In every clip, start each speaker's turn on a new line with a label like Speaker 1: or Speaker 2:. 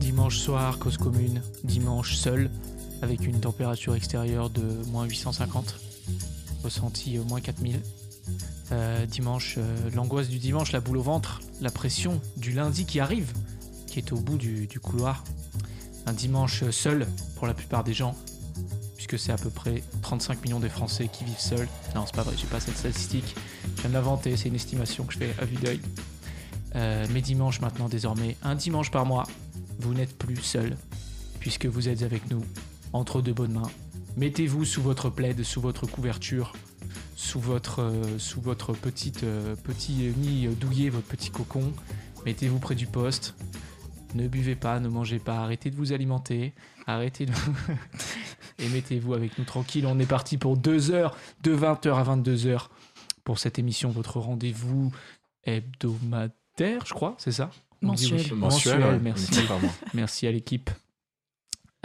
Speaker 1: Dimanche soir, cause commune, dimanche seul, avec une température extérieure de moins 850, ressenti euh, moins 4000. Euh, dimanche, euh, l'angoisse du dimanche, la boule au ventre, la pression du lundi qui arrive, qui est au bout du, du couloir. Un dimanche euh, seul pour la plupart des gens, puisque c'est à peu près 35 millions des Français qui vivent seuls. Non, c'est pas vrai, j'ai pas cette statistique, je viens de l'inventer, c'est une estimation que je fais à vue d'œil. Euh, mais dimanche maintenant désormais, un dimanche par mois, vous n'êtes plus seul, puisque vous êtes avec nous, entre deux bonnes mains. Mettez-vous sous votre plaid, sous votre couverture, sous votre, euh, sous votre petite, euh, petit nid douillet, votre petit cocon. Mettez-vous près du poste. Ne buvez pas, ne mangez pas, arrêtez de vous alimenter, arrêtez de vous... Et mettez-vous avec nous tranquille, on est parti pour deux heures, de 20h à 22h, pour cette émission, votre rendez-vous hebdomadaire, je crois, c'est ça On dit
Speaker 2: Mensuel.
Speaker 1: oui.
Speaker 3: Mensuel,
Speaker 1: Mensuel,
Speaker 3: ouais.
Speaker 1: merci.
Speaker 3: Par mois.
Speaker 1: Merci à l'équipe.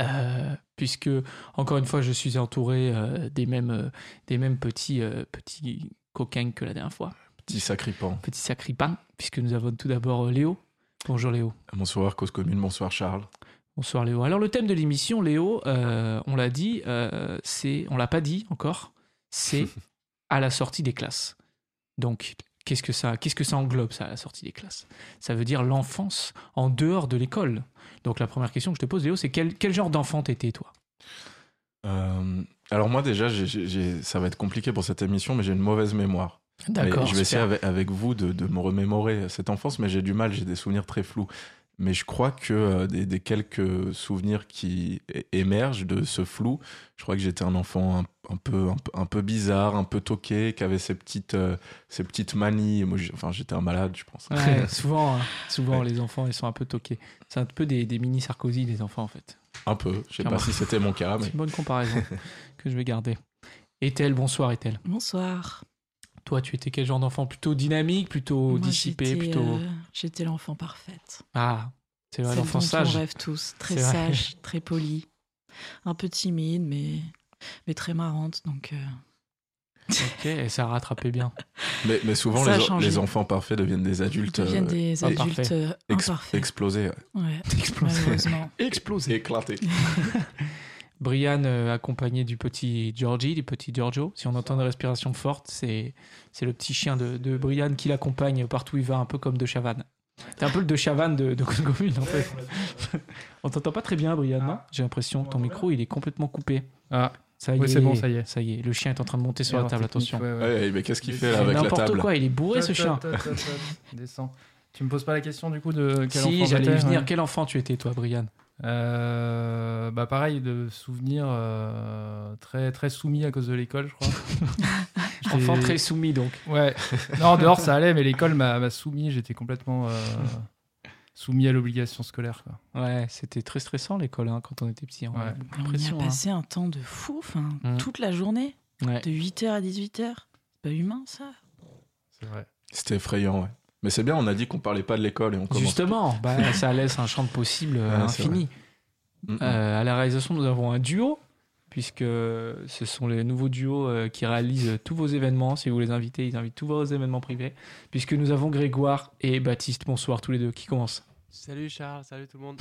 Speaker 1: Euh, puisque, encore une fois, je suis entouré euh, des, mêmes, euh, des mêmes petits, euh, petits coquins que la dernière fois.
Speaker 3: Petit sacripant.
Speaker 1: Petits sacripants, puisque nous avons tout d'abord euh, Léo. Bonjour Léo.
Speaker 3: Bonsoir, cause commune. Bonsoir, Charles.
Speaker 1: Bonsoir Léo. Alors, le thème de l'émission, Léo, euh, on l'a dit, euh, c'est, on l'a pas dit encore, c'est à la sortie des classes. Donc, qu'est-ce que ça, qu'est-ce que ça englobe ça à la sortie des classes Ça veut dire l'enfance en dehors de l'école. Donc, la première question que je te pose, Léo, c'est quel, quel genre d'enfant t'étais toi
Speaker 3: Euh, alors, moi, déjà, j'ai- j'ai- j'ai- ça va être compliqué pour cette émission, mais j'ai une mauvaise mémoire.
Speaker 1: D'accord.
Speaker 3: Mais Je vais essayer
Speaker 1: super.
Speaker 3: avec, avec vous de, de me remémorer cette enfance, mais j'ai du mal, j'ai des souvenirs très flous. Mais je crois que euh, des, des quelques souvenirs qui é- émergent de ce flou, je crois que j'étais un enfant un, un peu, un, peu- un peu bizarre, un peu toqué, qui avait ses petites, euh, ses petites manies. Moi, j'ai- enfin, j'étais un malade, je pense.
Speaker 1: Ouais, souvent, hein. souvent les enfants, ils sont un peu toqués. C'est un peu des, des mini Sarkozy, les enfants, en fait.
Speaker 3: un peu. Je sais
Speaker 1: Clairement.
Speaker 3: pas si c'était mon cas, mais
Speaker 1: C'est une bonne comparaison que je vais garder. Ethel, bonsoir Ethel.
Speaker 2: Bonsoir.
Speaker 1: Toi, tu étais quel genre d'enfant Plutôt dynamique, plutôt
Speaker 2: Moi,
Speaker 1: dissipé,
Speaker 2: j'étais,
Speaker 1: plutôt...
Speaker 2: euh, J'étais l'enfant parfaite.
Speaker 1: Ah, c'est vrai,
Speaker 2: Celle
Speaker 1: l'enfant
Speaker 2: dont
Speaker 1: sage.
Speaker 2: On rêve tous. Très
Speaker 1: C'est vrai.
Speaker 2: sage, très poli. Un peu timide, mais, mais très marrante. Donc, euh,
Speaker 1: Ok, et ça rattrapait bien.
Speaker 3: Mais, mais souvent,
Speaker 2: Ça a
Speaker 3: les, en-
Speaker 2: changé.
Speaker 3: les enfants parfaits deviennent des adultes
Speaker 2: deviennent
Speaker 3: euh,
Speaker 2: des
Speaker 3: et-
Speaker 2: adultes euh,
Speaker 3: ex-
Speaker 2: imparfaits.
Speaker 3: explosés. ouais.
Speaker 2: Ouais,
Speaker 1: Explosé.
Speaker 2: malheureusement.
Speaker 3: Explosés, éclatés.
Speaker 1: Brian, euh, accompagné du petit Georgie, du petit Giorgio. Si on entend une respiration forte, c'est c'est le petit chien de, de Brian qui l'accompagne partout où il va, un peu comme De Chavannes. T'es un peu le De Chavannes de, de Cause Commune, en fait. on t'entend pas très bien, Brian, non J'ai l'impression que ton micro, il est complètement coupé.
Speaker 4: Ah,
Speaker 1: Ça
Speaker 4: Oui, c'est bon, ça y est.
Speaker 1: Ça y est, le chien est en train de monter sur la
Speaker 4: erreur
Speaker 1: table,
Speaker 4: technique,
Speaker 1: attention.
Speaker 4: ouais, ouais.
Speaker 3: Ouais, mais qu'est-ce qu'il fait là,
Speaker 4: C'est
Speaker 3: avec la
Speaker 1: N'importe
Speaker 3: table
Speaker 1: quoi, il est bourré, ce
Speaker 4: Tot,
Speaker 1: chien.
Speaker 4: tot, tot, tot, tot. Descends. Tu me poses pas la question du coup de quel
Speaker 1: si,
Speaker 4: enfant
Speaker 1: j'allais y
Speaker 4: j'étais,
Speaker 1: venir.
Speaker 4: ouais.
Speaker 1: Quel enfant tu étais, toi, Brian
Speaker 4: Euh, bah pareil, de souvenirs euh, très très soumis à cause de l'école, je crois. J'étais-
Speaker 1: Enfant très soumis, donc.
Speaker 4: Ouais. Non, dehors ça allait, mais l'école m'a m'a soumis. J'étais complètement euh, soumis à l'obligation scolaire. quoi.
Speaker 1: Ouais, c'était très stressant, l'école, hein, quand on était petit.
Speaker 4: Ouais.
Speaker 2: On y a
Speaker 1: Impression, hein.
Speaker 2: passé un temps de fou, enfin,
Speaker 1: Mm.
Speaker 2: toute la journée,
Speaker 1: Ouais.
Speaker 2: de 8h à 18h. C'est pas humain, ça
Speaker 4: C'est vrai.
Speaker 3: C'était effrayant, ouais. Mais c'est bien, on a dit qu'on parlait pas de l'école et on commence.
Speaker 1: Justement, bah, ça laisse un champ de possible euh,
Speaker 3: Ouais, c'est
Speaker 1: infini.
Speaker 3: Mm, mm.
Speaker 1: Euh, à la réalisation, nous avons un duo, puisque ce sont les nouveaux duos euh, qui réalisent tous vos événements. Si vous les invitez, ils invitent tous vos événements privés. Puisque nous avons Grégoire et Baptiste, bonsoir tous les deux, qui commencent.
Speaker 5: Salut Charles, salut tout le monde.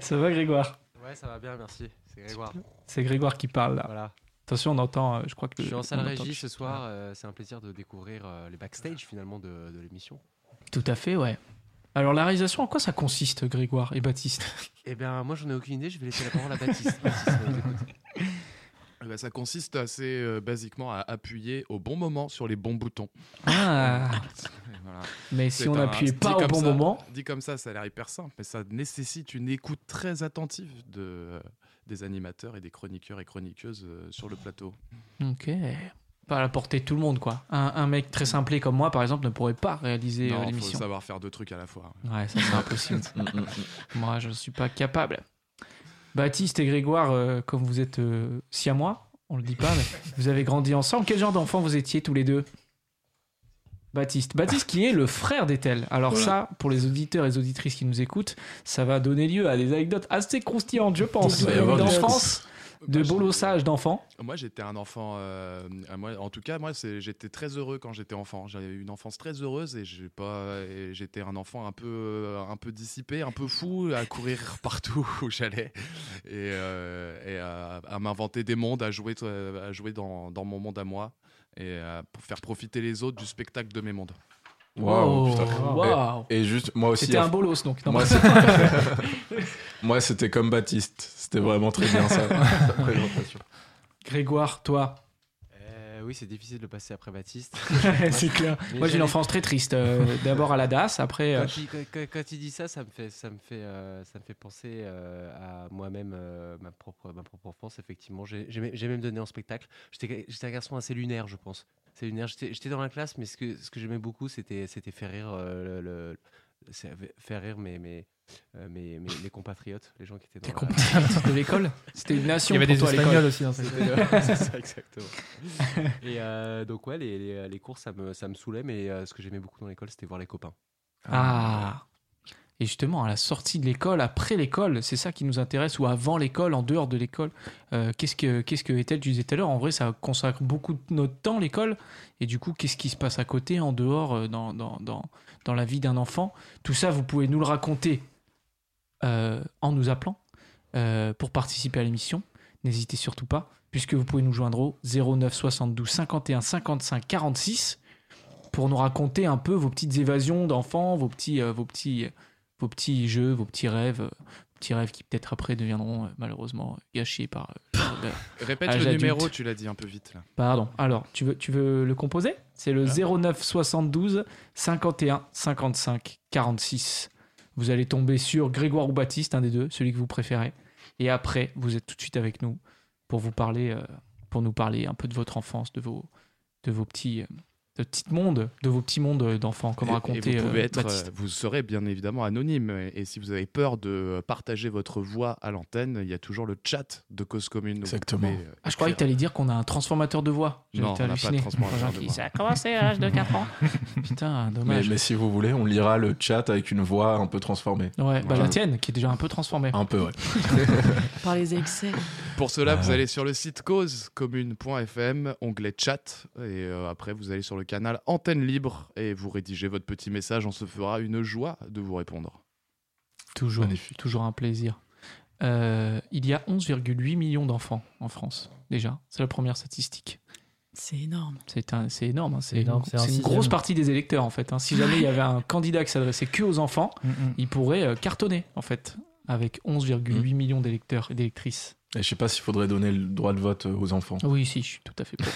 Speaker 1: Ça va Grégoire
Speaker 5: Ouais, ça va bien, merci. C'est Grégoire.
Speaker 1: C'est Grégoire qui parle là.
Speaker 5: Voilà.
Speaker 1: Attention, on entend, euh, Ah, je crois que...
Speaker 5: Je suis en salle
Speaker 1: on entend-
Speaker 5: régie ce soir. euh, c'est un plaisir de découvrir euh, les backstage finalement de, de l'émission.
Speaker 1: Ah, Tout à fait, ouais. Alors la réalisation, en quoi ça consiste, Grégoire et Baptiste
Speaker 5: Eh bien, moi, j'en ai aucune idée. Je vais laisser la parole à Baptiste. Baptiste, on t'écoute.
Speaker 6: Eh ben, ça consiste assez euh, basiquement à appuyer au bon moment sur les bons boutons.
Speaker 1: Ah,
Speaker 6: Et voilà.
Speaker 1: Mais si
Speaker 6: C'est
Speaker 1: on
Speaker 6: un-
Speaker 1: n'appuyait
Speaker 6: dit
Speaker 1: pas au
Speaker 6: comme
Speaker 1: bon
Speaker 6: ça-
Speaker 1: moment...
Speaker 6: Dit comme ça, ça a l'air hyper simple, mais ça nécessite une écoute très attentive de, euh, des animateurs et des chroniqueurs et chroniqueuses euh, sur le plateau.
Speaker 1: Ok. Pas à la portée de tout le monde, quoi. Un, un mec très simplé comme moi, par exemple, ne pourrait pas réaliser euh,
Speaker 6: non, faut
Speaker 1: l'émission.
Speaker 6: savoir faire deux trucs à la fois.
Speaker 1: Ouais, ça c'est impossible.
Speaker 3: Mm, mm, mm.
Speaker 1: moi, je ne suis pas capable. Baptiste et Grégoire, euh, comme vous êtes euh, siamois, on le dit pas, mais vous avez grandi ensemble. Quel genre d'enfant vous étiez tous les deux Baptiste. Baptiste qui est le frère d'Ethel. Alors ça, pour les auditeurs et les auditrices qui nous écoutent, ça va donner lieu à des anecdotes assez croustillantes, je pense,
Speaker 3: Il va y avoir des
Speaker 1: d'enfance, de
Speaker 6: Moi, j'ai-
Speaker 1: bolossage d'enfants.
Speaker 6: Moi, j'étais un enfant. euh, à moi, en tout cas, moi, c'est- j'étais très heureux quand j'étais enfant. J'avais eu une enfance très heureuse et j'ai pas. et J'étais un enfant un peu, euh, un peu dissipé, un peu fou, à courir partout où j'allais et, euh, et à, à m'inventer des mondes, à jouer, euh, à jouer dans, dans mon monde à moi et à p- faire profiter les autres du spectacle de mes mondes.
Speaker 3: Waouh,
Speaker 1: Oh,
Speaker 3: putain.
Speaker 1: waouh.
Speaker 3: Et juste, moi aussi,
Speaker 1: C'était
Speaker 3: à
Speaker 1: un bolos donc. Non,
Speaker 3: Moi, c'est- Moi, c'était comme Baptiste. C'était vraiment très bien ça. sa présentation.
Speaker 1: Grégoire, toi,
Speaker 5: Euh, oui, c'est difficile de passer après Baptiste.
Speaker 1: c'est clair.
Speaker 5: Mais
Speaker 1: Moi j'ai une
Speaker 5: j'allais-
Speaker 1: enfance très triste. euh, D'abord à la DAS, après. euh,
Speaker 5: Quand il, quand- quand- quand il dit ça, ça me fait, ça me fait, euh, ça me fait penser euh, à moi-même, euh, ma propre, ma propre enfance. Effectivement, j'ai j'ai même- j'ai même donné en spectacle. J'étais j'étais un garçon assez lunaire, je pense. C'est lunaire. J'étais j'étais dans la classe, mais ce que, ce que j'aimais beaucoup, c'était c'était faire rire euh, le, le- c'est faire rire mes mes, euh, mes, mes- mes compatriotes, les gens qui étaient dans
Speaker 1: T'es
Speaker 5: la-
Speaker 1: compatriote de l'école C'était une
Speaker 4: Il y
Speaker 1: nation
Speaker 4: avait
Speaker 1: pour
Speaker 4: des
Speaker 1: toi à l'école.
Speaker 4: Espagnols aussi hein, dans cette
Speaker 5: C'était le- c'est ça, exactement. Et euh, donc, ouais, les, les, les cours, ça me, ça me saoulait, mais euh, ce que j'aimais beaucoup dans l'école, c'était voir les copains.
Speaker 1: Ah Et justement, à la sortie de l'école, après l'école, c'est ça qui nous intéresse, ou avant l'école, en dehors de l'école, euh, qu'est-ce que qu'est-ce que est-elle Tu disais tout à l'heure, en vrai, ça consacre beaucoup de notre temps, l'école, et du coup, qu'est-ce qui se passe à côté, en dehors, euh, dans, dans, dans, dans la vie d'un enfant Tout ça, vous pouvez nous le raconter euh, en nous appelant euh, pour participer à l'émission. N'hésitez surtout pas, puisque vous pouvez nous joindre au 09 72 51 55 46 pour nous raconter un peu vos petites évasions d'enfants, vos petits, euh, vos petits, vos petits jeux, vos petits rêves, euh, petits rêves qui peut-être après deviendront euh, malheureusement gâchés par. euh, euh,
Speaker 6: Répète
Speaker 1: Âge
Speaker 6: le
Speaker 1: adulte.
Speaker 6: numéro, tu l'as dit un peu vite. Là.
Speaker 1: pardon. Alors, tu veux, tu veux le composer C'est le
Speaker 6: Ah.
Speaker 1: 09 72 51 55 46. Vous allez tomber sur Grégoire ou Baptiste, un des deux, celui que vous préférez. Et après, vous êtes tout de suite avec nous pour vous parler, euh, pour nous parler un peu de votre enfance, de vos, de vos petits, euh, de petits mondes, de vos petits mondes d'enfants, comme
Speaker 6: Et- et
Speaker 1: racontait
Speaker 6: vous,
Speaker 1: euh,
Speaker 6: pouvez être, euh,
Speaker 1: Baptiste.
Speaker 6: vous serez bien évidemment anonyme. Et, et si vous avez peur de euh, partager votre voix à l'antenne, il y a toujours le chat de Cause Commune. où vous
Speaker 3: Exactement.
Speaker 6: pouvez, euh,
Speaker 1: Ah, je croyais que
Speaker 6: écrire.
Speaker 1: t'allais dire qu'on a un transformateur de voix. J'avais
Speaker 6: Non,
Speaker 1: été
Speaker 6: on n'a pas de
Speaker 1: halluciné.
Speaker 6: transformateur
Speaker 1: Jean
Speaker 6: de
Speaker 1: qui,
Speaker 6: voix.
Speaker 1: Ça a commencé à l'âge de 4 ans. Putain,
Speaker 3: mais,
Speaker 1: dommage.
Speaker 3: mais si vous voulez, on lira le chat avec une voix un peu transformée.
Speaker 1: Ouais, bah
Speaker 6: Voilà.
Speaker 1: la tienne, qui est déjà un peu transformée.
Speaker 3: Un peu, ouais.
Speaker 2: Par les excès.
Speaker 6: Pour cela, vous
Speaker 3: Euh.
Speaker 6: allez sur le site causecommune.fm, onglet chat, et euh, après vous allez sur le canal antenne libre et vous rédigez votre petit message. On se fera une joie de vous répondre.
Speaker 1: Toujours,
Speaker 3: Magnifique.
Speaker 1: toujours un plaisir. Euh, il y a 11,8 millions d'enfants en France, déjà. C'est la première statistique.
Speaker 2: C'est énorme.
Speaker 1: C'est un- c'est énorme. hein. C'est une,
Speaker 4: C'est énorme, c'est un
Speaker 1: c'est une
Speaker 4: sixième.
Speaker 1: grosse partie des électeurs, en fait. hein. Si jamais il y avait un candidat qui s'adressait que aux enfants,
Speaker 4: Mm,
Speaker 1: il pourrait euh, cartonner, en fait, avec 11,8 millions d'électeurs et d'électrices.
Speaker 3: Et je sais pas s'il faudrait donner le droit de vote aux enfants.
Speaker 1: Oui, si, je suis tout à fait pour.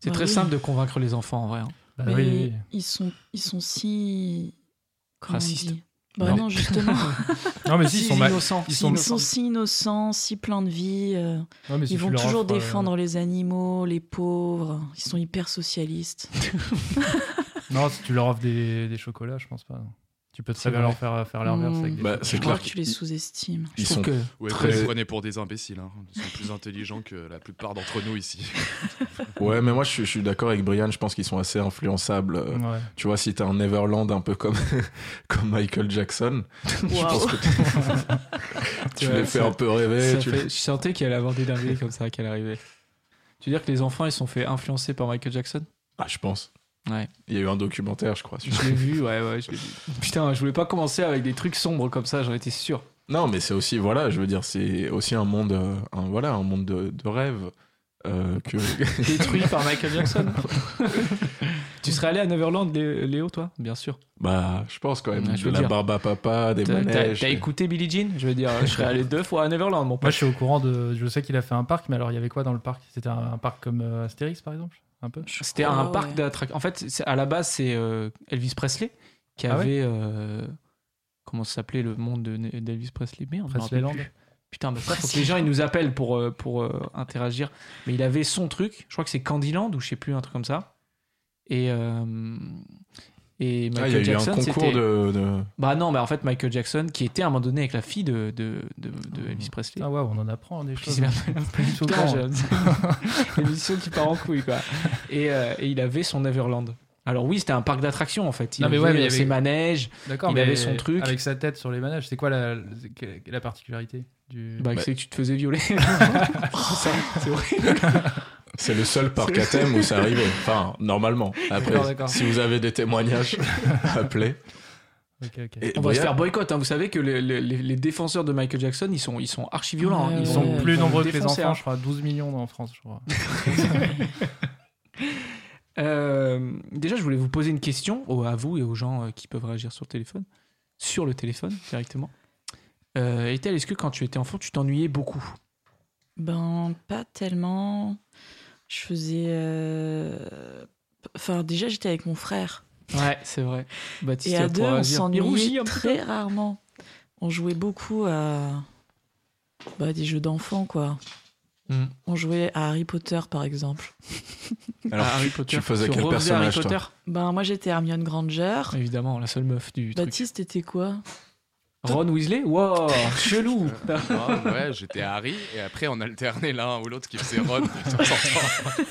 Speaker 1: C'est
Speaker 2: Bah
Speaker 1: très
Speaker 2: oui.
Speaker 1: simple de convaincre les enfants, en vrai. hein.
Speaker 4: Bah
Speaker 2: Mais
Speaker 4: oui, oui, oui.
Speaker 2: ils sont, ils sont si. Comment on
Speaker 1: Racistes.
Speaker 2: dit Bah non, justement.
Speaker 4: Non, mais si, ils sont mal.
Speaker 1: innocents.
Speaker 4: ils
Speaker 1: si
Speaker 2: ils
Speaker 4: sont-
Speaker 1: innocents.
Speaker 2: sont si innocents, si pleins de vie. euh,
Speaker 4: Non, mais si
Speaker 2: ils
Speaker 4: tu
Speaker 2: vont
Speaker 4: leur
Speaker 2: toujours
Speaker 4: offres, euh,
Speaker 2: défendre les animaux, les pauvres. Ils sont hyper socialistes.
Speaker 4: Non, si tu leur offres des, des chocolats, je pense pas. Tu peux
Speaker 1: C'est
Speaker 4: très bien
Speaker 1: vrai.
Speaker 4: leur faire, faire l'inverse
Speaker 2: Mm.
Speaker 4: avec des
Speaker 3: Bah,
Speaker 4: chocolats.
Speaker 3: c'est
Speaker 2: Je crois
Speaker 3: clair
Speaker 2: que tu les
Speaker 3: qu'ils
Speaker 2: sous-estimes.
Speaker 1: Je
Speaker 3: ils
Speaker 1: trouve
Speaker 3: sont
Speaker 1: que
Speaker 6: Ouais,
Speaker 3: Très-
Speaker 6: Vous les prenez pour des imbéciles, hein. ils sont plus intelligents que la plupart d'entre nous ici.
Speaker 3: Ouais, mais moi je, suis- je suis d'accord avec Brian, je pense qu'ils sont assez influençables. Euh,
Speaker 4: Ouais.
Speaker 3: Tu vois, si t'as un Neverland un peu comme, comme Michael Jackson, je pense
Speaker 2: Waouh.
Speaker 3: que tu- tu les fais un peu
Speaker 1: Ça
Speaker 3: rêver. Tu
Speaker 1: fait-
Speaker 3: les-
Speaker 1: Je sentais qu'elle allait avoir des dingueries comme ça qu'elle arrivait. Tu veux dire que les enfants, ils se sont fait influencer par Michael Jackson
Speaker 3: Ah, je pense.
Speaker 1: Ouais.
Speaker 3: Il y a eu un documentaire, je crois. sur-
Speaker 1: Je l'ai vu, ouais, ouais, je l'ai vu. Putain, je voulais pas commencer avec des trucs sombres comme ça, j'en étais sûr.
Speaker 3: Non, mais c'est aussi, voilà, je veux dire, c'est aussi un monde, euh, un, voilà, un monde de, de rêve. euh, que...
Speaker 1: Détruit par Michael Jackson. tu serais allé à Neverland, Lé- Léo, toi Bien sûr.
Speaker 3: Bah, je pense quand même.
Speaker 1: Ouais, je
Speaker 3: de
Speaker 1: veux
Speaker 3: la
Speaker 1: dire.
Speaker 3: barbe à papa, des
Speaker 1: T'as- T'as
Speaker 3: manèges.
Speaker 1: t'as écouté Billie Jean Je veux dire, je serais allé deux fois à Neverland, mon
Speaker 4: Moi,
Speaker 1: pote.
Speaker 4: je suis au courant de. Je sais qu'il a fait un parc, mais alors il y avait quoi dans le parc C'était un, un parc comme euh, Astérix, par exemple Un peu
Speaker 1: C'était
Speaker 2: crois,
Speaker 1: un
Speaker 4: Ah
Speaker 2: ouais.
Speaker 1: parc d'attractions. En fait, c'est- à la base, c'est euh, Elvis Presley qui
Speaker 4: Ah ouais
Speaker 1: avait. euh, comment ça s'appelait le monde de Ne- d'Elvis Presley Merde, je m'en rappelle
Speaker 4: Presleyland
Speaker 1: plus. Putain, bah ça, faut que les gens ils nous appellent pour, euh, pour euh, interagir. Mais il avait son truc, je crois que c'est Candyland ou je sais plus, un truc comme ça. Et, euh, et
Speaker 3: Ah, il
Speaker 1: Michael
Speaker 3: y a eu
Speaker 1: Jackson,
Speaker 3: un concours
Speaker 1: c'était-
Speaker 3: de, de-
Speaker 1: Bah non, mais en fait, Michael Jackson, qui était à un moment donné avec la fille de, de, de, de Elvis Presley.
Speaker 4: Ah, waouh, on en apprend des
Speaker 1: Puis
Speaker 4: choses.
Speaker 1: il a-
Speaker 4: Plus du tout au
Speaker 1: Putain,
Speaker 4: courant.
Speaker 1: j'ai- l'émission qui part en couille, quoi. Et, euh, et il avait son Neverland. Alors oui, c'était un parc d'attractions en fait. Il
Speaker 4: Non, mais
Speaker 1: avait
Speaker 4: ouais, mais il y
Speaker 1: ses
Speaker 4: avait-
Speaker 1: manèges.
Speaker 4: D'accord,
Speaker 1: Il
Speaker 4: mais
Speaker 1: avait son truc.
Speaker 4: Avec sa tête sur les manèges, c'est quoi la, la particularité du.
Speaker 1: Bah, c'est que tu te faisais violer. C'est ça, c'est horrible.
Speaker 3: C'est le seul parc à thème où c'est arrivé. Enfin, normalement. Après,
Speaker 1: euh,
Speaker 4: D'accord, d'accord.
Speaker 3: si vous avez des témoignages, appelez.
Speaker 4: Ok, ok.
Speaker 3: Et
Speaker 1: On va se
Speaker 3: Brian-
Speaker 1: faire boycott. hein. Vous savez que les, les- les- les défenseurs de Michael Jackson, ils sont, ils sont archi violents. hein. Ils
Speaker 2: Ouais,
Speaker 4: Ah Ils
Speaker 2: ouais,
Speaker 4: sont
Speaker 2: ouais.
Speaker 1: vont
Speaker 4: plus
Speaker 1: nous
Speaker 4: nombreux que les
Speaker 1: défoncer,
Speaker 4: enfants,
Speaker 1: hein.
Speaker 4: je crois. 12 millions en France, je crois.
Speaker 1: Euh, déjà, je voulais vous poser une question au- à vous et aux gens euh, qui peuvent réagir sur le téléphone, sur le téléphone directement. Euh, Ethel, est-ce que quand tu étais enfant, tu t'ennuyais beaucoup
Speaker 2: Ben, pas tellement. Je faisais. euh, Enfin, déjà, j'étais avec mon frère.
Speaker 1: Ouais, c'est vrai. Baptiste,
Speaker 2: Et à
Speaker 1: il
Speaker 2: deux,
Speaker 1: pourra
Speaker 2: on
Speaker 1: dire, Il rougit
Speaker 2: s'ennuyait
Speaker 1: un petit peu.
Speaker 2: très rarement. On jouait beaucoup à bah, des jeux d'enfants, quoi.
Speaker 1: Hmm.
Speaker 2: On jouait à Harry Potter, par exemple.
Speaker 3: Alors,
Speaker 1: Ah, Harry
Speaker 3: tu faisais
Speaker 1: refaisais
Speaker 3: quel
Speaker 1: Harry
Speaker 3: personnage, toi
Speaker 1: Potter
Speaker 2: Ben, moi, j'étais Hermione Granger.
Speaker 1: Ah, Évidemment, la seule meuf du truc.
Speaker 2: Baptiste, t'étais quoi
Speaker 1: Ron Weasley Wow, chelou
Speaker 6: Ah, ouais, j'étais Harry, et après on alternait l'un ou l'autre qui faisait Ron de temps en temps.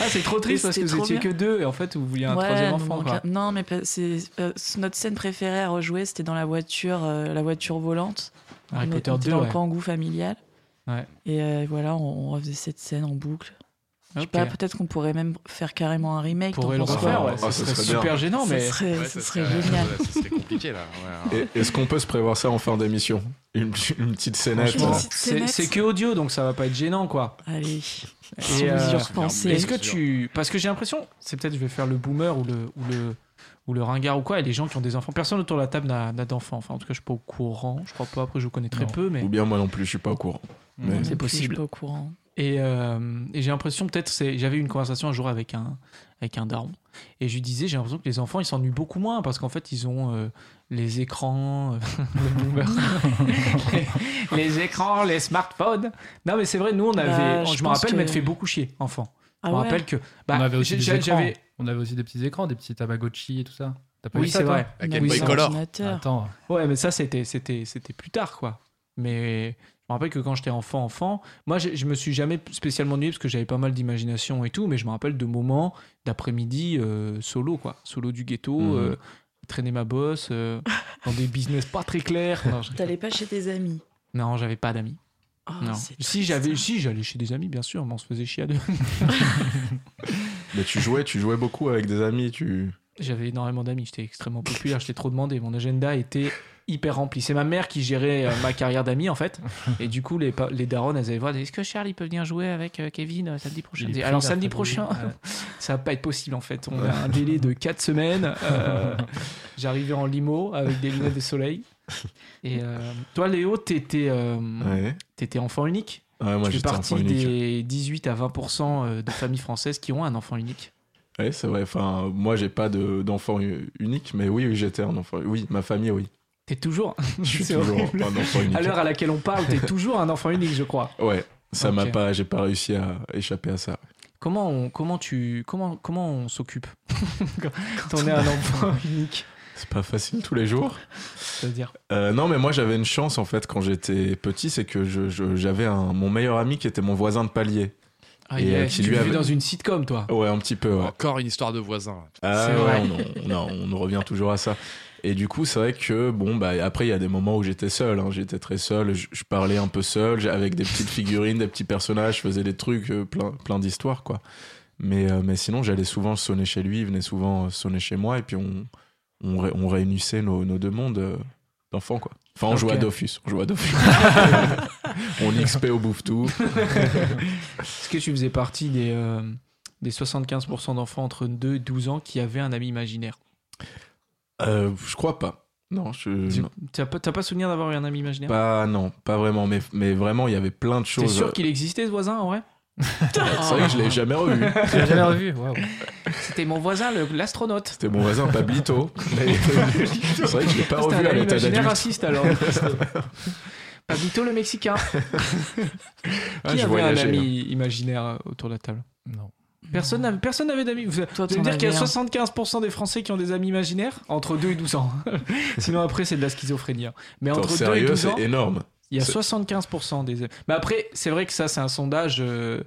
Speaker 1: Ah, c'est trop triste
Speaker 2: Mais
Speaker 1: parce que
Speaker 2: c'était
Speaker 1: vous
Speaker 2: trop
Speaker 1: étiez que
Speaker 2: bien.
Speaker 1: deux et en fait, vous vouliez un
Speaker 2: Ouais,
Speaker 1: troisième
Speaker 2: nous
Speaker 1: enfant. quoi.
Speaker 2: manqua- Non, mais pas- c'est euh, c'est notre scène préférée à rejouer, c'était dans la voiture, euh, la voiture volante.
Speaker 1: Harry
Speaker 2: on est-
Speaker 1: Potter
Speaker 2: on était
Speaker 1: 2,
Speaker 2: dans
Speaker 1: ouais.
Speaker 2: le kangou familial.
Speaker 1: Ouais.
Speaker 2: Et euh, voilà, on, on refaisait cette scène en boucle. Je sais
Speaker 1: Ok.
Speaker 2: pas, peut-être qu'on pourrait même faire carrément un remake.
Speaker 1: pourrait le
Speaker 2: t'en penses quoi
Speaker 1: refaire, ouais.
Speaker 3: Ah,
Speaker 1: ce serait,
Speaker 3: ça serait
Speaker 1: super
Speaker 3: bien.
Speaker 1: gênant,
Speaker 2: Ça
Speaker 1: mais
Speaker 2: serait,
Speaker 6: Ouais,
Speaker 2: ça serait génial.
Speaker 6: ouais, ça serait compliqué là. ouais. hein.
Speaker 3: Et- Est-ce qu'on peut se prévoir ça en fin d'émission une, une petite scénette
Speaker 1: franchement,
Speaker 3: euh,
Speaker 2: c'est-
Speaker 1: c'est c'est que audio, donc ça va pas être gênant, quoi.
Speaker 2: Allez,
Speaker 1: Et,
Speaker 2: si vous
Speaker 1: euh,
Speaker 2: y repensez.
Speaker 1: Est-ce que tu. Parce que j'ai l'impression, c'est peut-être je vais faire le boomer ou le, ou le, ou le ringard ou quoi, et les gens qui ont des enfants. Personne autour de la table n'a n'a d'enfants. Enfin, en tout cas, je suis pas au courant. Je crois pas. Après, je vous connais très
Speaker 4: Non.
Speaker 1: peu, mais.
Speaker 3: Ou bien moi non plus, je suis pas au courant.
Speaker 2: Non
Speaker 3: Mais-
Speaker 1: c'est
Speaker 2: plus, Je
Speaker 1: possible.
Speaker 2: suis pas au courant.
Speaker 1: Et, euh, et j'ai l'impression, peut-être, c'est, j'avais eu une conversation un jour avec un, avec un daron, et je lui disais, j'ai l'impression que les enfants, ils s'ennuient beaucoup moins, parce qu'en fait, ils ont euh, les écrans, euh, le boomer. les, les écrans, les smartphones. Non, mais c'est vrai, nous, on
Speaker 2: Bah,
Speaker 1: avait,
Speaker 2: je
Speaker 1: je me
Speaker 2: pense
Speaker 1: rappelle
Speaker 2: que-
Speaker 1: m'être fait beaucoup chier, enfant.
Speaker 2: Ah
Speaker 1: je me
Speaker 2: ouais
Speaker 1: rappelle que... bah,
Speaker 4: on, avait aussi
Speaker 1: j'ai-
Speaker 4: des
Speaker 1: j'ai-
Speaker 4: écrans. on avait aussi des petits écrans, des petits Tamagotchi et tout ça. T'as pas
Speaker 1: Oui,
Speaker 4: vu ça,
Speaker 1: c'est
Speaker 4: toi
Speaker 1: vrai.
Speaker 6: La
Speaker 2: On
Speaker 6: Game
Speaker 2: avait
Speaker 6: Boy
Speaker 2: des
Speaker 6: Color.
Speaker 2: ordinateurs.
Speaker 4: Attends,
Speaker 1: Ouais, mais ça, c'était, c'était, c'était plus tard, quoi. Mais je me rappelle que quand j'étais enfant, enfant, moi, je, je me suis jamais spécialement ennuyé parce que j'avais pas mal d'imagination et tout, mais je me rappelle de moments d'après-midi euh, solo, quoi. Solo du ghetto,
Speaker 3: Mhm.
Speaker 1: euh, traîner ma bosse euh, dans des business pas très clairs. Non, je-
Speaker 2: T'allais pas chez tes amis.
Speaker 1: Non, j'avais pas d'amis.
Speaker 2: Oh,
Speaker 1: non. Si
Speaker 2: c'est triste. hein.
Speaker 1: j'avais, si j'allais chez des amis, bien sûr, mais on se faisait chier à deux.
Speaker 3: Mais tu jouais, tu jouais beaucoup avec des amis, tu.
Speaker 1: J'avais énormément d'amis, j'étais extrêmement populaire, j'étais trop demandé. Mon agenda était hyper rempli. C'est ma mère qui gérait euh, ma carrière d'amis en fait. Et du coup, les, pa- les darons, elles allaient voir est-ce que Charles il peut venir jouer avec euh, Kevin euh, samedi prochain
Speaker 4: il est
Speaker 1: Je dis,
Speaker 4: pris
Speaker 1: Alors
Speaker 4: la
Speaker 1: samedi
Speaker 4: famille.
Speaker 1: prochain,
Speaker 4: Ouais.
Speaker 1: ça va pas être possible en fait. On a un délai de 4 semaines. Euh, J'arrivais en limo avec des lunettes de soleil. Et euh, toi, Léo, t'étais euh,
Speaker 3: Ouais.
Speaker 1: t'étais enfant unique
Speaker 3: Ouais, moi
Speaker 1: Tu fais
Speaker 3: j'étais enfant
Speaker 1: partie
Speaker 3: unique.
Speaker 1: des 18 à 20% euh, de familles françaises qui ont un enfant unique.
Speaker 3: Ouais, c'est vrai. Enfin, moi j'ai pas de- d'enfant u- unique, mais oui, oui, j'étais un enfant. Oui, ma famille, oui.
Speaker 1: T'es toujours, hein?
Speaker 3: Je suis
Speaker 1: C'est
Speaker 3: toujours
Speaker 1: horrible.
Speaker 3: un enfant unique.
Speaker 1: à l'heure à laquelle on parle, t'es toujours un enfant unique, je crois.
Speaker 3: Ouais, ça m'a
Speaker 1: Ok.
Speaker 3: pas, j'ai pas réussi à échapper à ça.
Speaker 1: Comment on, comment tu, comment, comment on s'occupe quand on est un enfant unique,
Speaker 3: C'est pas facile tous les jours.
Speaker 1: c'est-à-dire
Speaker 3: Euh, non, mais moi j'avais une chance en fait quand j'étais petit, c'est que je- je- j'avais un- mon meilleur ami qui était mon voisin de palier.
Speaker 1: ah,
Speaker 3: Et,
Speaker 1: il est-
Speaker 3: euh, qui
Speaker 1: Tu
Speaker 3: lui
Speaker 1: vis
Speaker 3: avait-
Speaker 1: dans une sitcom, toi
Speaker 3: Ouais, un petit peu. Ouais.
Speaker 6: Encore une histoire de voisin.
Speaker 3: Ah,
Speaker 1: C'est
Speaker 3: ouais,
Speaker 1: vrai.
Speaker 3: On, on- on- on revient toujours à ça. Et du coup, c'est vrai que, bon, bah, après, il y a des moments où j'étais seul. hein. J'étais très seul. Je, je parlais un peu seul, j'ai- avec des petites figurines, des petits personnages. Je faisais des trucs, euh, plein, plein d'histoires, quoi. Mais, euh, mais sinon, j'allais souvent sonner chez lui. Il venait souvent euh, sonner chez moi. Et puis, on, on, ré- on réunissait nos, nos deux mondes euh, d'enfants, quoi. Enfin, on
Speaker 1: Ok.
Speaker 3: jouait à Dofus. On jouait à Dofus. on XP au bouffe tout.
Speaker 1: Est-ce que tu faisais partie des, euh, des 75% d'enfants entre 2 et 12 ans qui avaient un ami imaginaire
Speaker 3: Euh, je crois pas. Non, je.
Speaker 1: Tu-
Speaker 3: non.
Speaker 1: T'as pas, t'as pas souvenir d'avoir eu un ami imaginaire
Speaker 3: Pas, non, pas vraiment. Mais, mais vraiment, il y avait plein de
Speaker 1: T'es
Speaker 3: choses.
Speaker 1: sûr qu'il existait ce voisin en vrai
Speaker 3: C'est vrai que je
Speaker 1: Ah.
Speaker 3: l'ai jamais revu.
Speaker 4: Tu l'as jamais revu Waouh.
Speaker 1: C'était mon voisin, le- l'astronaute.
Speaker 3: C'était mon voisin Pablito. Mais C'est vrai que je l'ai
Speaker 1: C'était
Speaker 3: pas
Speaker 1: un
Speaker 3: revu à
Speaker 1: ami
Speaker 3: l'état
Speaker 1: imaginaire
Speaker 3: d'adulte.
Speaker 1: raciste alors. Pablito le Mexicain.
Speaker 3: Ah,
Speaker 1: Qui avait
Speaker 3: je
Speaker 1: un
Speaker 3: voyageais. hein.
Speaker 1: ami imaginaire euh, autour de la table
Speaker 4: Non.
Speaker 1: Personne n'avait personne n'avait d'amis. Vous,
Speaker 2: Mmh. Toi,
Speaker 1: vous
Speaker 2: t'en
Speaker 1: allez me dire qu'il y a
Speaker 2: avais un.
Speaker 1: 75% des Français qui ont des amis imaginaires entre 2 et 12 ans. Sinon, après, c'est de la schizophrénie. hein. Mais
Speaker 3: Attends,
Speaker 1: entre 2 et
Speaker 3: sérieux,
Speaker 1: 12 ans,
Speaker 3: c'est énorme.
Speaker 1: Il y a
Speaker 3: C'est-
Speaker 1: 75% des. Mais après, c'est vrai que ça, c'est un sondage. euh,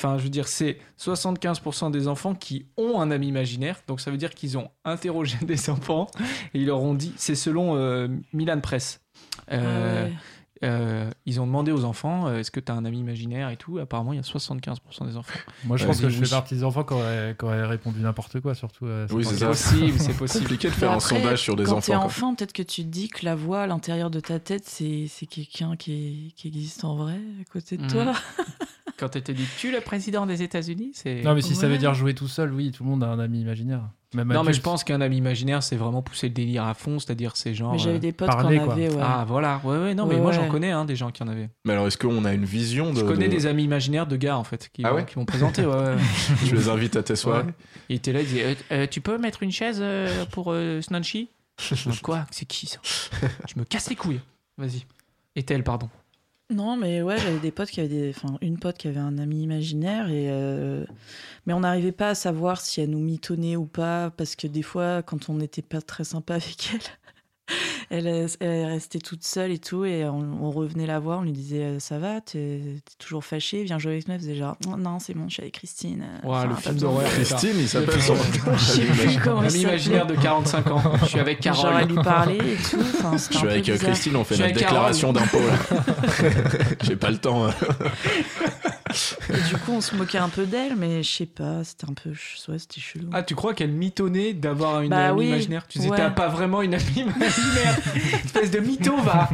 Speaker 1: Enfin, je veux dire, c'est 75% des enfants qui ont un ami imaginaire. Donc, ça veut dire qu'ils ont interrogé des enfants et ils leur ont dit. C'est selon euh, Milan Press. Euh,
Speaker 2: Ah Ouais.
Speaker 1: euh, ils ont demandé aux enfants euh, est-ce que tu as un ami imaginaire et tout. Apparemment, il y a 75% des enfants.
Speaker 4: Moi, je
Speaker 1: Euh,
Speaker 4: pense que
Speaker 1: oui,
Speaker 4: je fais
Speaker 1: oui.
Speaker 4: partie des enfants qui auraient, qui auraient répondu n'importe quoi, surtout. à
Speaker 3: Oui, c'est
Speaker 4: cette
Speaker 1: C'est
Speaker 3: ça.
Speaker 4: enquête.
Speaker 1: possible, c'est possible.
Speaker 3: compliqué de faire
Speaker 2: Après,
Speaker 3: un sondage sur des
Speaker 2: quand t'es
Speaker 3: enfants. quoi.
Speaker 2: enfant, peut-être que tu te dis que la voix à l'intérieur de ta tête, c'est c'est quelqu'un qui, est- qui existe en vrai à côté de
Speaker 1: Mhm.
Speaker 2: toi.
Speaker 1: Quand elle te dit tu le président des États-Unis, c'est.
Speaker 4: Non, mais si ça
Speaker 2: Ouais.
Speaker 4: veut dire jouer tout seul, oui, tout le monde a un ami imaginaire. Même
Speaker 1: Non, mais
Speaker 4: adulte.
Speaker 1: je pense qu'un ami imaginaire, c'est vraiment pousser le délire à fond, c'est-à-dire ces gens.
Speaker 2: Mais j'avais
Speaker 1: euh,
Speaker 2: des potes qui en
Speaker 4: parler, quoi.
Speaker 2: avaient, ouais.
Speaker 1: Ah voilà, ouais, ouais, non, mais
Speaker 2: Ouais,
Speaker 1: moi
Speaker 2: ouais.
Speaker 1: j'en connais hein, des gens qui en avaient.
Speaker 3: Mais alors, est-ce qu'on a une vision de.
Speaker 1: Je connais
Speaker 3: de-
Speaker 1: des amis imaginaires de gars en fait qui,
Speaker 3: Ah
Speaker 1: vont-
Speaker 3: ouais
Speaker 1: qui m'ont présenté. Ouais, ouais.
Speaker 3: Tu les invites à tes soirées
Speaker 1: Ouais. Ils étaient là, ils disaient Euh, euh, Tu peux mettre une chaise euh, pour euh, Snanchi Quoi C'est qui ça Je me casse les couilles. Vas-y. Et elle, pardon.
Speaker 2: Non, mais ouais, j'avais des potes qui avaient des. Enfin, une pote qui avait un ami imaginaire, et euh, mais on n'arrivait pas à savoir si elle nous mitonnait ou pas, parce que des fois, quand on n'était pas très sympa avec elle, elle, elle restait toute seule et tout, et on, on revenait la voir, on lui disait euh, Ça va, t'es t'es toujours fâchée, viens jouer avec nous. Elle faisait genre Non, c'est bon, je suis avec Christine.
Speaker 1: Ouah, le film
Speaker 2: d'horreur.
Speaker 1: d'horreur.
Speaker 3: Christine, il s'appelle son.
Speaker 2: Je sais plus comment
Speaker 1: Ami imaginaire de 45 ans. Je suis avec
Speaker 2: Genre, elle
Speaker 1: Carole.
Speaker 2: lui parlait et tout. Enfin, c'était un
Speaker 3: Je suis
Speaker 2: peu
Speaker 3: avec euh,
Speaker 2: bizarre.
Speaker 3: Christine, on fait
Speaker 1: Je suis
Speaker 3: notre
Speaker 1: avec Carole.
Speaker 3: déclaration d'impôt là. J'ai pas le temps. euh.
Speaker 2: Et du coup, on se moquait un peu d'elle, mais je sais pas, c'était un peu. ch- Ouais, c'était chelou.
Speaker 1: Ah, tu crois qu'elle mitonnait d'avoir une
Speaker 2: Bah
Speaker 1: amie
Speaker 2: oui,
Speaker 1: imaginaire Tu disais
Speaker 2: ouais.
Speaker 1: T'as pas vraiment une amie imaginaire Espèce de mytho, va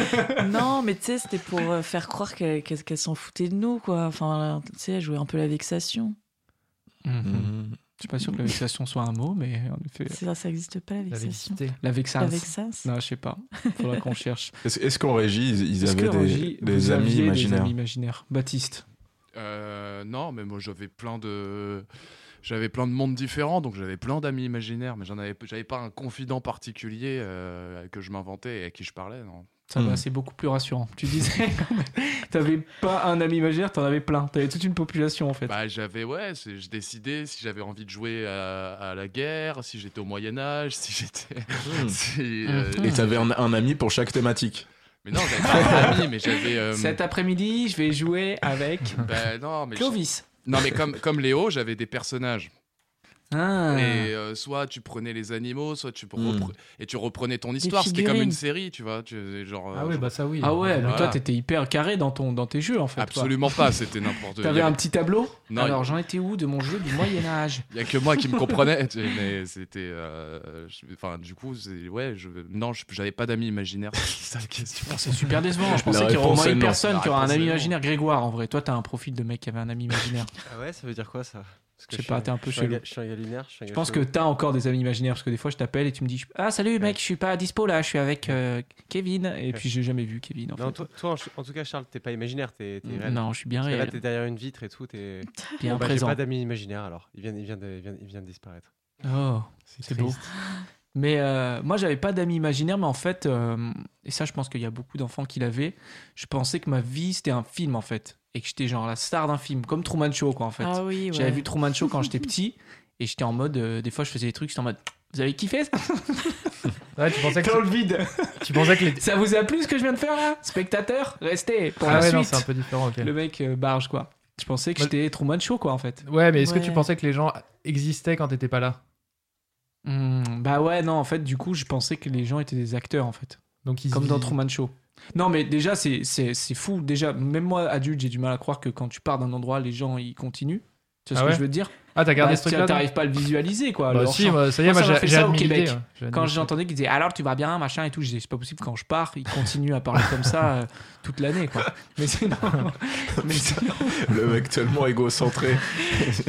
Speaker 2: Non, mais tu sais, c'était pour euh, faire croire qu'elle qu'elle- qu'elle s'en foutait de nous, quoi. Enfin, tu sais, elle jouait un peu la vexation.
Speaker 3: Mhm.
Speaker 1: Je suis pas sûr que la vexation soit un mot, mais en effet,
Speaker 2: C'est ça, ça existe pas, la
Speaker 4: La
Speaker 2: vexation.
Speaker 4: vérité.
Speaker 1: la
Speaker 2: La
Speaker 1: vexation.
Speaker 2: vexace.
Speaker 1: Non, je sais pas. Faudra qu'on cherche.
Speaker 3: Est-ce est-ce qu'en régie, ils, ils
Speaker 1: Est-ce que,
Speaker 3: avaient
Speaker 1: Roger,
Speaker 3: des, des
Speaker 1: vous
Speaker 3: amis
Speaker 1: aviez
Speaker 3: imaginaires
Speaker 1: Des amis imaginaires. Baptiste.
Speaker 6: Euh, non, mais moi j'avais plein de j'avais plein de mondes différents, donc j'avais plein d'amis imaginaires, mais j'en avais j'avais pas un confident particulier euh, que je m'inventais et à qui je parlais. Non.
Speaker 1: Ça va,
Speaker 3: Hmm.
Speaker 1: c'est beaucoup plus rassurant. Tu disais quand même, t'avais pas un ami imaginaire, t'en avais plein. T'avais toute une population en fait.
Speaker 6: Bah j'avais ouais, c'est- je décidais si j'avais envie de jouer à, à la guerre, si j'étais au Moyen Âge, si j'étais.
Speaker 2: Mm.
Speaker 6: si, euh,
Speaker 1: Mhm.
Speaker 3: Hmm. Et t'avais un, un ami pour chaque thématique.
Speaker 6: Mais non, j'avais pas d'amis, mais j'avais. euh,
Speaker 1: Cet après-midi, je vais jouer avec
Speaker 6: bah, non, mais
Speaker 1: Clovis.
Speaker 6: non mais comme comme Léo, j'avais des personnages.
Speaker 1: Ah.
Speaker 6: Et euh, soit tu prenais les animaux, soit tu
Speaker 3: Mm.
Speaker 6: repre- et tu reprenais ton histoire. C'était comme
Speaker 2: figurines.
Speaker 6: une série, tu vois. Tu, genre,
Speaker 4: Ah
Speaker 6: euh,
Speaker 4: oui,
Speaker 6: genre-
Speaker 4: bah ça oui.
Speaker 1: Ah ouais, donc
Speaker 6: Voilà.
Speaker 1: toi t'étais hyper carré dans, ton, dans tes jeux en fait. toi.
Speaker 6: absolument pas. C'était n'importe. Il y
Speaker 1: T'avais un
Speaker 6: avait-
Speaker 1: petit tableau
Speaker 6: Non,
Speaker 1: Alors j'en étais où de mon jeu du Moyen-Âge
Speaker 6: Il y a que moi qui me comprenais. tu sais, mais c'était. euh, je- Enfin, du coup, c'est- ouais. Je, non, je- j'avais pas d'amis imaginaires. C'est ça la question.
Speaker 1: C'est super décevant. Je
Speaker 3: La
Speaker 1: pensais qu'il y aurait au moins
Speaker 3: réponse est
Speaker 1: une
Speaker 3: non.
Speaker 1: personne
Speaker 6: La
Speaker 1: qui aura un
Speaker 6: réponse
Speaker 1: ami
Speaker 6: est non.
Speaker 1: imaginaire. Grégoire, en vrai. Toi, t'as un profil de mec qui avait un ami imaginaire.
Speaker 5: Ah ouais, ça veut dire quoi ça Parce que
Speaker 1: Je sais
Speaker 5: suis
Speaker 1: pas, t'es un peu
Speaker 5: je suis
Speaker 1: chelou.
Speaker 5: gars- Je suis un gars lunaire. suis un
Speaker 1: Je
Speaker 5: gars
Speaker 1: pense que
Speaker 5: chelou.
Speaker 1: t'as encore des amis imaginaires parce que des fois je t'appelle et tu me dis Ah salut mec, je suis pas à dispo là, je suis avec euh, Kevin. Et puis j'ai jamais vu Kevin en
Speaker 5: Non,
Speaker 1: fait.
Speaker 5: toi, toi, en en tout cas, Charles, t'es pas imaginaire, t'es t'es réel.
Speaker 1: Non, je suis bien
Speaker 5: Parce que Là,
Speaker 1: réel,
Speaker 5: t'es derrière une vitre et tout, t'es.
Speaker 1: bien
Speaker 5: Bon, bah, J'ai
Speaker 1: présent.
Speaker 5: pas d'amis imaginaires alors. Il vient, il vient, de, il vient, il vient de disparaître.
Speaker 1: Oh, c'est beau. Mais euh, moi, j'avais pas d'amis imaginaires, mais en fait, euh, et ça, je pense qu'il y a beaucoup d'enfants qui l'avaient. Je pensais que ma vie c'était un film en fait, et que j'étais genre la star d'un film, comme Truman Show quoi en fait.
Speaker 2: Ah oui, ouais.
Speaker 1: J'avais vu Truman Show quand j'étais petit et j'étais en mode, euh, des fois je faisais des trucs, j'étais en mode, vous avez kiffé ça
Speaker 4: Ouais, tu pensais que,
Speaker 1: Dans le vide
Speaker 4: tu pensais que les.
Speaker 1: Ça vous a plu ce que je viens de faire là Spectateur, restez pour
Speaker 4: Ah
Speaker 1: la
Speaker 4: ouais, non,
Speaker 1: suite.
Speaker 4: c'est un peu différent, ok.
Speaker 1: Le mec euh, barge quoi. Je pensais que
Speaker 4: Moi-
Speaker 1: j'étais Truman Show quoi en fait.
Speaker 4: Ouais, mais est-ce que
Speaker 2: Ouais.
Speaker 4: tu pensais que les gens existaient quand t'étais pas là
Speaker 1: Hmm, bah ouais, non, en fait, du coup, je pensais que les gens étaient des acteurs en fait.
Speaker 4: Donc ils
Speaker 1: Comme dans
Speaker 4: ils-
Speaker 1: Truman Show. Non, mais déjà, c'est- c'est c'est fou. Déjà, même moi, adulte, j'ai du mal à croire que quand tu pars d'un endroit, les gens ils continuent. Tu vois
Speaker 4: Ah
Speaker 1: ce
Speaker 4: ouais
Speaker 1: que je veux dire
Speaker 4: Ah, t'as gardé
Speaker 1: Bah,
Speaker 4: ce truc-là toi
Speaker 1: T'arrives pas à le visualiser quoi.
Speaker 4: Bah
Speaker 1: le
Speaker 4: si,
Speaker 1: hors-champ.
Speaker 4: moi, ça y est,
Speaker 1: Moi,
Speaker 4: moi
Speaker 1: ça m'a
Speaker 4: j'ai
Speaker 1: fait
Speaker 4: j'ai
Speaker 1: ça au
Speaker 4: admis
Speaker 1: Québec.
Speaker 4: l'idée, ouais. J'ai
Speaker 1: quand
Speaker 4: admis le truc.
Speaker 1: j'entendais qu'ils disaient alors tu vas bien machin et tout je disais c'est pas possible quand je pars ils continuent à parler comme ça euh, toute l'année quoi mais sinon mais sinon,
Speaker 3: Le mec tellement égocentré.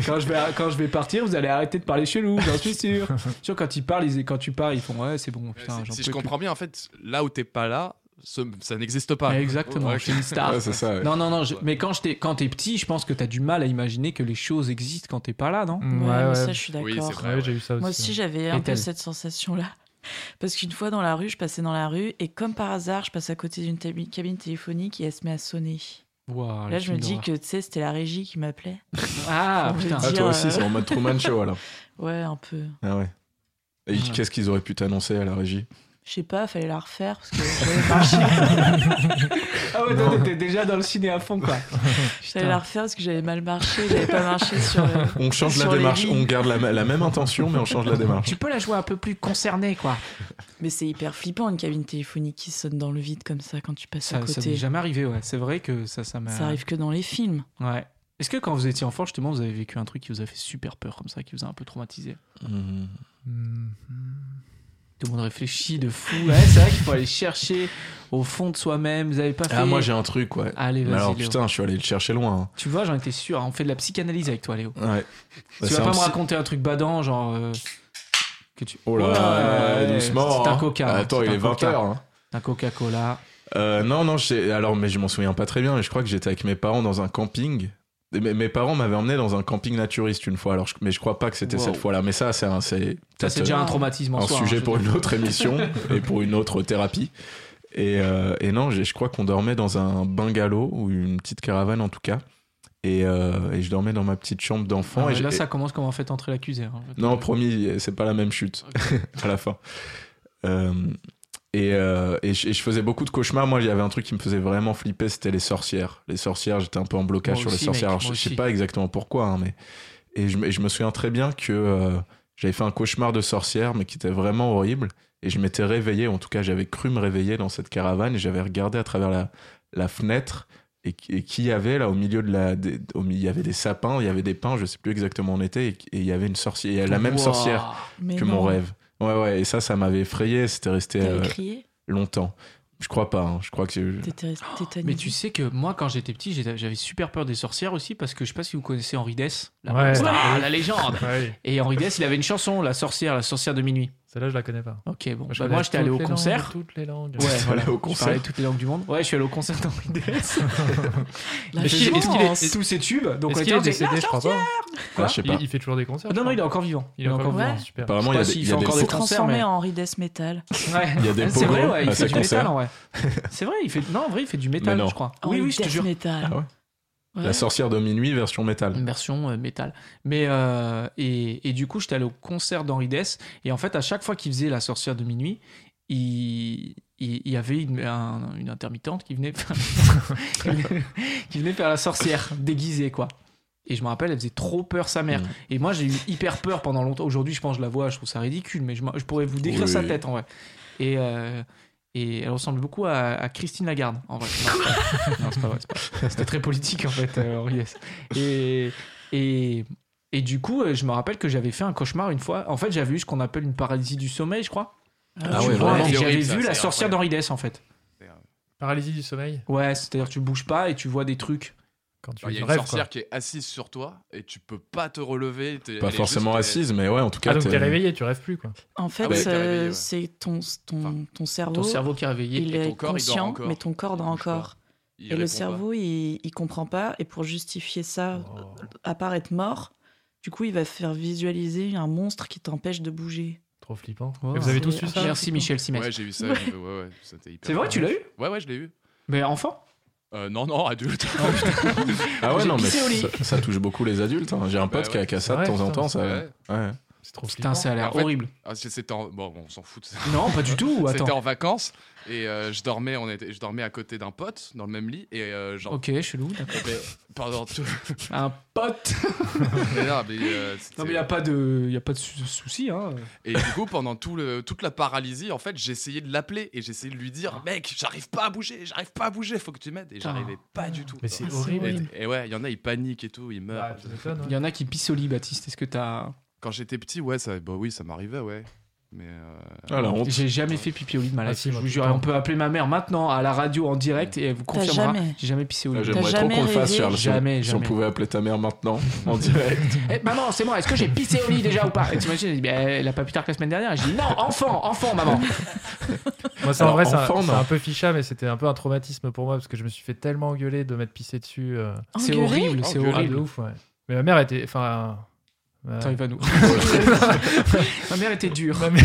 Speaker 1: quand je vais quand je vais partir vous allez arrêter de parler chelou j'en suis sûr sûr quand ils parlent ils, quand tu pars ils font ouais c'est bon
Speaker 6: Euh,
Speaker 1: putain
Speaker 6: si-
Speaker 1: j'en
Speaker 6: si
Speaker 1: peux
Speaker 6: je
Speaker 1: plus.
Speaker 6: comprends bien, en fait, là où t'es pas là, ce- ça n'existe pas.
Speaker 1: Ouais, exactement
Speaker 6: Ouais,
Speaker 1: je suis une star
Speaker 3: Ouais, c'est ça. ouais.
Speaker 1: Ah. non non non je- mais quand j'étais quand t'es petit je pense que t'as du mal à imaginer que les choses existent quand t'es pas là non
Speaker 4: Mm,
Speaker 2: Ouais,
Speaker 4: Ouais,
Speaker 2: moi,
Speaker 4: ouais.
Speaker 2: ça, je suis d'accord.
Speaker 6: Oui, c'est vrai.
Speaker 4: Ouais, j'ai eu ça aussi. hein.
Speaker 2: Moi aussi, j'avais un
Speaker 1: hein. Et
Speaker 2: peu
Speaker 1: elle
Speaker 2: cette sensation-là. Parce qu'une fois dans la rue, je passais dans la rue, et comme par hasard, je passe à côté d'une tabi- cabine téléphonique et elle se met à sonner.
Speaker 1: Ouah, le
Speaker 2: Là, je
Speaker 1: film
Speaker 2: me dis
Speaker 1: d'horreur.
Speaker 2: que, tu sais, c'était la régie qui m'appelait.
Speaker 1: ah
Speaker 2: Faut me
Speaker 1: putain
Speaker 2: le
Speaker 3: Ah,
Speaker 2: dire,
Speaker 3: toi aussi,
Speaker 2: euh.
Speaker 3: c'est en mode Truman Show alors.
Speaker 2: Ouais, un peu.
Speaker 3: Ah ouais. Et
Speaker 1: Ouais.
Speaker 3: qu'est-ce qu'ils auraient pu t'annoncer à la régie
Speaker 2: Je sais pas, fallait la refaire parce que j'avais marché.
Speaker 1: Ah ouais, toi, t'étais déjà dans le ciné à fond, quoi.
Speaker 2: J'allais la refaire parce que j'avais mal marché, j'avais pas marché sur. euh,
Speaker 3: On change la
Speaker 2: Sur les
Speaker 3: démarche,
Speaker 2: lignes.
Speaker 3: on garde la, la même intention, mais on change la démarche.
Speaker 1: Tu peux la jouer un peu plus concernée, quoi.
Speaker 2: Mais c'est hyper flippant une cabine téléphonique qui sonne dans le vide comme ça quand tu passes à
Speaker 1: Ça, hein. ça
Speaker 2: côté.
Speaker 1: m'est jamais arrivé, ouais. C'est vrai que ça, ça m'a.
Speaker 2: ça arrive que dans les films.
Speaker 1: Ouais. Est-ce que quand vous étiez enfant, justement, vous avez vécu un truc qui vous a fait super peur, comme ça, qui vous a un peu traumatisé
Speaker 3: Hmm.
Speaker 1: Tout le monde réfléchit de fou. Ouais, c'est vrai qu'il faut aller chercher au fond de soi-même. Vous avez pas fait.
Speaker 3: Ah, moi j'ai un truc, ouais.
Speaker 1: Allez,
Speaker 3: Mais
Speaker 1: vas-y.
Speaker 3: alors
Speaker 1: Léo.
Speaker 3: putain, je suis allé le chercher loin.
Speaker 1: Tu vois, j'en étais sûr. Ah, On fait de la psychanalyse avec toi, Léo.
Speaker 3: hein. Ouais. Bah,
Speaker 1: tu
Speaker 3: c'est
Speaker 1: vas
Speaker 3: un
Speaker 1: pas me
Speaker 3: psy-
Speaker 1: raconter un truc badant, genre. euh, que tu...
Speaker 3: Oh là,
Speaker 1: Ouais,
Speaker 3: doucement.
Speaker 1: C'est un
Speaker 3: hein.
Speaker 1: coca.
Speaker 3: Attends,
Speaker 1: c'est
Speaker 3: il
Speaker 1: un
Speaker 3: est
Speaker 1: coca.
Speaker 3: 20h.
Speaker 1: Un Coca-Cola.
Speaker 3: Euh, non, non, j'ai- alors, mais je m'en souviens pas très bien, mais je crois que j'étais avec mes parents dans un camping. Et Mes, mes parents m'avaient emmené dans un camping naturiste une fois, alors je- mais je crois pas que c'était
Speaker 1: Wow.
Speaker 3: cette fois-là. Mais ça, c'est un- c'est
Speaker 1: Ça,
Speaker 3: peut-être,
Speaker 1: c'est déjà
Speaker 3: euh,
Speaker 1: un traumatisme en
Speaker 3: un
Speaker 1: soi. hein,
Speaker 3: sujet
Speaker 1: je
Speaker 3: pour
Speaker 1: veux
Speaker 3: une
Speaker 1: dire.
Speaker 3: autre émission et pour une autre thérapie. Et, euh, et non, j'ai- je crois qu'on dormait dans un bungalow ou une petite caravane en tout cas. Et, euh, et je dormais dans ma petite chambre d'enfant.
Speaker 1: Ah ouais,
Speaker 3: et j'ai-
Speaker 1: là, ça commence comme en fait entrer l'accusé. hein.
Speaker 3: non, promis, c'est pas la même chute à la fin. Euh, et, euh, et je, et je faisais beaucoup de cauchemars. Moi, il y avait un truc qui me faisait vraiment flipper, c'était les sorcières. Les sorcières, j'étais un peu en blocage
Speaker 1: Moi
Speaker 3: sur
Speaker 1: aussi,
Speaker 3: les sorcières.
Speaker 1: mec,
Speaker 3: Alors, je,
Speaker 1: moi
Speaker 3: je sais
Speaker 1: aussi.
Speaker 3: pas exactement pourquoi, hein, mais et je, me- et je me souviens très bien que euh, j'avais fait un cauchemar de sorcière, mais qui était vraiment horrible. Et je m'étais réveillé, en tout cas, j'avais cru me réveiller dans cette caravane et j'avais regardé à travers la, la fenêtre et, qui- et qui y avait là au milieu de la des- au mi- il y avait des sapins il y avait des pins je sais plus exactement où on était et et il y avait une sorcière il y avait la même
Speaker 1: Wouah.
Speaker 3: sorcière
Speaker 2: Mais
Speaker 3: que
Speaker 2: non.
Speaker 3: mon rêve ouais ouais et ça ça m'avait effrayé c'était resté
Speaker 2: T'avais
Speaker 3: euh,
Speaker 2: crié
Speaker 3: longtemps je crois pas hein. je crois que j'ai-
Speaker 2: T'étais tétanisé.
Speaker 1: Mais tu sais que moi, quand j'étais petit, j'étais- j'avais super peur des sorcières aussi parce que je sais pas si vous connaissez Henri Dess, la,
Speaker 4: Ouais.
Speaker 1: Ah, la légende.
Speaker 4: Ouais,
Speaker 1: Et Henri Dess, il avait une chanson, La sorcière, la sorcière de minuit.
Speaker 4: celle-là, je la connais pas.
Speaker 1: Ok, bon.
Speaker 4: Je
Speaker 1: Bah,
Speaker 4: connais
Speaker 1: moi, j'étais allé au
Speaker 4: toutes les langues,
Speaker 1: concert.
Speaker 4: Toutes les langues.
Speaker 1: Ouais,
Speaker 3: T'es
Speaker 1: voilà.
Speaker 3: allé au
Speaker 1: Je
Speaker 3: concert
Speaker 1: parlais toutes les langues du monde. Ouais, je suis allé au concert d'Henri Dess.
Speaker 2: La
Speaker 1: Est-ce qu'il est- est-ce qu'il est-
Speaker 2: chance.
Speaker 1: tous ses tubes Donc,
Speaker 4: Est-ce
Speaker 1: on
Speaker 4: qu'il
Speaker 1: était
Speaker 4: est
Speaker 1: en-
Speaker 4: décédé, je crois pas.
Speaker 3: Ah, je sais pas
Speaker 4: Il, il fait toujours des concerts.
Speaker 1: Ah, Non,
Speaker 4: je
Speaker 1: non,
Speaker 4: crois.
Speaker 1: il est encore vivant.
Speaker 4: Il est encore
Speaker 2: vivant.
Speaker 4: vivant,
Speaker 2: Ouais.
Speaker 4: super.
Speaker 3: apparemment
Speaker 1: Je
Speaker 3: il y a
Speaker 1: sais
Speaker 3: des,
Speaker 1: pas
Speaker 3: il
Speaker 1: s'il
Speaker 3: y a
Speaker 1: fait
Speaker 3: des-
Speaker 1: encore
Speaker 2: s'est
Speaker 1: des concerts,
Speaker 2: transformé
Speaker 1: mais-
Speaker 2: en Henri Death Metal.
Speaker 1: Ouais.
Speaker 3: Il y a des
Speaker 1: C'est vrai,
Speaker 3: pogos
Speaker 1: ouais, il
Speaker 3: à
Speaker 1: fait
Speaker 3: ses
Speaker 1: du
Speaker 3: concerts.
Speaker 1: métal en vrai. C'est vrai, il fait. Non, en vrai, il fait du
Speaker 3: Mais
Speaker 1: métal,
Speaker 3: non.
Speaker 1: je crois.
Speaker 2: Henri
Speaker 1: Ah Oui, oui, je te
Speaker 2: Death
Speaker 1: jure.
Speaker 2: Metal.
Speaker 3: Ah ouais
Speaker 2: Ouais.
Speaker 3: la sorcière de minuit version métal
Speaker 1: Une version euh, métal. Mais euh, et, et du coup, j'étais allé au concert d'Henri Dess et en fait, à chaque fois qu'il faisait La Sorcière de minuit, il il il y avait une, un- une intermittente qui venait faire- qui venait faire la sorcière déguisée quoi. Et je me rappelle, elle faisait trop peur sa mère.
Speaker 3: Mm.
Speaker 1: Et moi, j'ai eu hyper peur pendant longtemps. Aujourd'hui, je pense que je la vois, je trouve ça ridicule, mais je, m'en- je pourrais vous décrire
Speaker 3: Oui.
Speaker 1: sa tête en vrai. Et, euh, et elle ressemble beaucoup à, à Christine Lagarde en vrai. Non, c'est pas- non, c'est pas vrai. c'est pas vrai. C'était très politique en fait, euh, Henri Dess. Et, et, et du coup, euh, je me rappelle que j'avais fait un cauchemar une fois. En fait, j'avais eu ce qu'on appelle une paralysie du sommeil, je crois.
Speaker 3: Ah
Speaker 1: Tu
Speaker 3: ouais,
Speaker 1: vois,
Speaker 3: vraiment.
Speaker 1: et
Speaker 6: C'est
Speaker 1: J'avais
Speaker 6: horrible, ça,
Speaker 1: vu la
Speaker 6: c'est
Speaker 1: sorcière d'Henri
Speaker 6: incroyable.
Speaker 1: Dess en fait.
Speaker 4: Paralysie du sommeil.
Speaker 1: Ouais, c'est-à-dire tu bouges pas et tu vois des trucs.
Speaker 4: Quand tu
Speaker 6: bah, Il y a une
Speaker 4: rêves, quoi.
Speaker 6: sorcière qui est assise sur toi et tu peux pas te relever. t'es-
Speaker 3: pas
Speaker 6: elle est
Speaker 3: forcément
Speaker 6: juste-
Speaker 3: assise mais ouais en tout cas
Speaker 4: Ah, donc
Speaker 3: t'es-
Speaker 4: t'es réveillé, tu rêves plus, quoi.
Speaker 2: En fait,
Speaker 6: Ah ouais, t'es
Speaker 2: euh,
Speaker 6: réveillé, ouais.
Speaker 2: c'est ton, ton,
Speaker 6: Enfin,
Speaker 2: ton cerveau.
Speaker 1: Ton cerveau qui est réveillé.
Speaker 2: Il
Speaker 6: Et ton
Speaker 2: est
Speaker 6: corps, il dort
Speaker 2: conscient,
Speaker 6: encore.
Speaker 2: mais ton corps
Speaker 6: Il
Speaker 2: dort
Speaker 6: bouge pas.
Speaker 2: encore.
Speaker 6: Il
Speaker 2: Et
Speaker 6: répond
Speaker 2: le
Speaker 6: pas.
Speaker 2: cerveau, il, il comprend pas. Et pour justifier ça,
Speaker 4: Oh.
Speaker 2: à part être mort, du coup, il va faire visualiser un monstre qui t'empêche de bouger.
Speaker 4: Trop flippant.
Speaker 1: Oh.
Speaker 4: Et vous avez tous
Speaker 2: C'est
Speaker 4: eu ça
Speaker 1: Merci Michel Simès.
Speaker 6: Ouais, j'ai eu ça.
Speaker 2: Ouais.
Speaker 6: j'ai- ouais, ouais, c'était hyper
Speaker 1: c'est vrai,
Speaker 6: marrant.
Speaker 1: tu l'as eu
Speaker 6: Ouais, ouais, je l'ai eu.
Speaker 1: Mais enfant
Speaker 6: Euh, non, non, adulte.
Speaker 3: ah ouais
Speaker 1: J'ai
Speaker 3: non mais
Speaker 1: pissé au lit.
Speaker 3: ça, ça touche beaucoup les adultes hein. j'ai un
Speaker 6: Bah
Speaker 3: pote qui a
Speaker 6: ouais.
Speaker 3: qui a ça de
Speaker 4: Ouais,
Speaker 3: temps en
Speaker 4: putain,
Speaker 3: temps
Speaker 4: c'est
Speaker 3: ça
Speaker 6: Ouais.
Speaker 3: ouais.
Speaker 4: C'est trop flippant.
Speaker 1: Putain, ça a l'air
Speaker 6: En fait-
Speaker 1: horrible.
Speaker 6: Ah, c'est- c'était en... Bon, on s'en fout de ça.
Speaker 1: Non, pas du tout.
Speaker 6: C'était
Speaker 1: Attends.
Speaker 6: en vacances et euh, je dormais, on était, je dormais à côté d'un pote dans le même lit et euh, genre
Speaker 1: Ok, chelou. d'accord.
Speaker 6: eh ben, pendant tout.
Speaker 1: Un pote.
Speaker 6: Mais non, mais, euh, c'était-
Speaker 1: Non mais y a pas de, y a pas de sou- souci hein.
Speaker 6: Et du coup, pendant tout le, toute la paralysie, en fait, j'essayais de l'appeler et j'essayais de lui dire, mec, j'arrive pas à bouger, j'arrive pas à bouger, faut que tu m'aides. Et
Speaker 1: Putain.
Speaker 6: j'arrivais pas du tout.
Speaker 4: Mais c'est
Speaker 2: Ah, c'est
Speaker 4: horrible.
Speaker 2: horrible.
Speaker 6: Et, et ouais, il y en a, ils paniquent et tout, ils meurent.
Speaker 4: Bah, tu m'étonnes, ouais.
Speaker 1: Il y en a qui pissent au lit, Baptiste. Est-ce que t'as
Speaker 6: Quand j'étais petit, ouais, ça, bah oui, ça m'arrivait, ouais. Mais euh,
Speaker 3: Ah, la honte.
Speaker 1: J'ai jamais fait pipi au lit de ma
Speaker 4: Ah,
Speaker 1: life.
Speaker 4: si,
Speaker 1: je
Speaker 4: moi,
Speaker 1: vous jure,
Speaker 4: putain.
Speaker 1: on peut appeler ma mère maintenant à la radio en direct et elle vous confirmera.
Speaker 2: jamais.
Speaker 1: J'ai jamais pissé au
Speaker 3: Ah,
Speaker 1: lit.
Speaker 3: J'aimerais trop
Speaker 2: jamais
Speaker 3: qu'on le fasse,
Speaker 2: rêvé
Speaker 3: Charles. si on-
Speaker 1: Jamais,
Speaker 3: Si on
Speaker 1: jamais.
Speaker 3: pouvait appeler ta mère maintenant, en direct.
Speaker 1: Eh, maman, c'est moi, est-ce que j'ai pissé au lit déjà ou pas Et t'imagines, elle dit, bah, elle a pas plus tard que la semaine dernière. Et je dis, non, enfant, enfant, maman.
Speaker 4: Moi, c'est en
Speaker 3: Alors,
Speaker 4: vrai, c'est un,
Speaker 3: enfant,
Speaker 4: c'est
Speaker 3: non.
Speaker 4: un peu ficha, mais c'était un peu un traumatisme pour moi parce que je me suis fait tellement engueuler de m'être pissé dessus. euh,
Speaker 1: C'est
Speaker 2: Engueuler
Speaker 1: horrible, c'est
Speaker 6: Engueuler.
Speaker 4: ah, de
Speaker 1: horrible.
Speaker 4: ouf, ouais. Mais ma mère était. Enfin. euh,
Speaker 1: Attends, il va nous. ma mère était dure.
Speaker 4: ma mère-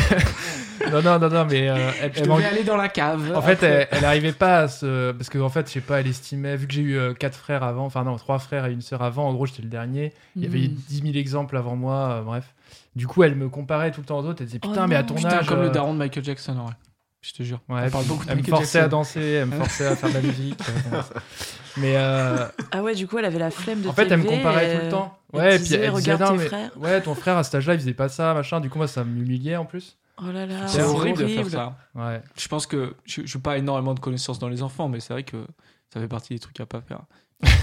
Speaker 4: non, non, non, non, mais euh, elle,
Speaker 1: Je
Speaker 4: elle
Speaker 1: devais
Speaker 4: m'engue-
Speaker 1: aller dans la cave.
Speaker 4: En fait,
Speaker 1: Après-
Speaker 4: elle, elle arrivait pas à se. Parce que, en fait, je sais pas, elle estimait. Vu que j'ai eu euh, quatre frères avant, enfin, non, trois frères et une sœur avant, en gros, j'étais le dernier. Il y
Speaker 1: Hmm.
Speaker 4: avait
Speaker 2: Mm.
Speaker 4: 10 000 exemples avant moi, euh, bref. Du coup, elle me comparait tout le temps aux autres. Elle disait
Speaker 2: Oh
Speaker 4: Putain, mais à
Speaker 2: non.
Speaker 4: ton
Speaker 1: Putain,
Speaker 4: âge.
Speaker 1: comme
Speaker 4: euh,
Speaker 1: le daron de Michael Jackson, ouais. je te jure.
Speaker 4: Ouais,
Speaker 1: On parle
Speaker 4: puis
Speaker 1: beaucoup de
Speaker 4: elle me
Speaker 1: Michael
Speaker 4: forçait à
Speaker 1: Jackson.
Speaker 4: danser, elle me forçait à faire de la musique. euh, mais euh,
Speaker 2: Ah ouais, du coup, elle avait la flemme de
Speaker 4: en fait, elle me
Speaker 2: t'élever,
Speaker 4: comparait
Speaker 2: euh,
Speaker 4: tout le temps.
Speaker 2: elle
Speaker 4: Ouais, et
Speaker 2: te
Speaker 4: puis
Speaker 2: disait,
Speaker 4: elle disait,
Speaker 2: regarde
Speaker 4: non,
Speaker 2: tes
Speaker 4: mais-
Speaker 2: frères.
Speaker 4: ouais, ton frère à cet âge-là, il faisait pas ça, machin. Du coup, moi, ça m'humiliait en plus.
Speaker 2: Oh là là.
Speaker 1: C'est horrible, de faire
Speaker 2: horrible.
Speaker 1: ça.
Speaker 4: Ouais.
Speaker 1: Je pense que je n'ai pas énormément de connaissances dans les enfants, mais c'est vrai que ça fait partie des trucs à pas faire.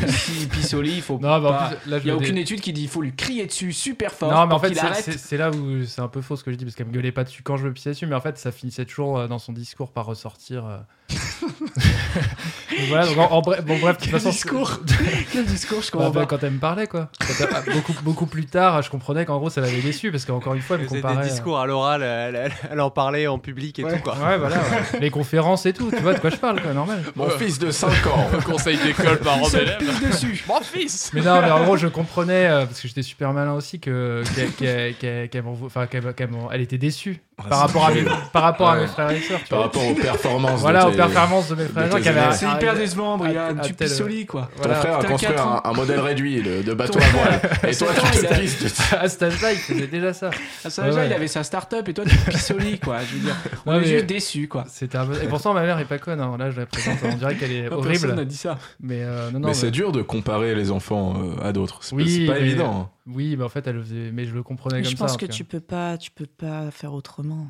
Speaker 1: si pisse au lit, il faut
Speaker 4: Non, mais en
Speaker 1: pas-
Speaker 4: plus, là, je
Speaker 1: Il n'y a
Speaker 4: le dé-
Speaker 1: aucune étude qui dit qu'il faut lui crier dessus super fort.
Speaker 4: Non, mais en
Speaker 1: pour
Speaker 4: fait,
Speaker 1: qu'il
Speaker 4: c'est-
Speaker 1: arrête.
Speaker 4: c'est c'est là où c'est un peu faux ce que je dis, parce qu'elle me gueulait pas dessus quand je me pissais dessus, mais en fait, ça finissait toujours euh, dans son discours par ressortir. euh. Donc voilà, donc en, en bref, bon, bref, de toute
Speaker 1: Quel
Speaker 4: façon,
Speaker 1: discours Quel discours, je
Speaker 4: Bah,
Speaker 1: comprends
Speaker 4: bah,
Speaker 1: pas.
Speaker 4: quand elle me parlait, quoi. Quand elle- ah, beaucoup, beaucoup plus tard, je comprenais qu'en gros, ça l'avait déçu, parce qu'encore une fois, elle me
Speaker 5: C'était
Speaker 4: comparait.
Speaker 5: des
Speaker 4: euh,
Speaker 5: discours à l'oral, elle, elle- elle en parlait en public et tout quoi.
Speaker 4: Ouais, voilà, ouais. les conférences et tout, tu vois de quoi je parle, quoi, normal.
Speaker 3: Mon fils de 5 ans,
Speaker 6: Conseil d'école par
Speaker 1: Il
Speaker 6: Rob
Speaker 1: se
Speaker 6: Bellem.
Speaker 1: pisse dessus.
Speaker 6: Mon fils
Speaker 4: Mais non, mais en gros, je comprenais, euh, parce que j'étais super malin aussi, que qu'elle qu'elle- qu'elle- qu'elle m'envo- enfin, qu'elle- qu'elle m'en- elle était déçue par rapport à mes, par rapport à mes
Speaker 3: Ouais.
Speaker 4: frères et sœurs, tu
Speaker 3: par
Speaker 4: vois.
Speaker 3: rapport aux performances. de
Speaker 4: Voilà, aux
Speaker 3: tes-
Speaker 4: performances de mes frères et
Speaker 3: tes
Speaker 4: sœurs qui avaient
Speaker 3: aînés.
Speaker 1: C'est
Speaker 4: arrivé-
Speaker 1: hyper décevant, Brian.
Speaker 4: à- à
Speaker 1: Tu
Speaker 4: tel-
Speaker 1: pisses au lit, quoi.
Speaker 3: Ton
Speaker 4: Voilà.
Speaker 3: frère a
Speaker 1: T'as
Speaker 3: construit
Speaker 1: quatre
Speaker 3: un,
Speaker 1: ans.
Speaker 3: un modèle réduit de, de bateau
Speaker 1: Ton-
Speaker 3: à voile. Et toi,
Speaker 1: C'est
Speaker 3: tu
Speaker 1: ça,
Speaker 3: te
Speaker 1: il a-
Speaker 3: pisses dessus.
Speaker 4: à cet âge-là, il faisait déjà ça.
Speaker 1: À Ah, ça, déjà,
Speaker 4: Ouais, ouais.
Speaker 1: il avait sa start-up et toi, tu pisses au lit, quoi. Je veux dire, on
Speaker 4: Non,
Speaker 1: est
Speaker 4: mais-
Speaker 1: juste déçus, quoi.
Speaker 4: C'était un peu- Et pourtant, ma mère est pas conne. hein. Là, je la présente. On dirait qu'elle est
Speaker 1: Moi, Personne n'a
Speaker 4: horrible.
Speaker 1: dit ça.
Speaker 4: Mais euh, non, non.
Speaker 3: Mais c'est dur de comparer les enfants euh, à d'autres. C'est pas-
Speaker 4: Oui,
Speaker 3: c'est pas,
Speaker 4: mais-
Speaker 3: évident.
Speaker 4: Oui, mais en fait, elle le faisait. Mais je le comprenais
Speaker 2: Mais
Speaker 4: comme
Speaker 2: je
Speaker 4: ça.
Speaker 2: pense
Speaker 4: en
Speaker 2: que
Speaker 4: tout
Speaker 2: tu
Speaker 4: cas.
Speaker 2: peux pas, tu peux pas faire autrement.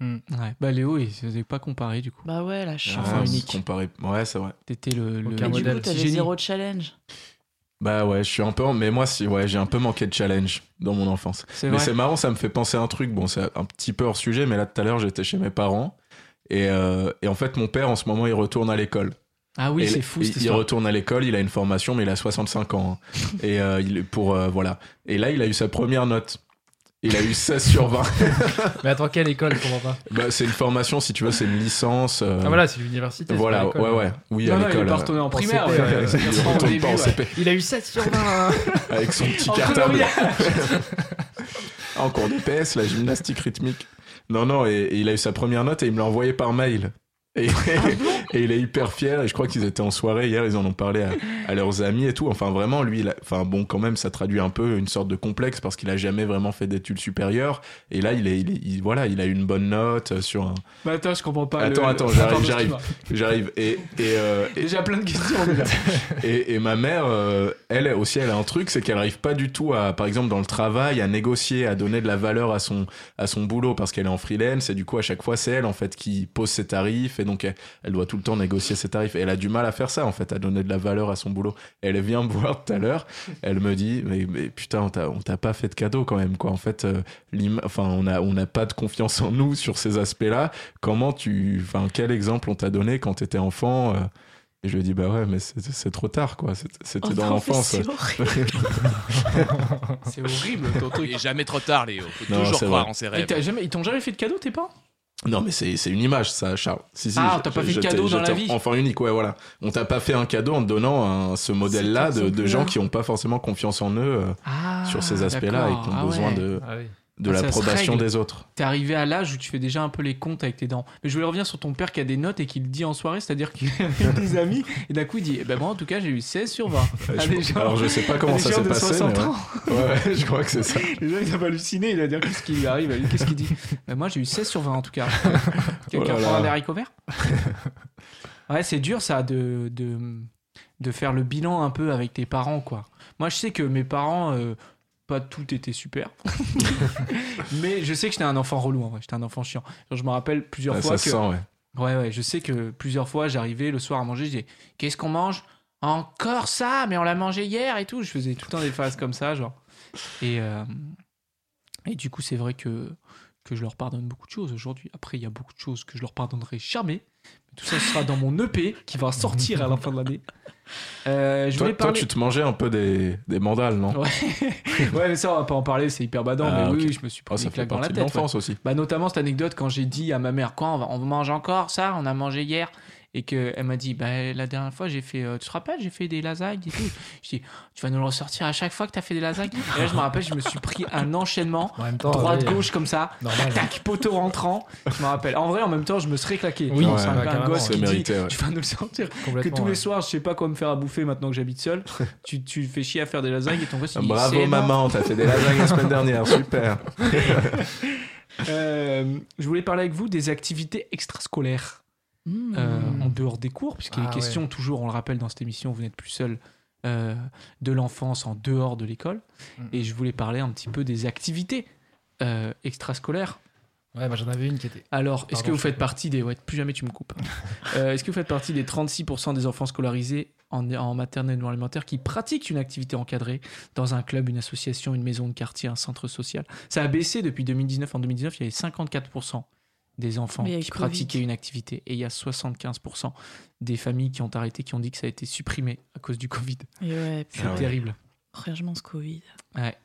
Speaker 1: Ouais. Bah, Léo, il se faisait pas comparer, du coup.
Speaker 2: Bah ouais, la
Speaker 1: Ah,
Speaker 2: chance.
Speaker 1: Enfant
Speaker 3: hein. Ouais,
Speaker 1: unique.
Speaker 3: Comparer... Ouais, c'est vrai.
Speaker 1: T'étais le, le,
Speaker 2: Mais
Speaker 4: Aucun
Speaker 1: le
Speaker 2: du
Speaker 4: modèle.
Speaker 2: coup,
Speaker 1: petit
Speaker 2: t'avais
Speaker 1: génie.
Speaker 2: zéro challenge.
Speaker 3: Bah ouais, je suis un peu. en- Mais moi, si, ouais, j'ai un peu manqué de challenge dans mon enfance.
Speaker 1: C'est
Speaker 3: Mais
Speaker 1: vrai.
Speaker 3: c'est marrant, ça me fait penser à un truc. Bon, c'est un petit peu hors sujet, mais là tout à l'heure, j'étais chez mes parents. Et, euh, et en fait, mon père, en ce moment, il retourne à l'école.
Speaker 1: Ah oui,
Speaker 3: Et
Speaker 1: c'est fou,
Speaker 3: il-
Speaker 1: cette
Speaker 3: Il
Speaker 1: histoire.
Speaker 3: retourne à l'école, il a une formation, mais il a 65 ans. hein. et, euh, il, pour, euh, voilà. et là, il a eu sa première note. Il a eu 16 sur 20.
Speaker 4: Mais attends, quelle école Je
Speaker 1: Euh,
Speaker 4: comprends pas.
Speaker 3: Bah, c'est une formation, si tu veux, c'est une licence. euh,
Speaker 4: Ah, voilà, c'est l'université. c'est pas
Speaker 3: voilà,
Speaker 4: l'école. hein.
Speaker 3: ouais, ouais. Oui,
Speaker 1: hein. Non,
Speaker 3: à
Speaker 1: non, il est
Speaker 3: l'école.
Speaker 1: pas
Speaker 3: euh,
Speaker 1: retourné en primaire.
Speaker 4: CP,
Speaker 1: ouais.
Speaker 4: ouais.
Speaker 1: Il
Speaker 3: il
Speaker 1: retourne au
Speaker 3: retourne
Speaker 1: début,
Speaker 3: pas en
Speaker 1: ouais.
Speaker 3: CP
Speaker 4: Il a eu 7 sur 20.
Speaker 2: hein.
Speaker 3: avec son petit
Speaker 1: En
Speaker 3: cartable.
Speaker 1: coloriage.
Speaker 3: en cours de PS, la gymnastique rythmique. Non, non, et, et il a eu sa première note et il me l'a envoyé par mail. Et, et il est hyper fier. Et je crois qu'ils étaient en soirée hier, ils en ont parlé à, à leurs amis et tout. Enfin, vraiment, lui, il a- enfin, bon, quand même, ça traduit un peu une sorte de complexe parce qu'il a jamais vraiment fait d'études supérieures. Et là, il est, il est- il- voilà, il a une bonne note sur un.
Speaker 1: Mais Bah, attends, je comprends pas.
Speaker 3: Attends,
Speaker 1: le-
Speaker 3: attends, j'arrive,
Speaker 1: parce que
Speaker 3: j'arrive.
Speaker 1: moi,
Speaker 3: J'arrive. Et, et, euh, et-
Speaker 1: Déjà plein de questions. mais là.
Speaker 3: et, et ma mère, euh, elle aussi, elle a un truc, c'est qu'elle arrive pas du tout à, par exemple, dans le travail, à négocier, à donner de la valeur à son, à son boulot parce qu'elle est en freelance et du coup, à chaque fois, c'est elle, en fait, qui pose ses tarifs et donc elle, elle doit tout le temps négocier ses tarifs. Et elle a du mal à faire ça, en fait, à donner de la valeur à son boulot. Elle vient me voir tout à l'heure, elle me dit, mais, mais putain, on t'a- on t'a pas fait de cadeau quand même, quoi. En fait, euh, l'im- enfin, on a, on n'a pas de confiance en nous sur ces aspects-là. Comment tu, enfin, quel exemple on t'a donné quand t'étais enfant? euh, et je lui ai dit, bah ouais, mais c'est c'est trop tard, quoi. C'était- C'était dans
Speaker 2: Oh, non, mais
Speaker 3: l'enfance.
Speaker 2: c'est horrible.
Speaker 1: C'est horrible ton truc.
Speaker 6: Il est jamais trop tard, Léo. Faut
Speaker 3: Non,
Speaker 6: toujours
Speaker 3: c'est
Speaker 6: croire
Speaker 3: vrai.
Speaker 6: en ses
Speaker 1: Et
Speaker 6: rêves.
Speaker 1: t'as jamais- ils t'ont jamais fait de cadeau, tes parents
Speaker 3: non, mais c'est c'est une image, ça, Charles. Si, si,
Speaker 1: Ah,
Speaker 3: je-
Speaker 1: t'as pas fait
Speaker 3: je-
Speaker 1: de
Speaker 3: j'étais-
Speaker 1: cadeau dans la
Speaker 3: j'étais
Speaker 1: vie.
Speaker 3: Enfant unique, ouais, voilà. On t'a pas fait un cadeau en te donnant un- ce modèle-là
Speaker 2: Cet
Speaker 3: de, de gens
Speaker 2: exemple-là.
Speaker 3: qui ont pas forcément confiance en eux euh,
Speaker 1: Ah,
Speaker 3: sur ces aspects-là et qui ont
Speaker 1: d'accord. Ah
Speaker 3: besoin
Speaker 1: ouais.
Speaker 3: de,
Speaker 4: Ah oui.
Speaker 3: de
Speaker 1: Ah, ça se
Speaker 3: l'approbation
Speaker 1: règle.
Speaker 3: des autres.
Speaker 1: T'es arrivé à l'âge où tu fais déjà un peu les comptes avec tes dents. Mais je voulais revenir sur ton père qui a des notes et qui le dit en soirée, c'est-à-dire qu'il avait des amis, et d'un coup il dit eh ben moi en tout cas j'ai eu 16 sur 20.
Speaker 3: Euh,
Speaker 1: Ah,
Speaker 3: je-
Speaker 1: les gens-
Speaker 3: alors, je sais pas comment
Speaker 1: Les
Speaker 3: ça
Speaker 1: gens
Speaker 3: s'est
Speaker 1: de
Speaker 3: passé,
Speaker 1: 60
Speaker 3: mais ouais.
Speaker 1: ans.
Speaker 3: Ouais, ouais, je crois que c'est ça.
Speaker 1: Les gens ils doivent halluciner, il va dire qu'est-ce qui lui arrive à lui, Bah qu'est-ce qu'il dit Ben, Moi j'ai eu 16 sur 20 en tout cas. Quelqu'un
Speaker 3: Oh là
Speaker 1: prend un
Speaker 3: là.
Speaker 1: haricot vert Ouais, c'est dur ça de, de, de faire le bilan un peu avec tes parents quoi. Moi je sais que mes parents, euh, pas tout était super. Mais je sais que j'étais un enfant relou en vrai, j'étais un enfant chiant. Genre, je me rappelle plusieurs
Speaker 3: Ouais,
Speaker 1: fois
Speaker 3: Ah, ça
Speaker 1: que.
Speaker 3: se sent, ouais.
Speaker 1: Ouais, ouais, je sais que plusieurs fois j'arrivais le soir à manger, je disais Qu'est-ce qu'on mange Encore ça Mais on l'a mangé hier et tout. Je faisais tout le temps des phases comme ça, genre. Et, euh, et du coup, c'est vrai que, que je leur pardonne beaucoup de choses aujourd'hui. Après, il y a beaucoup de choses que je leur pardonnerai jamais. Mais tout ça ce sera dans mon EP qui va sortir à la fin de l'année. Euh, je
Speaker 3: Toi,
Speaker 1: voulais
Speaker 3: toi,
Speaker 1: parler.
Speaker 3: tu te mangeais un peu des, des mandales, non
Speaker 1: Ouais, mais ça, on va pas en parler, c'est hyper badant.
Speaker 3: Ah,
Speaker 1: mais oui,
Speaker 3: ok.
Speaker 1: oui, je me suis
Speaker 3: Oh,
Speaker 1: pris
Speaker 3: Ça
Speaker 1: des
Speaker 3: fait
Speaker 1: claques dans la
Speaker 3: partie de
Speaker 1: tête. ouais.
Speaker 3: l'enfance aussi.
Speaker 1: Bah, notamment cette anecdote quand j'ai dit à ma mère quoi on, va- on mange encore ça on a mangé hier et que elle m'a dit bah la dernière fois j'ai fait euh, tu te rappelles j'ai fait des lasagnes et tout je dis tu vas nous le ressortir à chaque fois que t'as fait des lasagnes et là je me rappelle je me suis pris un enchaînement
Speaker 4: En même temps.
Speaker 1: droite
Speaker 4: oui,
Speaker 1: gauche comme ça
Speaker 4: Normal.
Speaker 1: tac poteau rentrant je me rappelle en vrai en même temps je me serais claqué
Speaker 4: Oui,
Speaker 1: Genre, c'est un,
Speaker 4: ouais,
Speaker 1: peu un
Speaker 4: carrément,
Speaker 1: gosse
Speaker 4: ouais.
Speaker 1: qui
Speaker 3: C'est
Speaker 1: dit,
Speaker 3: mérité, ouais.
Speaker 1: tu vas nous le sortir que
Speaker 4: Complètement.
Speaker 1: tous
Speaker 4: ouais.
Speaker 1: les soirs je sais pas quoi me faire à bouffer maintenant que j'habite seul tu, tu fais chier à faire des lasagnes et ton gosse il dit,
Speaker 3: Bravo,
Speaker 1: C'est énorme.
Speaker 3: maman, t'as fait des lasagnes la semaine dernière, super.
Speaker 1: Euh, je voulais parler avec vous des activités extrascolaires
Speaker 2: Mmh.
Speaker 1: euh, en dehors des cours, puisqu'il
Speaker 4: Hmm. Ah
Speaker 1: est
Speaker 4: ouais.
Speaker 1: question, toujours, on le rappelle dans cette émission, vous n'êtes plus seul, euh, de l'enfance en dehors de l'école.
Speaker 4: Mhm.
Speaker 1: Et je voulais parler un petit peu des activités euh, extrascolaires.
Speaker 4: Ouais, bah, j'en avais une qui était.
Speaker 1: Alors, est-ce
Speaker 4: Pardon,
Speaker 1: que vous
Speaker 4: je sais
Speaker 1: faites
Speaker 4: pas.
Speaker 1: partie des... Ouais, plus jamais tu me coupes. Euh, est-ce que vous faites partie des 36% des enfants scolarisés en, en maternelle non alimentaire qui pratiquent une activité encadrée dans un club, une association, une maison de quartier, un centre social Ça a baissé depuis 2019. En 2019, il y avait 54% des enfants
Speaker 2: Mais avec
Speaker 1: qui pratiquaient
Speaker 2: Covid.
Speaker 1: une activité et il y a 75% des familles qui ont arrêté, qui ont dit que ça a été supprimé à cause du Covid.
Speaker 2: Et ouais,
Speaker 1: C'est
Speaker 4: Ah
Speaker 2: putain,
Speaker 3: ouais.
Speaker 1: terrible.
Speaker 2: franchement, ce Covid. Ah
Speaker 1: Ouais,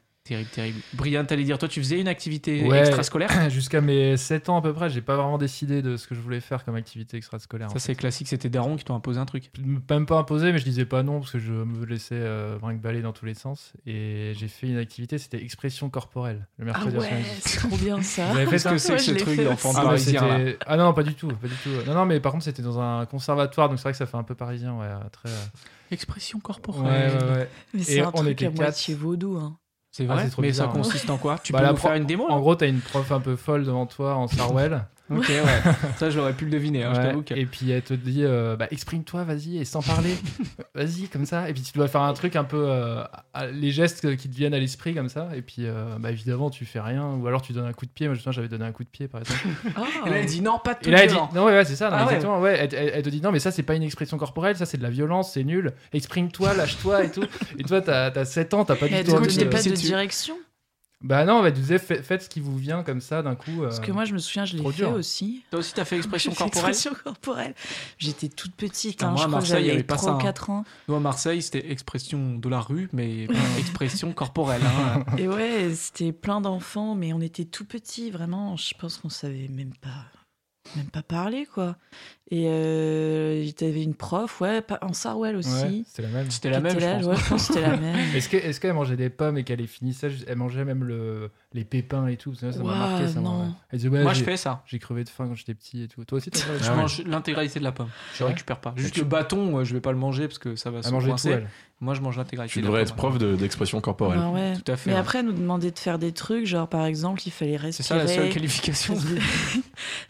Speaker 1: terrible, terrible. Brian, t'allais dire, toi, tu faisais une activité
Speaker 4: Ouais.
Speaker 1: extrascolaire
Speaker 4: Jusqu'à mes 7 ans à peu près, j'ai pas vraiment décidé de ce que je voulais faire comme activité extrascolaire. hein.
Speaker 1: Ça, c'est classique, c'était Daron qui t'ont imposé un truc.
Speaker 4: même pas imposé, mais je disais pas non parce que je me laissais euh, brinque-baller dans tous les sens. Et j'ai fait une activité, c'était expression corporelle le
Speaker 2: Ah
Speaker 4: mercredi
Speaker 2: ouais,
Speaker 4: après-midi.
Speaker 2: c'est trop bien ça.
Speaker 4: Vous avez fait
Speaker 1: Qu'est-ce
Speaker 4: ça
Speaker 1: que c'est
Speaker 2: Ouais,
Speaker 1: que
Speaker 2: je
Speaker 1: ce
Speaker 2: l'ai
Speaker 1: truc
Speaker 2: fait
Speaker 1: d'enfant
Speaker 4: Ah, mais
Speaker 1: parisien là
Speaker 4: c'était- ah non, pas du tout, pas du tout. Non, non, mais par contre, c'était dans un conservatoire, donc c'est vrai que ça fait un peu parisien, ouais, très. euh,
Speaker 1: Expression
Speaker 4: Ouais,
Speaker 1: corporelle.
Speaker 4: ouais, ouais.
Speaker 2: Mais c'est un
Speaker 4: on
Speaker 2: truc
Speaker 4: était
Speaker 2: à
Speaker 4: quatre.
Speaker 2: moitié vaudou. Hein.
Speaker 1: C'est
Speaker 4: Ah,
Speaker 1: vrai,
Speaker 4: c'est trop
Speaker 1: mais
Speaker 4: bizarre,
Speaker 1: ça
Speaker 4: hein.
Speaker 1: consclin consiste en quoi Tu
Speaker 4: Bah,
Speaker 1: peux
Speaker 4: la
Speaker 1: nous faire
Speaker 4: pro-
Speaker 1: une démo là
Speaker 4: En gros, t'as une prof un peu folle devant toi en Sarwell.
Speaker 1: Ok, ouais. Ça, je l'aurais pu le deviner, hein, je
Speaker 4: Ouais,
Speaker 1: t'avoue que.
Speaker 4: Et puis elle te dit, euh, bah, exprime-toi, vas-y, et sans parler, vas-y, comme ça. Et puis tu dois faire un truc un peu, euh, à- les gestes qui te viennent à l'esprit, comme ça. Et puis, euh, bah, évidemment, tu fais rien, ou alors tu donnes un coup de pied. Moi, justement, j'avais donné un coup de pied, par exemple.
Speaker 2: Ah.
Speaker 1: Et là, elle dit non, pas de tout
Speaker 4: Et là, elle dit,
Speaker 1: violent.
Speaker 4: non, ouais, ouais, c'est ça, non,
Speaker 1: Ah ouais.
Speaker 4: exactement, ouais. Elle, elle- elle te dit, non, mais ça, c'est pas une expression corporelle, ça, c'est de la violence, c'est nul. Exprime-toi, lâche-toi et tout. Et toi, t'as as 7 ans, t'as pas
Speaker 2: Mais
Speaker 4: du
Speaker 2: elle
Speaker 4: tout
Speaker 1: toi,
Speaker 2: te
Speaker 1: tu
Speaker 4: envie
Speaker 1: t'es
Speaker 2: donnait
Speaker 4: de-
Speaker 2: pas
Speaker 1: passé
Speaker 2: de
Speaker 1: dessus.
Speaker 2: direction.
Speaker 4: Bah, non, elle te disait, faites faites ce qui vous vient, comme ça, d'un coup.
Speaker 2: Parce
Speaker 4: euh,
Speaker 2: que moi, je me souviens, je
Speaker 4: trop
Speaker 2: l'ai fait
Speaker 4: dur.
Speaker 2: aussi.
Speaker 1: Toi aussi, t'as fait expression
Speaker 2: J'ai fait
Speaker 1: corporelle
Speaker 2: Expression corporelle. J'étais toute petite.
Speaker 1: Ah,
Speaker 2: Hein,
Speaker 1: moi,
Speaker 2: je
Speaker 1: à
Speaker 2: crois que
Speaker 1: Marseille, il y
Speaker 2: j'avais
Speaker 1: avait pas ça,
Speaker 2: 3
Speaker 1: hein.
Speaker 2: 4 ans.
Speaker 1: Nous, à Marseille, c'était expression de la rue, mais pas expression corporelle. hein.
Speaker 2: Et ouais, c'était plein d'enfants, mais on était tout petits, vraiment. Je pense qu'on savait même pas, même pas parler, quoi. Et euh, il y avait une prof, ouais, pas- en Sarwell aussi.
Speaker 4: Ouais, c'était la même.
Speaker 1: C'était la
Speaker 2: qui
Speaker 1: même,
Speaker 2: était
Speaker 1: je
Speaker 2: là,
Speaker 1: pense.
Speaker 2: ouais, je pense que c'était la même.
Speaker 4: Est-ce que- est-ce qu'elle mangeait des pommes et qu'elle les finissait juste- Elle mangeait même le, les pépins et tout. parce que moi, Ça m'a
Speaker 2: Ouah,
Speaker 4: marqué. Ça, moi,
Speaker 2: non.
Speaker 4: ouais. Elle disait, ouais, Ah
Speaker 1: Moi,
Speaker 4: j'ai-
Speaker 1: je fais Ah ça.
Speaker 4: J'ai crevé de faim quand j'étais petit et tout. Toi aussi, t'as crevé de
Speaker 1: Je
Speaker 4: faim
Speaker 1: mange l'intégralité de la pomme. Je
Speaker 4: vrai
Speaker 1: récupère pas. Juste
Speaker 3: tu-
Speaker 1: le bâton, euh, je vais pas le manger parce que ça va se
Speaker 4: Elle mangeait tout,
Speaker 1: coincer.
Speaker 4: elle.
Speaker 1: Moi, je mange l'intégralité.
Speaker 3: Tu
Speaker 1: de la
Speaker 3: devrais
Speaker 1: pomme,
Speaker 3: être prof de- d'expression
Speaker 2: Ouais,
Speaker 3: corporelle.
Speaker 2: ouais.
Speaker 1: Tout à fait.
Speaker 2: Mais
Speaker 1: ouais.
Speaker 2: après, elle nous demandait de faire des trucs, genre par exemple, il fallait
Speaker 1: C'est
Speaker 2: respirer.
Speaker 1: ça la seule qualification.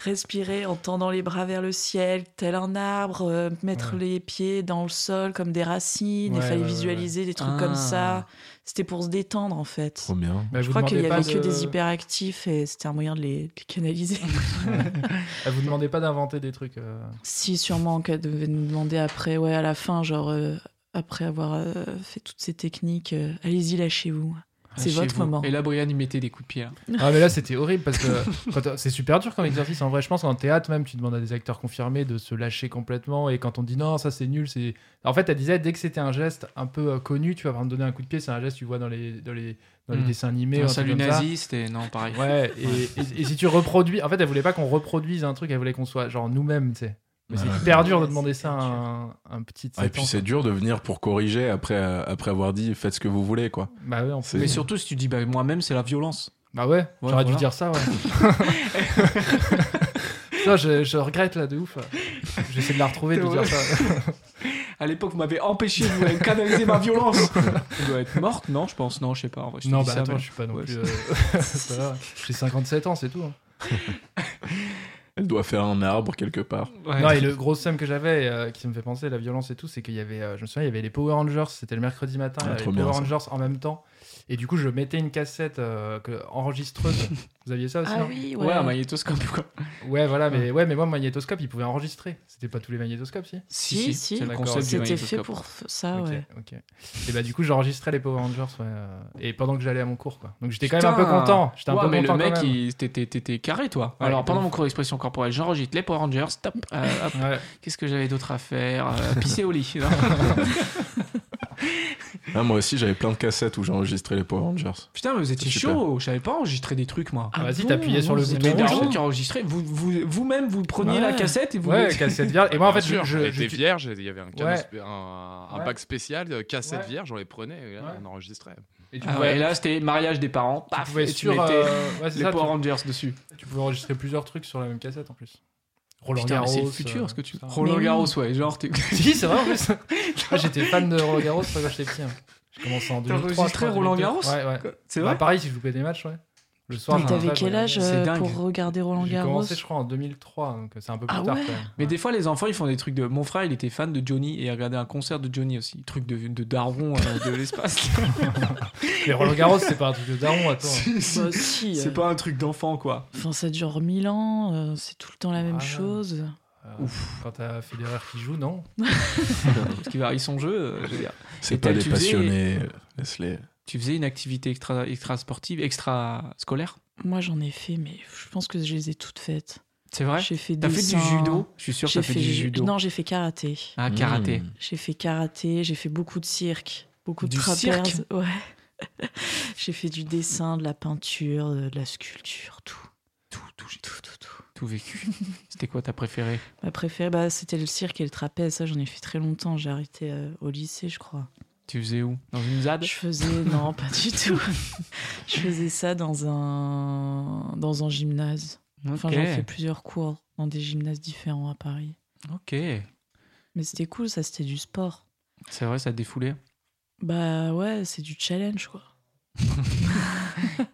Speaker 2: respirer en tendant les bras vers le ciel, tel un arbre, euh, mettre
Speaker 4: Ouais.
Speaker 2: les pieds dans le sol comme des racines,
Speaker 4: Ouais,
Speaker 2: il fallait
Speaker 4: ouais, ouais,
Speaker 2: visualiser des trucs comme
Speaker 1: Ah.
Speaker 2: ça. C'était pour se détendre en fait.
Speaker 3: Trop bien.
Speaker 4: Mais elle
Speaker 2: Je
Speaker 4: vous
Speaker 2: crois qu'il y
Speaker 4: demandait
Speaker 2: avait
Speaker 4: pas
Speaker 2: que
Speaker 4: de-
Speaker 2: des hyperactifs et c'était un moyen de les, de les canaliser.
Speaker 4: Elle vous demandait pas d'inventer des trucs. euh,
Speaker 2: si sûrement qu'elle devait nous demander après, ouais, à la fin, genre euh, après avoir euh, fait toutes ces techniques, euh, allez-y, lâchez-vous. C'est
Speaker 1: Chez
Speaker 2: votre
Speaker 1: vous.
Speaker 2: moment.
Speaker 1: Et là, Brian, il mettait des coups de pied. hein.
Speaker 4: Ah, mais là, c'était horrible parce que quand- c'est super dur comme exercice. En vrai, je pense qu'en théâtre, même, tu demandes à des acteurs confirmés de se lâcher complètement. Et quand on dit non, ça c'est nul, c'est. En fait, elle disait dès que c'était un geste un peu euh, connu, tu vas par exemple donner un coup de pied, c'est un geste que tu vois dans les, dans les, dans les
Speaker 1: Mm.
Speaker 4: dessins animés.
Speaker 1: Un
Speaker 4: ou un truc
Speaker 1: salut
Speaker 4: comme ça.
Speaker 1: nazi, c'était. Non, pareil.
Speaker 4: Ouais, et, et- et si tu reproduis. En fait, elle voulait pas qu'on reproduise un truc, elle voulait qu'on soit genre nous-mêmes, tu sais. Mais
Speaker 3: Ouais.
Speaker 4: c'est hyper dur de
Speaker 2: Ouais,
Speaker 4: demander
Speaker 2: c'est
Speaker 4: ça à
Speaker 2: hyper
Speaker 4: un, un petit. de
Speaker 3: Ah, et
Speaker 4: sept ans,
Speaker 3: puis c'est
Speaker 4: quoi.
Speaker 3: dur de venir pour corriger après, euh, après avoir dit faites ce que vous voulez quoi.
Speaker 4: Bah ouais, en plus.
Speaker 1: Mais surtout, si tu dis, bah, moi-même, c'est la violence.
Speaker 4: Bah ouais, j'aurais
Speaker 1: voilà.
Speaker 4: dû dire ça, ouais. Putain, je, je regrette là de ouf. J'essaie de la retrouver, de
Speaker 1: C'est
Speaker 4: lui dire ça.
Speaker 1: À l'époque, vous m'avez empêché de canaliser ma violence. Elle doit être morte, non Je pense, non, je sais pas. en vrai, je te
Speaker 4: Non,
Speaker 1: dis
Speaker 4: bah
Speaker 1: ça,
Speaker 4: attends,
Speaker 1: mais-
Speaker 4: je suis pas non
Speaker 1: Ouais,
Speaker 4: plus. euh, ça va. J'ai 57 ans, c'est tout. hein.
Speaker 3: Elle doit faire un arbre quelque part.
Speaker 1: Ouais.
Speaker 4: Non, et le gros somme que j'avais, euh, qui me fait penser à la violence et tout, c'est qu'il y avait, euh, je me souviens, il y avait les Power Rangers, c'était le mercredi matin,
Speaker 3: Ah,
Speaker 4: il y avait
Speaker 3: trop
Speaker 4: les
Speaker 3: bien,
Speaker 4: Power
Speaker 3: ça.
Speaker 4: Rangers en même temps. Et du coup, je mettais une cassette euh, que- enregistreuse. Vous aviez ça aussi
Speaker 2: Ah
Speaker 4: non
Speaker 2: oui, ouais.
Speaker 1: Ouais, un magnétoscope quoi.
Speaker 4: Ouais, voilà, mais, ouais, mais moi, magnétoscope, ils pouvaient enregistrer. C'était pas tous les magnétoscopes, si
Speaker 2: Si, si.
Speaker 1: c'est le
Speaker 4: D'accord.
Speaker 1: concept du
Speaker 2: C'était fait
Speaker 1: magnétoscope.
Speaker 2: pour f- ça,
Speaker 4: Ok,
Speaker 2: Ah ouais.
Speaker 4: ok. Et bah, du coup, j'enregistrais les Power Rangers, ouais. euh, et pendant que j'allais à mon cours, quoi. Donc, j'étais quand même un peu
Speaker 1: Putain.
Speaker 4: content. J'étais un
Speaker 1: Ouais,
Speaker 4: peu
Speaker 1: mais
Speaker 4: content
Speaker 1: le mec,
Speaker 4: quand même.
Speaker 1: il- t'étais- t'étais carré toi.
Speaker 4: Ouais,
Speaker 1: Alors,
Speaker 4: de
Speaker 1: pendant
Speaker 4: ouf.
Speaker 1: mon cours d'expression corporelle, j'enregistre les Power Rangers, top, euh, hop.
Speaker 4: Ouais.
Speaker 1: Qu'est-ce que j'avais d'autre à faire Euh, Pisser au lit. non
Speaker 3: Ah, moi aussi j'avais plein de cassettes où j'ai enregistré les Power Rangers.
Speaker 1: Putain, mais vous étiez
Speaker 3: Super.
Speaker 1: chaud, je savais pas enregistrer des trucs moi.
Speaker 2: Ah
Speaker 4: Vas-y,
Speaker 2: bon,
Speaker 4: t'appuyais sur le
Speaker 2: c'est
Speaker 4: bouton
Speaker 1: Mais
Speaker 2: trop
Speaker 4: rouge.
Speaker 1: Daron
Speaker 2: bien.
Speaker 1: qui enregistrait, vous- vous- vous-même, vous preniez
Speaker 4: Ouais.
Speaker 1: la cassette et vous
Speaker 4: Ouais,
Speaker 1: mettiez-
Speaker 4: cassette vierge. Et moi, en fait, je.
Speaker 6: Bien sûr,
Speaker 4: je-
Speaker 6: elle était
Speaker 4: je-
Speaker 6: vierge, il y avait un, canon
Speaker 4: Ouais.
Speaker 6: spé- un- un
Speaker 4: Ouais.
Speaker 6: bac spécial, euh, cassette
Speaker 4: Ouais.
Speaker 6: vierge, on les prenait, et là,
Speaker 4: Ouais.
Speaker 6: on enregistrait.
Speaker 4: et tu
Speaker 1: Ah ouais,
Speaker 4: pouvais-
Speaker 1: et là, c'était mariage des parents.
Speaker 4: tu
Speaker 1: Paf,
Speaker 4: pouvais
Speaker 1: et tu
Speaker 4: sur.
Speaker 1: mettais
Speaker 4: euh, ouais, c'est
Speaker 1: les
Speaker 4: ça, tu-
Speaker 1: Power Rangers dessus.
Speaker 4: Tu pouvais enregistrer plusieurs trucs sur la même cassette en plus. Roland
Speaker 1: Putain, mais
Speaker 4: Garros.
Speaker 1: c'est le futur
Speaker 4: euh,
Speaker 1: ce que tu.
Speaker 4: tout ça.
Speaker 1: Roland
Speaker 2: Mais oui.
Speaker 1: Garros, ouais, genre t'es.
Speaker 4: si, c'est vrai en plus. Moi, J'étais fan de Roland Garros quand j'étais petit. hein. J'ai commencé en 2003. je
Speaker 1: enregistré
Speaker 4: crois,
Speaker 1: Roland
Speaker 4: 2002.
Speaker 1: Garros
Speaker 4: Ouais, ouais.
Speaker 1: C'est
Speaker 4: Bah,
Speaker 1: vrai
Speaker 4: pareil, si je loupais des matchs, ouais. Le soir,
Speaker 2: Mais
Speaker 4: j'ai un
Speaker 2: T'avais
Speaker 4: stage,
Speaker 2: quel
Speaker 4: ouais.
Speaker 2: âge
Speaker 1: C'est
Speaker 2: euh,
Speaker 1: dingue.
Speaker 2: pour regarder Roland
Speaker 4: J'ai
Speaker 2: Garros
Speaker 4: commencé, je crois, en 2003, donc euh, c'est un peu plus
Speaker 2: Ah
Speaker 4: tard.
Speaker 2: ouais
Speaker 4: quand même.
Speaker 1: Mais des fois, les enfants, ils font des trucs de. Mon frère, il était fan de Johnny et il regardait un concert de Johnny aussi. Truc de, de daron euh, de l'espace.
Speaker 4: Mais Roland Garros, c'est pas un truc de daron, attends.
Speaker 1: C'est- c'est-
Speaker 2: Bah, si,
Speaker 1: C'est
Speaker 2: euh,
Speaker 1: pas un truc d'enfant, quoi.
Speaker 2: Enfin, ça dure mille ans, euh, c'est tout le temps la même
Speaker 4: Ah.
Speaker 2: chose.
Speaker 4: Euh, Quand t'as Federer qui joue, non
Speaker 1: Parce qu'il varie son jeu. euh, je veux dire.
Speaker 3: C'est
Speaker 1: Et
Speaker 3: pas
Speaker 1: t'as-
Speaker 3: des
Speaker 1: tu faisais-
Speaker 3: passionnés, euh, Leslie.
Speaker 1: Tu faisais une activité extra, extra sportive, extra scolaire
Speaker 2: Moi, j'en ai fait, mais je pense que je les ai toutes faites.
Speaker 1: C'est vrai
Speaker 2: J'ai fait
Speaker 1: T'as fait du
Speaker 2: dessin,
Speaker 1: judo Je suis sûr que
Speaker 2: J'ai
Speaker 1: t'as fait,
Speaker 2: fait
Speaker 1: du judo.
Speaker 2: Non, Hmm. j'ai fait karaté.
Speaker 1: Ah, karaté.
Speaker 3: Mmh.
Speaker 2: J'ai fait karaté, j'ai fait beaucoup de cirque, beaucoup de
Speaker 1: Du
Speaker 2: trapèze.
Speaker 1: cirque
Speaker 2: ouais. j'ai fait du dessin, de la peinture, de la sculpture, tout.
Speaker 1: Tout, tout, tout, tout, tout. Tout vécu. C'était quoi ta préférée
Speaker 2: Ma préférée, bah, c'était le cirque et le trapèze. Ça, j'en ai fait très longtemps. J'ai arrêté euh, au lycée, je crois.
Speaker 1: Tu faisais où Dans une ZAD
Speaker 2: Je faisais non, pas du tout. je faisais ça dans un dans un gymnase. Enfin,
Speaker 1: Ok.
Speaker 2: j'en ai fait plusieurs cours dans des gymnases différents à Paris.
Speaker 1: Ok.
Speaker 2: Mais c'était cool, ça, c'était du sport.
Speaker 1: C'est vrai, ça te défoulait.
Speaker 2: Bah ouais, c'est du challenge, quoi.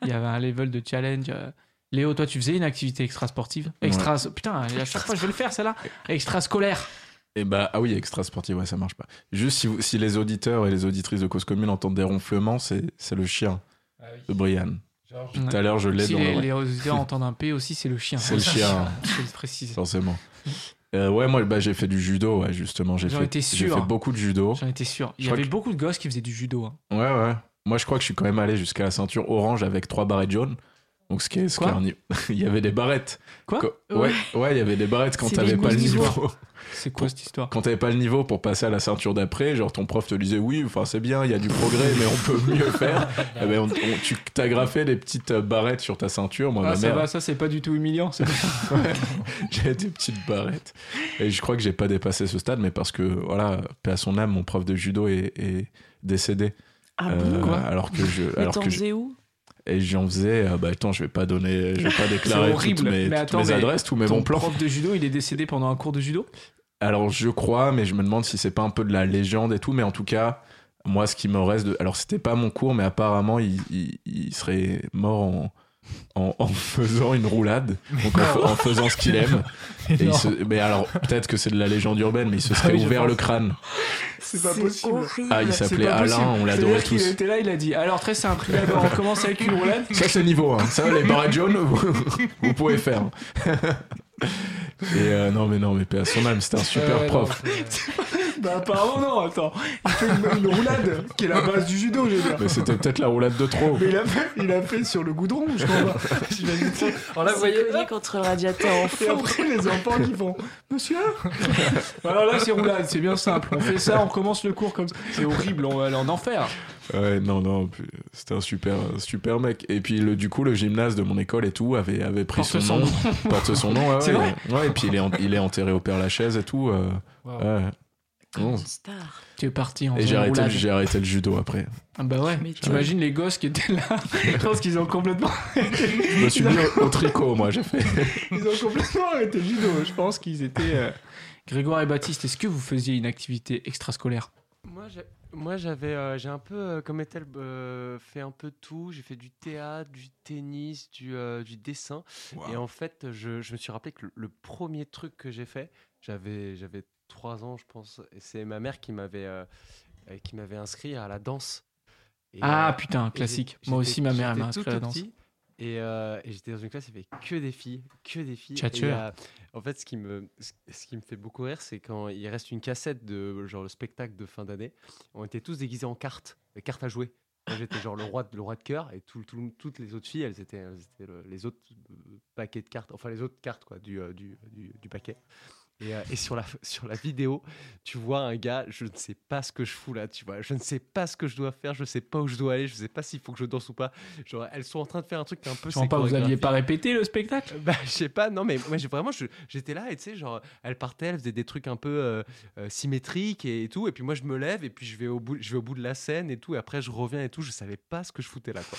Speaker 1: Il y avait un level de challenge. euh. Léo, toi, tu faisais une activité extra sportive Extra. Putain, à chaque fois, je vais le faire, celle-là. Extra scolaire.
Speaker 3: Et bah, ah oui, extra sportif, ouais, ça marche pas. Juste si, vous- si les auditeurs et les auditrices de Cause Commune entendent des ronflements, c'est c'est le chien
Speaker 4: Ah
Speaker 1: Euh,
Speaker 3: de Brian.
Speaker 4: Genre,
Speaker 1: Ouais.
Speaker 3: Tout à l'heure, je l'ai
Speaker 1: Si
Speaker 3: dans
Speaker 1: les,
Speaker 3: le-
Speaker 1: les auditeurs entendent un P aussi, c'est le chien.
Speaker 3: C'est le chien.
Speaker 1: Je vais le préciser.
Speaker 3: Forcément. Euh, ouais, moi, bah, j'ai fait du judo, ouais, justement. J'ai
Speaker 1: J'en
Speaker 3: fait,
Speaker 1: étais
Speaker 3: j'ai
Speaker 1: sûr.
Speaker 3: fait beaucoup de judo.
Speaker 1: J'en étais sûr. Il y
Speaker 3: Je crois
Speaker 1: avait
Speaker 3: que-
Speaker 1: beaucoup de gosses qui faisaient du judo. hein.
Speaker 3: Ouais, ouais. Moi, je crois que je suis quand même allé jusqu'à la ceinture orange avec trois barrettes jaunes. Donc, ce qui est, ce qui est
Speaker 1: Quoi
Speaker 3: un niveau- Il y avait des barrettes.
Speaker 1: Quoi
Speaker 3: Co- ouais, ouais, il y avait des barrettes quand
Speaker 2: C'est
Speaker 3: t'avais
Speaker 2: des
Speaker 3: pas le
Speaker 2: niveaux.
Speaker 3: niveau.
Speaker 1: C'est quoi cette histoire
Speaker 3: Quand t'avais pas le niveau pour passer à la ceinture d'après, genre ton prof te disait oui, enfin c'est bien, il y a du progrès, mais on peut mieux faire. Eh ben, on- on- tu t'agrafais des petites euh, barrettes sur ta ceinture.
Speaker 4: Ah,
Speaker 3: Moi, ma
Speaker 1: ça
Speaker 3: mère,
Speaker 1: va, ça c'est pas du tout humiliant. c'est-
Speaker 3: J'avais des petites barrettes. Et je crois que j'ai pas dépassé ce stade, mais parce que, voilà, paix à son âme, mon prof de judo est, est décédé.
Speaker 2: Ah
Speaker 3: Euh,
Speaker 2: bon
Speaker 1: quoi
Speaker 3: alors que je.
Speaker 2: Mais
Speaker 3: Alors
Speaker 2: t'en
Speaker 3: que je-
Speaker 2: faisais où
Speaker 3: et j'en faisais, euh, bah attends, je vais pas donner, je vais pas déclarer
Speaker 1: horrible.
Speaker 3: toutes mes,
Speaker 1: Mais
Speaker 3: toutes
Speaker 1: attends,
Speaker 3: mes
Speaker 1: mais
Speaker 3: adresses, tous mes
Speaker 1: Ton
Speaker 3: bons plans.
Speaker 1: prof de judo, il est décédé pendant un cours de judo
Speaker 3: Alors je crois, mais je me demande si c'est pas un peu de la légende et tout, mais en tout cas, moi ce qui me reste de. Alors c'était pas mon cours, mais apparemment il, il- il serait mort en. En, en faisant une roulade, donc en, fa- en faisant ce qu'il aime. Et il se- mais alors, peut-être que c'est de la légende urbaine, mais il se
Speaker 1: Ah
Speaker 3: serait
Speaker 4: oui, je
Speaker 3: ouvert le
Speaker 4: pense.
Speaker 3: crâne.
Speaker 1: C'est pas possible.
Speaker 3: Ah, il s'appelait Alain, on l'adorait
Speaker 1: Il
Speaker 3: tous.
Speaker 1: était là, il a dit Alors, très simple, d'abord, on commence avec une roulade.
Speaker 3: Ça, c'est niveau 1. Ça, les barrettes jaunes, vous, vous pouvez faire. Et euh, non, mais non, mais paix à son âme, c'était un super prof.
Speaker 1: Bah, apparemment, non, attends. Il fait une, une roulade qui est la base du judo, j'ai dire.
Speaker 3: Mais c'était peut-être la roulade de trop.
Speaker 1: Mais il a, fait, il a fait sur le goudron, je comprends pas. J'imagine ça.
Speaker 4: On la
Speaker 2: C'est
Speaker 4: voyait.
Speaker 2: cogné contre le radiateur en
Speaker 1: Et
Speaker 2: fond.
Speaker 1: après, les enfants qui font Monsieur Alors là, c'est roulade, c'est bien simple. On fait ça, on commence le cours comme ça. C'est horrible, on va aller en enfer.
Speaker 3: Ouais, non, non, puis c'était un super, un super mec. Et puis, le, du coup, le gymnase de mon école et tout avait, avait pris
Speaker 1: Porte
Speaker 3: son,
Speaker 1: son
Speaker 3: nom. Porte son nom, ouais,
Speaker 1: C'est
Speaker 3: ouais,
Speaker 1: vrai
Speaker 3: ouais, et puis il est, en- il est enterré au Père Lachaise et tout. euh,
Speaker 4: Wow.
Speaker 3: ouais.
Speaker 2: Comme
Speaker 3: Non.
Speaker 1: Oh.
Speaker 2: une star.
Speaker 1: Tu es parti en
Speaker 3: Et j'ai
Speaker 1: faisant
Speaker 3: arrêté, le-
Speaker 1: roulade.
Speaker 3: j'ai arrêté le judo après.
Speaker 1: Ah bah ouais,
Speaker 2: Mais
Speaker 1: t'imagines les gosses qui étaient là. Je pense qu'ils ont complètement.
Speaker 3: Je me suis mis au, au tricot, moi, j'ai fait.
Speaker 1: Ils ont complètement arrêté le judo. Je pense qu'ils étaient. euh, Grégoire et Baptiste, est-ce que vous faisiez une activité extrascolaire
Speaker 5: Moi, j'ai- moi, j'avais, euh, j'ai un peu, euh, comme Ethel, euh, fait un peu de tout. J'ai fait du théâtre, du tennis, du, euh, du dessin. Et en fait, je, je me suis rappelé que le, le premier truc que j'ai fait, j'avais, j'avais 3 ans, je pense. Et c'est ma mère qui m'avait, euh, euh, qui m'avait inscrit à la danse. Et, euh,
Speaker 1: Ah putain,
Speaker 5: et
Speaker 1: classique.
Speaker 5: j'ai-
Speaker 1: Moi
Speaker 5: j'étais-
Speaker 1: aussi, ma mère elle
Speaker 5: j'étais
Speaker 1: m'a
Speaker 5: tout,
Speaker 1: inscrit à la
Speaker 5: tout
Speaker 1: danse.
Speaker 5: petit, Et, euh, et j'étais dans une classe, il y avait que des filles, que des filles.
Speaker 1: Tchatcheur.
Speaker 5: Et, euh, en fait, ce qui, me, ce- ce qui me fait beaucoup rire, c'est quand il reste une cassette de genre le spectacle de fin d'année. On était tous déguisés en cartes, des cartes à jouer. Moi, j'étais genre le roi, de- le roi de cœur et tout, tout- toutes les autres filles, elles étaient, elles étaient le- les autres euh, paquets de cartes, enfin les autres cartes quoi, du, euh, du, du, du paquet. Et, euh, et sur, la, sur la vidéo, tu vois un gars, je ne sais pas ce que je fous là, tu vois, je ne sais pas ce que je dois faire, je ne sais pas où je dois aller, je ne sais pas s'il faut que je danse ou pas. Genre, elles sont en train de faire un truc un peu.
Speaker 1: Je comprends pas, vous aviez
Speaker 5: aviez
Speaker 1: pas répété le spectacle
Speaker 5: bah, je sais pas, non, mais moi, j'ai vraiment, je- j'étais là, et tu sais, genre, elle partait, elle faisait des trucs un peu euh, euh, symétriques et, et tout, et puis moi, je me lève, et puis je vais, au bout, je vais au bout de la scène et tout, et après, je reviens et tout, je savais pas ce que je foutais là, quoi.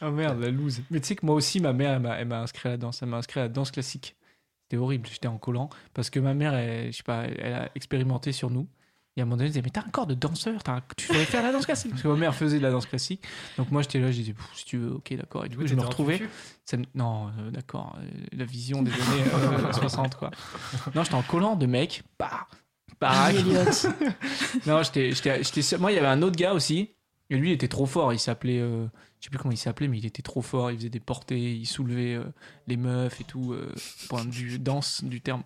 Speaker 1: Ah merde, la loose. Mais tu sais que moi aussi, ma mère, elle m'a- elle m'a inscrit à la danse. Elle m'a inscrit à la danse classique. C'était horrible, j'étais en collant. Parce que ma mère, elle, je sais pas, elle a expérimenté sur nous. Et à un moment donné, je disais, mais t'as un corps de danseur, t'as un- tu devrais faire la danse classique. Parce que ma mère faisait de la danse classique. Donc moi, j'étais là, je disais, Pff, si tu veux, ok, d'accord. Et du coup, je me retrouvais. Ça me- Non, euh, d'accord. euh, la vision des années euh, 60, quoi. Non, j'étais en collant de mecs. Bah, baraque. non, j'étais, j'étais, j'étais seul. Moi, il y avait un autre gars aussi. Et lui, il était trop fort. Il s'appelait. euh, je sais plus comment il s'appelait, mais il était trop fort. Il faisait des portées, il soulevait euh, les meufs et tout. euh, point de vue danse du terme.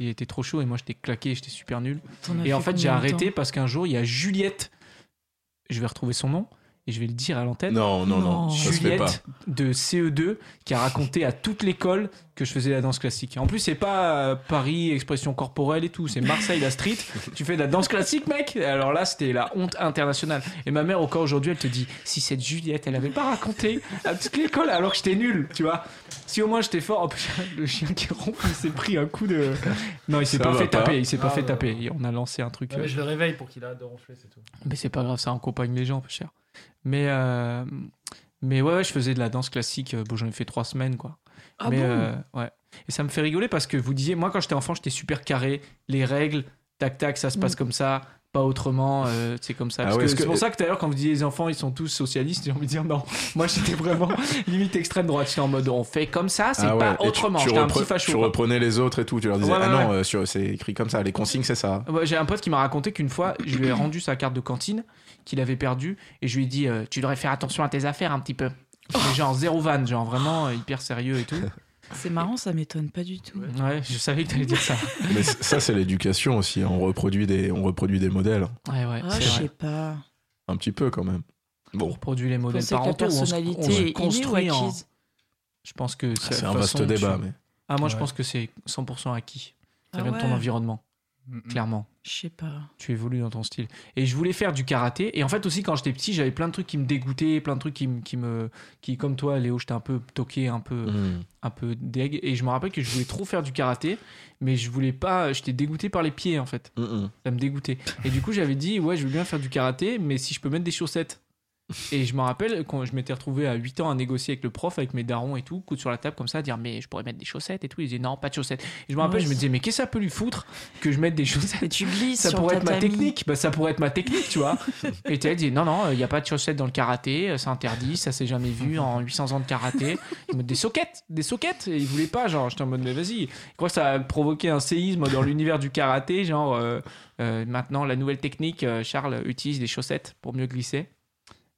Speaker 1: Il était trop chaud et moi, j'étais claqué, j'étais super nul. Et en fait, j'ai arrêté parce qu'un jour, il y a Juliette. Je vais retrouver son nom et je vais le dire à l'antenne.
Speaker 3: Non, non, non,
Speaker 2: Non.
Speaker 3: ça se fait pas.
Speaker 1: Juliette de CE2 qui a raconté à toute l'école que je faisais de la danse classique. En plus, c'est pas euh, Paris, expression corporelle et tout, c'est Marseille, la street. Tu fais de la danse classique, mec Alors là, c'était la honte internationale. Et ma mère, encore aujourd'hui, elle te dit si cette Juliette, elle avait pas raconté à toute l'école alors que j'étais nul, tu vois. Si au moins j'étais fort, oh putain, le chien qui rompt, il s'est pris un coup de. Non, il s'est
Speaker 3: Ça
Speaker 1: pas
Speaker 3: va
Speaker 1: fait
Speaker 3: pas.
Speaker 1: taper, il s'est pas
Speaker 4: Ah,
Speaker 1: fait
Speaker 4: ouais.
Speaker 1: taper. Et on a lancé un truc. euh,
Speaker 4: je le réveille pour qu'il arrête de ronfler, c'est tout.
Speaker 1: mais c'est pas grave, ça accompagne les gens, peu cher. Mais, euh, mais ouais, ouais, je faisais de la danse classique. euh, Bon, j'en ai fait trois semaines, quoi.
Speaker 2: Ah
Speaker 1: mais,
Speaker 2: bon
Speaker 1: euh, ouais. Et ça me fait rigoler parce que vous disiez, moi, quand j'étais enfant, j'étais super carré. Les règles, tac, tac, ça se passe
Speaker 2: Mm.
Speaker 1: comme ça, pas autrement, euh, c'est comme ça.
Speaker 3: Ah
Speaker 1: Parce
Speaker 3: ouais,
Speaker 1: que
Speaker 3: est-ce
Speaker 1: c'est
Speaker 3: que-
Speaker 1: pour ça que d'ailleurs, quand vous disiez les enfants, ils sont tous socialistes, j'ai envie de dire non. Moi, j'étais vraiment limite extrême droite. J'étais en mode, on fait comme ça, c'est
Speaker 3: Ah ouais,
Speaker 1: pas
Speaker 3: et tu-
Speaker 1: autrement.
Speaker 3: Tu,
Speaker 1: J'étais un
Speaker 3: repre-
Speaker 1: petit facho.
Speaker 3: tu
Speaker 1: quoi.
Speaker 3: reprenais les autres et tout. Tu leur disais
Speaker 1: Ouais, ouais,
Speaker 3: Ah non, euh, sur- c'est écrit comme ça. Les consignes, c'est ça.
Speaker 1: Ouais, Bah, J'ai un pote qui m'a raconté qu'une fois, je lui ai rendu sa carte de cantine qu'il avait perdue et je lui ai dit euh, Tu devrais faire attention à tes affaires un petit peu.
Speaker 2: Oh.
Speaker 1: Mais genre zéro van, genre vraiment euh, hyper sérieux et tout.
Speaker 2: C'est marrant, ça m'étonne pas du tout.
Speaker 1: Ouais, je savais que t'allais dire ça.
Speaker 3: Mais c- ça, c'est l'éducation aussi. hein. On reproduit des, on reproduit des modèles.
Speaker 1: Ouais, ouais,
Speaker 2: Ah,
Speaker 1: c'est
Speaker 2: je
Speaker 1: vrai.
Speaker 2: sais pas.
Speaker 3: Un petit peu quand même.
Speaker 1: On
Speaker 3: Bon,
Speaker 1: reproduit les modèles
Speaker 2: Pensez que la
Speaker 1: parentaux. on se-
Speaker 2: personnalité
Speaker 1: on se
Speaker 2: est innée ou
Speaker 1: construit en-
Speaker 2: acquise.
Speaker 1: Je pense que c'est
Speaker 3: Ah, c'est
Speaker 1: la
Speaker 3: un vaste
Speaker 1: façon dont
Speaker 3: débat.
Speaker 1: tu-
Speaker 3: Mais...
Speaker 1: Ah, moi je
Speaker 4: Ouais.
Speaker 1: pense que c'est 100% acquis. Ça
Speaker 2: Ah
Speaker 1: vient de ton
Speaker 2: ouais.
Speaker 1: environnement,
Speaker 3: Mm.
Speaker 1: clairement.
Speaker 2: Je sais pas.
Speaker 1: tu évolues dans ton style. Et je voulais faire du karaté. Et en fait aussi, quand j'étais petit, j'avais plein de trucs qui me dégoûtaient, plein de trucs qui me, qui me, qui comme toi, Léo, j'étais un peu toqué, un peu,
Speaker 3: Hmm.
Speaker 1: un peu deg. Et je me rappelle que je voulais trop faire du karaté, mais je voulais pas. J'étais dégoûté par les pieds en fait.
Speaker 3: Hmm, hmm.
Speaker 1: Ça me dégoûtait. Et du coup, j'avais dit ouais, je veux bien faire du karaté, mais si je peux mettre des chaussettes. Et je me rappelle quand je m'étais retrouvé à 8 ans à négocier avec le prof, avec mes darons et tout, coude sur la table comme ça, à dire mais je pourrais mettre des chaussettes et tout. Il disait non, pas de chaussettes. Et je me rappelle,
Speaker 2: Ouais.
Speaker 1: je me disais mais qu'est-ce que ça peut lui foutre que je mette des chaussettes
Speaker 2: Mais tu glisses
Speaker 1: ça
Speaker 2: sur
Speaker 1: pourrait
Speaker 2: le
Speaker 1: être ma
Speaker 2: tatami.
Speaker 1: technique bah, ça pourrait être ma technique tu vois et tu as dit non non il n'y a pas de chaussettes dans le karaté euh, c'est interdit ça s'est jamais vu en 800 ans de karaté Ils me- des soquettes des soquettes et ils voulaient pas genre j'étais en mode mais vas-y je crois que ça a provoqué un séisme dans l'univers du karaté genre euh, euh, maintenant la nouvelle technique euh, Charles utilise des chaussettes pour mieux glisser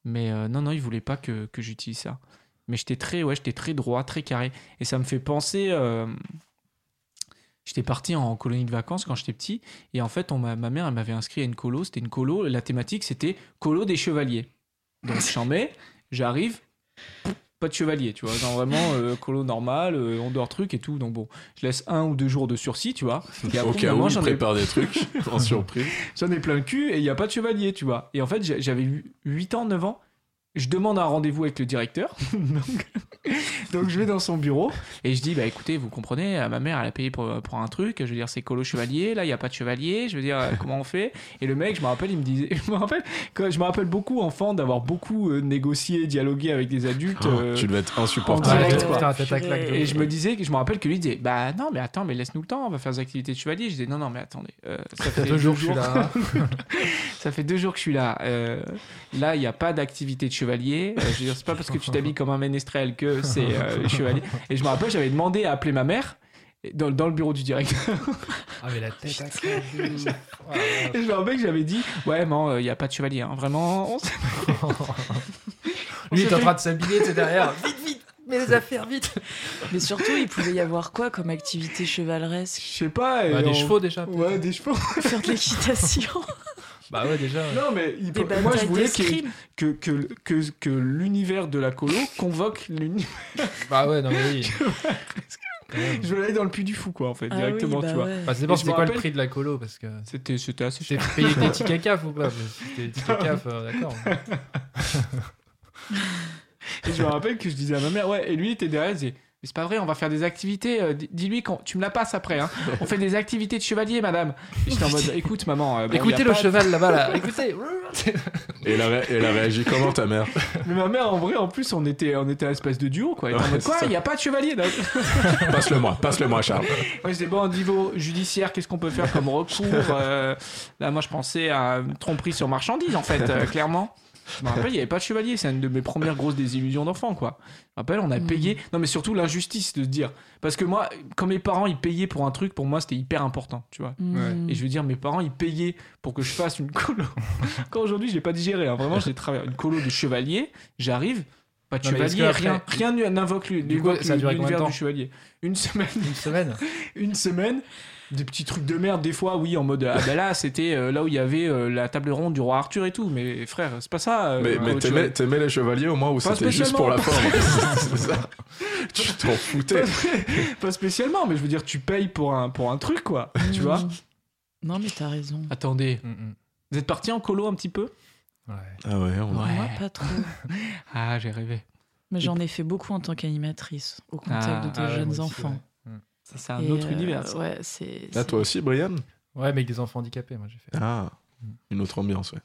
Speaker 1: mais euh, non non ils voulaient pas que, que j'utilise ça mais j'étais très ouais j'étais très droit très carré et ça me fait penser euh, J'étais parti en colonie de vacances quand j'étais petit et en fait, on m'a- ma mère, elle m'avait inscrit à une colo. C'était une colo. La thématique, c'était colo des chevaliers. Donc, j'en mets, j'arrive, pouf, pas de chevalier, tu vois. Genre vraiment, euh, colo normal, euh, on dort truc et tout. Donc, bon, je laisse un ou deux jours de sursis, tu vois. Et
Speaker 3: Au
Speaker 1: après,
Speaker 3: cas
Speaker 1: maman,
Speaker 3: où, ils
Speaker 1: j'en ai,
Speaker 3: préparent des trucs en surprise.
Speaker 1: j'en ai plein le cul et il n'y a pas de chevalier, tu vois. Et en fait, j'a- j'avais eu 8 ans, 9 ans. Je demande un rendez-vous avec le directeur. donc, donc, je vais dans son bureau et je dis, bah écoutez, vous comprenez, euh, ma mère, elle a payé pour, pour un truc. Je veux dire, c'est colo chevalier. Là, il n'y a pas de chevalier. Je veux dire, euh, comment on fait Et le mec, je me rappelle, il me disait, je me rappelle, quand- je me rappelle beaucoup enfant d'avoir beaucoup euh, négocié, dialogué avec des
Speaker 4: Oh,
Speaker 1: adultes. euh,
Speaker 3: tu devais être
Speaker 1: en
Speaker 3: insupportable.
Speaker 1: direct.
Speaker 2: Et
Speaker 1: et je me disais, que je me rappelle que lui disait, bah non, mais attends, mais laisse-nous le temps, on va faire des activités de chevalier. Je disais, non, non, mais attendez, euh, ça fait
Speaker 4: deux jours que je suis là.
Speaker 1: Ça fait deux jours que je suis là. Euh, là, il n'y a pas d'activité de chevalier. Euh, je veux dire, c'est pas parce que tu t'habilles comme un ménestrel que c'est euh, chevalier. Et je me rappelle, j'avais demandé à appeler ma mère dans, dans le bureau du direct.
Speaker 4: Ah, mais la tête à claque de ouf. Ah, ouais.
Speaker 1: Et je me rappelle que j'avais dit Ouais, non, il n'y a pas de chevalier. hein. Vraiment, on s'est-
Speaker 4: Lui, il
Speaker 1: On
Speaker 4: est
Speaker 1: s'est
Speaker 4: en
Speaker 1: fait-
Speaker 4: train de s'habiller, tu sais, derrière.
Speaker 2: Mais les affaires, vite Mais surtout, il pouvait y avoir quoi comme activité chevaleresque
Speaker 1: je sais pas. et
Speaker 4: Bah, des
Speaker 1: on-
Speaker 4: chevaux déjà. peut-être.
Speaker 1: Ouais, des chevaux.
Speaker 2: Faire de l'équitation
Speaker 4: Bah, ouais, déjà. ouais.
Speaker 1: Non, mais il-
Speaker 2: Des
Speaker 1: moi, je
Speaker 2: batailles
Speaker 1: voulais qu'il y ait-
Speaker 2: d'escrime
Speaker 1: que, que, que, que l'univers de la colo convoque l'univers.
Speaker 4: Bah, ouais, non, mais oui. Quand même.
Speaker 1: Je voulais aller dans le puits du fou, quoi, en fait,
Speaker 2: Ah
Speaker 1: directement,
Speaker 2: oui, bah
Speaker 1: tu vois.
Speaker 2: ouais.
Speaker 4: Bah, c'est
Speaker 1: Et
Speaker 4: bon,
Speaker 1: je
Speaker 4: c'était
Speaker 1: me
Speaker 4: quoi le
Speaker 1: rappelle-
Speaker 4: prix de la colo Parce que
Speaker 1: C'était c'était assez
Speaker 4: j'ai payé tes tickets CAF ou pas mais si Tes tickets CAF, euh, d'accord.
Speaker 1: Et je me rappelle que je disais à ma mère, ouais, et lui il était derrière, il disait, Mais c'est pas vrai, on va faire des activités. euh, di- Dis-lui qu'on. Tu me la passes après. Hein. On fait des activités de chevalier, madame. Et J'étais en mode écoute, maman. euh, bon, y
Speaker 4: Écoutez
Speaker 1: a
Speaker 4: le
Speaker 1: pas-
Speaker 4: cheval là-bas, là. Écoutez.
Speaker 3: Et elle a, ré- elle a réagi comment ta mère
Speaker 1: Mais ma mère, en vrai, en plus, on était, on était à l'espèce de duo, quoi. Elle était en
Speaker 3: Ouais,
Speaker 1: mode
Speaker 3: c'est
Speaker 1: quoi
Speaker 3: ça.
Speaker 1: Il n'y a pas de chevalier. là.
Speaker 3: Passe-le-moi, passe-le-moi Charles.
Speaker 1: Ouais, c'est bon, au niveau judiciaire, qu'est-ce qu'on peut faire comme recours euh, Là, moi, je pensais à une tromperie sur marchandise, en fait, euh, clairement. Je me rappelle, il n'y avait pas de chevalier. C'est une de mes premières grosses désillusions d'enfant, quoi. Je me rappelle, on a
Speaker 4: Hmm.
Speaker 2: Mm.
Speaker 1: payé. Non, mais surtout l'injustice de se dire. Parce que moi, quand mes parents, ils payaient pour un truc, pour moi, c'était hyper important, tu vois.
Speaker 4: Hmm.
Speaker 2: Mm.
Speaker 1: Et je veux dire, mes parents, ils payaient pour que je fasse une colo. Quand aujourd'hui, j'ai pas digéré. hein. Vraiment, j'ai travaillé une colo de chevalier. J'arrive, pas de
Speaker 4: Non, mais est-ce
Speaker 1: chevalier,
Speaker 4: que après-
Speaker 1: rien, rien n'invoque lui-
Speaker 4: Du coup,
Speaker 1: n'évoque
Speaker 4: ça a duré combien de
Speaker 1: l'univers
Speaker 4: temps
Speaker 1: du chevalier. Une semaine,
Speaker 4: Une semaine.
Speaker 1: une semaine, des petits trucs de merde des fois, oui, en mode ah ben là, c'était euh, là où il y avait euh, la table ronde du roi Arthur et tout. Mais frère, c'est pas ça. euh,
Speaker 3: Mais, mais
Speaker 1: le
Speaker 3: t'aimais,
Speaker 1: chevalier.
Speaker 3: t'aimais les chevaliers au moins ou
Speaker 1: Pas
Speaker 3: c'était juste pour la forme C'est ça. Tu t'en foutais.
Speaker 1: pas spécialement, mais je veux dire, tu payes pour un pour un truc quoi, tu vois.
Speaker 2: Mm. Non, mais t'as raison.
Speaker 1: Attendez, vous êtes parti en colo un petit peu
Speaker 4: Mm, Ouais.
Speaker 3: Ah ouais, on
Speaker 1: Ouais.
Speaker 2: Moi, pas trop.
Speaker 1: Ah, j'ai rêvé.
Speaker 2: Mais j'en ai fait beaucoup en tant qu'animatrice, au contact
Speaker 1: Ah,
Speaker 2: de tes
Speaker 1: ah ouais,
Speaker 2: jeunes
Speaker 4: moi aussi,
Speaker 2: enfants.
Speaker 1: Ça, c'est un
Speaker 2: Et,
Speaker 1: autre
Speaker 2: euh,
Speaker 1: univers. ça.
Speaker 2: Ouais, c'est.
Speaker 3: Là,
Speaker 2: c'est-
Speaker 3: toi aussi, Brian
Speaker 4: Ouais, mais avec des enfants handicapés, moi j'ai fait.
Speaker 3: Ah,
Speaker 4: Mm.
Speaker 3: une autre ambiance, ouais.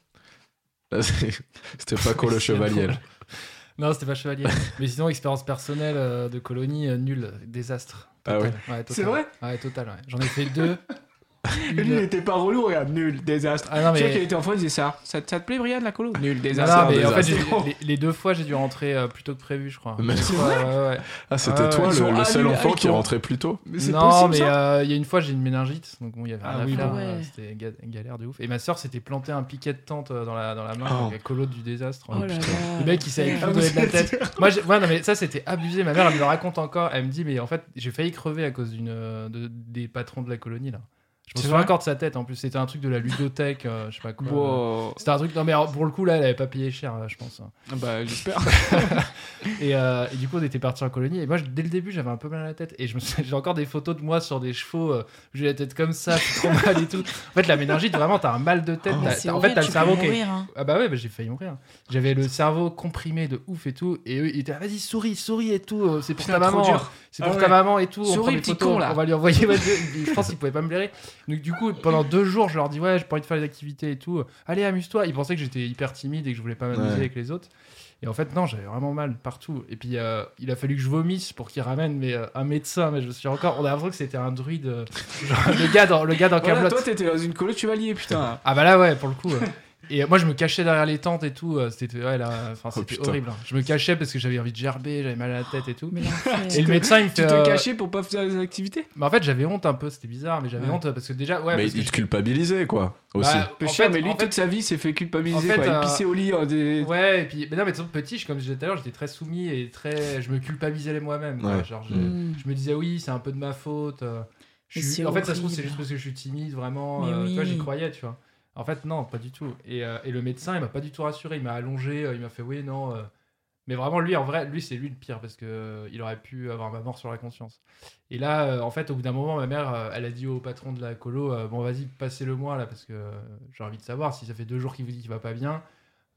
Speaker 3: Là, c'est- c'était pas con le
Speaker 4: C'est
Speaker 3: chevalier.
Speaker 4: drôle. Non, c'était pas chevalier. mais sinon, expérience personnelle euh, de colonie, euh, nulle, désastre.
Speaker 3: Ah
Speaker 4: Total. ouais,
Speaker 1: C'est
Speaker 4: total.
Speaker 1: vrai
Speaker 4: Ouais, total, ouais. J'en ai fait deux.
Speaker 1: Et Lui, il était pas relou, regarde, nul, désastre.
Speaker 4: Ah non,
Speaker 1: Tu vois qu'il
Speaker 4: mais.
Speaker 1: était en fois, il disait ça. Ça, ça te plaît, Brian, la colo Nul,
Speaker 4: Non,
Speaker 1: désastre.
Speaker 4: non, mais en fait,
Speaker 3: désastre.
Speaker 4: j'ai- les, les deux fois, j'ai dû rentrer euh, plus tôt que prévu, je crois.
Speaker 3: Mais c'est
Speaker 4: Ouais, ouais, ouais.
Speaker 3: Ah, c'était
Speaker 4: Ah,
Speaker 3: toi
Speaker 1: ils
Speaker 3: le,
Speaker 1: sont
Speaker 3: le seul
Speaker 1: allumés,
Speaker 3: enfant
Speaker 1: ils
Speaker 3: qui
Speaker 1: sont-
Speaker 3: rentrait plus tôt
Speaker 1: mais c'est
Speaker 4: Non,
Speaker 1: possible
Speaker 4: mais
Speaker 1: ça.
Speaker 4: euh, il y a une fois, j'ai une méningite, donc bon, il y avait
Speaker 1: Ah
Speaker 4: rien à
Speaker 1: oui,
Speaker 4: faire,
Speaker 2: bon.
Speaker 4: euh,
Speaker 2: Ouais.
Speaker 4: c'était ga- galère de ouf. Et ma soeur s'était planté un piquet de tente euh, dans la, dans la main,
Speaker 3: Oh.
Speaker 4: avec la colo du désastre.
Speaker 2: Oh là là.
Speaker 4: Le mec, il s'est
Speaker 2: Ouais.
Speaker 1: Ah,
Speaker 4: effondré de la
Speaker 1: vous êtes-
Speaker 4: tête. Moi, j'ai- ouais, non, mais ça, c'était abusé. Ma mère, elle me le raconte encore. Elle me dit, mais en fait, j'ai failli crever à cause d'une euh, de- des patrons de la colonie, là. Je me
Speaker 1: C'est
Speaker 4: souviens
Speaker 1: vrai
Speaker 4: encore de sa tête, en plus. C'était un truc de la ludothèque, euh, je sais pas quoi.
Speaker 1: Wow.
Speaker 4: C'était un truc. Non, mais alors, pour le coup, là, elle avait pas payé cher, là, je pense. hein.
Speaker 1: Bah, j'espère.
Speaker 4: Et, euh, et du coup, on était parti en colonie. Et moi, je- dès le début, j'avais un peu mal à la tête. Et je me souviens- j'ai encore des photos de moi sur des chevaux. euh, j'ai la tête comme ça, je suis trop mal et tout. En fait, la méningite, vraiment, t'as un mal de tête.
Speaker 3: Oh.
Speaker 4: t'as-
Speaker 2: Mais
Speaker 4: t'as-
Speaker 2: c'est
Speaker 4: en fait,
Speaker 2: horrible,
Speaker 4: t'as
Speaker 2: tu
Speaker 4: le
Speaker 2: peux
Speaker 4: cerveau qui est
Speaker 2: mourir, hein.
Speaker 4: ah bah ouais, bah j'ai failli mourir. J'avais le cerveau comprimé de ouf et tout. Et eux, ils étaient là, vas-y, souris, souris et tout. euh, C'est pour ta
Speaker 1: Putain, trop
Speaker 4: maman.
Speaker 1: dur.
Speaker 4: C'est pour
Speaker 1: Ah
Speaker 4: ta
Speaker 1: ouais.
Speaker 4: maman et tout. on
Speaker 1: Souris,
Speaker 4: prend des
Speaker 1: petit
Speaker 4: photos,
Speaker 1: con, là.
Speaker 4: On va lui envoyer. votre- je pense qu'ils pouvaient pas me blairer. Donc du coup, pendant deux jours, je leur dis, ouais, j'ai pas envie de faire des activités et tout. Allez, amuse-toi. Ils pensaient que j'étais hyper timide et que je voulais pas m'amuser
Speaker 3: Ouais.
Speaker 4: avec les autres. Et en fait, non, j'avais vraiment mal partout. Et puis, euh, il a fallu que je vomisse pour qu'ils ramènent mais, euh, un médecin. Mais je suis encore. On a l'impression que c'était un druide. euh, genre, le gars dans, le gars dans
Speaker 1: Voilà,
Speaker 4: Kaamelott.
Speaker 1: toi, t'étais dans une colo de chevalier, putain.
Speaker 4: Ah bah là ouais pour le coup. euh. Et euh, moi je me cachais derrière les tentes et tout, euh, c'était ouais, là, enfin,
Speaker 3: Oh,
Speaker 4: c'était
Speaker 3: putain.
Speaker 4: horrible. hein. Je me cachais parce que j'avais envie de gerber, j'avais mal à la tête et tout.
Speaker 2: Mais
Speaker 4: Et
Speaker 2: l'enfer.
Speaker 4: le médecin il me
Speaker 1: Tu
Speaker 4: fait...
Speaker 1: te
Speaker 4: euh,
Speaker 1: cachais pour pas faire des activités
Speaker 4: Mais en fait j'avais honte un peu, c'était bizarre, mais j'avais
Speaker 1: Ouais.
Speaker 4: honte parce que déjà... Ouais,
Speaker 3: mais
Speaker 4: parce que
Speaker 3: il
Speaker 4: je-
Speaker 3: te culpabilisait, quoi. Aussi.
Speaker 4: Bah, en
Speaker 1: Cher,
Speaker 4: fait-
Speaker 1: mais lui,
Speaker 4: en fait-
Speaker 1: toute sa vie, s'est fait culpabiliser,
Speaker 4: en fait,
Speaker 1: quoi.
Speaker 4: euh,
Speaker 1: Il pissait au lit. euh, des...
Speaker 4: Ouais, et puis... Mais non mais de toute façon, petit, je- comme je disais tout à l'heure, j'étais très soumis et très... Je me culpabilisais moi-même. quoi.
Speaker 3: Ouais.
Speaker 4: Genre, je...
Speaker 2: Mm.
Speaker 4: je me disais oui c'est un peu de ma faute. euh, je
Speaker 2: Mais
Speaker 4: suis-
Speaker 2: c'est
Speaker 4: En fait ça se trouve c'est
Speaker 2: horrible.
Speaker 4: juste parce que je suis timide vraiment.
Speaker 2: Mais
Speaker 4: euh, Tu vois
Speaker 2: oui.
Speaker 4: j'y croyais tu vois. En fait non pas du tout. Et, euh, et le médecin il m'a pas du tout rassuré, il m'a allongé, euh, il m'a fait oui non. euh. Mais vraiment lui en vrai lui c'est lui le pire parce que euh, il aurait pu avoir ma mort sur la conscience. Et là euh, en fait au bout d'un moment ma mère euh, elle a dit au patron de la colo euh, bon vas-y passez-le moi là parce que euh, j'ai envie de savoir si ça fait deux jours qu'il vous dit qu'il va pas bien.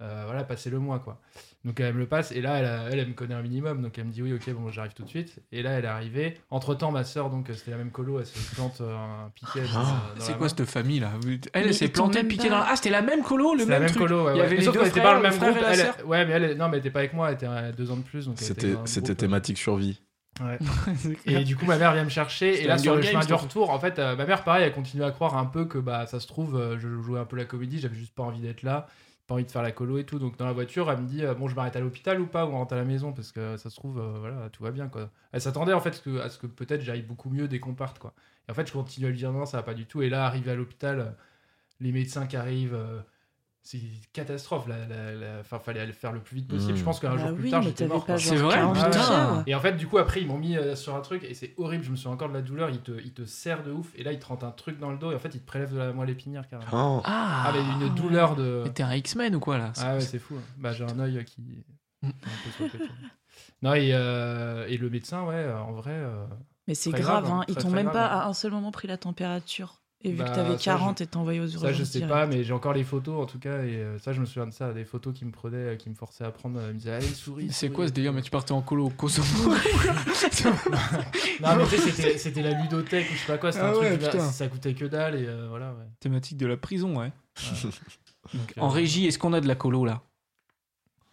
Speaker 4: euh, voilà, passez-le moi quoi. Donc elle me le passe et là elle, a- elle, elle me connaît un minimum donc elle me dit oui ok bon j'arrive tout de suite et là elle est arrivée. Entre temps ma soeur donc euh, c'était la même colo elle se plante euh, un piquet.
Speaker 3: Ah.
Speaker 4: dans- dans la
Speaker 1: C'est
Speaker 4: main.
Speaker 1: quoi cette famille là Elle,
Speaker 2: Mais
Speaker 1: elle s'est
Speaker 2: ils t'ont
Speaker 1: plantée,
Speaker 2: même
Speaker 1: piquée
Speaker 2: pas-
Speaker 1: dans la. Ah, c'était la même colo, le
Speaker 4: C'était
Speaker 1: même
Speaker 4: la même
Speaker 1: truc.
Speaker 4: colo ouais,
Speaker 1: Il y
Speaker 4: ouais.
Speaker 1: avait
Speaker 4: Mais
Speaker 1: les
Speaker 4: sauf
Speaker 1: deux
Speaker 4: qu'elle était pas dans le
Speaker 1: frères, le frère
Speaker 4: même groupe.
Speaker 1: et la
Speaker 4: elle-
Speaker 1: sœur.
Speaker 4: ouais mais elle non mais elle était pas avec moi elle était euh, deux ans de plus donc elle était
Speaker 3: C'était,
Speaker 4: dans un
Speaker 3: c'était
Speaker 4: groupe,
Speaker 3: thématique survie.
Speaker 4: euh, ouais. Et du coup, ma mère vient me chercher.
Speaker 1: C'était
Speaker 4: Et là,
Speaker 1: un
Speaker 4: sur le
Speaker 1: Hunger
Speaker 4: chemin
Speaker 1: Games,
Speaker 4: du
Speaker 1: en fait.
Speaker 4: retour, en fait, euh, ma mère, pareil, elle continue à croire un peu que bah, ça se trouve, euh, je jouais un peu la comédie, j'avais juste pas envie d'être là, pas envie de faire la colo et tout. Donc, dans la voiture, elle me dit euh, Bon, je m'arrête à l'hôpital ou pas Ou on rentre à la maison Parce que ça se trouve, euh, voilà, tout va bien, quoi. Elle s'attendait, en fait, que- à ce que peut-être j'aille beaucoup mieux dès qu'on parte, quoi. Et en fait, je continue à lui dire Non, ça va pas du tout. Et là, arrivé à l'hôpital, euh, les médecins qui arrivent. euh, c'est une catastrophe. La, la- la- Enfin, fallait aller faire le plus vite possible.
Speaker 1: Hmm.
Speaker 3: Mmh.
Speaker 4: Je pense qu'un
Speaker 2: Bah
Speaker 4: jour plus
Speaker 2: oui,
Speaker 4: tard,
Speaker 2: mais
Speaker 4: j'étais
Speaker 2: t'avais
Speaker 4: mort.
Speaker 2: pas
Speaker 4: quoi.
Speaker 1: C'est
Speaker 2: genre
Speaker 1: vrai,
Speaker 2: 40
Speaker 4: putain.
Speaker 2: fièvres.
Speaker 4: Et en fait, du coup, après, ils m'ont mis euh, sur un truc et c'est horrible. Je me souviens encore de la douleur. Il te, il te serre de ouf. Et là, il te rentre un truc dans le dos et en fait, il te prélève de la moelle épinière carrément.
Speaker 3: Oh.
Speaker 1: Ah,
Speaker 4: Ah, mais une douleur de.
Speaker 1: Mais t'es un X-Men ou quoi là
Speaker 4: Ah ouais, c'est fou. hein. Bah, j'ai un œil euh, qui.
Speaker 1: Mm.
Speaker 4: un peu sur le côté. Non, et, euh, et le médecin, ouais, euh, en vrai. euh,
Speaker 2: Mais c'est
Speaker 4: Très
Speaker 2: grave,
Speaker 4: grave,
Speaker 2: hein.
Speaker 4: hein.
Speaker 2: ils
Speaker 4: Très,
Speaker 2: t'ont
Speaker 4: très
Speaker 2: même
Speaker 4: grave,
Speaker 2: pas
Speaker 4: hein.
Speaker 2: à un seul moment pris la température. Et vu
Speaker 4: Bah,
Speaker 2: que t'avais
Speaker 4: ça,
Speaker 2: 40 et t'envoyais aux
Speaker 4: Ça,
Speaker 2: urgences.
Speaker 4: je sais
Speaker 2: direct.
Speaker 4: pas, mais j'ai encore les photos en tout cas, et euh, ça, je me souviens de ça, des photos qui me prenaient, euh, qui me forçaient à prendre, euh, ils me disaient, allez, souris.
Speaker 1: C'est
Speaker 4: souris.
Speaker 1: quoi ce délire Mais tu partais en colo au Kosovo
Speaker 4: Non, mais tu sais, c'était- c'était la ludothèque ou je sais pas quoi, c'était
Speaker 1: Ah
Speaker 4: un
Speaker 1: ouais,
Speaker 4: truc,
Speaker 1: putain.
Speaker 4: ça coûtait que dalle, et euh, voilà, ouais.
Speaker 1: Thématique de la prison, ouais.
Speaker 4: Donc,
Speaker 1: En
Speaker 4: euh,
Speaker 1: régie, est-ce qu'on a de la colo là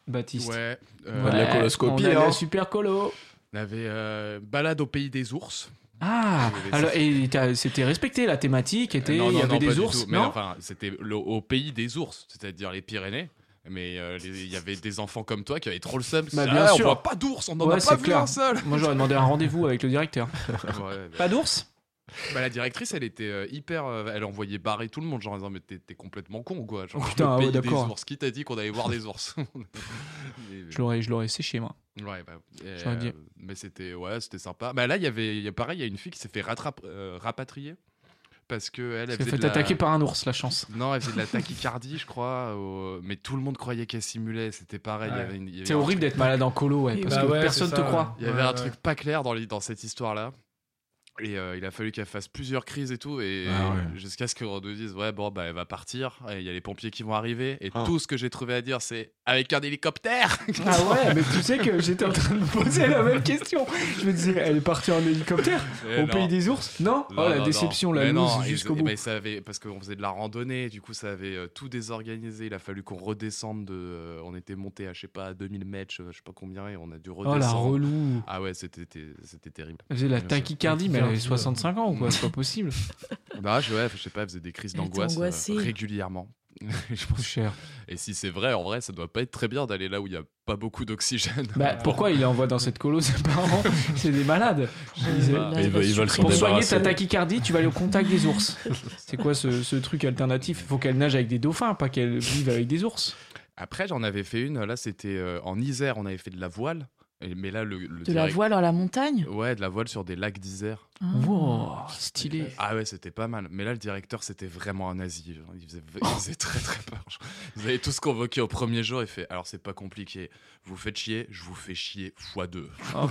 Speaker 1: Baptiste.
Speaker 6: Ouais. euh,
Speaker 3: Ouais. de la coloscopie,
Speaker 1: On a de la
Speaker 3: hein.
Speaker 1: super colo.
Speaker 6: On avait euh, Balade au pays des ours.
Speaker 1: Ah
Speaker 6: Il y avait
Speaker 1: alors,
Speaker 6: ça.
Speaker 1: et t'as- c'était respecté la thématique, était,
Speaker 6: Euh,
Speaker 1: il
Speaker 6: non,
Speaker 1: y
Speaker 6: non,
Speaker 1: avait
Speaker 6: non, pas
Speaker 1: des
Speaker 6: du
Speaker 1: ours,
Speaker 6: tout. Mais
Speaker 1: non
Speaker 6: enfin, c'était le- au pays des ours, c'est-à-dire les Pyrénées. Mais euh, les- il y avait des enfants comme toi qui avaient trop le seum.
Speaker 1: Bah,
Speaker 6: Ah,
Speaker 1: bien sûr.
Speaker 6: On voit pas d'ours, on n'en
Speaker 1: Ouais,
Speaker 6: a
Speaker 1: c'est
Speaker 6: pas vu
Speaker 1: clair.
Speaker 6: un seul.
Speaker 1: Moi j'aurais demandé un rendez-vous avec le directeur.
Speaker 6: Ouais, bah,
Speaker 1: Pas d'ours
Speaker 6: bah, la directrice, elle était euh, hyper. euh, elle envoyait barrer tout le monde, genre en disant Mais t'es t'es complètement con ou quoi genre,
Speaker 1: Oh, putain,
Speaker 6: le
Speaker 1: ah ouais,
Speaker 6: pays des
Speaker 1: d'accord.
Speaker 6: ours. Qui t'a dit qu'on allait voir des ours Et-
Speaker 1: Je l'aurais, je l'aurais séché moi.
Speaker 6: Ouais, bah, et,
Speaker 1: J'aurais dit.
Speaker 6: euh, mais c'était ouais, c'était sympa. Bah là, il y avait il y a- pareil, il y a une fille qui s'est fait rattrape- euh, rapatrier parce que elle, elle
Speaker 1: T'es
Speaker 6: faisait
Speaker 1: fait
Speaker 6: de la...
Speaker 1: attaquer par un ours, la chance.
Speaker 6: Non, elle faisait de la tachycardie, je crois, au- mais tout le monde croyait qu'elle simulait, c'était pareil, il y
Speaker 4: Ouais.
Speaker 6: avait une- il y avait
Speaker 1: C'est
Speaker 6: un
Speaker 1: horrible
Speaker 6: truc-
Speaker 1: d'être malade en colo, ouais,
Speaker 2: Et
Speaker 1: parce
Speaker 4: bah
Speaker 1: que
Speaker 4: ouais,
Speaker 1: personne
Speaker 4: c'est
Speaker 1: te
Speaker 4: ça,
Speaker 1: croit.
Speaker 6: Il y avait
Speaker 4: Ouais,
Speaker 6: un
Speaker 4: ouais.
Speaker 6: truc pas clair dans, les- dans cette histoire-là. Et euh, il a fallu qu'elle fasse plusieurs crises et tout, et
Speaker 3: Ah ouais.
Speaker 6: jusqu'à ce qu'on nous dise ouais bon bah elle va partir, et il y a les pompiers qui vont arriver, et
Speaker 3: Ah.
Speaker 6: tout ce que j'ai trouvé à dire c'est avec un hélicoptère.
Speaker 1: Ah ouais, mais tu sais que j'étais en train de me poser la même question. Je me disais, elle est partie en hélicoptère
Speaker 6: Et
Speaker 1: au
Speaker 6: Eh non.
Speaker 1: pays des ours Non,
Speaker 6: Non,
Speaker 1: Oh la
Speaker 6: non,
Speaker 1: déception,
Speaker 6: non.
Speaker 1: la
Speaker 6: Mais non,
Speaker 1: loose
Speaker 6: ils-
Speaker 1: jusqu'au
Speaker 6: eh
Speaker 1: bout.
Speaker 6: ben, ça avait- parce qu'on faisait de la randonnée, du coup ça avait euh, tout désorganisé. Il a fallu qu'on redescende de. euh, on était monté à je sais pas 2000 mètres, je je sais pas combien, et on a dû
Speaker 1: Oh
Speaker 6: redescendre.
Speaker 1: la relou
Speaker 6: ah ouais, c'était c'était- c'était terrible.
Speaker 1: Elle faisait de la
Speaker 6: Bien sûr.
Speaker 1: tachycardie, mais elle
Speaker 6: hein.
Speaker 1: avait 65 ans ou quoi, c'est pas possible.
Speaker 6: Bah je, ouais, je sais pas, elle faisait des crises
Speaker 2: Elle était
Speaker 6: d'angoisse euh,
Speaker 2: angoissée.
Speaker 6: régulièrement. Je pense-
Speaker 1: cher.
Speaker 6: Et si c'est vrai, en vrai, ça doit pas être très bien d'aller là où il y a pas beaucoup d'oxygène.
Speaker 1: Bah
Speaker 4: Ouais.
Speaker 1: pourquoi il envoie dans cette colo ses parents C'est des malades.
Speaker 2: Euh,
Speaker 1: Ils-
Speaker 2: là,
Speaker 3: Mais ils veulent- ils veulent s'en
Speaker 1: Pour soigner
Speaker 3: débarrasser.
Speaker 1: ta tachycardie, tu vas aller au contact des ours. C'est quoi ce, ce truc alternatif Faut qu'elle nage avec des dauphins, pas qu'elle vive avec des ours.
Speaker 6: Après, j'en avais fait une. Là, c'était euh, en Isère, on avait fait de la voile. Et- mais là, le, le
Speaker 2: De la
Speaker 6: direct-
Speaker 2: voile à la montagne
Speaker 6: Ouais, de la voile sur des lacs d'Isère.
Speaker 2: Ah.
Speaker 1: Wow, stylé.
Speaker 6: Ah ouais, c'était pas mal. Mais là, le directeur, c'était vraiment un nazi. genre. Il faisait, il faisait très très peur. Vous avez tous convoqué au premier jour. Il fait Alors, c'est pas compliqué. Vous faites chier, je vous fais chier x2.
Speaker 1: Oh putain.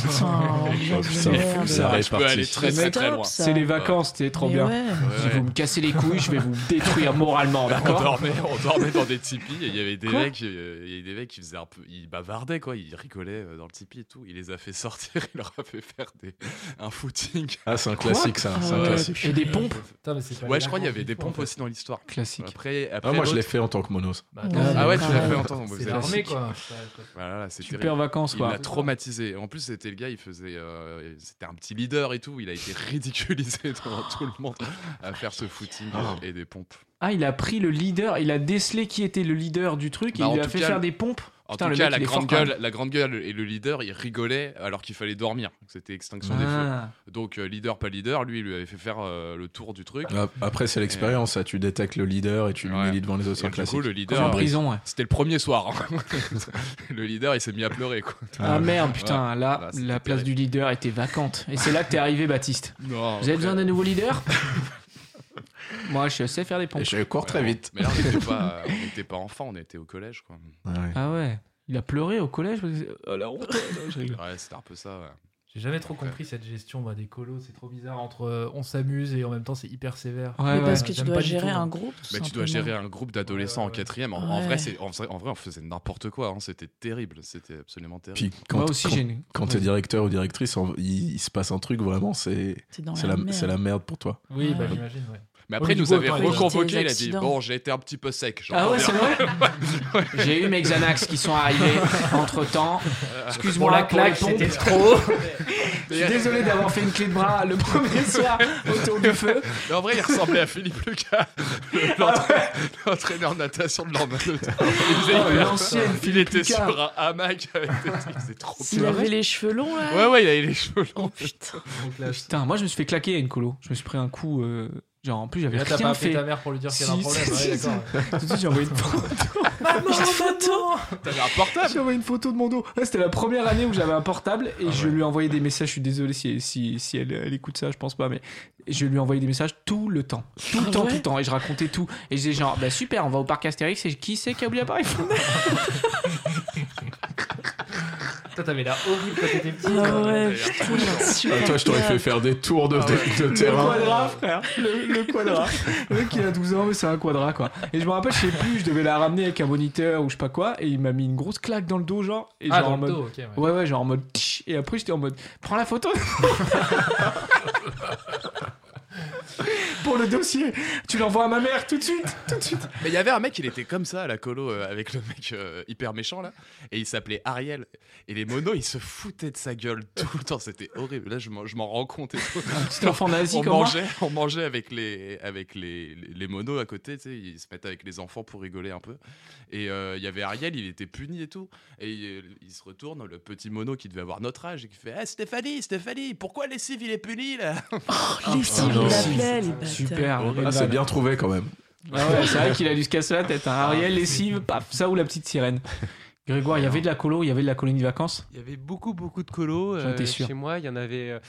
Speaker 2: Putain, ambiance de
Speaker 3: ça,
Speaker 2: merde.
Speaker 3: Oh, ça
Speaker 6: Ah, je
Speaker 3: répartit.
Speaker 6: peux aller très
Speaker 2: C'est
Speaker 6: très très
Speaker 2: top,
Speaker 6: loin.
Speaker 2: ça.
Speaker 1: C'est les vacances, t'es trop
Speaker 2: Mais
Speaker 1: bien.
Speaker 2: ouais.
Speaker 1: Si
Speaker 6: Ouais,
Speaker 1: vous me cassez les couilles, je vais vous détruire moralement,
Speaker 6: On
Speaker 1: d'accord
Speaker 6: dormait, on dormait dans des tipis et il y avait des
Speaker 1: Quoi
Speaker 6: mecs, euh, il y avait des mecs qui faisaient un peu, ils bavardaient quoi, ils rigolaient euh, dans le tipi et tout. Il les a fait sortir, il leur a fait faire des, un footing.
Speaker 3: Ah, c'est un
Speaker 1: Quoi
Speaker 3: classique, ça. C'est un
Speaker 2: Ouais.
Speaker 3: classique.
Speaker 1: Et des pompes
Speaker 4: putain, mais c'est pas
Speaker 6: Ouais,
Speaker 4: les
Speaker 6: je crois qu'il y
Speaker 4: vacances du
Speaker 6: avait des
Speaker 4: tout, en
Speaker 6: pompes
Speaker 4: fait.
Speaker 6: aussi dans l'histoire.
Speaker 1: Classique.
Speaker 6: Après,
Speaker 3: Ah,
Speaker 6: après
Speaker 3: moi, je
Speaker 6: l'autre-
Speaker 3: l'ai fait en tant que monos.
Speaker 4: Bah,
Speaker 2: Ouais.
Speaker 4: t'as-
Speaker 6: Ah ouais, tu l'as
Speaker 2: Ouais.
Speaker 6: fait en temps. vous
Speaker 4: C'est
Speaker 6: avez-
Speaker 4: l'armée quoi.
Speaker 6: Voilà, là, c'est terrible.
Speaker 1: Super vacances,
Speaker 6: Il
Speaker 1: quoi.
Speaker 6: l'a traumatisé. En plus, c'était le gars, il faisait, euh, c'était un petit leader et tout. Il a été ridiculisé devant tout le monde à faire ce footing
Speaker 3: Ah.
Speaker 6: et des pompes.
Speaker 1: Ah, il a pris le leader, il a décelé qui était le leader du truc et
Speaker 6: Bah,
Speaker 1: il
Speaker 6: en
Speaker 1: lui a
Speaker 6: tout
Speaker 1: fait
Speaker 6: cas,
Speaker 1: faire des pompes.
Speaker 6: En
Speaker 1: Putain,
Speaker 6: tout
Speaker 1: le
Speaker 6: cas,
Speaker 1: mec,
Speaker 6: la
Speaker 1: il est
Speaker 6: grande
Speaker 1: fort, quand
Speaker 6: gueule, la grande gueule et le leader, ils rigolaient alors qu'il fallait dormir. C'était extinction des feux.
Speaker 1: Ah.
Speaker 6: Donc euh, leader pas leader, lui, il lui avait fait faire euh, le tour du truc.
Speaker 3: Ah, Après, c'est l'expérience, ça. Tu détectes le leader et tu l'humilies
Speaker 6: Ouais.
Speaker 3: devant les autres.
Speaker 6: Et
Speaker 3: C'est un
Speaker 6: du coup,
Speaker 3: classique.
Speaker 6: le
Speaker 1: Comme en
Speaker 6: leader, euh,
Speaker 1: prison, ouais.
Speaker 6: c'était le premier soir. hein. le leader, il s'est mis à pleurer. Quoi.
Speaker 1: Ah, merde, putain, là,
Speaker 6: Bah, c'était
Speaker 1: la place
Speaker 6: terrible.
Speaker 1: du leader était vacante. Et c'est là que t'es arrivé, Baptiste.
Speaker 6: Non,
Speaker 1: Vous avez
Speaker 6: après,
Speaker 1: besoin d'un nouveau leader Moi, je sais faire des
Speaker 3: Et
Speaker 1: pompes.
Speaker 3: je cours très
Speaker 6: ouais,
Speaker 3: vite.
Speaker 6: Mais là, on n'était pas, on était pas enfant, on était au collège. Quoi.
Speaker 3: Ouais.
Speaker 1: Ah ouais. Il a pleuré au collège parce que- Oh la honte Non, je rigole.
Speaker 6: Ouais, c'était un peu ça. ouais.
Speaker 4: J'ai jamais trop compris cette gestion bah, des colos, c'est trop bizarre. Entre euh, on s'amuse et en même temps c'est hyper sévère.
Speaker 1: Ouais,
Speaker 2: Mais
Speaker 1: ouais.
Speaker 2: parce que tu
Speaker 4: j'aime
Speaker 2: dois
Speaker 4: pas du
Speaker 2: gérer
Speaker 4: tout,
Speaker 2: un
Speaker 4: hein.
Speaker 2: groupe.
Speaker 6: Mais
Speaker 2: tout
Speaker 6: tu dois
Speaker 2: simplement.
Speaker 6: gérer un groupe d'adolescents
Speaker 4: Ouais,
Speaker 6: en
Speaker 4: ouais.
Speaker 6: quatrième. En, en
Speaker 2: Ouais.
Speaker 6: vrai, c'est- en, vrai, en vrai, on faisait n'importe quoi. hein. C'était terrible. C'était absolument terrible.
Speaker 3: Puis quand,
Speaker 1: Moi aussi,
Speaker 3: quand,
Speaker 1: j'ai une.
Speaker 3: quand t'es directeur ou directrice, en- il, il se passe un truc vraiment, c'est
Speaker 2: T'es dans
Speaker 3: c'est
Speaker 2: la
Speaker 3: la,
Speaker 2: merde.
Speaker 3: c'est la merde pour toi.
Speaker 4: Oui, bah
Speaker 2: Ouais.
Speaker 4: j'imagine, ouais.
Speaker 6: Mais
Speaker 4: Ouais,
Speaker 6: après, il
Speaker 4: du
Speaker 6: nous
Speaker 4: coup,
Speaker 6: avait
Speaker 4: après, il y a
Speaker 6: reconvoqué.
Speaker 2: des
Speaker 6: Il a dit
Speaker 2: accidents.
Speaker 6: Bon, j'ai été un petit peu sec. j'en
Speaker 1: Ah ouais,
Speaker 6: reviens.
Speaker 1: c'est vrai J'ai eu mes Xanax qui sont arrivés entre temps. Excuse-moi,
Speaker 4: Pour la
Speaker 1: la claque,
Speaker 4: claque,
Speaker 1: c'était
Speaker 4: c'était
Speaker 1: trop. Je suis désolé d'avoir fait une clé de bras le premier soir autour du feu.
Speaker 6: Mais en vrai, il ressemblait à Philippe Lucas, le- l'entra- l'entraîneur de natation de l'Ormano. Il, faisait
Speaker 1: Ah,
Speaker 6: hyper
Speaker 1: l'ancienne
Speaker 6: peur. Il
Speaker 1: Philippe
Speaker 6: était
Speaker 1: Lucas.
Speaker 6: sur un hamac avec des trucs. Il faisait trop
Speaker 1: C'est
Speaker 2: Il
Speaker 1: vrai
Speaker 6: peur.
Speaker 2: avait les cheveux longs là.
Speaker 6: Ouais, ouais, il avait les cheveux longs.
Speaker 2: Putain.
Speaker 4: Donc là,
Speaker 1: Putain, moi je me suis fait claquer à une colo. Je me suis pris un coup. euh, Genre en plus
Speaker 4: Et
Speaker 1: j'avais
Speaker 4: là, t'as pas
Speaker 1: rien
Speaker 4: appelé
Speaker 1: fait.
Speaker 4: ta mère pour lui dire qu'elle a un
Speaker 1: Si,
Speaker 4: problème.
Speaker 1: si,
Speaker 4: Ouais,
Speaker 1: si.
Speaker 4: d'accord.
Speaker 1: Tout de suite j'ai envoyé une photo.
Speaker 2: Maman, m'attends.
Speaker 6: T'avais un portable.
Speaker 1: J'ai envoyé une photo de mon dos. Ouais, C'était la première année où j'avais un portable et
Speaker 6: Ah
Speaker 1: je
Speaker 6: ouais.
Speaker 1: lui envoyais des messages. Je suis désolé si, si, si elle, elle écoute ça, je pense pas, mais je lui envoyais des messages tout le temps. Tout le
Speaker 2: Ah
Speaker 1: temps,
Speaker 2: ouais
Speaker 1: tout le temps. Et je racontais tout. Et je disais genre, bah super, on va au parc Astérix et qui c'est qui a oublié l'appareil photo
Speaker 4: Toi, t'avais l'air horrible quand t'étais petit.
Speaker 2: Ah ouais,
Speaker 6: D'ailleurs,
Speaker 2: putain,
Speaker 3: Ah,
Speaker 2: super.
Speaker 3: toi, je t'aurais fait faire des tours de,
Speaker 6: Ah ouais.
Speaker 3: de terrain.
Speaker 1: quadra, frère. Le, le quadra. Le mec, il a 12 ans, mais c'est un quadra, quoi. Et je me rappelle, je sais plus, je devais la ramener avec un moniteur ou je sais pas quoi, et il m'a mis une grosse claque dans le dos, genre. Et
Speaker 4: Ah,
Speaker 1: genre
Speaker 4: dans
Speaker 1: en
Speaker 4: le
Speaker 1: mode.
Speaker 4: dos, ok. ouais.
Speaker 1: Ouais, ouais, genre en mode. tch, Et après, j'étais en mode. Prends la photo Pour le dossier, tu l'envoies à ma mère tout de suite, tout de suite.
Speaker 6: Mais il y avait un mec, il était comme ça à la colo euh, avec le mec euh, hyper méchant là, et il s'appelait Ariel. Et les monos, ils se foutaient de sa gueule tout le temps, c'était horrible. Là, je m'en je m'en rends compte. et tout.
Speaker 1: Petit enfant nazi
Speaker 6: on,
Speaker 1: comme moi.
Speaker 6: mangeait, on mangeait avec les, avec les, les monos à côté, tu sais, ils se mettaient avec les enfants pour rigoler un peu. Et euh, il y avait Ariel, il était puni et tout. Et il, il se retourne, le petit mono qui devait avoir notre âge, et qui fait Ah, Stéphanie, Stéphanie, pourquoi les cives, il est puni là
Speaker 2: Oh, les filles,
Speaker 3: non.
Speaker 2: il appelait, les bâtards.
Speaker 1: Super.
Speaker 3: Ah, c'est bien trouvé quand même.
Speaker 1: Ah ouais, c'est vrai qu'il a dû se casser la tête. Hein. Ariel, lessive, paf, ça ou la petite sirène. Grégoire, il y avait de la colo, il y avait de la colonie de vacances.
Speaker 5: Il y avait beaucoup, beaucoup de colos
Speaker 1: J'en
Speaker 5: euh,
Speaker 1: étais sûr.
Speaker 5: chez moi. Il y en avait, euh,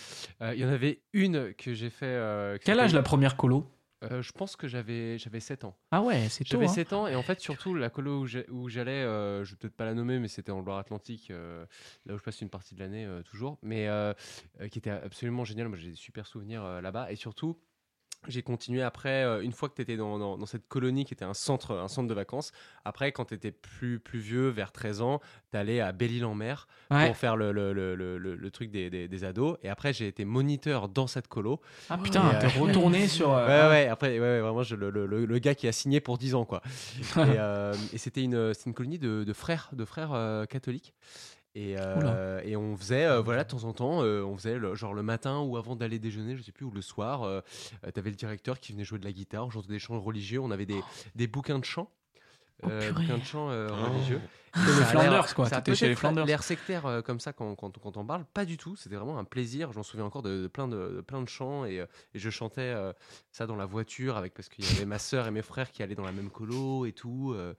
Speaker 5: euh, il y en avait une que j'ai fait. euh, qui
Speaker 1: Quel
Speaker 5: s'appelle-
Speaker 1: âge la première colo
Speaker 5: Euh, Je pense que j'avais, j'avais 7 ans.
Speaker 1: Ah ouais, c'est tôt.
Speaker 5: J'avais
Speaker 1: hein.
Speaker 5: 7 ans et en fait surtout la colo où j'ai- où j'allais, euh, je vais peut-être pas la nommer mais c'était en Loire-Atlantique, euh, là où je passe une partie de l'année euh, toujours, mais euh, euh, qui était absolument génial, moi j'ai des super souvenirs euh, là-bas et surtout j'ai continué après, euh, une fois que tu étais dans, dans- dans cette colonie qui était un centre, un centre de vacances, après quand tu étais plus, plus vieux, vers 13 ans, t'allais à Belle-Île-en-Mer
Speaker 1: Ouais.
Speaker 5: pour faire le, le- le- le- le- le truc des, des- des ados et après j'ai été moniteur dans cette colo
Speaker 1: Ah putain,
Speaker 5: Et, euh,
Speaker 1: t'es retourné sur. euh,
Speaker 5: Ouais, ouais, après, ouais, ouais, vraiment, je- le, le- le- le gars qui a signé pour 10 ans, quoi. et euh, et c'était une, c'était une colonie de, de frères, de frères euh, catholiques. Et, euh, et on faisait, euh, voilà, de temps en temps, euh, on faisait le, genre le matin ou avant d'aller déjeuner, je sais plus, ou le soir, euh, euh, t'avais le directeur qui venait jouer de la guitare, on chantait des chants religieux, on avait des, des bouquins de chants.
Speaker 2: Oh, purée. Oh.
Speaker 5: bouquins de chants euh, religieux.
Speaker 1: C'était les
Speaker 5: Ça a l'air-
Speaker 1: Flanders, quoi.
Speaker 5: ça a
Speaker 1: T'étais chez les
Speaker 5: peut-être
Speaker 1: Flanders.
Speaker 5: L'air sectaire euh, comme ça quand, quand, quand on parle, pas du tout. C'était vraiment un plaisir. J'en souviens encore de, de plein de, de plein de chants et, euh, et je chantais euh, ça dans la voiture avec parce qu'il y avait ma sœur et mes frères qui allaient dans la même colo et tout. euh,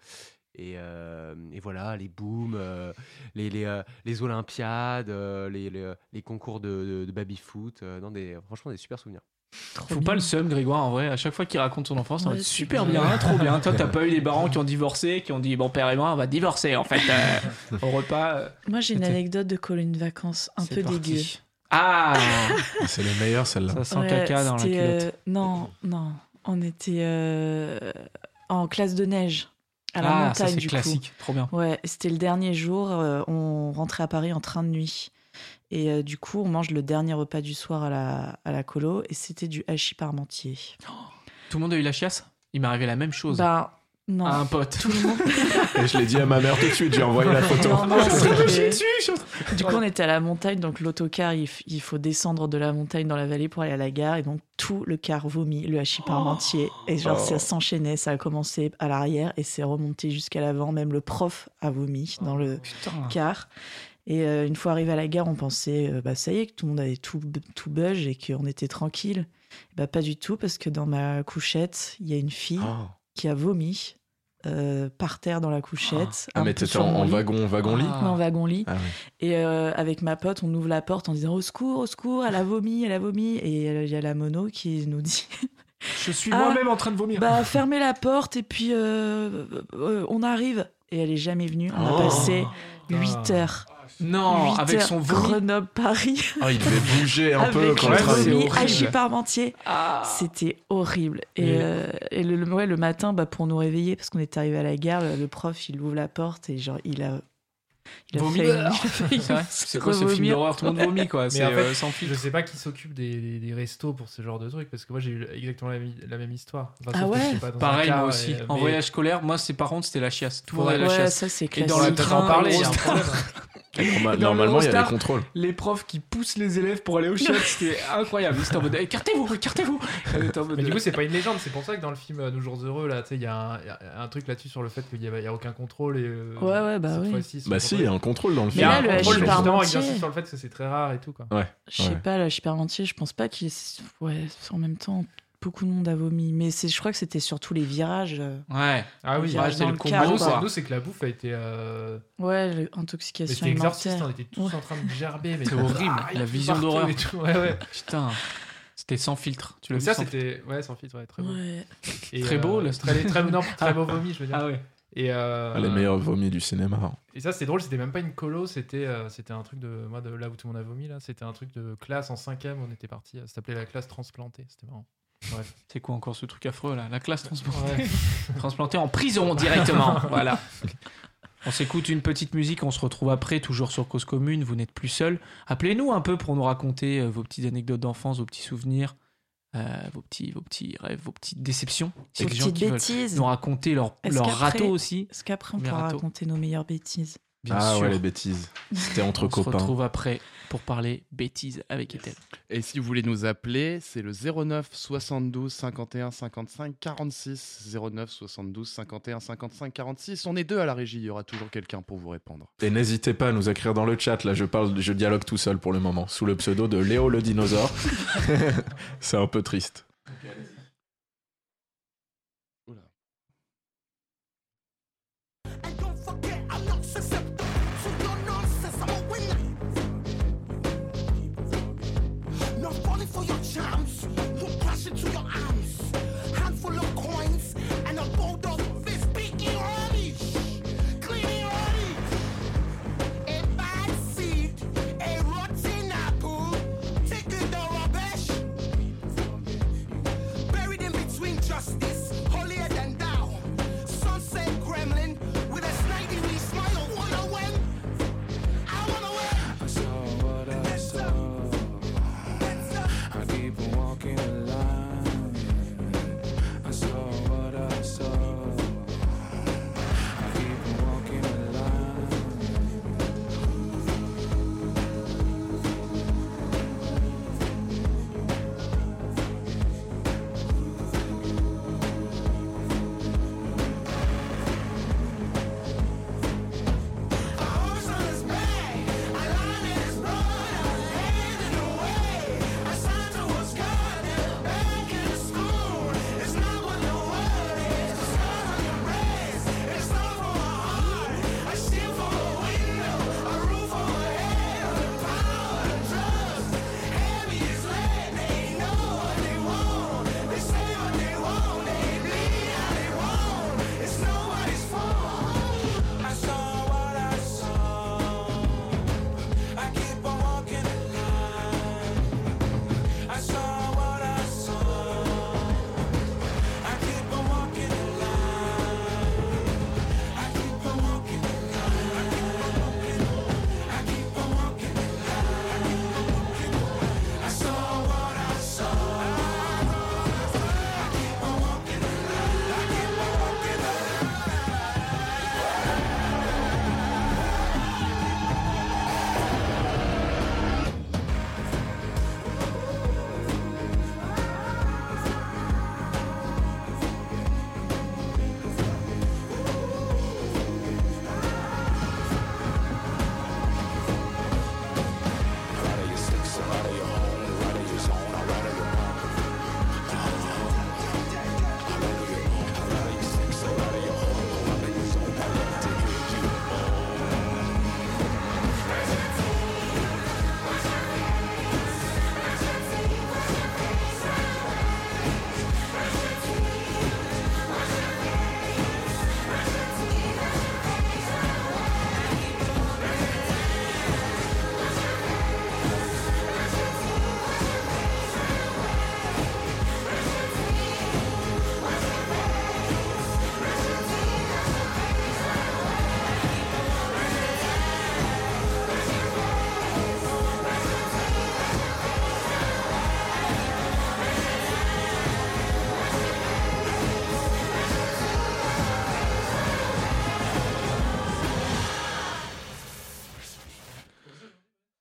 Speaker 5: et, euh, et voilà, les booms, euh, les, les, euh, les Olympiades, euh, les, les, euh, les concours de, de, de baby-foot. euh, non, des, franchement, des super souvenirs.
Speaker 1: Faut pas le seum, Grégoire, en vrai. À chaque fois qu'il raconte son enfance, ça va
Speaker 2: Ouais,
Speaker 1: être
Speaker 2: c'est
Speaker 1: super
Speaker 2: bien.
Speaker 1: bien, hein, trop bien. Toi, t'as pas eu les parents qui ont divorcé, qui ont dit Bon, père et moi, on va divorcer, en fait, euh, au repas. euh,
Speaker 2: Moi, j'ai une
Speaker 1: C'était-
Speaker 2: anecdote de colonie de vacances un
Speaker 1: c'est
Speaker 2: peu
Speaker 1: parti.
Speaker 2: dégueu.
Speaker 1: Ah
Speaker 3: C'est les meilleurs, celle-là.
Speaker 1: Ça sent
Speaker 2: Ouais,
Speaker 1: caca dans la
Speaker 2: c'était,
Speaker 1: culotte.
Speaker 2: euh, non, non. On était euh, en classe de neige à la
Speaker 1: ah,
Speaker 2: montagne
Speaker 1: ça, c'est
Speaker 2: du
Speaker 1: classique, trop bien.
Speaker 2: coup. Ouais, c'était le dernier jour. euh, on rentrait à Paris en train de nuit. Et euh, du coup, on mange le dernier repas du soir à la, à la colo. Et c'était du hachis parmentier.
Speaker 1: Tout le monde a eu la chiasse Il m'est arrivé la même chose. Ah,
Speaker 2: Ben, non.
Speaker 1: à un pote.
Speaker 2: Tout le monde.
Speaker 3: Et je l'ai dit à ma mère tout de suite, j'ai envoyé la photo.
Speaker 2: Non, non, c'est
Speaker 1: Je me
Speaker 2: que-
Speaker 1: chie dessus, je-
Speaker 2: Du coup, on était à la montagne, donc l'autocar, il, f- il faut descendre de la montagne dans la vallée pour aller à la gare, et donc tout le car vomit, le hachis parmentier, et genre
Speaker 3: Oh.
Speaker 2: ça s'enchaînait, ça a commencé à l'arrière et c'est remonté jusqu'à l'avant, même le prof a vomi dans le
Speaker 1: Putain.
Speaker 2: car. Et euh, une fois arrivé à la gare, on pensait, euh, bah ça y est, que tout le monde avait tout, b- tout bug et qu'on était tranquille. Et Bah pas du tout, parce que dans ma couchette, il y a une fille
Speaker 3: Oh.
Speaker 2: qui a vomi euh, par terre dans la couchette.
Speaker 3: Ah,
Speaker 2: un
Speaker 3: mais
Speaker 2: peu
Speaker 3: t'étais
Speaker 2: sur
Speaker 3: en,
Speaker 2: mon
Speaker 3: en
Speaker 2: lit.
Speaker 3: wagon, wagon lit.
Speaker 1: Ah.
Speaker 2: Ouais, en wagon-lit.
Speaker 3: Ah ouais.
Speaker 2: Et euh, avec ma pote, on ouvre la porte en disant au secours, au secours, elle a vomi, elle a vomi. Et euh, il y a la mono qui nous dit
Speaker 1: Je suis
Speaker 2: Ah.
Speaker 1: moi-même en train de vomir.
Speaker 2: bah fermez la porte et puis euh, euh, on arrive. Et elle est jamais venue.
Speaker 3: Oh.
Speaker 2: On a passé 8 heures.
Speaker 1: Oh. Ah. non,
Speaker 2: 8
Speaker 1: avec
Speaker 2: heures,
Speaker 1: son vomi.
Speaker 2: Grenoble, Paris,
Speaker 3: Ah, il devait bouger un peu
Speaker 2: avec Ah,
Speaker 3: quand
Speaker 1: le
Speaker 3: il
Speaker 1: même
Speaker 3: travaillait.
Speaker 1: c'est
Speaker 2: vomi,
Speaker 1: horrible.
Speaker 2: hachis parmentier.
Speaker 1: Ah.
Speaker 2: C'était horrible. Et,
Speaker 1: Mais-
Speaker 2: euh, et le, le- ouais, le matin, bah, pour nous réveiller, parce qu'on est arrivé à la gare, le, le prof, il ouvre la porte et genre, il a. Il a
Speaker 1: Vomi.
Speaker 2: fait une- il a fait une-
Speaker 1: C'est vrai, c'est quoi ce film
Speaker 2: revomir.
Speaker 1: d'horreur Tout le monde vomit, quoi. C'est
Speaker 4: en fait,
Speaker 1: euh, sans fil.
Speaker 4: Je sais pas qui s'occupe des, des- des restos pour ce genre de truc parce que moi j'ai eu exactement la, mi- la même histoire. Enfin,
Speaker 2: Ah
Speaker 4: sauf que
Speaker 2: ouais
Speaker 4: j'étais pas dans un
Speaker 1: Pareil,
Speaker 4: car,
Speaker 1: moi aussi.
Speaker 4: et-
Speaker 1: En
Speaker 4: mais-
Speaker 1: voyage scolaire, moi, c'est par contre, c'était la chiasse. Tout le monde
Speaker 4: Ouais,
Speaker 1: avait la
Speaker 2: Ouais,
Speaker 1: chiasse.
Speaker 2: ça c'est
Speaker 1: Et
Speaker 2: classique.
Speaker 1: dans le
Speaker 4: peut-être
Speaker 1: train,
Speaker 4: en parler,
Speaker 1: au
Speaker 4: il y a un
Speaker 1: Star.
Speaker 4: problème.
Speaker 3: Norma-
Speaker 1: Dans le
Speaker 3: Normalement, il y a
Speaker 1: Eurostar.
Speaker 3: des contrôles.
Speaker 1: Les profs qui poussent les élèves pour aller aux chiottes, c'était incroyable. C'était en mode eh, écartez-vous, écartez-vous. Elle était en mode,
Speaker 4: Mais du coup, c'est pas une légende, c'est pour ça que dans le film euh, Nos Jours Heureux, là, tu sais, il y, a un- il y a un truc là-dessus sur le fait qu'il n'y a, il y a aucun contrôle. Et, euh,
Speaker 2: Ouais, ouais, bah
Speaker 4: cette
Speaker 2: oui.
Speaker 4: fois-ci, ce
Speaker 3: Bah si, il y
Speaker 1: hein.
Speaker 3: a un contrôle dans le
Speaker 4: Mais
Speaker 2: Mais
Speaker 3: film.
Speaker 2: là,
Speaker 4: là,
Speaker 2: le
Speaker 4: le
Speaker 2: hachis
Speaker 4: contrôle, justement, il
Speaker 2: parmentier-
Speaker 4: insiste sur le fait que c'est très rare et tout, quoi.
Speaker 2: Je sais
Speaker 3: Ouais.
Speaker 2: pas, la Spermentier, je pense pas qu'il. Ouais, en même temps, beaucoup de monde a vomi. Mais c'est- je crois que c'était surtout les virages. euh.
Speaker 1: Ouais.
Speaker 4: Ah
Speaker 2: oui,
Speaker 4: oui,
Speaker 2: Il y a
Speaker 1: Moi,
Speaker 2: un
Speaker 1: j'étais
Speaker 2: dans
Speaker 1: le
Speaker 2: le
Speaker 1: combo,
Speaker 2: car,
Speaker 4: nous,
Speaker 1: quoi.
Speaker 4: c'est- nous, c'est que la bouffe a été. euh,
Speaker 2: Ouais, le-
Speaker 4: Mais
Speaker 2: intoxication
Speaker 4: c'était exorciste, hein,
Speaker 2: alimentaire.
Speaker 4: on était tous
Speaker 2: Ouais.
Speaker 4: en train de gerber. mais
Speaker 1: C'est
Speaker 4: partout,
Speaker 1: horrible,
Speaker 4: partout,
Speaker 1: la vision
Speaker 4: partout
Speaker 1: d'horreur.
Speaker 4: et tout, Ouais, ouais.
Speaker 1: Putain, c'était sans filtre. Tu l'as
Speaker 4: Mais
Speaker 1: vu
Speaker 4: ça,
Speaker 1: sans filtre
Speaker 4: c'était. Ouais, sans filtre, ouais, très beau.
Speaker 2: Ouais.
Speaker 4: Et,
Speaker 1: Très beau, le-
Speaker 4: Très, très, non, très beau vomi, je veux dire.
Speaker 1: Ah ouais.
Speaker 4: Et, euh,
Speaker 3: Ah, les meilleurs vomis du cinéma. hein.
Speaker 4: et ça, c'était drôle, c'était même pas une colo, c'était euh, c'était un truc de. Moi, de là où tout le monde a vomi, là, c'était un truc de classe en cinquième, on était parti. Ça s'appelait la classe transplantée, c'était marrant.
Speaker 1: C'est quoi encore ce truc affreux là La classe transplantée.
Speaker 4: Ouais.
Speaker 1: transplantée en prison directement. voilà. On s'écoute une petite musique, on se retrouve après, toujours sur Cause Commune, vous n'êtes plus seul. Appelez-nous un peu pour nous raconter euh, vos petites anecdotes d'enfance, vos petits souvenirs, euh, vos, petits, vos petits rêves, vos petites déceptions. Il y
Speaker 2: Ces
Speaker 1: a des gens
Speaker 2: petites
Speaker 1: qui veulent
Speaker 2: bêtises.
Speaker 1: nous raconter leur,
Speaker 2: Est-ce
Speaker 1: leur
Speaker 2: qu'après-
Speaker 1: râteau aussi.
Speaker 2: Parce qu'après, on
Speaker 1: Mais
Speaker 2: pourra
Speaker 1: râteau.
Speaker 2: raconter nos meilleures bêtises.
Speaker 1: Bien
Speaker 3: ah
Speaker 1: sûr.
Speaker 3: ouais, les bêtises. C'était entre
Speaker 1: on se
Speaker 3: copains.
Speaker 1: retrouve après pour parler bêtises avec Ethel.
Speaker 6: Et si vous voulez nous appeler, c'est le 09 72 51 55 46. 09 72 51 55 46. On est deux à la régie, il y aura toujours quelqu'un pour vous répondre.
Speaker 3: Et n'hésitez pas à nous écrire dans le chat. Là, je parle, je dialogue tout seul pour le moment, sous le pseudo de Léo le dinosaure. C'est un peu triste.
Speaker 7: Not falling for your charms, you're crashing to your arms. Handful of coins and a bulldog fist speaking rubbish, cleaning rubbish. A bad seed, a rotten apple, taking the rubbish. Buried in between justice, holier than thou. Sunset gremlin with a snidely smile. Wanna win? I wanna win.
Speaker 8: I saw what I saw. I keep on walking the line. I saw what I saw. I keep on walking the line. I saw what I saw. I keep on walking the line. I saw what I saw. I keep on walking the line. I keep on walking the line. I keep on walking the line. I saw what I saw. I keep on walking the line. I keep on walking the line.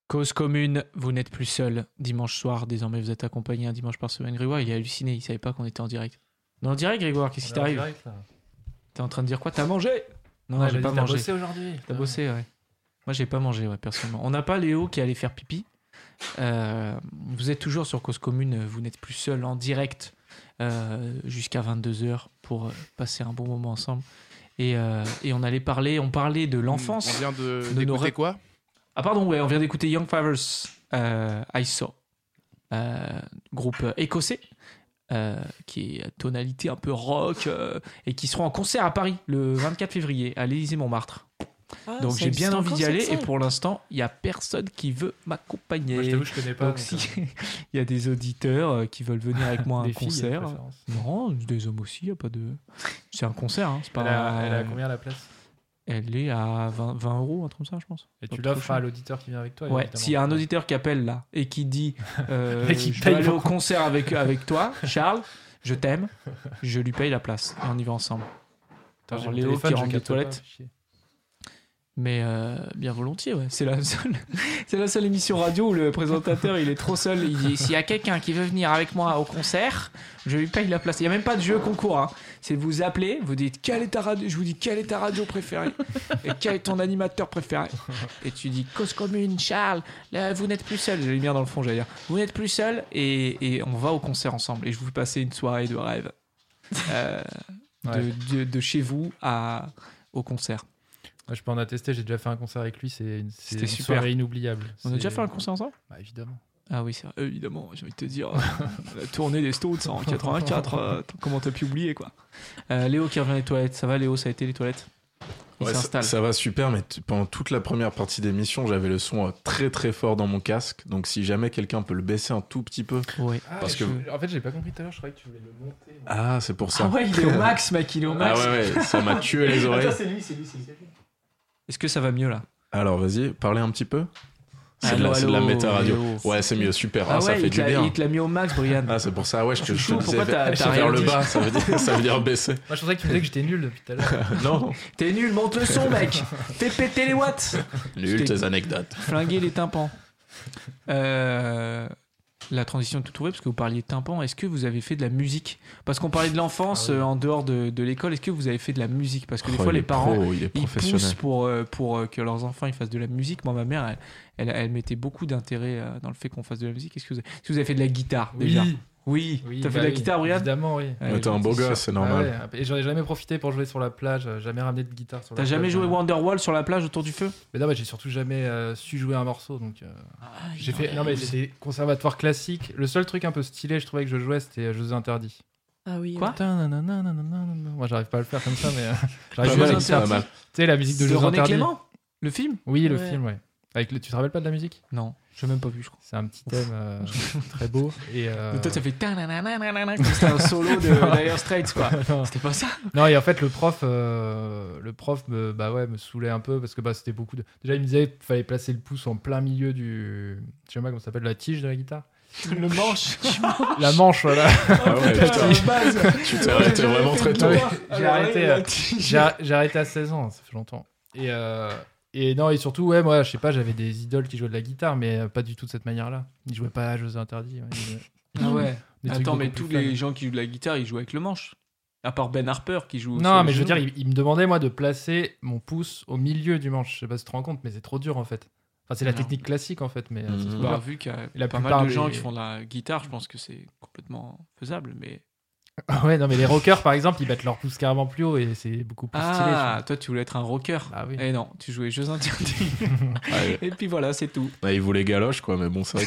Speaker 1: Cause commune, vous n'êtes plus seul. Dimanche soir, désormais vous êtes accompagné un dimanche par semaine. Grégoire, il a halluciné, il savait pas qu'on était en direct. Non, en direct, Grégoire, qu'est-ce qui t'arrive T'es en train de dire quoi T'as mangé Non,
Speaker 4: Non,
Speaker 1: j'ai pas mangé.
Speaker 4: bossé aujourd'hui.
Speaker 1: T'as bossé, ouais. Moi, j'ai pas mangé, ouais, personnellement. On n'a pas Léo qui allait faire pipi. Euh, vous êtes toujours sur Cause Commune, vous n'êtes plus seul en direct euh, jusqu'à 22h pour euh, passer un bon moment ensemble. Et, euh, et on allait parler, on parlait de l'enfance.
Speaker 6: On vient de.
Speaker 1: de nos
Speaker 6: d'écouter
Speaker 1: rêves.
Speaker 6: quoi
Speaker 1: Ah pardon, ouais, on vient d'écouter Young Fivers, euh, I Saw, euh, groupe euh, écossais, euh, qui est à tonalité un peu rock, euh, et qui seront en concert à Paris le 24 février à l'Élysée-Montmartre.
Speaker 2: Ah,
Speaker 1: Donc
Speaker 2: ça
Speaker 1: j'ai bien
Speaker 2: existe
Speaker 1: envie
Speaker 2: encore,
Speaker 1: d'y
Speaker 2: cette
Speaker 1: aller, et
Speaker 2: salle
Speaker 1: pour l'instant, il n'y a personne qui veut m'accompagner.
Speaker 4: Moi, je t'avoue, je connais pas.
Speaker 1: Donc
Speaker 4: donc,
Speaker 1: si
Speaker 4: euh,
Speaker 1: il y a des auditeurs euh, qui veulent venir avec moi à un
Speaker 4: des filles, de
Speaker 1: concert,
Speaker 4: préférence.
Speaker 1: non, des hommes aussi, y a pas de. C'est un concert, hein, c'est pas.
Speaker 4: Elle a, elle a combien la place
Speaker 1: Elle est à 20, 20 euros, un truc comme ça, je pense.
Speaker 4: Et tu
Speaker 1: Pas
Speaker 4: l'offres
Speaker 1: trop
Speaker 4: à
Speaker 1: cher.
Speaker 4: l'auditeur qui vient avec toi.
Speaker 1: Ouais,
Speaker 4: évidemment.
Speaker 1: s'il y a un auditeur qui appelle là et qui dit euh,
Speaker 4: Et qui
Speaker 1: je
Speaker 4: paye
Speaker 1: vais aller au
Speaker 4: beaucoup.
Speaker 1: concert avec, avec toi, Charles, je t'aime, je lui paye la place et on y va ensemble.
Speaker 4: Attends, j'ai
Speaker 1: Alors,
Speaker 4: mon
Speaker 1: Léo
Speaker 4: téléphone,
Speaker 1: qui
Speaker 4: je
Speaker 1: rentre des
Speaker 4: capte pas,
Speaker 1: toilettes.
Speaker 4: chier.
Speaker 1: Mais euh, bien volontiers, ouais. C'est la seule, c'est la seule émission radio où le présentateur il est trop seul. Il dit s'il y a quelqu'un qui veut venir avec moi au concert, je lui paye la place. Il y a même pas de jeu concours. hein. C'est vous appelez, vous dites quelle est ta radio, je vous dis quelle est ta radio préférée et quel est ton animateur préféré. Et tu dis cause commune, Charles. Là, vous n'êtes plus seul. J'allais bien dans le fond, j'allais dire vous n'êtes plus seul et, et on va au concert ensemble. Et je vous fais passer une soirée de rêve Euh, de-
Speaker 4: Ouais.
Speaker 1: de, de chez vous à au concert.
Speaker 4: Ouais, Je peux en attester, j'ai déjà fait un concert avec lui, c'est une, c'est
Speaker 1: C'était
Speaker 4: une
Speaker 1: super.
Speaker 4: soirée inoubliable.
Speaker 1: On a
Speaker 4: C'est-
Speaker 1: déjà fait un concert ensemble.
Speaker 4: Bah, évidemment.
Speaker 1: Ah oui, c'est vrai. évidemment, j'ai envie de te dire, euh, la tournée des Stones en 84, euh, t- comment t'as pu oublier quoi. Euh, Léo qui revient des toilettes, ça va Léo, ça a été les toilettes Il
Speaker 3: Ouais, ça,
Speaker 1: s'installe.
Speaker 3: ça va super, mais t- pendant toute la première partie d'émission, j'avais le son euh, très très fort dans mon casque. Donc si jamais quelqu'un peut le baisser un tout petit peu.
Speaker 1: Ouais.
Speaker 3: Parce
Speaker 4: Ah, je-
Speaker 3: que-
Speaker 4: En fait, j'ai pas compris tout à l'heure, je croyais que tu voulais le monter. moi.
Speaker 3: Ah, c'est pour ça.
Speaker 1: Ah ouais, il est au max, mec, il est au
Speaker 3: Ah
Speaker 1: max.
Speaker 3: ouais, ouais, ça m'a tué les oreilles.
Speaker 4: Attends, c'est lui, c'est lui, c'est lui.
Speaker 1: Est-ce que ça va mieux là
Speaker 3: Alors vas-y, parlez un petit peu. C'est de la, c'est de la méta radio. Ouais, c'est mieux, super.
Speaker 1: Ah,
Speaker 3: Ah, ça
Speaker 1: ouais,
Speaker 3: fait
Speaker 1: il te
Speaker 3: du
Speaker 1: l'a-
Speaker 3: bien.
Speaker 1: il te l'a mis au max, Brian.
Speaker 3: Ah, c'est pour ça, ouais, je te, je te
Speaker 1: Chouchou,
Speaker 3: disais
Speaker 1: pourquoi t'as- t'as
Speaker 3: vers
Speaker 1: rien
Speaker 3: le
Speaker 1: dit
Speaker 3: bas, ça veut dire, ça veut dire baisser.
Speaker 4: Moi, je pensais que tu me disais que j'étais nul depuis tout à l'heure.
Speaker 3: non,
Speaker 1: T'es nul, monte le son, mec Fais péter les watts
Speaker 3: nul tes anecdotes.
Speaker 1: Flinguer les tympans. Euh, La transition est tout trouvée parce que vous parliez de tympans. Est-ce que vous avez fait de la musique Parce qu'on parlait de l'enfance
Speaker 4: Ah oui.
Speaker 1: euh, en dehors de, de l'école. Est-ce que vous avez fait de la musique Parce que des
Speaker 3: Oh,
Speaker 1: fois,
Speaker 3: il
Speaker 1: les
Speaker 3: est
Speaker 1: parents,
Speaker 3: pro, il est
Speaker 1: ils poussent
Speaker 3: professionnel.
Speaker 1: pour, euh, pour euh, que leurs enfants ils fassent de la musique. Moi, ma mère, elle, elle, elle mettait beaucoup d'intérêt euh, dans le fait qu'on fasse de la musique. Est-ce que, vous avez- est-ce que vous avez fait de la guitare déjà Oui.
Speaker 4: Oui,
Speaker 1: T'as fait
Speaker 4: bah
Speaker 1: de la
Speaker 4: oui,
Speaker 1: guitare, Euh, Brian
Speaker 4: Évidemment, oui.
Speaker 1: Ouais,
Speaker 3: Mais t'es un beau
Speaker 1: c'est sûr.
Speaker 3: gosse, c'est normal.
Speaker 4: Ah ouais, Et j'en ai jamais profité pour jouer sur la plage, euh, jamais ramené de guitare sur la
Speaker 1: T'as jamais
Speaker 4: plage,
Speaker 1: joué
Speaker 4: euh.
Speaker 1: Wonderwall sur la plage autour du feu
Speaker 4: Mais non, mais j'ai surtout jamais euh, su jouer un morceau, donc. euh,
Speaker 2: Ah,
Speaker 4: j'ai fait. Non, mais c'est des conservatoires classiques. Le seul truc un peu stylé, je trouvais que je jouais, c'était euh, Jeux Interdits.
Speaker 2: Ah oui.
Speaker 1: Quoi
Speaker 4: Tadadadadadadadada. Moi, j'arrive pas à le faire comme ça, mais. euh,
Speaker 3: Pas
Speaker 4: j'arrive pas à
Speaker 3: mal,
Speaker 4: le
Speaker 3: c'est pas
Speaker 4: faire.
Speaker 3: mal.
Speaker 4: Tu sais, la musique de
Speaker 1: De
Speaker 4: Jeux
Speaker 1: René
Speaker 4: Interdits.
Speaker 1: Clément Le film
Speaker 4: Oui, le
Speaker 2: Ouais.
Speaker 4: film, ouais. Avec le... Tu te rappelles pas de la musique
Speaker 1: Non, je l'ai même pas vu, je crois.
Speaker 4: C'est un petit thème euh, très beau. Et, euh,
Speaker 1: Toi, ça fait ta-na-na-na-na-na, comme si c'était un solo de Dire Straits, quoi.
Speaker 4: non.
Speaker 1: C'était pas ça
Speaker 4: Non, et en fait, le prof, euh, le prof me, bah ouais, me saoulait un peu parce que bah, c'était beaucoup de. Déjà, il me disait qu'il fallait placer le pouce en plein milieu du. Je sais pas comment ça s'appelle, la tige de la guitare.
Speaker 1: Le manche
Speaker 4: La manche, voilà.
Speaker 3: Ah ouais, putain, tu t'es arrêté vraiment très tôt.
Speaker 4: Ah oui, J'ai arrêté, euh, j'ai ar- j'ai arrêté à 16 ans, hein, ça fait longtemps. Et, euh, et non, et surtout, ouais, moi, je sais pas, j'avais des idoles qui jouaient de la guitare, mais euh, pas du tout de cette manière-là. Ils jouaient pas à Jeux Interdits. ouais, ils jouaient
Speaker 1: Ah ouais.
Speaker 4: des trucs
Speaker 1: Attends, mais
Speaker 4: beaucoup
Speaker 1: tous
Speaker 4: plus fun.
Speaker 1: les gens qui jouent de la guitare, ils jouent avec le manche. À part Ben Harper qui joue. sur
Speaker 4: Non,
Speaker 1: le
Speaker 4: mais je veux
Speaker 1: genou.
Speaker 4: dire, il, il me demandait, moi, de placer mon pouce au milieu du manche. Je sais pas si tu te rends compte, mais c'est trop dur, en fait. Enfin, c'est la
Speaker 1: Non.
Speaker 4: technique classique, en fait, mais euh, c'est
Speaker 3: Mhm.
Speaker 4: trop
Speaker 1: Bah,
Speaker 4: dur.
Speaker 1: vu qu'il y a
Speaker 4: La
Speaker 1: pas mal
Speaker 4: plupart
Speaker 1: de gens
Speaker 4: des-
Speaker 1: qui font de la guitare, je pense que c'est complètement faisable, mais.
Speaker 4: Ouais, non, mais les rockers, par exemple, ils battent leur pouce carrément plus haut et c'est beaucoup plus stylé. je
Speaker 1: Ah,
Speaker 4: trouve.
Speaker 1: toi, tu voulais être un rocker.
Speaker 4: Ah oui.
Speaker 1: Et non, tu jouais Jeux Interdits.
Speaker 3: Ouais,
Speaker 1: Et puis voilà, c'est tout.
Speaker 3: ouais, il voulait galoche, quoi, mais bon, c'est vrai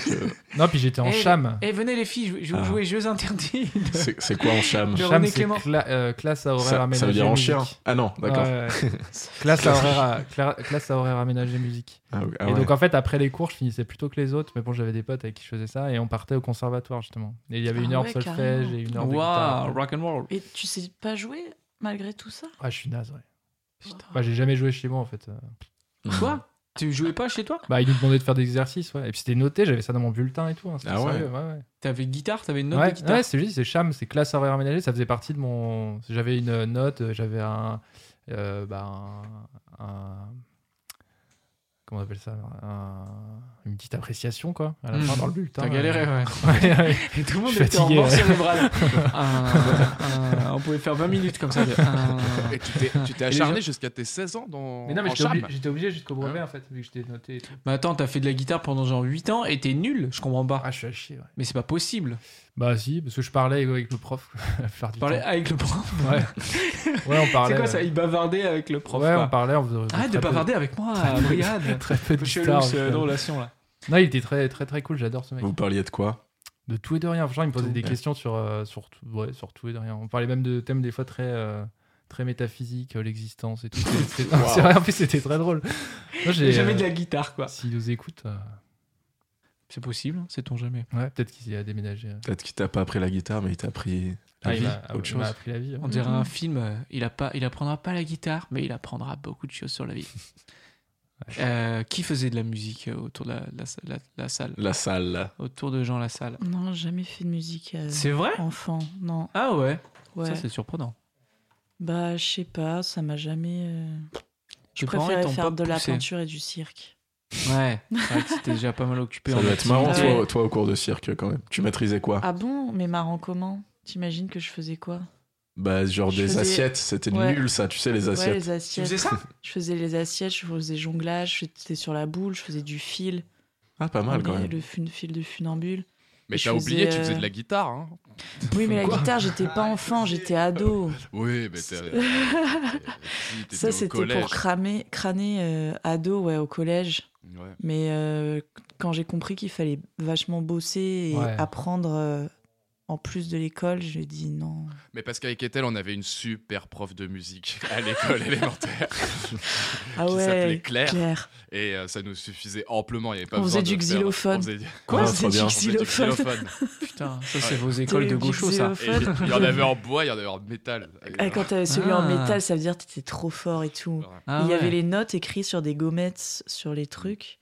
Speaker 3: que
Speaker 4: Non, puis j'étais en
Speaker 1: Eh,
Speaker 4: cham.
Speaker 1: Et venez, les filles, je je vais vous
Speaker 3: Ah.
Speaker 1: jouer Jeux Interdits.
Speaker 3: c'est c'est quoi en cham
Speaker 1: Le
Speaker 4: Cham,
Speaker 1: René
Speaker 4: c'est
Speaker 1: Clément.
Speaker 4: cla- euh, classe à horaire
Speaker 3: ça,
Speaker 4: aménagé.
Speaker 3: ça veut dire en
Speaker 4: musique.
Speaker 3: chien Ah non, d'accord.
Speaker 4: Ouais, ouais. classe, à horaire, à- cla- classe à horaire aménagé musique.
Speaker 3: Ah ouais, ah
Speaker 4: et
Speaker 3: ouais.
Speaker 4: donc, en fait, après les cours, je finissais plutôt que les autres, mais bon, j'avais des potes avec qui je faisais ça et on partait au conservatoire, justement. Et il y avait une
Speaker 2: Ah
Speaker 4: heure de
Speaker 2: ouais,
Speaker 4: solfège
Speaker 2: carrément.
Speaker 4: et une heure de guitare.
Speaker 1: Waouh, rock and roll.
Speaker 2: Et tu sais pas jouer malgré tout ça
Speaker 4: Ah, je suis naze, ouais.
Speaker 2: Putain.
Speaker 4: Bah, j'ai jamais joué chez moi en fait. Euh,
Speaker 1: Quoi Tu jouais pas chez toi
Speaker 4: Bah, ils nous demandaient de faire des exercices, ouais. Et puis c'était noté, j'avais ça dans mon bulletin et tout. hein, c'était
Speaker 3: Ah ouais.
Speaker 4: sérieux, ouais, ouais.
Speaker 1: T'avais guitare, t'avais une note
Speaker 4: Ouais,
Speaker 1: de guitare.
Speaker 4: ouais, c'est juste, c'est cham, c'est classe horaire aménagée, ça faisait partie de mon. J'avais une euh, note, euh, j'avais un. euh, bah, un, un- Comment on appelle ça un- Une petite appréciation, quoi, à la
Speaker 1: Mhm.
Speaker 4: fin dans le bulletin.
Speaker 1: T'as galéré, ouais.
Speaker 4: Ouais, ouais.
Speaker 1: Et tout le monde
Speaker 4: Je suis
Speaker 1: était en
Speaker 4: fatigué,
Speaker 1: mort
Speaker 4: ouais.
Speaker 1: cérébrale. Un- un- on pouvait faire 20 minutes comme ça. de un-
Speaker 6: Et tu t'es- tu t'es
Speaker 1: Et les
Speaker 6: acharné jusqu'à tes 16 ans dans
Speaker 4: Mais non, mais
Speaker 6: en
Speaker 4: j'étais
Speaker 6: charme.
Speaker 4: obligé, j'étais obligé jusqu'au brevet, en fait, vu que j'étais noté et tout.
Speaker 1: Mais attends, t'as fait de la guitare pendant genre 8 ans et t'es nul, je comprends pas.
Speaker 4: Ah, je suis à chier, ouais.
Speaker 1: Mais c'est pas possible.
Speaker 4: Bah, si, parce que je parlais avec le prof. la plupart du
Speaker 1: Tu parlais
Speaker 4: temps.
Speaker 1: avec le prof.
Speaker 4: Ouais, on parlait.
Speaker 1: C'est quoi
Speaker 4: euh,
Speaker 1: ça Il bavardait avec le prof.
Speaker 4: Ouais,
Speaker 1: quoi.
Speaker 4: on parlait. On faisait
Speaker 1: Arrête de
Speaker 4: très peu-
Speaker 1: bavarder avec moi, Brian.
Speaker 4: Très peu de
Speaker 1: Chelou
Speaker 4: guitare,
Speaker 1: ce-
Speaker 4: je-
Speaker 1: nos relations là.
Speaker 4: Non, il était très, très, très cool. J'adore ce mec.
Speaker 3: Vous parliez de quoi
Speaker 4: de tout et de rien. Franchement, il me posait
Speaker 3: Tout,
Speaker 4: des
Speaker 3: ouais.
Speaker 4: questions sur, euh, sur, tout, ouais, sur tout et de rien. On parlait même de thèmes des fois très, euh, très métaphysiques, euh, l'existence et tout. C'était- c'était- c'est vrai, en plus, c'était très drôle. Moi, j'ai,
Speaker 1: J'avais de
Speaker 4: euh,
Speaker 1: la guitare, quoi.
Speaker 4: S'il nous écoute, euh,
Speaker 1: C'est possible, hein, sait-on jamais.
Speaker 4: ouais, peut-être qu'il a déménagé. euh.
Speaker 3: Peut-être qu'il t'a pas appris la guitare, mais il t'a appris la
Speaker 4: Ah, il
Speaker 3: vie,
Speaker 4: m'a- ah,
Speaker 3: autre
Speaker 4: il m'a
Speaker 3: chose.
Speaker 4: appris la vie. ouais.
Speaker 1: On dirait
Speaker 3: Mhm.
Speaker 1: un film, euh, il, a pas, il apprendra pas la guitare, mais il apprendra beaucoup de choses sur la vie. Euh, qui faisait de la musique euh, autour de la, la- la- la salle
Speaker 3: La salle.
Speaker 1: Autour de Jean Lassalle.
Speaker 2: Non, j'ai jamais fait de musique euh,
Speaker 1: C'est vrai
Speaker 2: enfant. Non,
Speaker 1: Ah ouais,
Speaker 2: ouais.
Speaker 1: Ça, c'est surprenant.
Speaker 2: bah, je sais pas, ça m'a jamais. euh, Je
Speaker 1: Tes parents, ils
Speaker 2: préférais
Speaker 1: t'ont
Speaker 2: faire
Speaker 1: pas
Speaker 2: de la
Speaker 1: poussé.
Speaker 2: peinture et du cirque.
Speaker 1: Ouais, c'est vrai que c'était déjà pas mal occupé.
Speaker 3: Ça
Speaker 1: en
Speaker 3: doit être marrant,
Speaker 1: activité.
Speaker 3: toi, toi, au cours de cirque, quand même. Tu maîtrisais quoi
Speaker 2: Ah bon Mais marrant comment T'imagines que je faisais quoi
Speaker 3: Bah, genre
Speaker 2: Je
Speaker 3: des
Speaker 2: faisais-
Speaker 3: assiettes. C'était
Speaker 2: Ouais.
Speaker 3: nul, ça, tu sais, les
Speaker 2: Ouais,
Speaker 3: assiettes.
Speaker 2: les
Speaker 1: Tu
Speaker 2: assiettes.
Speaker 1: faisais ça
Speaker 2: Je faisais les assiettes, je faisais jonglage, j'étais sur la boule, je faisais du fil.
Speaker 3: Ah, pas mal, quand
Speaker 2: Mais
Speaker 3: même.
Speaker 2: Le fun- fil de funambule.
Speaker 6: Mais
Speaker 2: Je
Speaker 6: t'as oublié,
Speaker 2: faisais,
Speaker 6: tu faisais
Speaker 2: euh,
Speaker 6: de la guitare. Hein.
Speaker 2: Oui, mais
Speaker 6: Quoi
Speaker 2: la guitare, j'étais pas enfant, j'étais ado.
Speaker 6: Oui, mais
Speaker 2: C'est-
Speaker 6: t'es- euh, si, t'étais
Speaker 2: Ça,
Speaker 6: au
Speaker 2: c'était
Speaker 6: collège.
Speaker 2: pour cramer, crâner euh, ado ouais, au collège.
Speaker 6: Ouais.
Speaker 2: Mais euh, quand j'ai compris qu'il fallait vachement bosser et
Speaker 4: Ouais.
Speaker 2: apprendre euh, en plus de l'école, j'ai dit non.
Speaker 6: Mais parce qu'avec Ethel, on avait une super prof de musique à l'école élémentaire
Speaker 2: Ah
Speaker 6: qui s'appelait
Speaker 2: ouais,
Speaker 6: Claire.
Speaker 2: Claire.
Speaker 6: Et euh, ça nous suffisait amplement. Il y avait pas
Speaker 2: On
Speaker 6: besoin
Speaker 2: faisait
Speaker 6: de
Speaker 2: du
Speaker 6: faire-
Speaker 2: xylophone.
Speaker 6: on faisait du-
Speaker 3: Ah,
Speaker 2: Quoi,
Speaker 3: trop
Speaker 2: c'était
Speaker 3: bien.
Speaker 2: du
Speaker 6: on faisait du
Speaker 2: xylophone
Speaker 6: xylophone.
Speaker 1: Putain, ça c'est
Speaker 6: Ouais.
Speaker 1: vos écoles de
Speaker 2: Du
Speaker 1: gauchos, ça.
Speaker 6: Et Il y en avait en bois, il y en avait en métal. euh,
Speaker 2: Ah, Quand t'avais celui en
Speaker 1: Ah.
Speaker 2: métal, ça veut dire que t'étais trop fort et tout.
Speaker 1: Ah
Speaker 2: Il y
Speaker 1: ouais.
Speaker 2: avait les notes écrites sur des gommettes, sur les trucs.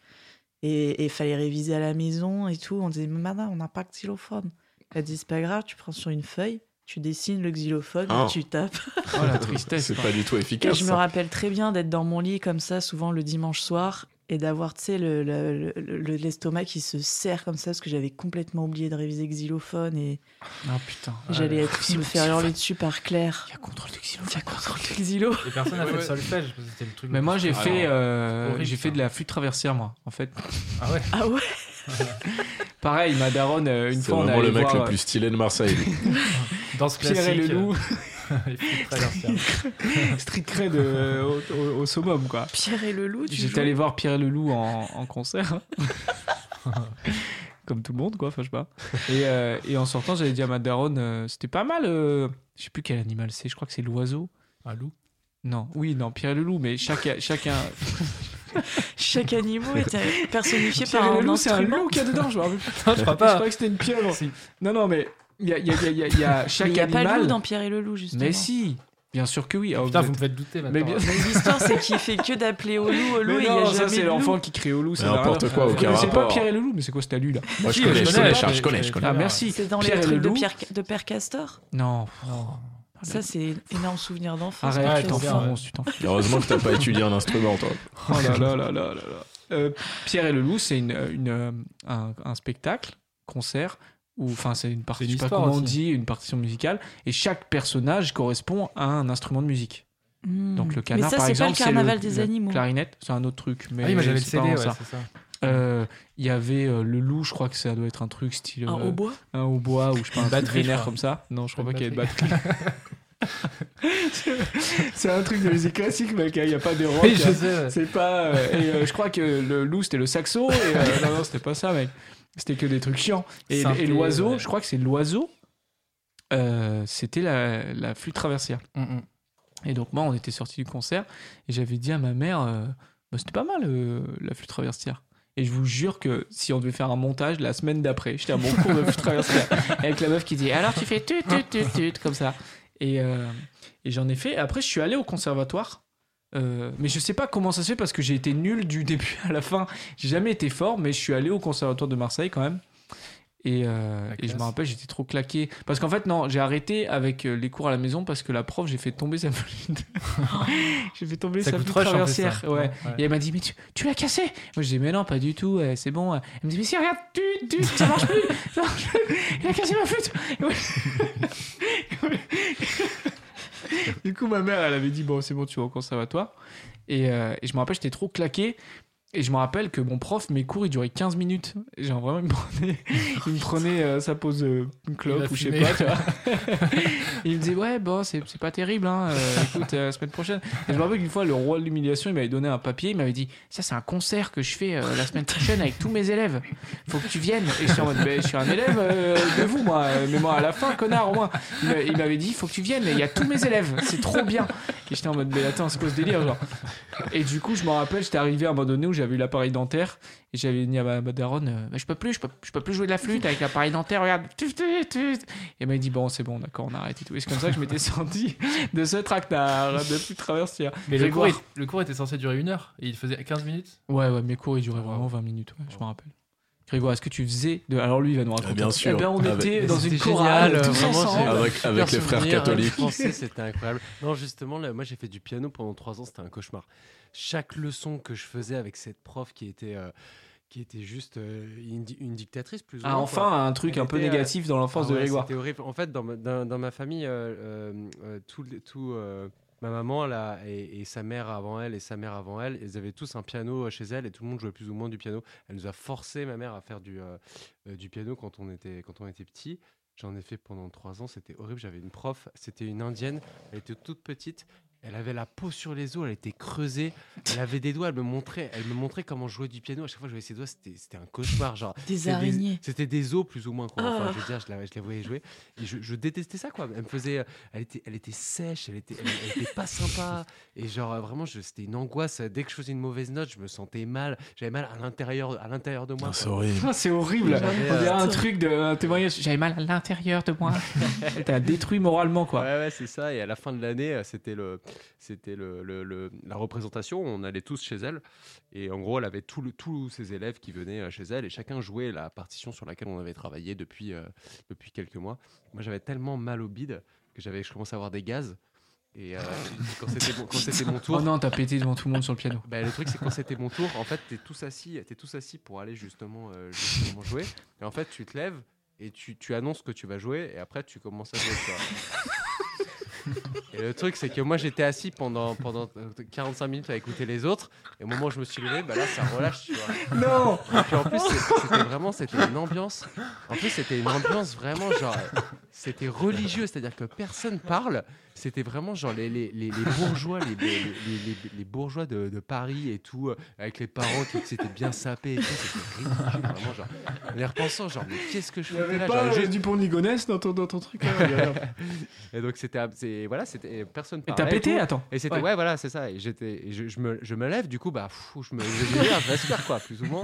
Speaker 2: Et il fallait réviser à la maison et tout. On disait, Mana, on n'a pas de xylophone. Elle dit, c'est pas grave, tu prends sur une feuille, tu dessines le xylophone
Speaker 3: Ah.
Speaker 2: et tu tapes.
Speaker 1: Oh la tristesse.
Speaker 3: C'est
Speaker 1: quoi.
Speaker 3: pas du tout
Speaker 2: Et
Speaker 3: efficace.
Speaker 2: je me
Speaker 3: ça.
Speaker 2: rappelle très bien d'être dans mon lit comme ça, souvent le dimanche soir, et d'avoir, tu sais, le- le- le- le- l'estomac qui se serre comme ça, parce que j'avais complètement oublié de réviser xylophone et
Speaker 1: Ah putain.
Speaker 2: j'allais
Speaker 1: Ah,
Speaker 2: être, me
Speaker 1: xylophone.
Speaker 2: faire hurler dessus par Claire.
Speaker 1: Il y a contrôle de
Speaker 2: Il y a
Speaker 1: xylophone.
Speaker 2: quoi dans le xylo
Speaker 4: Et personne n'a
Speaker 6: Ouais,
Speaker 4: fait de
Speaker 6: ouais.
Speaker 4: solfège. parce que C'était le truc. le
Speaker 1: Mais
Speaker 4: plus
Speaker 1: moi j'ai
Speaker 4: fort.
Speaker 1: fait,
Speaker 4: Alors,
Speaker 1: euh,
Speaker 4: horrible,
Speaker 1: j'ai fait
Speaker 4: ça.
Speaker 1: de la flûte traversière moi. En fait,
Speaker 4: Ah ouais.
Speaker 2: Ah ouais
Speaker 1: pareil, ma daronne, euh, une
Speaker 3: C'est
Speaker 1: fois on
Speaker 3: vraiment
Speaker 1: allait
Speaker 3: le mec
Speaker 1: voir
Speaker 3: le plus stylé de Marseille. lui.
Speaker 4: Danse classique.
Speaker 1: Pierre et le loup,
Speaker 4: euh, les flûtes traversières.
Speaker 1: street cred euh, au, au- au summum quoi.
Speaker 2: Pierre et le loup, tu joues
Speaker 1: J'étais allé voir Pierre et le loup en, en concert. Comme tout le monde, quoi, enfin, je sais pas. Et, euh, et en sortant, j'avais dit à ma daronne, euh, c'était pas mal. euh, je sais plus quel animal c'est, je crois que c'est l'oiseau.
Speaker 4: Un loup.
Speaker 1: Non, oui, non, Pierre et le loup, mais chacun. chacun...
Speaker 2: Chaque animal était personnifié
Speaker 1: Pierre
Speaker 2: par
Speaker 1: et
Speaker 2: un
Speaker 1: le loup, c'est un
Speaker 2: instrument.
Speaker 1: loup qu'il y a dedans, je me rappelle plus.
Speaker 4: Non, je crois
Speaker 1: Je
Speaker 4: pas.
Speaker 1: croyais que c'était une pieuvre.
Speaker 4: Si.
Speaker 1: Non, non, mais il y a, il y a- il y a- il y a chaque
Speaker 2: Mais il n'y a
Speaker 1: animal.
Speaker 2: pas le loup dans Pierre et le loup, justement.
Speaker 1: mais si, bien sûr que oui. Ah,
Speaker 4: Putain,
Speaker 1: vous
Speaker 4: vous me
Speaker 1: êtes-
Speaker 4: faites douter
Speaker 1: Mais
Speaker 4: maintenant. hein.
Speaker 1: bien.
Speaker 2: Mais L'histoire, c'est qu'il fait que d'appeler au loup, au
Speaker 1: Mais
Speaker 2: loup, et il n'y a
Speaker 1: non, ça
Speaker 2: jamais
Speaker 1: c'est
Speaker 2: de loup.
Speaker 1: l'enfant qui crie au loup, ça n'a rien à
Speaker 3: N'importe quoi,
Speaker 1: voir.
Speaker 3: aucun
Speaker 1: C'est pas
Speaker 3: rapport.
Speaker 1: Pierre et le loup, mais c'est quoi cette alu là
Speaker 3: Moi, je
Speaker 4: Si,
Speaker 3: connais, je
Speaker 4: je connais, hein.
Speaker 3: connais,
Speaker 4: mais-
Speaker 3: Charles, je connais, je connais.
Speaker 1: Ah
Speaker 4: ouais.
Speaker 1: merci.
Speaker 2: C'est dans
Speaker 1: Pierre et
Speaker 2: les
Speaker 1: le
Speaker 2: trucs de
Speaker 1: loup.
Speaker 2: Pierre, de Père Castor.
Speaker 1: Non.
Speaker 4: Ah
Speaker 2: Ça, c'est énorme souvenir d'enfance.
Speaker 1: Arrête,
Speaker 4: c'est
Speaker 1: tu
Speaker 4: bien,
Speaker 1: t'enfonces, tu t'enfonces.
Speaker 3: Heureusement que t'as pas étudié un instrument, toi.
Speaker 1: Oh là là là là là là. Euh, Pierre et le loup, c'est une, une, euh, un, un spectacle, concert, ou enfin c'est une partie,
Speaker 4: C'est
Speaker 1: je
Speaker 4: une
Speaker 1: sais pas
Speaker 4: histoire
Speaker 1: comment on
Speaker 4: aussi.
Speaker 1: dit, une partition musicale, et chaque personnage correspond à un instrument de musique.
Speaker 2: Hmm.
Speaker 1: Donc le canard,
Speaker 2: Mais ça,
Speaker 1: par
Speaker 2: c'est pas
Speaker 1: exemple,
Speaker 2: le carnaval
Speaker 1: le- Ah,
Speaker 2: des
Speaker 1: le
Speaker 2: animaux.
Speaker 1: Clarinette, c'est un autre truc, mais
Speaker 4: Ah oui, moi j'avais le
Speaker 1: c'est pas
Speaker 4: CD, ouais,
Speaker 1: vraiment ça.
Speaker 4: c'est ça.
Speaker 1: Euh, Il y avait euh, le loup, je crois que ça doit être un truc style
Speaker 2: Un
Speaker 1: euh,
Speaker 2: hautbois
Speaker 1: un hautbois ou je sais pas un truc
Speaker 4: batterie, je
Speaker 1: vénère
Speaker 4: crois.
Speaker 1: comme ça. Non, je crois
Speaker 4: Pas
Speaker 1: pas
Speaker 4: de
Speaker 1: qu'il y ait de batterie. C'est- c'est un truc de musique classique, mec. hein, Il n'y a pas de rock.
Speaker 4: Oui, je
Speaker 1: hein.
Speaker 4: sais. ouais.
Speaker 1: C'est pas. euh, et euh, je crois que le loup c'était le saxo. Et, euh, non, non, c'était pas ça, mec. C'était que des trucs chiants. Et,
Speaker 4: Synthé,
Speaker 1: et l'oiseau,
Speaker 4: ouais.
Speaker 1: je crois que c'est l'oiseau. euh, c'était la, la flûte traversière.
Speaker 4: Mm, mm.
Speaker 1: Et donc moi, on était sorti du concert et j'avais dit à ma mère, euh, Bah, c'était pas mal euh, la flûte traversière. Et je vous jure que si on devait faire un montage la semaine d'après, j'étais à mon cours de flûte traversière avec la meuf qui dit alors tu fais tut tut tut tut comme ça. Et, euh, et j'en ai fait. Après, je suis allé au conservatoire. euh, mais je sais pas comment ça se fait parce que j'ai été nul du début à la fin. J'ai jamais été fort, mais je suis allé au conservatoire de Marseille quand même. Et, euh,
Speaker 4: La
Speaker 1: et je me
Speaker 4: classe.
Speaker 1: rappelle, j'étais trop claqué. Parce qu'en fait, non, j'ai arrêté avec euh, les cours à la maison parce que la prof, j'ai fait tomber sa flûte. j'ai fait tomber
Speaker 4: Ça
Speaker 1: sa
Speaker 4: coûte
Speaker 1: flûte
Speaker 4: rush en plus, ça.
Speaker 1: traversière. hein. Ouais. Et elle m'a dit, mais tu, tu l'as cassé Moi, je dis, mais non, pas du tout, euh, c'est bon. Elle me dit, mais si, regarde, tu, tu, ça marche plus Ça marche plus. Il a cassé ma flûte Et moi- Du coup, ma mère, elle avait dit, bon, c'est bon, tu vas au conservatoire. Et, euh, et je me rappelle, j'étais trop claqué. Et je me rappelle que mon prof, mes cours, ils duraient 15 minutes. Et Genre vraiment, il me prenait, il me prenait euh, sa pause euh, une
Speaker 4: Il a
Speaker 1: clope ou je sais
Speaker 4: fumé.
Speaker 1: pas. tu vois. il me disait, ouais, bon, c'est c'est pas terrible, hein. euh, écoute, euh, la semaine prochaine. Et je me rappelle qu'une fois, le roi de l'humiliation, il m'avait donné un papier, il m'avait dit, ça, c'est un concert que je fais euh, la semaine prochaine avec tous mes élèves. Faut que tu viennes. Et je suis en mode, Ben, je suis un élève euh, de vous, moi. euh, Mais moi, à la fin, connard, au moins. Il m'a- Il m'avait dit, faut que tu viennes, il y a tous mes élèves, c'est trop bien. Et j'étais en mode, mais attends, c'est quoi ce délire, genre. Et du coup, je me rappelle, j'étais arrivé à un moment donné où j'avais eu l'appareil dentaire et j'avais dit à ma, ma daronne, euh, Bah, je peux plus, je peux, je peux plus jouer de la flûte avec l'appareil dentaire, regarde. Tuf, tuf, tuf. Et elle m'a dit, bon, c'est bon, d'accord, on arrête et tout. Et c'est comme ça que je m'étais senti de ce tractard, de plus hein. traversière.
Speaker 4: Mais
Speaker 1: Je
Speaker 4: le cours,
Speaker 1: vais voir.
Speaker 4: est- le cours était censé durer une heure et il faisait 15 minutes.
Speaker 1: Ouais, ouais, mes cours, ils duraient vraiment 20 minutes, ouais, je me rappelle. Grégoire, est-ce que tu faisais de. Alors lui, il va nous raconter.
Speaker 3: bien sûr.
Speaker 1: Eh ben, on
Speaker 3: Ah,
Speaker 1: était
Speaker 5: bah, mais
Speaker 1: dans une
Speaker 5: c'était
Speaker 1: chorale,
Speaker 5: génial,
Speaker 1: tous
Speaker 5: euh, vraiment,
Speaker 1: ensemble.
Speaker 5: j'ai- Ah,
Speaker 3: Avec, avec les
Speaker 5: Super
Speaker 3: frères
Speaker 5: souvenir, euh,
Speaker 3: catholiques.
Speaker 5: français, c'était incroyable. Non, justement, là, moi j'ai fait du piano pendant trois ans, c'était un cauchemar. Chaque leçon que je faisais avec cette prof qui était, euh, qui était juste euh, une, di- une dictatrice, plus ou
Speaker 1: Ah,
Speaker 5: moins, quoi.
Speaker 1: enfin, un truc
Speaker 5: Elle
Speaker 1: un peu
Speaker 5: était, euh,
Speaker 1: négatif dans l'enfance
Speaker 5: Ah
Speaker 1: de
Speaker 5: ouais,
Speaker 1: Grégoire.
Speaker 5: C'était horrible. En fait, dans ma, dans, dans ma famille, euh, euh, euh, tout, le- tout, euh, ma maman là, et, et sa mère avant elle et sa mère avant elle, ils avaient tous un piano euh, chez elle et tout le monde jouait plus ou moins du piano. Elle nous a forcé, ma mère, à faire du, euh, euh, du piano quand on était, quand on était petit. J'en ai fait pendant trois ans, c'était horrible. J'avais une prof, c'était une indienne, elle était toute petite. Elle avait la peau sur les os, elle était creusée, elle avait des doigts, elle me montrait, elle me montrait comment jouer du piano. À chaque fois que je voyais ses doigts, c'était c'était un cauchemar. Genre,
Speaker 2: Des
Speaker 5: c'était
Speaker 2: araignées.
Speaker 5: C'était des os plus ou moins quoi. Enfin,
Speaker 2: Ah.
Speaker 5: je veux dire, je la, je la voyais jouer. Et je, je détestais ça quoi. Elle me faisait, euh, elle était, elle était sèche, elle était, elle, elle était pas sympa. Et genre euh, vraiment, je- c'était une angoisse. Dès que je faisais une mauvaise note, je me sentais mal. J'avais mal à l'intérieur, à l'intérieur de moi.
Speaker 3: Ah, c'est
Speaker 5: quoi.
Speaker 3: horrible.
Speaker 1: Ah, c'est horrible.
Speaker 5: J'avais,
Speaker 1: On dirait un
Speaker 2: euh,
Speaker 1: truc de un témoignage. J'avais mal à l'intérieur de moi. T'as détruit moralement quoi.
Speaker 5: Ouais, ouais, c'est ça. Et à la fin de l'année, euh, c'était le, c'était le, le- le- la représentation. On allait tous chez elle. Et en gros, elle avait tout le- tous ses élèves qui venaient euh, chez elle et chacun jouait la partition sur laquelle on avait travaillé depuis, euh, depuis quelques mois. Moi, j'avais tellement mal au bide que j'avais, je commençais à avoir des gaz. Et euh, quand c'était mon- quand c'était mon tour,
Speaker 1: Oh non, t'as pété devant tout le monde sur le piano.
Speaker 5: ben, le truc, c'est quand c'était mon tour, en fait, t'es tous assis, t'es tous assis pour aller justement, euh, justement jouer. Et en fait, tu te lèves et tu, tu annonces que tu vas jouer et après, tu commences à jouer. quoi. Et le truc, c'est que moi, j'étais assis pendant, pendant euh, 45 minutes à écouter les autres. Et au moment où je me suis levé, bah là, ça relâche, tu vois.
Speaker 1: Non.
Speaker 5: Et puis en plus, c'est- c'était vraiment, c'était une ambiance. En plus, c'était une ambiance vraiment genre, euh, c'était religieux, c'est-à-dire que personne parle. C'était vraiment genre les, les, les, les bourgeois, les, les, les, les- les bourgeois de, de Paris et tout, euh, avec les parents qui s'étaient bien sapés et tout. C'était ridicule, vraiment genre. En y repensant, genre, mais qu'est-ce que je fais là genre, j'ai-
Speaker 1: euh, du pont de Ligonnès dans ton, dans ton truc. hein,
Speaker 5: Et donc c'était, ab- c'est- voilà, c'était personne.
Speaker 1: Et t'as
Speaker 5: parlait et
Speaker 1: pété,
Speaker 5: tout.
Speaker 1: attends.
Speaker 5: Et c'était
Speaker 1: Ouais.
Speaker 5: Ah ouais. voilà c'est ça et j'étais et je, je me, je me lève du coup bah fou, je me je me lève, je respire quoi plus ou moins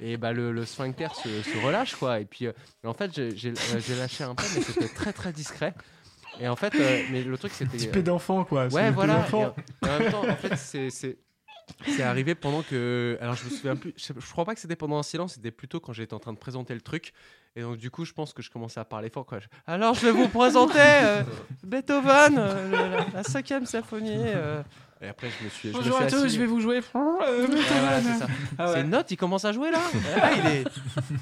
Speaker 5: et bah le, le sphincter se, se relâche quoi et puis euh, en fait j'ai j'ai- euh, j'ai lâché un peu mais c'était très très discret et en fait euh, mais le truc c'était euh,
Speaker 1: d'enfant quoi.
Speaker 5: ouais voilà et en- et en même temps en fait c'est c'est c'est arrivé pendant que alors je me souviens plus je, sais- je crois pas que c'était pendant un silence c'était plutôt quand j'étais en train de présenter le truc et donc du coup je pense que je commençais à parler fort quoi Je- alors je vais vous présenter euh, Beethoven euh, le- la, la cinquième symphonie euh. et après je me suis je me
Speaker 1: Bonjour
Speaker 5: suis
Speaker 1: à tous,
Speaker 5: assis. Ah
Speaker 1: je vais vous jouer. Euh,
Speaker 5: Ouais, voilà, c'est ça.
Speaker 1: Ah ouais.
Speaker 5: C'est une note, il commence à jouer là. Ah, il est,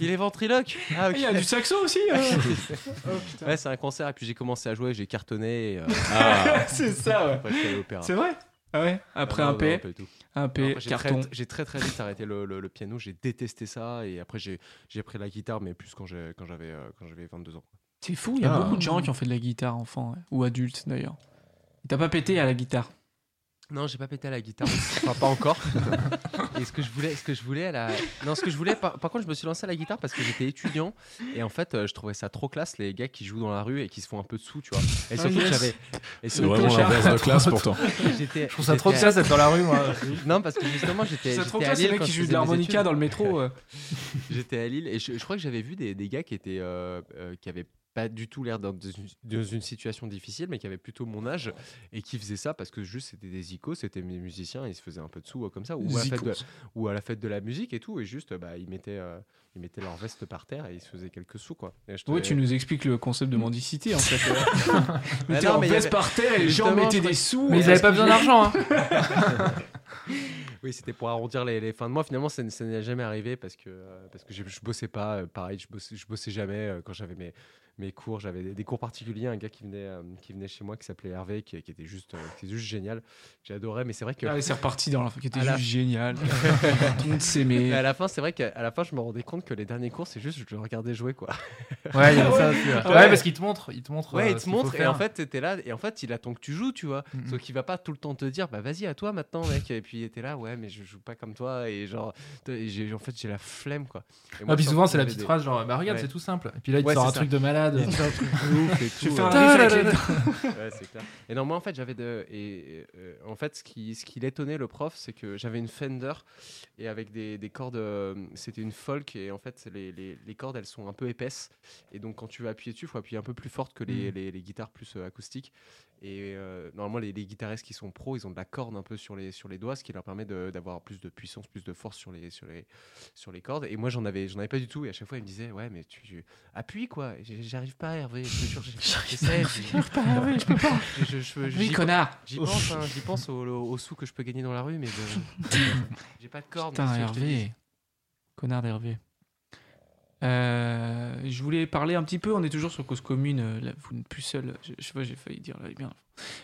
Speaker 5: il est ventriloque. Ah, ok.
Speaker 1: Il y a du saxo aussi. euh.
Speaker 5: Ouais, c'est un concert. Et puis j'ai commencé à jouer, j'ai cartonné. Et, euh,
Speaker 1: c'est ça. Ouais.
Speaker 5: après, je suis allé à l'opéra.
Speaker 1: C'est vrai. Ah ouais. Après
Speaker 5: Ah,
Speaker 1: un
Speaker 5: ouais,
Speaker 1: P,
Speaker 5: ouais, et tout.
Speaker 1: un
Speaker 5: Non,
Speaker 1: P,
Speaker 5: après, j'ai très-
Speaker 1: carton.
Speaker 5: J'ai très très vite arrêté le, le- le piano, j'ai détesté ça et après j'ai j'ai pris la guitare mais plus quand j'ai- quand j'avais euh, quand j'avais 22 ans.
Speaker 1: C'est fou. Il y a
Speaker 3: Ah.
Speaker 1: beaucoup de gens qui ont fait de la guitare enfant ouais. ou adulte d'ailleurs. T'as pas pété à la guitare.
Speaker 5: Non, j'ai pas pété à la guitare. enfin, pas encore. et ce que je voulais, ce que je voulais à la... Non, ce que je voulais, par, par contre, je me suis lancé à la guitare parce que j'étais étudiant. Et en fait, euh, je trouvais ça trop classe, les gars qui jouent dans la rue et qui se font un peu de sous, tu vois. Et surtout, que
Speaker 1: yes.
Speaker 5: j'avais. Et
Speaker 3: C'est
Speaker 5: surtout,
Speaker 3: vraiment
Speaker 5: j'avais-
Speaker 3: l'inverse de classe pourtant.
Speaker 5: j'étais-
Speaker 4: Je trouve ça trop
Speaker 5: j'étais-
Speaker 4: classe d'être dans la rue, moi.
Speaker 5: Non, parce que justement, j'étais.
Speaker 1: Ça
Speaker 5: j'étais
Speaker 1: trop
Speaker 5: à
Speaker 1: classe les
Speaker 5: Lille
Speaker 1: mecs
Speaker 5: quand
Speaker 1: qui
Speaker 5: je
Speaker 1: jouent de
Speaker 5: faisais mes
Speaker 1: l'harmonica
Speaker 5: études.
Speaker 1: dans le métro. euh.
Speaker 5: J'étais à Lille et je, je crois que j'avais vu des, des gars qui étaient euh, euh, qui avaient pas du tout l'air d'être dans, une- dans une situation difficile, mais qui avaient plutôt mon âge et qui faisaient ça parce que juste c'était des icônes, c'était mes musiciens, ils se faisaient un peu de sous euh, comme ça ou à, la fête de, ou à la fête de la musique et tout et juste euh, bah ils mettaient euh, ils mettaient leur veste par terre et ils se faisaient quelques sous quoi. Et je
Speaker 1: Ouais,
Speaker 5: trouvais-
Speaker 1: tu nous expliques le concept de
Speaker 5: Mm.
Speaker 1: mendicité en fait.
Speaker 5: Ah
Speaker 1: Mettez
Speaker 5: non,
Speaker 1: en
Speaker 5: mais il y
Speaker 1: veste
Speaker 5: avait-
Speaker 1: par terre et les gens
Speaker 5: Justement,
Speaker 1: mettaient
Speaker 5: je
Speaker 1: des
Speaker 5: crois-
Speaker 1: sous.
Speaker 4: Mais ils avaient pas besoin d'argent, hein.
Speaker 5: Oui, c'était pour arrondir les, les fins de mois. Finalement, ça, n- ça n'est jamais arrivé parce que, euh, parce que je, je bossais pas. euh, pareil, je bossais, je bossais jamais euh, quand j'avais mes, mes cours. J'avais des, des cours particuliers, un gars qui venait, euh, qui venait chez moi qui s'appelait Hervé, qui, qui était juste, euh, qui était juste génial. J'adorais, mais c'est vrai que.
Speaker 1: Ah, et c'est reparti dans la qui était
Speaker 5: À la-
Speaker 1: juste génial. Tout le monde
Speaker 5: Mais à
Speaker 1: s'aimait.
Speaker 5: la fin, c'est vrai qu'à à la fin, je me rendais compte que les derniers cours, c'est juste, je le regardais jouer, quoi.
Speaker 4: Ouais, il y a ça aussi, ouais.
Speaker 5: Ouais.
Speaker 4: Ouais, parce qu'il te montre. Il te montre.
Speaker 5: Ouais,
Speaker 4: euh,
Speaker 5: il
Speaker 4: ce
Speaker 5: te
Speaker 4: qu'il faut
Speaker 5: montre et
Speaker 4: faire.
Speaker 5: en fait t'étais là et en fait il attend que tu joues, tu vois.
Speaker 4: Mhm.
Speaker 5: Sauf qu'il va pas tout le temps te dire bah vas-y à toi maintenant mec et puis t'es là ouais mais je joue pas comme toi et genre t'as- et j'ai- en fait j'ai la flemme quoi. Et
Speaker 4: Ouais, Ah, puis
Speaker 5: je
Speaker 4: souvent,
Speaker 5: sortais
Speaker 4: c'est la
Speaker 5: des-
Speaker 4: petite phrase genre, bah regarde,
Speaker 5: Ouais.
Speaker 4: c'est tout simple. Et puis là, il te
Speaker 5: Ouais,
Speaker 4: sort
Speaker 5: c'est
Speaker 4: un
Speaker 5: ça.
Speaker 4: truc de malade.
Speaker 5: Il te sort un truc de ouf et tout,
Speaker 1: fais un
Speaker 5: euh,
Speaker 1: riff avec
Speaker 4: Ta-da-da-da.
Speaker 5: Ouais, c'est clair. Et non, moi, en fait, j'avais de. Et euh, en fait, ce qui, ce qui l'étonnait, le prof, c'est que j'avais une Fender et avec des, des cordes. euh, C'était une folk et en fait, les, les, les cordes, elles sont un peu épaisses. Et donc, quand tu veux appuyer dessus, il faut appuyer un peu plus forte que les,
Speaker 4: Mm.
Speaker 5: les, les guitares plus euh, acoustiques. Et euh, normalement, les, les guitaristes qui sont pros, ils ont de la corde un peu sur les, sur les doigts, ce qui leur permet de- d'avoir plus de puissance, plus de force sur les, sur les, sur les cordes. Et moi, j'en avais, j'en avais pas du tout. Et à chaque fois, il me disait Ouais, mais tu, tu- appuie quoi. Et j'ai- J'arrive pas, Hervé. Je te jure, j'ai- j'essaie. J'arrive pas, Hervé, je peux pas.
Speaker 1: Oui, connard.
Speaker 5: J'y pense, hein, j'y pense au, au- au sou que je peux gagner dans la rue, mais je- j'ai pas de corde.
Speaker 1: Putain,
Speaker 5: qu'est-ce que je te dis
Speaker 1: Hervé. Connard d'Hervé. Euh, je voulais parler un petit peu, on est toujours sur Cause Commune, euh, là, vous n'êtes plus seul, je, je sais pas, j'ai failli dire, là, bien,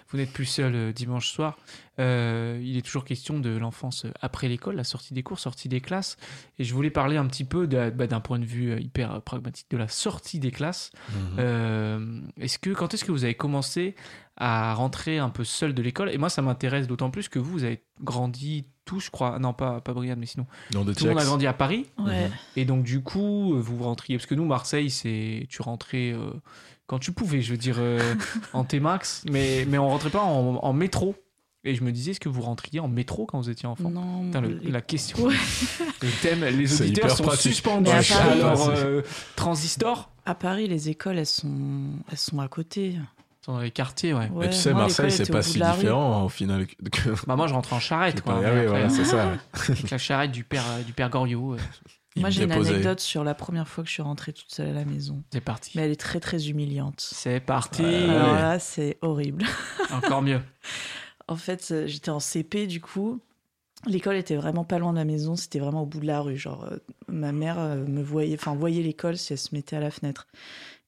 Speaker 1: vous n'êtes plus seul euh, dimanche soir. Euh, il est toujours question de l'enfance euh, après l'école, la sortie des cours, sortie des classes. Et je voulais parler un petit peu de- bah, d'un point de vue euh, hyper euh, pragmatique de la sortie des classes. Euh, est-ce que, quand est-ce que vous avez commencé à rentrer un peu seul de l'école Et moi, ça m'intéresse d'autant plus que vous, vous avez grandi tous, je crois, Ah non pas, pas Brian, mais sinon
Speaker 3: Dans de
Speaker 1: tout le monde a
Speaker 3: Tiex.
Speaker 1: grandi à Paris
Speaker 2: Ouais.
Speaker 1: et donc du coup euh, vous rentriez parce que nous Marseille c'est tu rentrais euh, quand tu pouvais je veux dire euh, en T-Max mais mais on rentrait pas en, en métro et je me disais est-ce que vous rentriez en métro quand vous étiez enfant
Speaker 2: Non,
Speaker 1: Putain, le-
Speaker 2: les-
Speaker 1: la question
Speaker 2: Mm. Ouais.
Speaker 1: le thème les
Speaker 3: C'est
Speaker 1: auditeurs
Speaker 3: hyper
Speaker 1: sont
Speaker 3: pratique.
Speaker 1: suspendus
Speaker 2: Mais à
Speaker 1: à
Speaker 2: Paris-
Speaker 1: leur
Speaker 3: Ouais, c'est-
Speaker 1: euh, transistor
Speaker 2: À Paris, les écoles, elles sont, elles sont à côté.
Speaker 1: Ils sont dans les quartiers ouais
Speaker 2: Ouais,
Speaker 3: Mais tu sais,
Speaker 2: moi,
Speaker 3: Marseille,
Speaker 2: l'école
Speaker 3: c'est
Speaker 2: était au
Speaker 3: pas
Speaker 2: bout
Speaker 3: si
Speaker 2: de la rue.
Speaker 3: différent au final que. que-
Speaker 1: bah moi je rentrais en charrette
Speaker 3: que
Speaker 1: quoi,
Speaker 3: Paris.
Speaker 1: mais
Speaker 3: Ah oui,
Speaker 1: après,
Speaker 3: voilà, c'est ça. ouais.
Speaker 1: avec la charrette du père euh, du père Goriot euh,
Speaker 3: Il
Speaker 2: Moi,
Speaker 3: me
Speaker 2: j'ai une
Speaker 3: déposait.
Speaker 2: anecdote sur la première fois que je suis rentrée toute seule à la maison.
Speaker 1: c'est parti
Speaker 2: Mais elle est très, très humiliante.
Speaker 1: c'est parti
Speaker 3: Ah
Speaker 1: Euh,
Speaker 3: Ouais.
Speaker 2: Alors là, c'est horrible.
Speaker 1: encore mieux
Speaker 2: En fait, euh, j'étais en CP du coup. L'école était vraiment pas loin de la maison, c'était vraiment au bout de la rue. Genre, euh, ma mère euh, me voyait, enfin, voyait l'école si elle se mettait à la fenêtre.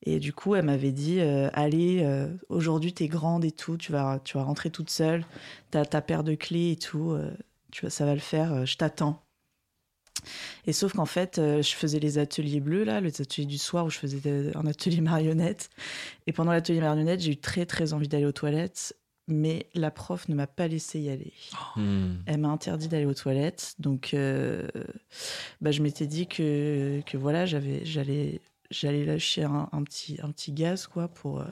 Speaker 2: Et du coup, elle m'avait dit euh, Allez, euh, aujourd'hui, t'es grande et tout, tu vas, tu vas rentrer toute seule, t'as ta paire de clés et tout, euh, tu vois, ça va le faire, euh, je t'attends. Et sauf qu'en fait, euh, je faisais les ateliers bleus, là, les ateliers du soir où je faisais des- un atelier marionnette. Et pendant l'atelier marionnette, j'ai eu très, très envie d'aller aux toilettes mais la prof ne m'a pas laissé y aller.
Speaker 1: Oh.
Speaker 3: Hmm.
Speaker 2: Elle m'a interdit d'aller aux toilettes, donc euh, bah, je m'étais dit que, que voilà, j'avais, j'allais, j'allais lâcher un, un petit, un petit gaz quoi pour euh,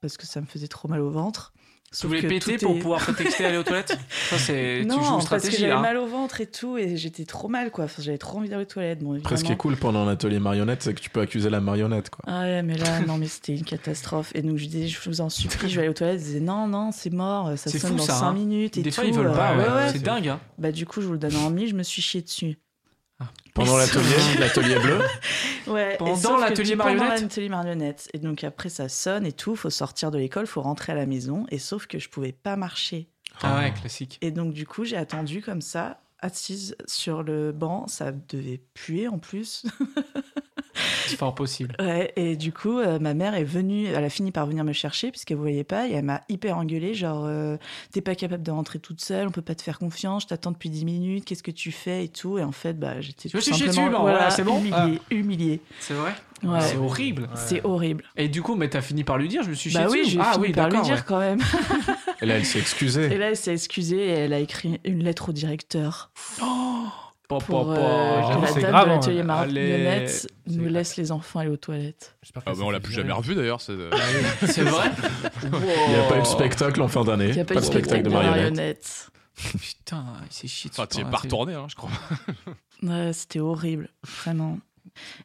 Speaker 2: parce que ça me faisait trop mal au ventre.
Speaker 1: Tu
Speaker 2: Sauf
Speaker 1: voulais
Speaker 2: que
Speaker 1: péter
Speaker 2: tout
Speaker 1: pour
Speaker 2: est-
Speaker 1: pouvoir prétexter aller aux toilettes Ça, c'est.
Speaker 2: Non,
Speaker 1: tu joues une
Speaker 2: parce que
Speaker 1: stratégie hein.
Speaker 2: j'avais
Speaker 1: là.
Speaker 2: mal au ventre et tout, et j'étais trop mal quoi. Enfin, j'avais trop envie d'aller aux toilettes. Bon,
Speaker 3: Après, ce
Speaker 2: évidemment.
Speaker 3: qui est cool pendant l'atelier marionnette, c'est que tu peux accuser la marionnette, quoi.
Speaker 2: Ah ouais, mais là, non, mais c'était une catastrophe. Et donc, je disais, je vous en supplie, je vais aller aux toilettes. Je disais, non, non, c'est mort, ça
Speaker 1: C'est
Speaker 2: sonne
Speaker 1: fou,
Speaker 2: dans
Speaker 1: ça,
Speaker 2: 5
Speaker 1: hein.
Speaker 2: minutes. Et
Speaker 1: Des fois,
Speaker 2: tout.
Speaker 1: ils veulent pas,
Speaker 2: Euh,
Speaker 1: ouais.
Speaker 4: ouais, ouais,
Speaker 1: c'est
Speaker 4: c'est-
Speaker 1: dingue, hein.
Speaker 2: Bah du coup, je vous le donne en mi, je me suis chiée dessus.
Speaker 1: Ah.
Speaker 3: Pendant
Speaker 2: Et
Speaker 3: l'atelier,
Speaker 2: sauf-
Speaker 3: l'atelier bleu,
Speaker 2: Ouais, et
Speaker 1: Pendant
Speaker 2: sauf que
Speaker 1: l'atelier
Speaker 2: du- pendant
Speaker 1: marionnette
Speaker 2: l'atelier marionnette. Et donc après, ça sonne et tout, faut sortir de l'école, faut rentrer à la maison. Et sauf que je pouvais pas marcher.
Speaker 1: Ah ouais, classique.
Speaker 2: Et donc du coup, j'ai attendu comme ça, assise sur le banc. Ça devait puer en plus.
Speaker 1: C'est fort possible.
Speaker 2: Ouais, et du coup, euh, ma mère est venue, elle a fini par venir me chercher puisqu'elle voyait pas et elle m'a hyper engueulée, genre euh, t'es pas capable de rentrer toute seule, on peut pas te faire confiance, je t'attends depuis 10 minutes, qu'est-ce que tu fais et tout. Et en fait, bah j'étais
Speaker 1: Tu veux
Speaker 2: tout
Speaker 1: chier
Speaker 2: simplement
Speaker 1: dessus, bon, voilà, c'est bon. Ah,
Speaker 2: humiliée, humiliée.
Speaker 1: C'est vrai
Speaker 2: Ouais.
Speaker 1: C'est horrible.
Speaker 2: C'est horrible.
Speaker 1: Et du coup, mais t'as fini par lui dire, je me suis chié
Speaker 2: Bah oui,
Speaker 1: dessus.
Speaker 2: j'ai
Speaker 1: Ah
Speaker 2: fini
Speaker 1: oui,
Speaker 2: par lui
Speaker 1: d'accord.
Speaker 2: dire
Speaker 1: ouais.
Speaker 2: quand même.
Speaker 3: et là, elle s'est
Speaker 2: Et
Speaker 3: excusée.
Speaker 2: là, elle s'est excusée et elle a écrit une lettre au directeur
Speaker 1: Po, po,
Speaker 2: pour
Speaker 1: po.
Speaker 2: euh, que
Speaker 4: j'avoue,
Speaker 2: la
Speaker 4: c'est
Speaker 2: dame
Speaker 4: grave,
Speaker 2: de
Speaker 4: hein.
Speaker 2: l'atelier
Speaker 1: Allez.
Speaker 2: marionnette nous
Speaker 4: C'est-
Speaker 2: laisse les enfants aller aux toilettes.
Speaker 4: J'espère que
Speaker 6: Ah,
Speaker 4: ça
Speaker 6: bah, on
Speaker 4: fait
Speaker 6: l'a plus
Speaker 4: gérer.
Speaker 6: jamais revu d'ailleurs. c'est-
Speaker 1: C'est vrai
Speaker 3: Il n'y a pas eu de spectacle en fin d'année.
Speaker 2: Il n'y a pas, eu de
Speaker 3: spectacle de marionnette.
Speaker 1: Putain, il s'est chié dessus.
Speaker 6: Enfin, tu es
Speaker 1: pendant la-
Speaker 6: pas retourné, hein, je crois.
Speaker 2: Ouais, c'était horrible, vraiment.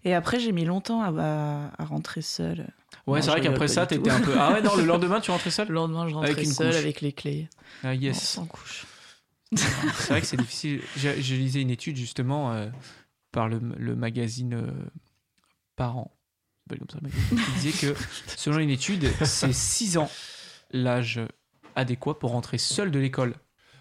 Speaker 2: Et après, j'ai mis longtemps à, à- à rentrer seule.
Speaker 1: Ouais, c'est
Speaker 2: Non,
Speaker 1: vrai
Speaker 2: je
Speaker 1: qu'après
Speaker 2: rigole
Speaker 1: ça,
Speaker 2: pas du
Speaker 1: t'étais un peu. Ah ouais, non, le lendemain, tu rentrais
Speaker 2: Le
Speaker 1: seul
Speaker 2: lendemain, je rentrais
Speaker 1: Avec une
Speaker 2: seule
Speaker 1: couche.
Speaker 2: avec les clés.
Speaker 1: Ah
Speaker 2: Non,
Speaker 1: yes.
Speaker 2: sans couche.
Speaker 1: C'est vrai que c'est difficile. Je, je lisais une étude justement euh, par le, le magazine euh, Parents, Ça s'appelle comme ça, le magazine, qui disait que selon une étude, c'est 6 ans l'âge adéquat pour rentrer seul de l'école.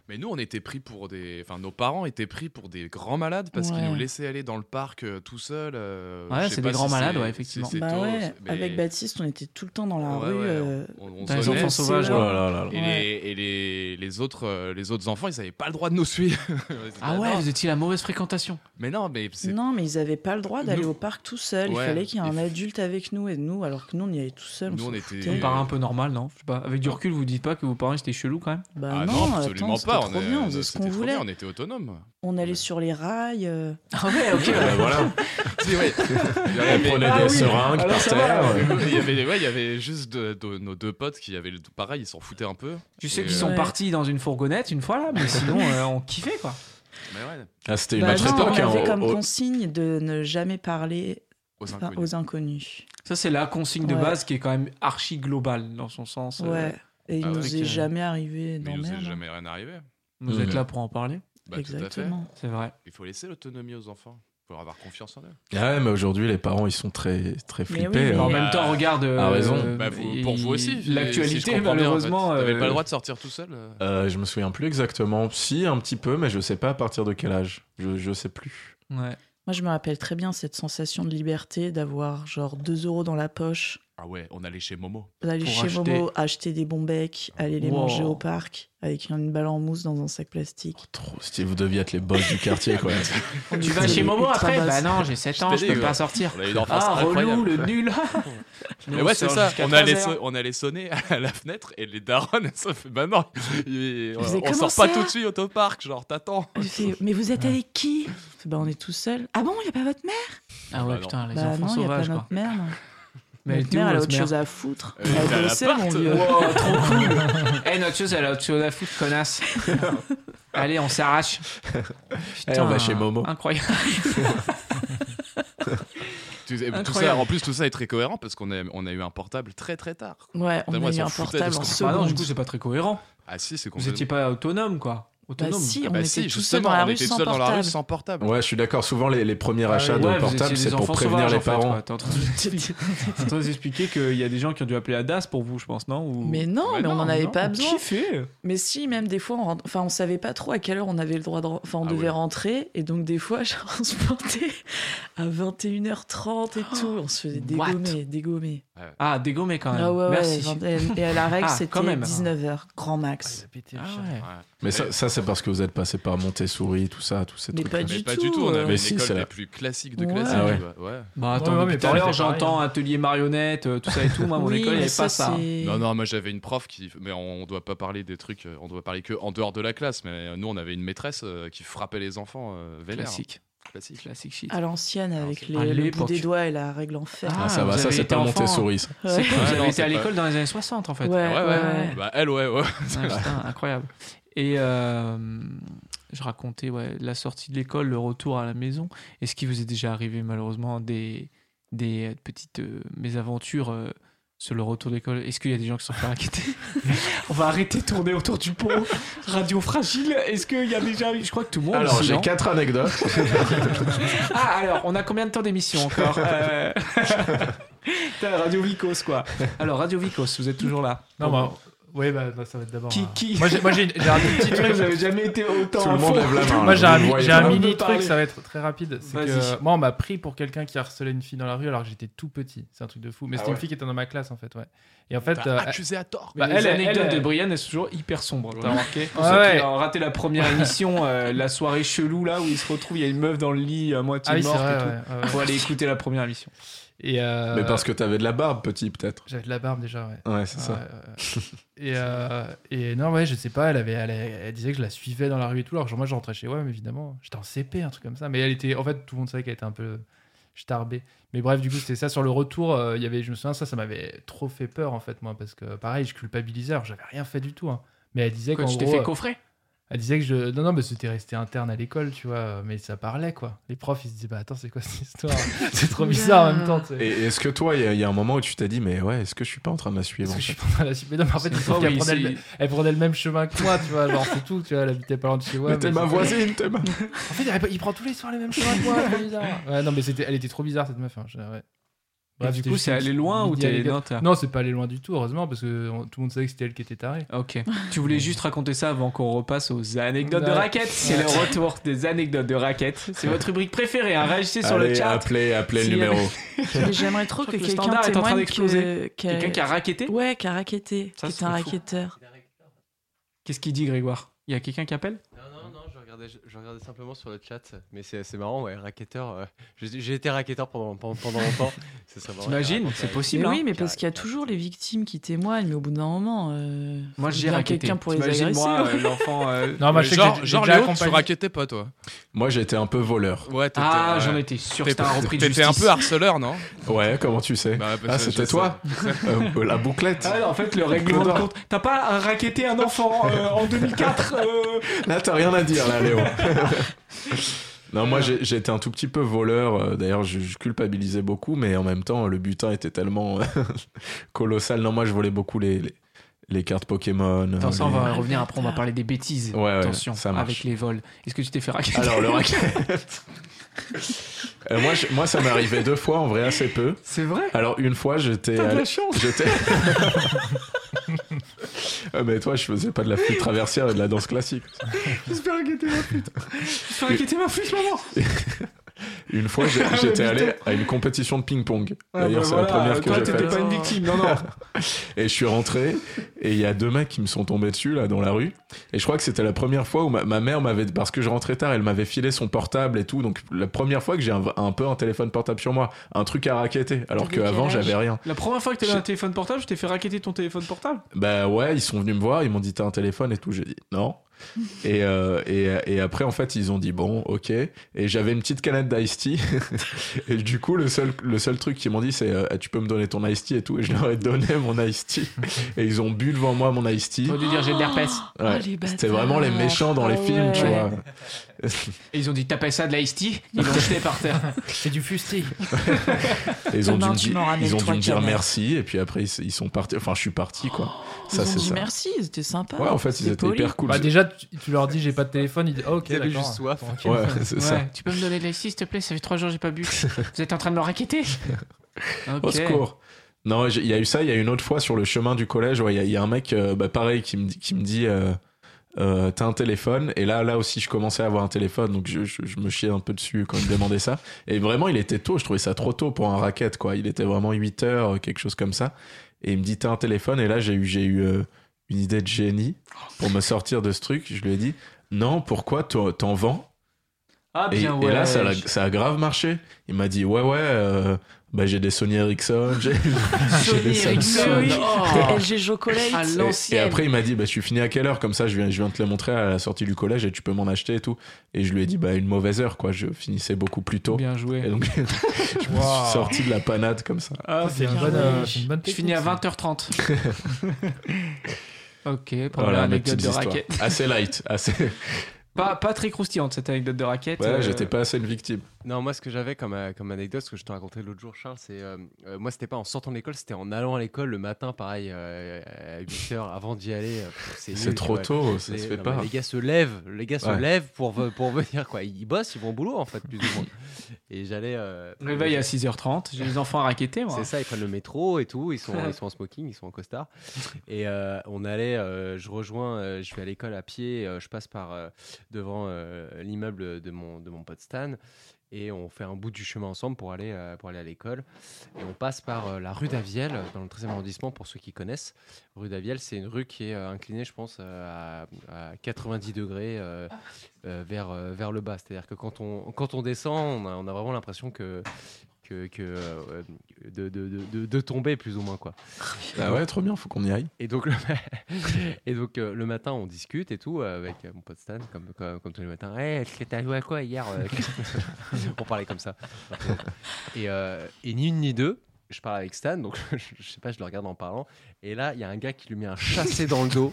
Speaker 6: Mais nous, on était pris pour des. Enfin, nos parents étaient pris pour des grands malades parce qu'ils
Speaker 2: Ouais.
Speaker 6: nous laissaient aller dans le parc euh, tout seuls. euh,
Speaker 1: Ouais,
Speaker 6: je sais
Speaker 1: c'est
Speaker 6: pas
Speaker 1: des grands
Speaker 6: si
Speaker 1: malades,
Speaker 6: c'est-
Speaker 1: ouais,
Speaker 6: si
Speaker 1: effectivement.
Speaker 6: c'est
Speaker 2: Bah
Speaker 6: tôt,
Speaker 2: ouais,
Speaker 6: mais-
Speaker 2: avec Baptiste, on était tout le temps dans la
Speaker 6: Ouais,
Speaker 2: rue.
Speaker 6: ouais,
Speaker 2: euh,
Speaker 6: on- on
Speaker 1: Dans les
Speaker 6: sonnait,
Speaker 1: enfants
Speaker 2: c'est
Speaker 1: sauvages,
Speaker 6: Et,
Speaker 2: là.
Speaker 1: ouais.
Speaker 3: Oh là là là.
Speaker 6: les, et les, les autres, euh, les autres enfants, ils n'avaient pas le droit de nous suivre.
Speaker 1: Ah ouais, vous étiez la mauvaise fréquentation.
Speaker 6: Mais non, mais c'est
Speaker 2: Non, mais ils avaient pas le droit d'aller
Speaker 6: Nous-
Speaker 2: au parc tout seul.
Speaker 6: Ouais.
Speaker 2: il fallait qu'il y ait
Speaker 6: Il
Speaker 2: un
Speaker 6: f-
Speaker 2: adulte avec nous et nous, alors que nous on y allait tout seul.
Speaker 6: Nous,
Speaker 2: on,
Speaker 6: on
Speaker 2: s'en
Speaker 6: était-
Speaker 1: Ça me
Speaker 2: foutait.
Speaker 1: paraît un peu normal, non Je sais pas. Avec du recul, vous dites pas que vos parents c'était chelou quand même
Speaker 2: Bah
Speaker 6: Ah
Speaker 2: non,
Speaker 6: non, absolument
Speaker 2: attends,
Speaker 6: pas.
Speaker 2: c'était trop
Speaker 6: est- euh,
Speaker 2: bien, on faisait ce
Speaker 6: c'était
Speaker 2: qu'on
Speaker 6: trop
Speaker 2: voulait.
Speaker 6: bien, on était autonome.
Speaker 2: On allait sur les rails. euh,
Speaker 1: Ah ouais, ok.
Speaker 3: Ouais, voilà.
Speaker 6: si, oui. Il y avait-
Speaker 3: On prenait
Speaker 6: Ah
Speaker 3: des
Speaker 6: oui.
Speaker 3: seringues
Speaker 1: Alors,
Speaker 3: par
Speaker 1: ça va,
Speaker 3: terre.
Speaker 1: ouais.
Speaker 6: il y avait, ouais, il y avait juste de- de- nos deux potes qui avaient le- pareil, ils s'en foutaient un peu.
Speaker 1: Tu sais
Speaker 6: Et,
Speaker 1: qu'ils
Speaker 6: euh,
Speaker 1: sont
Speaker 2: Ouais.
Speaker 1: partis dans une fourgonnette une fois là, mais sinon euh, on kiffait quoi.
Speaker 6: mais ouais,
Speaker 3: Ah, c'était une
Speaker 2: bah
Speaker 3: autre
Speaker 2: non,
Speaker 3: époque. hein,
Speaker 2: on avait
Speaker 3: au-
Speaker 2: comme
Speaker 3: au-
Speaker 2: consigne de ne jamais parler
Speaker 6: aux
Speaker 2: enfin,
Speaker 6: inconnus.
Speaker 2: aux inconnus.
Speaker 1: Ça c'est la consigne de
Speaker 2: Ouais.
Speaker 1: base qui est quand même archi globale dans son sens. euh,
Speaker 2: Ouais. Et il
Speaker 6: Ah
Speaker 1: ouais.
Speaker 2: nous est jamais arrivé.
Speaker 6: Mais il
Speaker 2: Non,
Speaker 6: nous est
Speaker 2: merde. hein.
Speaker 6: jamais rien arrivé.
Speaker 1: Vous
Speaker 3: Ouais.
Speaker 1: êtes là pour en parler,
Speaker 6: Bah, tout à fait.
Speaker 2: Exactement.
Speaker 1: c'est vrai.
Speaker 6: Il faut laisser l'autonomie aux enfants. Il faut leur avoir confiance en eux.
Speaker 3: Ah ouais, mais aujourd'hui, les parents, ils sont très, très
Speaker 2: Mais oui,
Speaker 3: flippés.
Speaker 2: mais-
Speaker 1: En
Speaker 3: hein.
Speaker 1: même temps, regarde.
Speaker 3: Ah, raison.
Speaker 6: Bah, vous- pour
Speaker 1: Euh, il-
Speaker 6: vous aussi. si- si je
Speaker 1: L'actualité,
Speaker 6: comprends bien, en fait.
Speaker 1: malheureusement.
Speaker 6: Vous n'avez
Speaker 1: euh,
Speaker 6: pas le droit de sortir tout seul. euh.
Speaker 3: Euh, je me souviens plus exactement. Si, un petit peu, mais je sais pas à partir de quel âge. Je, je sais plus.
Speaker 1: ouais.
Speaker 2: Moi, je me rappelle très bien cette sensation de liberté d'avoir genre 2 euros dans la poche,
Speaker 6: Ah ouais, on allait chez Momo.
Speaker 2: d'aller
Speaker 1: Pour
Speaker 2: chez
Speaker 1: acheter-
Speaker 2: Momo, acheter des bons becs, aller les
Speaker 1: Wow.
Speaker 2: manger au parc avec une balle en mousse dans un sac plastique.
Speaker 3: Oh, Trop stylé. Vous deviez être les boss du quartier, quoi.
Speaker 1: Tu vas
Speaker 2: était
Speaker 1: chez Momo
Speaker 2: ultra
Speaker 1: après Bah
Speaker 2: basse.
Speaker 1: non, j'ai 7
Speaker 6: Je
Speaker 1: ans,
Speaker 6: t'ai
Speaker 1: je
Speaker 6: dit,
Speaker 1: peux
Speaker 6: ouais.
Speaker 1: pas sortir.
Speaker 6: On a eu une enfance
Speaker 1: Ah, relou,
Speaker 6: incroyable.
Speaker 1: le nul.
Speaker 6: Mais
Speaker 1: Nous, on
Speaker 6: ouais, c'est
Speaker 1: sort
Speaker 6: ça.
Speaker 1: jusqu'à
Speaker 6: On
Speaker 1: 13
Speaker 6: allait,
Speaker 1: heures.
Speaker 6: so- on allait sonner à la fenêtre et les darons, ça fait bah non, il- on,
Speaker 2: faisaient
Speaker 6: on
Speaker 2: comment
Speaker 6: sort pas
Speaker 2: ça
Speaker 6: tout de suite au parc, genre t'attends.
Speaker 2: Je fais, mais vous êtes avec qui Je fais, bah, On est tout seul. Ah bon, il n'y a pas votre mère
Speaker 1: Ah
Speaker 6: Bah
Speaker 1: ouais,
Speaker 6: non.
Speaker 1: putain, les
Speaker 2: Bah
Speaker 1: enfants
Speaker 2: non, il n'y a pas
Speaker 1: sauvages, quoi.
Speaker 2: notre mère. non.
Speaker 1: Mais
Speaker 2: notre
Speaker 1: t'es où,
Speaker 2: mère, elle a
Speaker 1: votre
Speaker 2: autre
Speaker 1: mère
Speaker 2: chose à foutre.
Speaker 6: Euh,
Speaker 2: Elle
Speaker 6: t'es à
Speaker 2: bossait,
Speaker 6: l'appart.
Speaker 2: mon
Speaker 6: euh.
Speaker 2: vieux.
Speaker 1: Wow, trop cool Eh, notre chose, elle a autre chose à foutre, connasse Allez, on s'arrache
Speaker 3: Eh, on va chez Momo.
Speaker 1: Incroyable
Speaker 6: Tout, et tout ça,
Speaker 1: Incroyable.
Speaker 6: en plus, tout ça est très cohérent parce qu'on a, on a eu un portable très très tard.
Speaker 2: Ouais, on
Speaker 6: Moi,
Speaker 2: a
Speaker 6: ils
Speaker 2: eu
Speaker 6: s'en
Speaker 2: un
Speaker 6: foutaient de
Speaker 2: portable
Speaker 6: ce
Speaker 2: en
Speaker 1: Bah
Speaker 6: qu'on-
Speaker 1: non, du
Speaker 2: seconde.
Speaker 1: coup, c'est pas très cohérent.
Speaker 6: Ah si, c'est
Speaker 1: Vous
Speaker 6: complètement.
Speaker 1: étiez pas autonome, quoi.
Speaker 2: bah
Speaker 1: Autonome.
Speaker 2: si,
Speaker 6: Ah
Speaker 2: on
Speaker 6: bah
Speaker 2: était
Speaker 6: si,
Speaker 2: tout seul
Speaker 6: justement,
Speaker 2: dans la
Speaker 6: on
Speaker 2: rue
Speaker 6: était
Speaker 2: sans
Speaker 6: seuls dans la rue
Speaker 2: portable.
Speaker 6: sans portable.
Speaker 3: Ouais, je suis d'accord. Souvent, les, les premiers
Speaker 4: Ah
Speaker 3: achats de
Speaker 1: Ah Ouais, vous étiez
Speaker 3: portables,
Speaker 1: des
Speaker 3: Ah, c'est pour
Speaker 1: enfants
Speaker 3: prévenir
Speaker 1: sauvages,
Speaker 3: les
Speaker 1: en fait,
Speaker 3: parents.
Speaker 1: quoi. T'es en train de t'es en train de vous expliquer qu'il y a des gens qui ont dû appeler la DAS pour vous, je pense, non Ou-
Speaker 2: Mais non,
Speaker 6: Mais
Speaker 2: mais, on
Speaker 6: non,
Speaker 2: n'en avait
Speaker 1: Non,
Speaker 2: pas
Speaker 1: on
Speaker 2: besoin.
Speaker 1: kiffait.
Speaker 2: Mais si, même des fois, on rentre- enfin, on savait pas trop à quelle heure on avait le droit de. ren- Enfin, on
Speaker 6: Ah
Speaker 2: devait
Speaker 6: oui.
Speaker 2: rentrer, et donc des fois, genre, on se plantait à 21h30 et tout. On se faisait
Speaker 1: What
Speaker 2: dégommer, dégommer.
Speaker 1: Ah, dégommé quand même.
Speaker 2: Ah ouais, ouais,
Speaker 1: Merci.
Speaker 2: vingt- et- et à la règle,
Speaker 1: Ah,
Speaker 2: c'était
Speaker 1: quand même.
Speaker 2: 19h, grand max.
Speaker 1: Ah ouais.
Speaker 3: Mais ça, ça, c'est parce que vous êtes passé par Montessori, tout ça, tous ces
Speaker 2: Mais
Speaker 3: trucs-là.
Speaker 2: pas
Speaker 6: Ah, Mais
Speaker 2: du
Speaker 6: pas
Speaker 2: tout,
Speaker 6: du tout, on
Speaker 2: euh.
Speaker 6: avait
Speaker 3: Mais
Speaker 6: une
Speaker 3: si, c'est
Speaker 6: école
Speaker 3: la-
Speaker 6: des plus classiques de
Speaker 2: Ouais.
Speaker 6: classiques.
Speaker 3: Ah ouais.
Speaker 6: tu vois, ouais.
Speaker 1: Bah attends,
Speaker 4: Ouais, ouais,
Speaker 1: mais
Speaker 4: mais
Speaker 1: tout à l'heure
Speaker 4: pareil, hein.
Speaker 1: j'entends atelier marionnette, euh, tout ça et tout. Moi, mon
Speaker 2: Oui,
Speaker 1: école, il n'y
Speaker 2: mais
Speaker 1: avait pas ça. hein.
Speaker 2: c'est-
Speaker 6: Non, non, moi j'avais une prof qui. Mais on on doit pas parler des trucs, euh, on doit parler que en dehors de la classe. Mais euh, nous, on avait une maîtresse euh, qui frappait les enfants euh, vénère.
Speaker 1: Classique.
Speaker 6: Classique.
Speaker 1: Classique shit.
Speaker 2: À l'ancienne, avec
Speaker 6: c'est-
Speaker 2: Ah, les,
Speaker 1: à
Speaker 2: le bout
Speaker 1: l'époque.
Speaker 2: des doigts et la règle en fer.
Speaker 1: Ah,
Speaker 3: Ah, ça
Speaker 1: vous
Speaker 3: va, ça,
Speaker 1: avez
Speaker 3: c'est
Speaker 1: été
Speaker 3: pas
Speaker 1: enfant. hein.
Speaker 3: Montessori. ça.
Speaker 1: C'est
Speaker 2: Ouais.
Speaker 1: cool, vous
Speaker 6: Ouais, non,
Speaker 1: avez été à
Speaker 6: c'est pas-
Speaker 1: l'école dans les années 60 en fait.
Speaker 2: Ouais,
Speaker 1: Ah,
Speaker 6: Ouais, ouais,
Speaker 2: ouais.
Speaker 6: ouais. Bah, elle, ouais, ouais.
Speaker 1: putain, incroyable. Et euh, je racontais ouais, la sortie de l'école, le retour à la maison. Est-ce qu'il vous est déjà arrivé malheureusement des, des euh, petites euh, mésaventures euh, sur le retour d'école Est-ce qu'il y a des gens qui se sont fait inquiéter On va arrêter de tourner autour du pont. Radio fragile, est-ce qu'il y a déjà... eu- Je crois que tout le monde...
Speaker 3: Alors,
Speaker 1: aussi,
Speaker 3: j'ai
Speaker 1: non
Speaker 3: quatre anecdotes.
Speaker 1: Ah, alors, on a combien de temps d'émission encore Euh, Putain, Radio Vicos, quoi. Alors, Radio Vicos, vous êtes toujours là.
Speaker 4: Non, bah, ouais, bah, bah, ça va être d'abord.
Speaker 1: Qui-
Speaker 4: euh,
Speaker 1: qui-
Speaker 4: Moi, j'ai moi, j'ai une- j'ai un petit
Speaker 1: Putain,
Speaker 4: truc.
Speaker 1: Vous avez jamais été autant
Speaker 3: Tout le
Speaker 1: à
Speaker 3: monde
Speaker 1: fond.
Speaker 3: lève la main. là,
Speaker 4: Moi, j'ai
Speaker 3: vous
Speaker 4: un,
Speaker 3: le
Speaker 4: mi-
Speaker 3: voyez
Speaker 4: j'ai un
Speaker 3: pas.
Speaker 1: On peut
Speaker 4: mini truc,
Speaker 1: parler.
Speaker 4: ça va être très rapide. C'est
Speaker 1: Vas-y.
Speaker 4: que moi, on m'a pris pour quelqu'un qui harcelait une fille dans la rue alors que j'étais tout petit. C'est un truc de fou. Mais
Speaker 3: Ah
Speaker 4: c'était une
Speaker 3: ouais.
Speaker 4: fille qui était dans ma classe, en fait, ouais. Et en fait,
Speaker 6: T'as
Speaker 4: euh,
Speaker 6: accusé à tort.
Speaker 4: bah,
Speaker 1: les
Speaker 4: elle, elle,
Speaker 1: anecdotes
Speaker 4: elle-
Speaker 1: de Brian, elles sont toujours hyper sombres. T'as remarqué Pour
Speaker 4: Ouais,
Speaker 1: ceux qui
Speaker 4: ouais.
Speaker 1: ont raté la première émission, euh, la soirée chelou là où il se retrouve, il y a une meuf dans le lit à moitié
Speaker 4: ah oui, c'est
Speaker 1: morte
Speaker 4: vrai.
Speaker 1: et tout.
Speaker 4: ouais, ouais, ouais.
Speaker 1: Faut aller écouter la première émission.
Speaker 4: Et, euh,
Speaker 3: Mais parce que t'avais de la barbe, petit, peut-être.
Speaker 4: j'avais de la barbe déjà, ouais.
Speaker 3: Ouais, c'est ça.
Speaker 4: Ouais, ouais, ouais. et, euh, et non, ouais, je sais pas, elle, avait, elle, elle disait que je la suivais dans la rue et tout. Alors, genre, moi, je rentrais chez moi, mais évidemment, j'étais en CP, un truc comme ça. Mais elle était, en fait, tout le monde savait qu'elle était un peu starbée. Mais bref, du coup, c'était ça. Sur le retour, euh, il y avait, je me souviens, ça, ça m'avait trop fait peur, en fait, moi, parce que pareil, je culpabilisais, alors j'avais rien fait du tout. hein. Mais elle disait
Speaker 1: Quoi,
Speaker 4: qu'en
Speaker 1: tu t'es
Speaker 4: gros,
Speaker 1: fait
Speaker 4: euh,
Speaker 1: coffrer
Speaker 4: elle disait que je. Non, non, mais c'était resté interne à l'école, tu vois. euh, Mais ça parlait, quoi. Les profs, ils se disaient, bah attends, c'est quoi cette histoire C'est trop bizarre en même temps, tu sais.
Speaker 3: Et est-ce que toi, il y, a- il y a un moment où tu t'es dit, mais ouais, est-ce que je suis pas en train de la suivre
Speaker 4: Parce
Speaker 3: en
Speaker 4: que je suis
Speaker 3: fait
Speaker 4: pas dans la suite. Mais non, mais en fait, il faut
Speaker 1: Oh,
Speaker 4: qu'elle
Speaker 1: oui, c'est-
Speaker 4: prenne le- elle prenait le même chemin que moi, tu vois, genre c'est tout, tu vois, elle habitait pas loin de chez moi.
Speaker 3: Mais t'es
Speaker 4: mais
Speaker 3: ma
Speaker 4: c'est-
Speaker 3: voisine, t'es ma.
Speaker 4: En fait, elle- il prend tous les soirs le même chemin que moi, trop bizarre. Ouais, non, mais c'était, elle était trop bizarre cette meuf. hein, je- ouais.
Speaker 1: Et
Speaker 4: Bref,
Speaker 1: du
Speaker 4: c'était
Speaker 1: coup,
Speaker 4: juste
Speaker 1: c'est
Speaker 4: une
Speaker 1: allé loin ou
Speaker 4: idée à
Speaker 1: t'es.
Speaker 4: l'égard-
Speaker 1: Non, t'as-
Speaker 4: Non, c'est pas allé loin du tout, heureusement, parce que on- tout le monde savait que c'était elle qui était tarée.
Speaker 1: Ok. Tu voulais juste raconter ça avant qu'on repasse aux anecdotes de
Speaker 4: Ouais.
Speaker 1: raquettes. C'est le retour des anecdotes de raquettes. C'est votre rubrique préférée. hein. Réagissez sur le
Speaker 3: Allez,
Speaker 1: chat.
Speaker 3: Appelez, appelez
Speaker 1: Si,
Speaker 3: le numéro.
Speaker 2: Mais J'aimerais trop
Speaker 1: Je crois que
Speaker 2: que
Speaker 1: le
Speaker 2: quelqu'un
Speaker 1: standard est en train
Speaker 2: témoigne
Speaker 1: d'exploser.
Speaker 2: que- qu'a-
Speaker 1: Quelqu'un qui a raquetté
Speaker 2: Ouais, qui a raquetté,
Speaker 1: Ça,
Speaker 2: qui
Speaker 1: c'est
Speaker 2: est un
Speaker 1: fou.
Speaker 2: racketteur.
Speaker 1: Qu'est-ce qu'il dit, Grégoire Il y a quelqu'un qui appelle
Speaker 5: Non, non, non, je regardais, je, je regardais simplement sur le chat. Mais c'est c'est marrant, ouais, racketteur. euh, j'ai j'ai été racketteur pendant, pendant, pendant longtemps. Ce serait marrant.
Speaker 1: T'imagines
Speaker 5: Ouais,
Speaker 1: C'est
Speaker 5: ouais.
Speaker 1: possible.
Speaker 2: Mais
Speaker 1: hein.
Speaker 2: oui, mais parce qu'il y a toujours les victimes qui témoignent, mais au bout d'un moment, euh,
Speaker 1: Moi,
Speaker 2: faut
Speaker 1: j'ai
Speaker 2: bien
Speaker 1: raquetté.
Speaker 2: quelqu'un pour les
Speaker 1: T'imagines,
Speaker 2: agresser.
Speaker 1: moi, euh, l'enfant. euh,
Speaker 4: Non, Ah, moi, je sais que
Speaker 6: Genre,
Speaker 4: j'ai-
Speaker 6: genre
Speaker 4: j'ai déjà
Speaker 6: Léo, tu
Speaker 4: accompagné-
Speaker 6: raquettais pas, toi
Speaker 3: Moi, j'étais un peu voleur.
Speaker 6: Ouais, t'étais.
Speaker 1: Ah,
Speaker 6: ouais.
Speaker 1: j'en étais sûr que
Speaker 6: T'étais
Speaker 1: c'était un repris de
Speaker 6: t'étais un
Speaker 1: justice.
Speaker 6: peu harceleur, non
Speaker 3: Ouais, comment tu sais
Speaker 6: Bah, parce
Speaker 3: Ah,
Speaker 6: que je
Speaker 3: c'était
Speaker 6: sais.
Speaker 3: toi Euh, La bouclette
Speaker 1: Ah, non, en fait, le règlement de compte. T'as pas raquetté un enfant euh, en 2004 euh,
Speaker 3: Là, t'as rien à dire, là, Léo. non, moi, j'ai- j'étais un tout petit peu voleur. euh, D'ailleurs, je, je culpabilisais beaucoup, mais en même temps, le butin était tellement colossal. Non, moi, je volais beaucoup les, les, les cartes Pokémon. euh,
Speaker 1: Attends, ça, on
Speaker 3: les-
Speaker 1: va revenir après, on va parler des bêtises.
Speaker 3: Ouais, ouais,
Speaker 1: Attention,
Speaker 3: ça marche.
Speaker 1: avec les vols. Est-ce que tu t'es fait raqueter
Speaker 3: Alors, le racket. Euh, moi, je- moi, ça m'est arrivé deux fois, en vrai, assez peu.
Speaker 1: C'est vrai
Speaker 3: Alors, une fois, j'étais.
Speaker 1: T'as de
Speaker 3: allé-
Speaker 1: la chance
Speaker 3: J'étais. Ah, mais toi, je faisais pas de la flûte traversière et de la danse classique.
Speaker 1: J'espère raqueter ma pute J'espère raqueter ma pute, maman
Speaker 3: Une fois, j'ai-
Speaker 1: Ah,
Speaker 3: j'étais
Speaker 1: mais
Speaker 3: allé
Speaker 1: putain.
Speaker 3: à une compétition de ping-pong.
Speaker 1: Ah,
Speaker 3: D'ailleurs,
Speaker 1: bah,
Speaker 3: c'est
Speaker 1: voilà,
Speaker 3: la première que
Speaker 1: Toi,
Speaker 3: j'ai
Speaker 1: t'étais
Speaker 3: faite.
Speaker 1: pas une victime, non, non.
Speaker 3: Et je suis rentré, et il y a deux mecs qui me sont tombés dessus, là, dans la rue. Et je crois que c'était la première fois où ma, ma mère m'avait. Parce que je rentrais tard, elle m'avait filé son portable et tout. Donc, la première fois que j'ai un, un peu un téléphone portable sur moi. Un truc à raqueter. Alors
Speaker 2: T'avais
Speaker 3: qu'avant,
Speaker 2: quel âge
Speaker 3: j'avais rien.
Speaker 1: La première fois que t'avais
Speaker 3: Je-
Speaker 1: un téléphone portable, je t'ai fait raqueter ton téléphone portable
Speaker 3: Bah ouais, ils sont venus me voir, ils m'ont dit t'as un téléphone et tout. J'ai dit non. Et, euh, et, et après, en fait, ils ont dit bon, ok. Et j'avais une petite canette d'Ice Tea. et du coup, le seul, le seul truc qu'ils m'ont dit, c'est euh, tu peux me donner ton Ice Tea et tout. Et je leur ai donné mon Ice Tea. et ils ont bu devant moi mon Ice Tea.
Speaker 1: T'aurais dû dire j'ai de l'herpès.
Speaker 2: Oh,
Speaker 3: Ouais,
Speaker 2: les
Speaker 3: C'était
Speaker 2: bâtards.
Speaker 3: vraiment les méchants dans les
Speaker 2: Ah
Speaker 3: films, tu
Speaker 2: ouais.
Speaker 3: vois.
Speaker 1: Et ils ont dit t'appelles ça de l'ice tea Ils l'ont jeté par terre.
Speaker 4: C'est du fusti.
Speaker 3: Et ils ont dû
Speaker 2: Demain,
Speaker 3: me
Speaker 2: tu
Speaker 3: dire,
Speaker 2: m'en ramènes
Speaker 3: ils ont dû
Speaker 2: trois
Speaker 3: me dire
Speaker 2: canettes. Oh,
Speaker 3: merci. Et puis après, ils, ils sont partis. Enfin, je suis parti, quoi.
Speaker 2: Ils
Speaker 3: ça,
Speaker 2: ont
Speaker 3: c'est
Speaker 2: dit
Speaker 3: ça.
Speaker 2: merci, ils étaient sympas.
Speaker 3: Ouais, en fait, ils
Speaker 2: c'était
Speaker 3: étaient
Speaker 2: poli.
Speaker 3: hyper cool.
Speaker 4: Bah, déjà, tu, tu leur dis j'ai pas de téléphone, ils disent ah, ok,
Speaker 6: Ils avaient
Speaker 4: d'accord.
Speaker 6: juste soif.
Speaker 5: hein.
Speaker 4: Tranquille.
Speaker 3: Ouais, c'est ça.
Speaker 1: Ouais, Euh, tu peux me donner de l'ice tea, s'il te plaît Ça fait trois jours, j'ai pas bu. Vous êtes en train de me raqueter Ok.
Speaker 3: Au secours. Non, j'ai- il y a eu ça, il y a une autre fois sur le chemin du collège, ouais, il y a- il y, a un mec, euh, bah, pareil, qui me dit, qui me dit euh, euh, t'as un téléphone, et là, là aussi, je commençais à avoir un téléphone, donc je, je- je me chiais un peu dessus quand il me demandait ça. Et vraiment, il était tôt, je trouvais ça trop tôt pour un racket, quoi. Il était vraiment 8 heures, euh, quelque chose comme ça. Et il me dit, t'as un téléphone, et là, j'ai eu, j'ai eu euh, une idée de génie pour me sortir de ce truc. Je lui ai dit, non, pourquoi t'en t'en vends
Speaker 1: Ah,
Speaker 3: et,
Speaker 1: bien,
Speaker 3: et
Speaker 1: ouais.
Speaker 3: là, ça, l'a- ça a grave marché. Il m'a dit Ouais, ouais, euh, bah, j'ai des Sony Ericsson. j'ai- j'ai des
Speaker 2: Sony Ericsson.
Speaker 3: Samsung.
Speaker 2: Oui,
Speaker 1: Oh.
Speaker 2: Des LG Chocolate.
Speaker 1: À
Speaker 3: Et- Et,
Speaker 1: l'ancienne.
Speaker 3: après, il m'a dit bah, Je suis fini à quelle heure Comme ça, je viens, je viens te les montrer à la sortie du collège et tu peux m'en acheter et tout. Et je lui ai dit bah, Une mauvaise heure, quoi. Je finissais beaucoup plus tôt.
Speaker 1: Bien joué.
Speaker 3: Et donc, je me suis
Speaker 4: Wow.
Speaker 3: sorti de la panade comme ça.
Speaker 4: Ah, c'est une,
Speaker 2: bien
Speaker 4: bonne,
Speaker 2: joué.
Speaker 4: euh, c'est une bonne
Speaker 1: Je finis à
Speaker 4: technique, ça.
Speaker 1: 20h30. ok, première
Speaker 3: Voilà, mes
Speaker 1: anecdote
Speaker 3: petites
Speaker 1: de
Speaker 3: histoires.
Speaker 1: raquette.
Speaker 3: Assez light. Assez...
Speaker 1: Pas, pas très croustillante cette anecdote de raquette.
Speaker 3: Ouais,
Speaker 1: euh,
Speaker 3: j'étais pas assez une victime.
Speaker 5: Non, moi, ce que j'avais comme, euh, comme anecdote, ce que je te racontais l'autre jour, Charles, c'est. euh, euh, moi, c'était pas en sortant de l'école, c'était en allant à l'école le matin, pareil, euh, à 8h, avant d'y aller. euh, pff,
Speaker 3: C'est
Speaker 5: nul,
Speaker 3: trop
Speaker 5: quoi.
Speaker 3: tôt, ça
Speaker 5: Les-
Speaker 3: se fait
Speaker 5: non,
Speaker 3: pas.
Speaker 5: mais Les gars se lèvent, les gars se
Speaker 3: Ouais.
Speaker 5: lèvent pour, ve- pour venir, quoi. Ils bossent, ils vont au boulot, en fait, plus ou moins. Et j'allais. euh,
Speaker 1: Réveil à 6h30, j'ai les enfants à raqueter, moi.
Speaker 5: C'est ça, ils prennent le métro et tout, ils sont, ils sont en smoking, ils sont en costard. Et euh, on allait, euh, je rejoins, euh, je vais à l'école à pied, euh, je passe par euh, devant euh, l'immeuble de mon, de mon pote Stan. Et on fait un bout du chemin ensemble pour aller, euh, pour aller à l'école. Et on passe par euh, la rue d'Aviel, dans le 13e arrondissement, pour ceux qui connaissent. Rue d'Aviel, c'est une rue qui est euh, inclinée, je pense, euh, à, à 90 degrés euh, euh, vers, euh, vers le bas. C'est-à-dire que quand on, quand on descend, on a, on a vraiment l'impression que, que, que, euh, de, de- de- de- de tomber, plus ou moins. quoi.
Speaker 3: Ah ouais, trop bien, faut qu'on y aille.
Speaker 5: Et donc, le, et donc euh, le matin, on discute et tout euh, avec euh, mon pote Stan, comme, comme, comme tous les matins. Hey, est-ce que t'as joué à quoi hier euh On parlait comme ça. Et, euh, et ni une ni deux, je parle avec Stan, donc je sais pas, je le regarde en parlant. Et là, il y a un gars qui lui met un chassé dans le dos.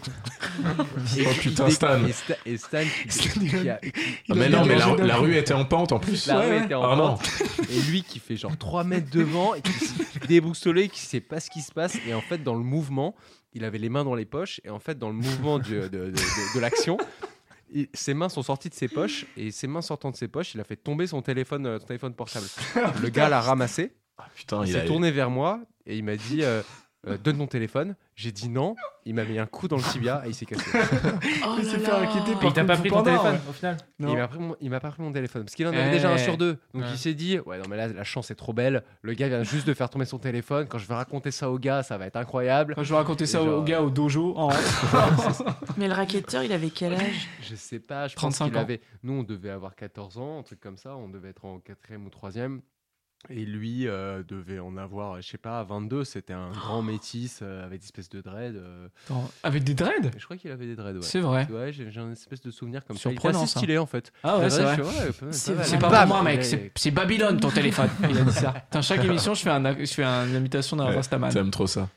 Speaker 5: Et
Speaker 3: Oh
Speaker 5: qui
Speaker 3: putain,
Speaker 5: dé-
Speaker 3: Stan.
Speaker 5: Et, Sta- et Stan qui, qui a-
Speaker 3: Ah, mais
Speaker 1: bien
Speaker 3: non, mais
Speaker 1: mangé
Speaker 3: la,
Speaker 1: d'un
Speaker 3: la
Speaker 1: coup.
Speaker 3: rue était en pente en plus.
Speaker 5: la
Speaker 3: Ouais,
Speaker 5: rue
Speaker 3: ouais.
Speaker 5: était en
Speaker 3: Ah non.
Speaker 5: pente. Et lui qui fait genre 3 mètres devant et qui s'est déboussolé, qui sait pas ce qui se passe. Et en fait, dans le mouvement, il avait les mains dans les poches. Et en fait, dans le mouvement du- euh, de, de- de- de l'action, il- ses mains sont sorties de ses poches. Et ses mains sortant de ses poches, il a fait tomber son téléphone, euh, son téléphone portable. Le gars l'a ramassé.
Speaker 3: Ah, putain,
Speaker 5: il
Speaker 3: il
Speaker 5: s'est
Speaker 3: a...
Speaker 5: tourné vers moi et il m'a dit euh, euh, Donne ton téléphone. J'ai dit non. Il m'a mis un coup dans le tibia et il s'est cassé.
Speaker 2: Oh
Speaker 6: Il
Speaker 2: là
Speaker 6: s'est fait
Speaker 2: là.
Speaker 6: inquiéter
Speaker 4: Et il
Speaker 6: par
Speaker 4: t'a pas pris ton téléphone au final
Speaker 5: Et Il m'a pris mon- il m'a pas pris mon téléphone parce qu'il en avait
Speaker 4: Eh.
Speaker 5: déjà un sur deux. Donc
Speaker 4: Ouais.
Speaker 5: il s'est dit Ouais, non, mais là, la chance est trop belle. Le gars vient juste de faire tomber son téléphone. Quand je vais raconter ça au gars, ça va être incroyable.
Speaker 1: Quand je vais raconter ça
Speaker 5: Et genre,
Speaker 1: au gars au dojo en
Speaker 2: Mais le racketteur, il avait quel âge
Speaker 5: Je sais pas, je
Speaker 1: 35
Speaker 5: pense qu'il
Speaker 1: ans.
Speaker 5: avait. Nous, on devait avoir 14 ans, un truc comme ça. On devait être en quatrième ou troisième. Et lui euh, devait en avoir, je sais pas, 22. C'était un
Speaker 1: Oh.
Speaker 5: grand métis euh, avec des espèces de dreads. euh.
Speaker 1: Attends, avec des dreads.
Speaker 5: Je crois qu'il avait des dreads, ouais.
Speaker 1: C'est vrai.
Speaker 5: Tu vois, j'ai j'ai un espèce de souvenir comme
Speaker 1: Surprenant,
Speaker 5: ça. Il était assez
Speaker 1: ça.
Speaker 5: stylé en fait.
Speaker 1: Ah ouais, c'est vrai.
Speaker 2: C'est
Speaker 1: C'est pas pour moi, mec. C'est- C'est Babylone ton téléphone. Il a dit ça. Putain, chaque émission, je fais, un, je fais un- une imitation d'un
Speaker 3: Ouais,
Speaker 1: Rastaman.
Speaker 3: T'aimes trop ça.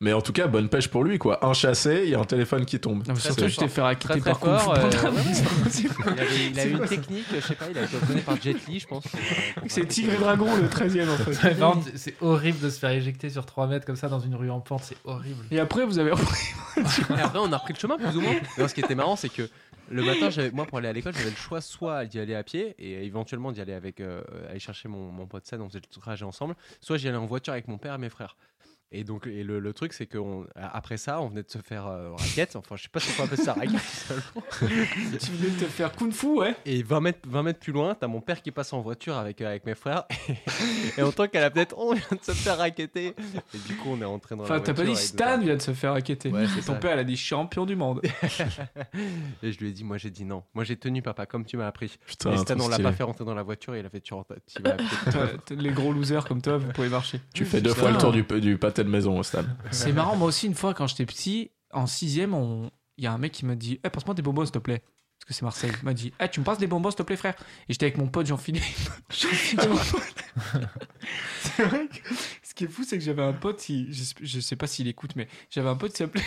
Speaker 3: Mais en tout cas, bonne pêche pour lui, quoi. Un chassé, il y a un téléphone qui tombe.
Speaker 1: Non, mais
Speaker 5: Très,
Speaker 1: surtout,
Speaker 5: très
Speaker 1: je t'ai
Speaker 5: fort.
Speaker 1: fait raqueter
Speaker 5: Très, très
Speaker 1: par Kung Fu
Speaker 5: fort, euh,
Speaker 1: Panda, mais
Speaker 5: ouais.
Speaker 1: c'est pas possible.
Speaker 5: Il, avait, il a eu une technique, je sais pas, il a été obtenu par Jet Li, je pense.
Speaker 1: C'est Tigre et Dragon, le 13 e en fait.
Speaker 4: Par contre, C'est horrible de se faire éjecter sur 3 mètres comme ça dans une rue en pente, c'est horrible.
Speaker 1: Et après, vous avez repris.
Speaker 5: Et après, on a repris le chemin, plus ou moins. Non, ce qui était marrant, c'est que le matin, j'avais- moi, pour aller à l'école, j'avais le choix soit d'y aller à pied et éventuellement d'y aller avec, euh, aller chercher mon, mon pote Sad, on faisait le trajet ensemble, soit j'y allais en voiture avec mon père et mes frères. Et donc, et le, le truc, c'est qu'après ça, on venait de se faire euh, raquette. Enfin, je sais pas si on peut appeler ça raquette seulement.
Speaker 1: Tu venais de te faire Kung Fu, ouais.
Speaker 5: Et 20 mètres, 20 mètres plus loin, t'as mon père qui passe en voiture avec, euh, avec mes frères. et en tant qu'elle a peut-être, on vient de se faire raqueter. Et du coup, on est rentré dans
Speaker 1: Enfin,
Speaker 5: la
Speaker 1: t'as
Speaker 5: voiture.
Speaker 1: pas dit
Speaker 5: et-
Speaker 1: Stan vient de se faire raqueter.
Speaker 5: Ouais, c'est
Speaker 1: Et ton
Speaker 5: ça.
Speaker 1: père, elle a dit champion du monde.
Speaker 5: Et je lui ai dit, moi j'ai dit non. Moi j'ai tenu papa comme tu m'as appris.
Speaker 3: Putain,
Speaker 5: et
Speaker 3: trop
Speaker 5: Stan, on l'a
Speaker 3: stylé.
Speaker 5: pas fait rentrer dans la voiture et il a fait tu rentres, tu vas à pied.
Speaker 1: Toi, t- Les gros losers comme toi, vous pouvez marcher.
Speaker 3: Tu fais deux
Speaker 1: Putain.
Speaker 3: fois le tour du, du pâté de maison, au stade.
Speaker 1: C'est marrant, moi aussi, une fois, quand j'étais petit, en 6ème, on... il y a un mec qui m'a dit Eh, Passe-moi des bonbons, s'il te plaît. Parce que c'est Marseille. Il m'a dit Eh, Tu me passes des bonbons, s'il te plaît, frère. Et j'étais avec mon pote Jean-Philippe. Jean-Philippe, mon pote. c'est vrai que ce qui est fou, c'est que j'avais un pote, il- je sais- je sais pas s'il écoute, mais j'avais un pote qui s'appelait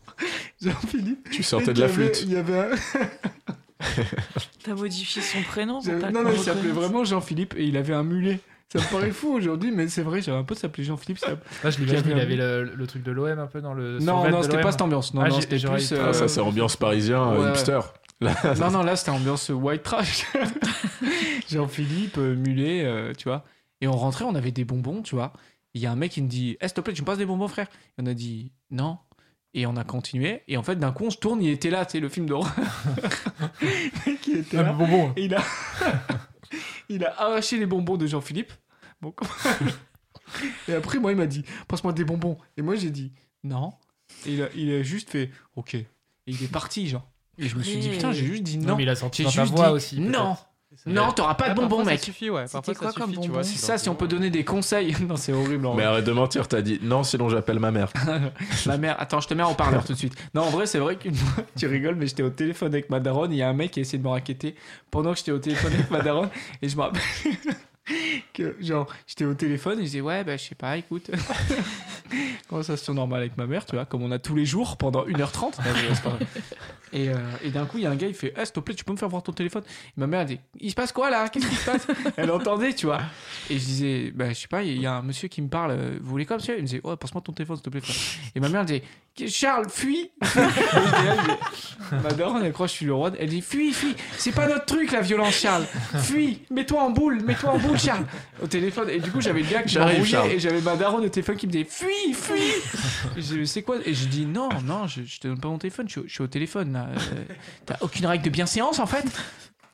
Speaker 1: Jean-Philippe.
Speaker 3: Tu
Speaker 1: Et
Speaker 3: sortais de la
Speaker 1: il y avait-
Speaker 3: flûte.
Speaker 1: Il y avait un-
Speaker 2: T'as modifié son prénom
Speaker 1: J'avais-
Speaker 2: pour pas
Speaker 1: Non,
Speaker 2: qu'on
Speaker 1: non, il s'appelait
Speaker 2: reconnaisse.
Speaker 1: vraiment Jean-Philippe et il avait un mulet. Ça me paraît fou aujourd'hui, mais c'est vrai, j'avais un pote qui s'appelait Jean-Philippe. ça-
Speaker 4: Là, je l'imagine,
Speaker 1: J'avais
Speaker 4: il
Speaker 1: un-
Speaker 4: avait le, le truc de l'OM un peu dans le.
Speaker 1: Non,
Speaker 4: survêt
Speaker 1: non,
Speaker 4: de
Speaker 1: c'était
Speaker 4: l'OM.
Speaker 1: pas cette ambiance. Non,
Speaker 4: Ah,
Speaker 1: non,
Speaker 4: j'ai-
Speaker 1: c'était
Speaker 4: j'aurais
Speaker 1: plus. euh,
Speaker 4: été-
Speaker 3: Ah, ça, c'est ambiance parisien, euh,
Speaker 1: ouais.
Speaker 3: hipster.
Speaker 1: Non, non, là, c'était ambiance white trash. Jean-Philippe, euh, Mulet, euh, tu vois. Et on rentrait, on avait des bonbons, tu vois. Il y a un mec qui me dit Eh, s'il te plaît, tu me passes des bonbons, frère Et on a dit Non. Et on a continué. Et en fait, d'un coup, on se tourne, il était là, tu sais, le film d'horreur. Le mec, il était
Speaker 4: Ah,
Speaker 1: là.
Speaker 4: mais bon, bon.
Speaker 1: Et il a, il a arraché les bonbons de Jean-Philippe. Bon, comme- et après, moi, il m'a dit Passe-moi des bonbons. Et moi, j'ai dit Non. Et il a, il a juste fait Ok. Et il est parti, genre. Et je me suis dit
Speaker 2: Mais-
Speaker 1: Putain, j'ai juste dit
Speaker 4: Non,
Speaker 1: non.
Speaker 4: mais il a senti
Speaker 1: J'ai
Speaker 4: dans ta
Speaker 1: juste
Speaker 4: voix
Speaker 1: dit
Speaker 4: aussi. peut-être. Ah,
Speaker 1: Non, non, t'auras pas de bonbons, mec.
Speaker 2: C'était quoi comme bonbon
Speaker 1: C'est ça, si on peut donner des conseils. Non, c'est horrible. En
Speaker 3: Mais
Speaker 1: vrai.
Speaker 3: arrête de mentir, t'as dit non, sinon j'appelle ma mère.
Speaker 1: Ma mère, attends, je te mets en parleur tout de suite. Non, en vrai, c'est vrai qu'une fois, tu rigoles, mais j'étais au téléphone avec ma daronne. Il y a un mec qui a essayé de me raqueter pendant que j'étais au téléphone avec ma daronne. Et je me rappelle que, genre, j'étais au téléphone et je disais, ouais, bah, je sais pas, écoute. Conversation normale avec ma mère, tu vois, comme on a tous les jours pendant 1h30. Non, mais c'est pas vrai. Et, euh, et d'un coup, il y a un gars, il fait, Eh, s'il te plaît, tu peux me faire voir ton téléphone Et Ma mère, elle dit, il se passe quoi là Qu'est-ce qui se passe Elle entendait, tu vois. Et je disais, bah, je sais pas, il y a un monsieur qui me parle, euh, vous voulez quoi, monsieur Il me disait, oh, passe-moi ton téléphone, s'il te plaît. frère. Et ma mère, elle disait, Charles, fuis Et j'étais là, je- Ma daronne, elle croit que je suis le roi. Elle dit, fuis, fuis C'est pas notre truc, la violence, Charles Fuis Mets-toi en boule Mets-toi en boule, Charles Au téléphone. Et du coup, j'avais le gars qui
Speaker 3: J'arrive,
Speaker 1: m'embrouillait
Speaker 3: Charles.
Speaker 1: et j'avais ma daronne au téléphone qui me disait, fuis, fuis Et je dis, c'est quoi Et je dis, non, non, je, je te donne pas mon téléphone, je, suis au- je suis au téléphone, là. Euh, T'as aucune règle de bienséance, en fait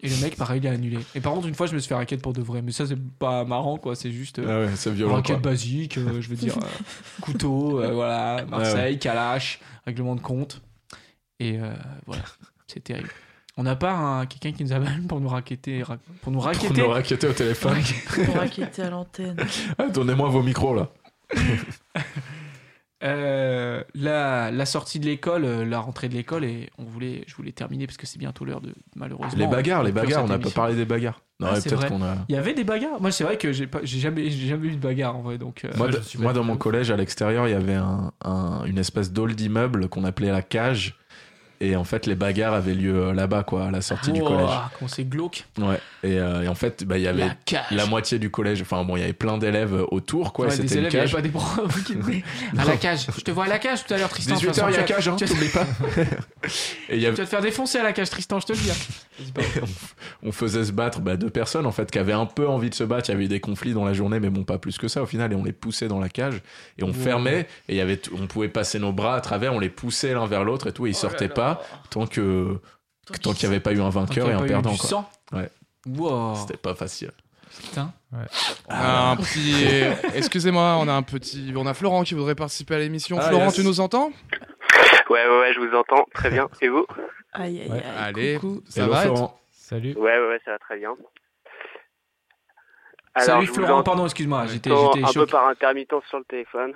Speaker 1: et le mec, pareil, il a annulé. Et par contre, une fois, je me suis fait raquette pour de vrai. Mais ça, c'est pas marrant, quoi. C'est juste. euh,
Speaker 3: Ah ouais, c'est violent.
Speaker 1: Raquette
Speaker 3: quoi.
Speaker 1: basique, euh, je veux dire, euh, couteau, euh, voilà, Marseille, Kalash, règlement de compte. Et euh, voilà, c'est terrible. On n'a pas un- quelqu'un qui nous appelle pour nous raqueter. ra- pour nous
Speaker 3: Pour
Speaker 1: raqueter.
Speaker 3: nous raqueter au téléphone.
Speaker 2: Pour raqueter à l'antenne.
Speaker 3: Ah, Donnez-moi vos micros là.
Speaker 1: Euh, la, la sortie de l'école, euh, la rentrée de l'école, et on voulait, je voulais terminer parce que c'est bientôt l'heure de, malheureusement.
Speaker 3: Les bagarres, les
Speaker 1: de conclure
Speaker 3: bagarres, on
Speaker 1: cette
Speaker 3: n'a pas
Speaker 1: émission.
Speaker 3: parlé des bagarres. Non,
Speaker 1: Ah,
Speaker 3: mais
Speaker 1: c'est
Speaker 3: peut-être
Speaker 1: vrai.
Speaker 3: qu'on a.
Speaker 1: Il y avait des bagarres. Moi, c'est vrai que j'ai pas- j'ai jamais, j'ai jamais eu de bagarre en vrai, donc. euh,
Speaker 3: Moi,
Speaker 4: je
Speaker 3: de-
Speaker 4: suis
Speaker 3: moi,
Speaker 4: bête.
Speaker 3: dans mon collège, à l'extérieur, il y avait un- un- une espèce d'aule d'immeuble qu'on appelait la cage. Et en fait, les bagarres avaient lieu euh, là-bas, quoi, à la sortie du
Speaker 1: Ouah,
Speaker 3: collège.
Speaker 1: Qu'on Oh, c'est glauque.
Speaker 3: Ouais. Et, euh, et en fait, bah, il y avait
Speaker 1: La cage.
Speaker 3: la moitié du collège. Enfin, bon, il y avait plein d'élèves euh, autour, quoi.
Speaker 1: Ouais,
Speaker 3: et
Speaker 1: des
Speaker 3: C'était une
Speaker 1: élèves, il y avait
Speaker 3: cage.
Speaker 1: pas des profs qui venaient. À la cage. Je te vois à la cage tout à l'heure, Tristan. tu vas
Speaker 3: 18h, il y a
Speaker 1: sortir.
Speaker 3: cage, hein,
Speaker 1: Tu vas-
Speaker 3: t'oublies pas. Et il y
Speaker 1: Tu
Speaker 3: avait,
Speaker 1: vas te faire défoncer à la cage, Tristan, je te le dis. hein.
Speaker 3: on faisait se battre bah, deux personnes en fait qui avaient un peu envie de se battre. Il y avait eu des conflits dans la journée, mais bon, pas plus que ça au final. Et on les poussait dans la cage et on
Speaker 1: Ouais.
Speaker 3: fermait. Et il y avait, t- on pouvait passer nos bras à travers, on les poussait l'un vers l'autre et
Speaker 9: Oh
Speaker 3: tout. Et ils
Speaker 1: Oh
Speaker 3: sortaient pas tant que tant qu'il n'y avait pas eu un
Speaker 1: Tant qu'il
Speaker 3: vainqueur
Speaker 1: y
Speaker 3: et
Speaker 1: a
Speaker 3: un
Speaker 1: pas eu
Speaker 3: perdant.
Speaker 1: du
Speaker 3: quoi.
Speaker 1: sang.
Speaker 3: Ouais.
Speaker 1: Wow.
Speaker 3: C'était pas facile.
Speaker 1: Putain.
Speaker 6: Ah, Un petit. Excusez-moi, on a un petit. On a Florent qui voudrait participer à l'émission.
Speaker 3: Ah,
Speaker 6: Florent,
Speaker 3: yes.
Speaker 6: tu nous entends
Speaker 9: Ouais, ouais, ouais, je vous entends. Très bien. Et vous
Speaker 2: Aïe, aïe,
Speaker 3: Ouais.
Speaker 2: aïe.
Speaker 6: Allez,
Speaker 2: coucou.
Speaker 6: ça
Speaker 3: Hello,
Speaker 6: va être
Speaker 3: Florent.
Speaker 4: Salut.
Speaker 9: Ouais, ouais, ouais, ça va très bien.
Speaker 1: Salut
Speaker 9: je vous
Speaker 1: Ah Florent,
Speaker 9: entends
Speaker 1: pardon, excuse-moi, j'étais
Speaker 9: un
Speaker 1: j'étais
Speaker 9: peu
Speaker 1: choqué.
Speaker 9: par intermittence sur le téléphone.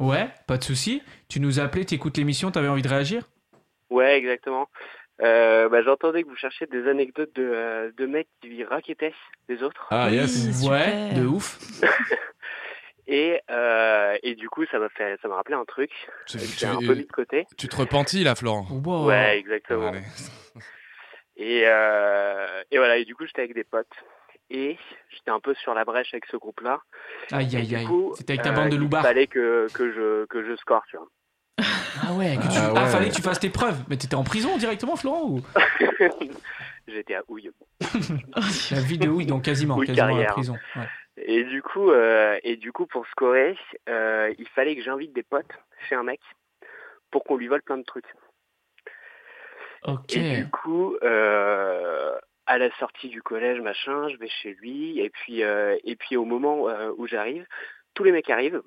Speaker 1: Ouais, pas de souci. Tu nous appelais, t'écoutes l'émission, t'avais envie de réagir
Speaker 9: Ouais, exactement. Euh, bah, J'entendais que vous cherchiez des anecdotes de, euh, de mecs qui raquettaient des autres.
Speaker 3: Ah
Speaker 2: Oui.
Speaker 3: yes.
Speaker 2: Super.
Speaker 1: Ouais, de ouf.
Speaker 9: Et, euh, et du coup, ça m'a fait, ça m'a rappelé un truc.
Speaker 6: Tu,
Speaker 9: que
Speaker 6: tu-
Speaker 9: J'ai un peu mis de côté.
Speaker 6: tu te repentis là, Florent
Speaker 1: Wow.
Speaker 9: Ouais, exactement.
Speaker 6: Allez.
Speaker 9: Et, euh, et voilà, et du coup, j'étais avec des potes. Et j'étais un peu sur la brèche avec ce groupe-là.
Speaker 1: Aïe,
Speaker 9: Et
Speaker 1: aïe,
Speaker 9: du
Speaker 1: aïe.
Speaker 9: coup,
Speaker 1: C'était avec ta
Speaker 9: euh,
Speaker 1: bande de
Speaker 9: Il
Speaker 1: loupards.
Speaker 9: fallait que, que, je, que je score, tu vois.
Speaker 1: Ah ouais, que tu...
Speaker 3: Ah
Speaker 1: ah,
Speaker 3: ouais.
Speaker 1: fallait que tu fasses tes preuves. Mais t'étais en prison directement, Florent ou...
Speaker 9: J'étais à houille.
Speaker 1: La vie de oui, donc quasiment,
Speaker 9: Oui,
Speaker 1: quasiment
Speaker 9: carrière.
Speaker 1: en prison. Ouais.
Speaker 9: Et du coup, euh, et du coup, pour scorer, euh, il fallait que j'invite des potes chez un mec pour qu'on lui vole plein de trucs.
Speaker 1: Ok.
Speaker 9: Et du coup, euh, à la sortie du collège, machin, je vais chez lui. Et puis, euh, et puis au moment euh, où j'arrive, tous les mecs arrivent.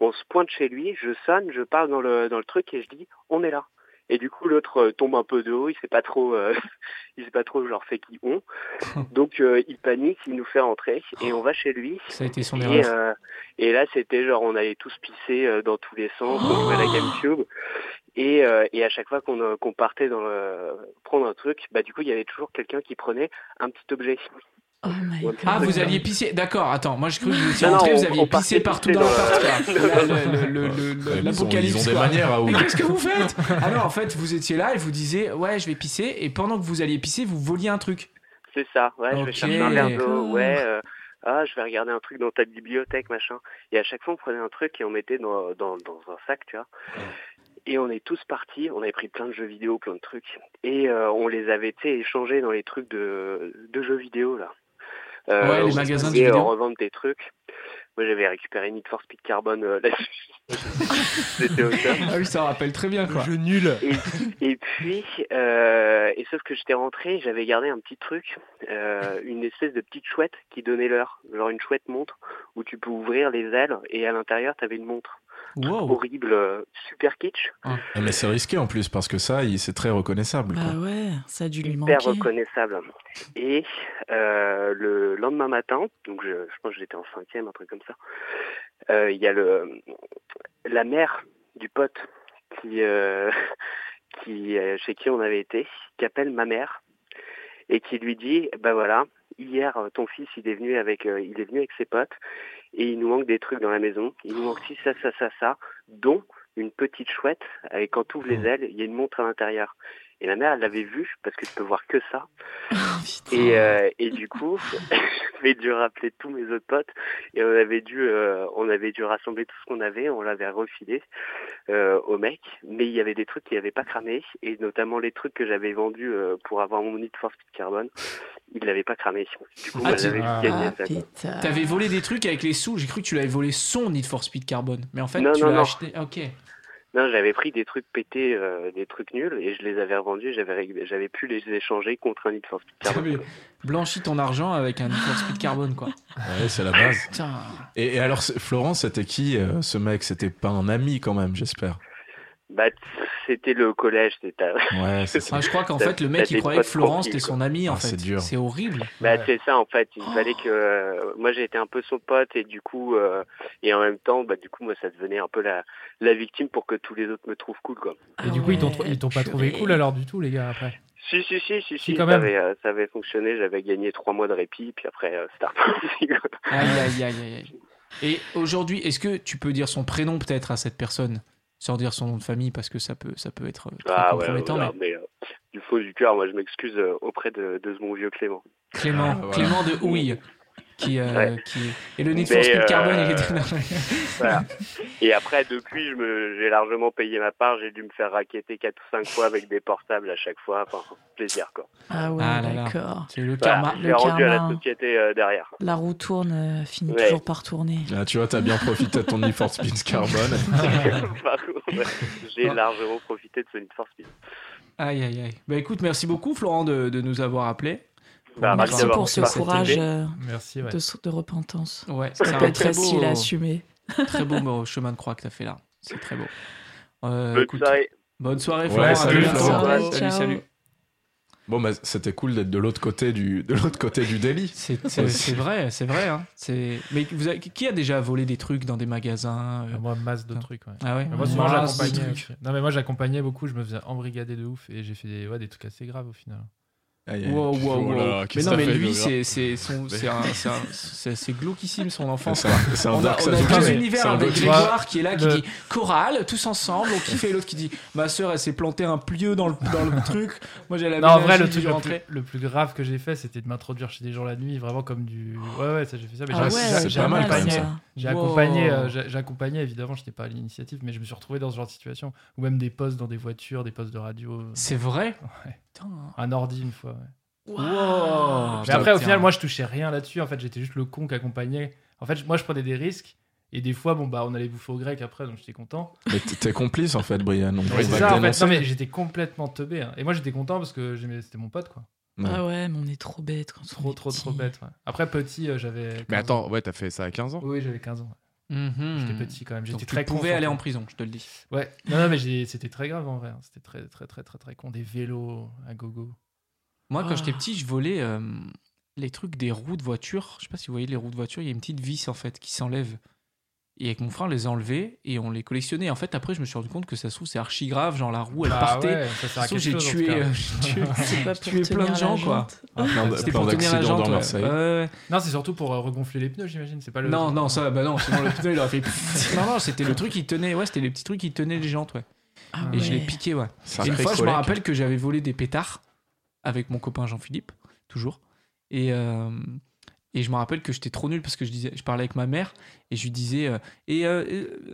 Speaker 9: On se pointe chez lui, je sonne, je parle dans le, dans le truc et je dis on est là. Et du coup, l'autre euh, tombe un peu de haut, il sait pas trop, euh, il sait pas trop genre c'est qui on. Donc euh, il panique, il nous fait rentrer et on va chez lui.
Speaker 1: Ça a été son
Speaker 9: Et,
Speaker 1: erreur.
Speaker 9: euh, et là, c'était genre, on allait tous pisser euh, dans tous les sens, on jouait à la Gamecube. Et, euh, et à chaque fois qu'on euh, qu'on partait dans le, prendre un truc, bah du coup, il y avait toujours quelqu'un qui prenait un petit objet.
Speaker 2: Oh my
Speaker 9: Ouais.
Speaker 2: god.
Speaker 1: Ah, vous alliez pisser. D'accord, attends, moi je cru que vous étiez
Speaker 9: Non, non,
Speaker 1: rentré, vous
Speaker 9: on-
Speaker 1: aviez
Speaker 9: on
Speaker 1: pissé
Speaker 9: partait
Speaker 1: partout
Speaker 9: pisser
Speaker 1: dans
Speaker 9: dans
Speaker 1: l'appart. quoi.
Speaker 9: la-
Speaker 1: Là, le- le- le- le-
Speaker 3: Ils ont-
Speaker 1: L'apocalypse.
Speaker 3: Ils ont des
Speaker 1: quoi.
Speaker 3: manières à
Speaker 1: Mais qu'est-ce que vous faites Alors en fait, vous étiez là et vous disiez ouais, je vais pisser et pendant que vous alliez pisser, vous voliez un truc.
Speaker 9: C'est ça, ouais, je vais
Speaker 1: Ok.
Speaker 9: chercher un verre d'eau,
Speaker 2: D'accord.
Speaker 9: ouais, euh, ah, je vais regarder un truc dans ta bibliothèque, machin. Et à chaque fois, on prenait un truc et on mettait dans, dans, dans un sac, tu vois. Et on est tous partis, on avait pris plein de jeux vidéo, plein de trucs. Et euh, on les avait, tu sais, échangés dans les trucs de, de jeux vidéo, là. Euh,
Speaker 1: Ouais, les
Speaker 9: où on
Speaker 1: magasins de
Speaker 9: pouvait,
Speaker 1: jeux vidéo.
Speaker 9: euh, revendre des trucs. Moi, j'avais récupéré Need for Speed Carbon euh, là-dessus. C'était au top.
Speaker 1: Ah oui, ça rappelle très bien quoi.
Speaker 4: Je nul.
Speaker 9: Et puis, euh, et sauf que j'étais rentré, j'avais gardé un petit truc, euh, une espèce de petite chouette qui donnait l'heure, genre une chouette montre où tu peux ouvrir les ailes et à l'intérieur t'avais une montre
Speaker 1: Wow.
Speaker 9: horrible, euh, super kitsch,
Speaker 3: Ah, mais c'est risqué en plus parce que ça, il- c'est très reconnaissable. quoi.
Speaker 2: Bah ouais, ça a dû lui manquer.
Speaker 9: hyper reconnaissable. Et euh, le lendemain matin, donc je, je pense que j'étais en cinquième, un truc comme ça, euh, il y a le la mère du pote qui euh, qui euh, chez qui on avait été, qui appelle ma mère et qui lui dit bah voilà hier euh, ton fils il est venu avec euh, il est venu avec ses potes et il nous manque des trucs dans la maison il nous manque ci ça ça ça ça dont une petite chouette et quand tu ouvres
Speaker 2: Oh.
Speaker 9: les ailes il y a une montre à l'intérieur et la mère elle l'avait vu parce que je peux voir que ça et, euh, et du coup j'avais dû rappeler tous mes autres potes et on avait dû euh, on avait dû rassembler tout ce qu'on avait on l'avait refilé euh, au mec, mais il y avait des trucs qui n'avaient pas cramé, et notamment les trucs que j'avais vendus euh, pour avoir mon Need for Speed Carbon, ils ne l'avaient pas cramé. Du coup,
Speaker 1: Ah,
Speaker 9: bah,
Speaker 1: tu-
Speaker 9: j'avais
Speaker 4: ah.
Speaker 9: gagné
Speaker 2: Ah
Speaker 9: ça. quoi.
Speaker 2: putain.
Speaker 1: T'avais volé des trucs avec les sous, j'ai cru que tu l'avais volé son Need for Speed Carbone. Mais en fait,
Speaker 9: Non,
Speaker 1: tu
Speaker 9: non,
Speaker 1: l'as
Speaker 9: non.
Speaker 1: acheté. Ah, OK.
Speaker 9: Non, j'avais pris des trucs pétés, euh, des trucs nuls, et je les avais revendus, j'avais, ré- j'avais pu les échanger contre un Need for Speed Carbon.
Speaker 1: T'avais blanchi ton argent avec un Need for Speed Carbone quoi.
Speaker 3: Ouais, c'est la base.
Speaker 1: Putain.
Speaker 3: Et, et alors, c'est- Florent, c'était qui euh, ce mec C'était pas un ami quand même, j'espère.
Speaker 9: Bah, t- c'était le collège, c'était... à-
Speaker 3: Ouais, c'est ça.
Speaker 1: Ah, je crois qu'en fait, le
Speaker 9: T'as
Speaker 1: mec
Speaker 9: des
Speaker 1: il croyait que
Speaker 9: potes
Speaker 1: Florence
Speaker 9: tranquilles,
Speaker 1: était son ami en
Speaker 3: Ah,
Speaker 1: fait.
Speaker 3: c'est dur.
Speaker 1: C'est horrible.
Speaker 9: Bah,
Speaker 4: Ouais.
Speaker 9: c'est ça, en fait. Il fallait que... euh, moi, j'étais un peu son pote, et du coup... euh, et en même temps, bah, du coup, moi, ça devenait un peu la, la victime pour que tous les autres me trouvent cool, quoi.
Speaker 2: Ah
Speaker 1: Oh,
Speaker 4: Et du coup, ils t'ont
Speaker 2: ouais,
Speaker 4: ils t'ont pas trouvé
Speaker 2: purée.
Speaker 4: cool alors du tout, les gars, après.
Speaker 9: Si, si, si, si, si,
Speaker 4: quand
Speaker 9: ça,
Speaker 4: même.
Speaker 9: avait, euh, ça avait fonctionné, j'avais gagné trois mois de répit, puis après, euh, c'était reparti, quoi.
Speaker 1: Aïe, aïe, aïe, aïe, aïe. Et aujourd'hui, est-ce que tu peux dire son prénom peut-être à cette personne sans dire son nom de famille parce que ça peut, ça peut être euh, très
Speaker 9: Ah ouais, ouais,
Speaker 1: compromettant.
Speaker 9: ouais,
Speaker 1: mais
Speaker 9: mais, euh, morceau du cœur. Moi, je m'excuse euh, auprès de, de ce bon vieux Clément.
Speaker 1: Clément,
Speaker 6: Ah, voilà.
Speaker 1: Clément de Houille. Qui, euh,
Speaker 9: Ouais.
Speaker 1: qui- Et le Need for
Speaker 9: Mais,
Speaker 1: Speed
Speaker 9: euh,
Speaker 1: Carbone, il était dans
Speaker 9: Voilà. Et après, depuis, je me, j'ai largement payé ma part. J'ai dû me faire raqueter 4 ou 5 fois avec des portables à chaque fois. Enfin, plaisir, quoi.
Speaker 2: Ah ouais,
Speaker 1: Ah là là.
Speaker 2: d'accord.
Speaker 1: C'est le
Speaker 9: Voilà,
Speaker 1: karma.
Speaker 9: je
Speaker 2: le
Speaker 9: l'ai rendu à la
Speaker 2: karma.
Speaker 9: société euh, derrière.
Speaker 2: La roue tourne, euh, finit
Speaker 9: Ouais.
Speaker 2: toujours par tourner.
Speaker 3: Ah, tu vois, t'as bien profité de ton Need for Speed Carbone.
Speaker 9: Par contre, j'ai
Speaker 1: Ah.
Speaker 9: largement profité de ce Need for Speed.
Speaker 1: Aïe, aïe, aïe. Bah écoute, merci beaucoup, Florent, de, de nous avoir appelés.
Speaker 9: Bah,
Speaker 1: Merci
Speaker 2: Merci
Speaker 9: d'avoir
Speaker 2: pour ce
Speaker 9: participé.
Speaker 2: courage euh,
Speaker 4: Merci, ouais.
Speaker 2: de, s- de repentance.
Speaker 1: Ouais,
Speaker 2: Ça
Speaker 1: c'est
Speaker 2: peut
Speaker 1: un
Speaker 2: être
Speaker 1: très
Speaker 2: facile
Speaker 1: beau,
Speaker 2: à assumer.
Speaker 1: très beau mo- chemin de croix que t'as fait là. C'est très beau. Euh,
Speaker 9: Bonne
Speaker 1: écoute,
Speaker 9: soirée.
Speaker 1: bonne soirée,
Speaker 3: Ouais,
Speaker 1: Florent. à
Speaker 3: salut,
Speaker 1: bientôt.
Speaker 3: Florent.
Speaker 2: Salut,
Speaker 1: Salut,
Speaker 2: ciao.
Speaker 1: salut.
Speaker 3: bon, bah, c'était cool d'être de l'autre côté du, de l'autre côté du délit.
Speaker 1: C'est- C'est c'est vrai, c'est vrai. hein. C'est- Mais vous avez- qui a déjà volé des trucs dans des magasins euh,
Speaker 4: Moi, masse de trucs, ouais.
Speaker 1: Ah ouais
Speaker 4: Mais Moi, souvent,
Speaker 1: Ah,
Speaker 4: j'accompagnais.
Speaker 1: c'est-
Speaker 4: Non, mais moi, j'accompagnais beaucoup. Je me faisais embrigader de ouf et j'ai fait des, ouais, des trucs assez graves au final.
Speaker 3: Aïe, aïe.
Speaker 1: Wow, wow,
Speaker 6: Oh là là,
Speaker 1: wow. Mais
Speaker 6: qu'est-ce
Speaker 1: non,
Speaker 6: que
Speaker 1: mais
Speaker 6: t'as fait,
Speaker 3: hein.
Speaker 1: lui, c'est
Speaker 6: Gabriel
Speaker 1: c'est son-
Speaker 6: Mais-
Speaker 1: c'est un- c'est un- c'est- c'est glauquissime son enfance.
Speaker 3: C'est un, c'est un
Speaker 1: On a,
Speaker 3: dark
Speaker 1: on a
Speaker 3: side.
Speaker 1: deux
Speaker 4: mais-
Speaker 1: univers
Speaker 3: c'est un
Speaker 1: avec
Speaker 3: peu-
Speaker 1: Grégoire qui est là, qui
Speaker 4: le-
Speaker 1: dit chorale, tous ensemble, on kiffe, et l'autre qui dit ma soeur, elle s'est plantée un plieu dans le, dans le truc. Moi, j'allais
Speaker 4: Non, en vrai, le truc le plus, le plus grave que j'ai fait, c'était de m'introduire chez des gens la nuit, vraiment comme du. Ouais, ouais, ça, j'ai fait ça. Mais
Speaker 2: Ah
Speaker 4: j'ai-
Speaker 3: c'est-
Speaker 2: ouais,
Speaker 3: c'est
Speaker 4: j'ai
Speaker 3: pas mal, quand
Speaker 4: accompagné-
Speaker 3: même, ça.
Speaker 4: J'ai
Speaker 1: Wow.
Speaker 4: accompagné, euh, j'ai j'ai accompagné, évidemment, j'étais pas à l'initiative, mais je me suis retrouvé dans ce genre de situation. Ou même des postes dans des voitures, des postes de radio. euh,
Speaker 1: C'est vrai
Speaker 4: Ouais.
Speaker 1: Putain.
Speaker 4: Un ordi, une fois. ouais.
Speaker 1: Wow.
Speaker 4: Mais après, au
Speaker 1: Putain.
Speaker 4: final, moi, je touchais rien là-dessus. En fait, j'étais juste le con qui accompagnait. En fait, moi, je prenais des risques. Et des fois, bon, bah, on allait bouffer au grec après, donc j'étais content.
Speaker 3: Mais t- t'es complice en fait, Brian. On, on
Speaker 4: Ouais, c'est
Speaker 3: va
Speaker 4: ça,
Speaker 3: te
Speaker 4: en fait.
Speaker 3: dénoncer.
Speaker 4: Non, mais j'étais complètement teubé. hein. Et moi, j'étais content parce que j'aimais- c'était mon pote, quoi.
Speaker 2: Ah ouais, mais on est trop bête quand on
Speaker 4: Trop,
Speaker 2: est
Speaker 4: trop, trop
Speaker 2: petit.
Speaker 4: bête. ouais. Après, petit, euh, j'avais. 15
Speaker 6: Mais
Speaker 4: ans.
Speaker 6: attends, ouais, t'as fait ça à 15 ans
Speaker 4: Oui, j'avais 15 ans.
Speaker 1: Mhm.
Speaker 4: J'étais petit quand même.
Speaker 1: Donc, tu
Speaker 4: J'étais très con.
Speaker 1: pouvais aller en
Speaker 4: surtout.
Speaker 1: prison, je te le dis.
Speaker 4: Ouais. Non, non, mais j'ai- c'était très grave en vrai. hein. C'était très, très, très, très, très con. Des vélos à gogo.
Speaker 1: Moi, quand
Speaker 2: Ah.
Speaker 1: j'étais petit, je volais euh, les trucs des roues de voiture. Je sais pas si vous voyez les roues de voiture, il y a une petite vis en fait qui s'enlève. Et avec mon frère, on les enlevait et on les collectionnait. En fait, après, je me suis rendu compte que ça se trouve, c'est archi grave. Genre, la roue, elle
Speaker 4: Ah
Speaker 1: partait.
Speaker 4: ouais, ça sert à
Speaker 1: Ça se trouve,
Speaker 4: quelque
Speaker 1: j'ai
Speaker 4: chose, en
Speaker 1: tué,
Speaker 4: tout cas.
Speaker 1: euh, j'ai tué-
Speaker 2: C'est pas
Speaker 1: j'ai
Speaker 2: pour
Speaker 1: tué plein
Speaker 2: tenir
Speaker 1: de gens,
Speaker 2: la
Speaker 1: quoi.
Speaker 2: jante.
Speaker 4: Ah,
Speaker 3: Plein de-
Speaker 4: c'est-
Speaker 1: C'était
Speaker 3: plein
Speaker 1: pour tenir la
Speaker 3: d'accidents
Speaker 1: jante.
Speaker 3: dans
Speaker 1: ouais.
Speaker 3: Marseille.
Speaker 1: Ouais, ouais.
Speaker 4: Non, c'est surtout pour euh, regonfler les pneus, j'imagine. C'est pas le.
Speaker 1: Non, non, ça, bah non, sinon le pneu, il aurait fait. non, non, c'était le truc qui tenait, ouais, c'était les petits trucs qui tenaient les jantes, ouais.
Speaker 2: Ah
Speaker 1: Et je l'ai
Speaker 2: ouais.
Speaker 1: piqué, ouais.
Speaker 3: C'est un
Speaker 1: Et une
Speaker 3: sacré
Speaker 1: fois, je me
Speaker 3: collègue.
Speaker 1: rappelle que j'avais volé des pétards avec mon copain Jean-Philippe, toujours. Et, euh, et je me rappelle que j'étais trop nul parce que je, disais, je parlais avec ma mère et je lui disais euh, Et euh,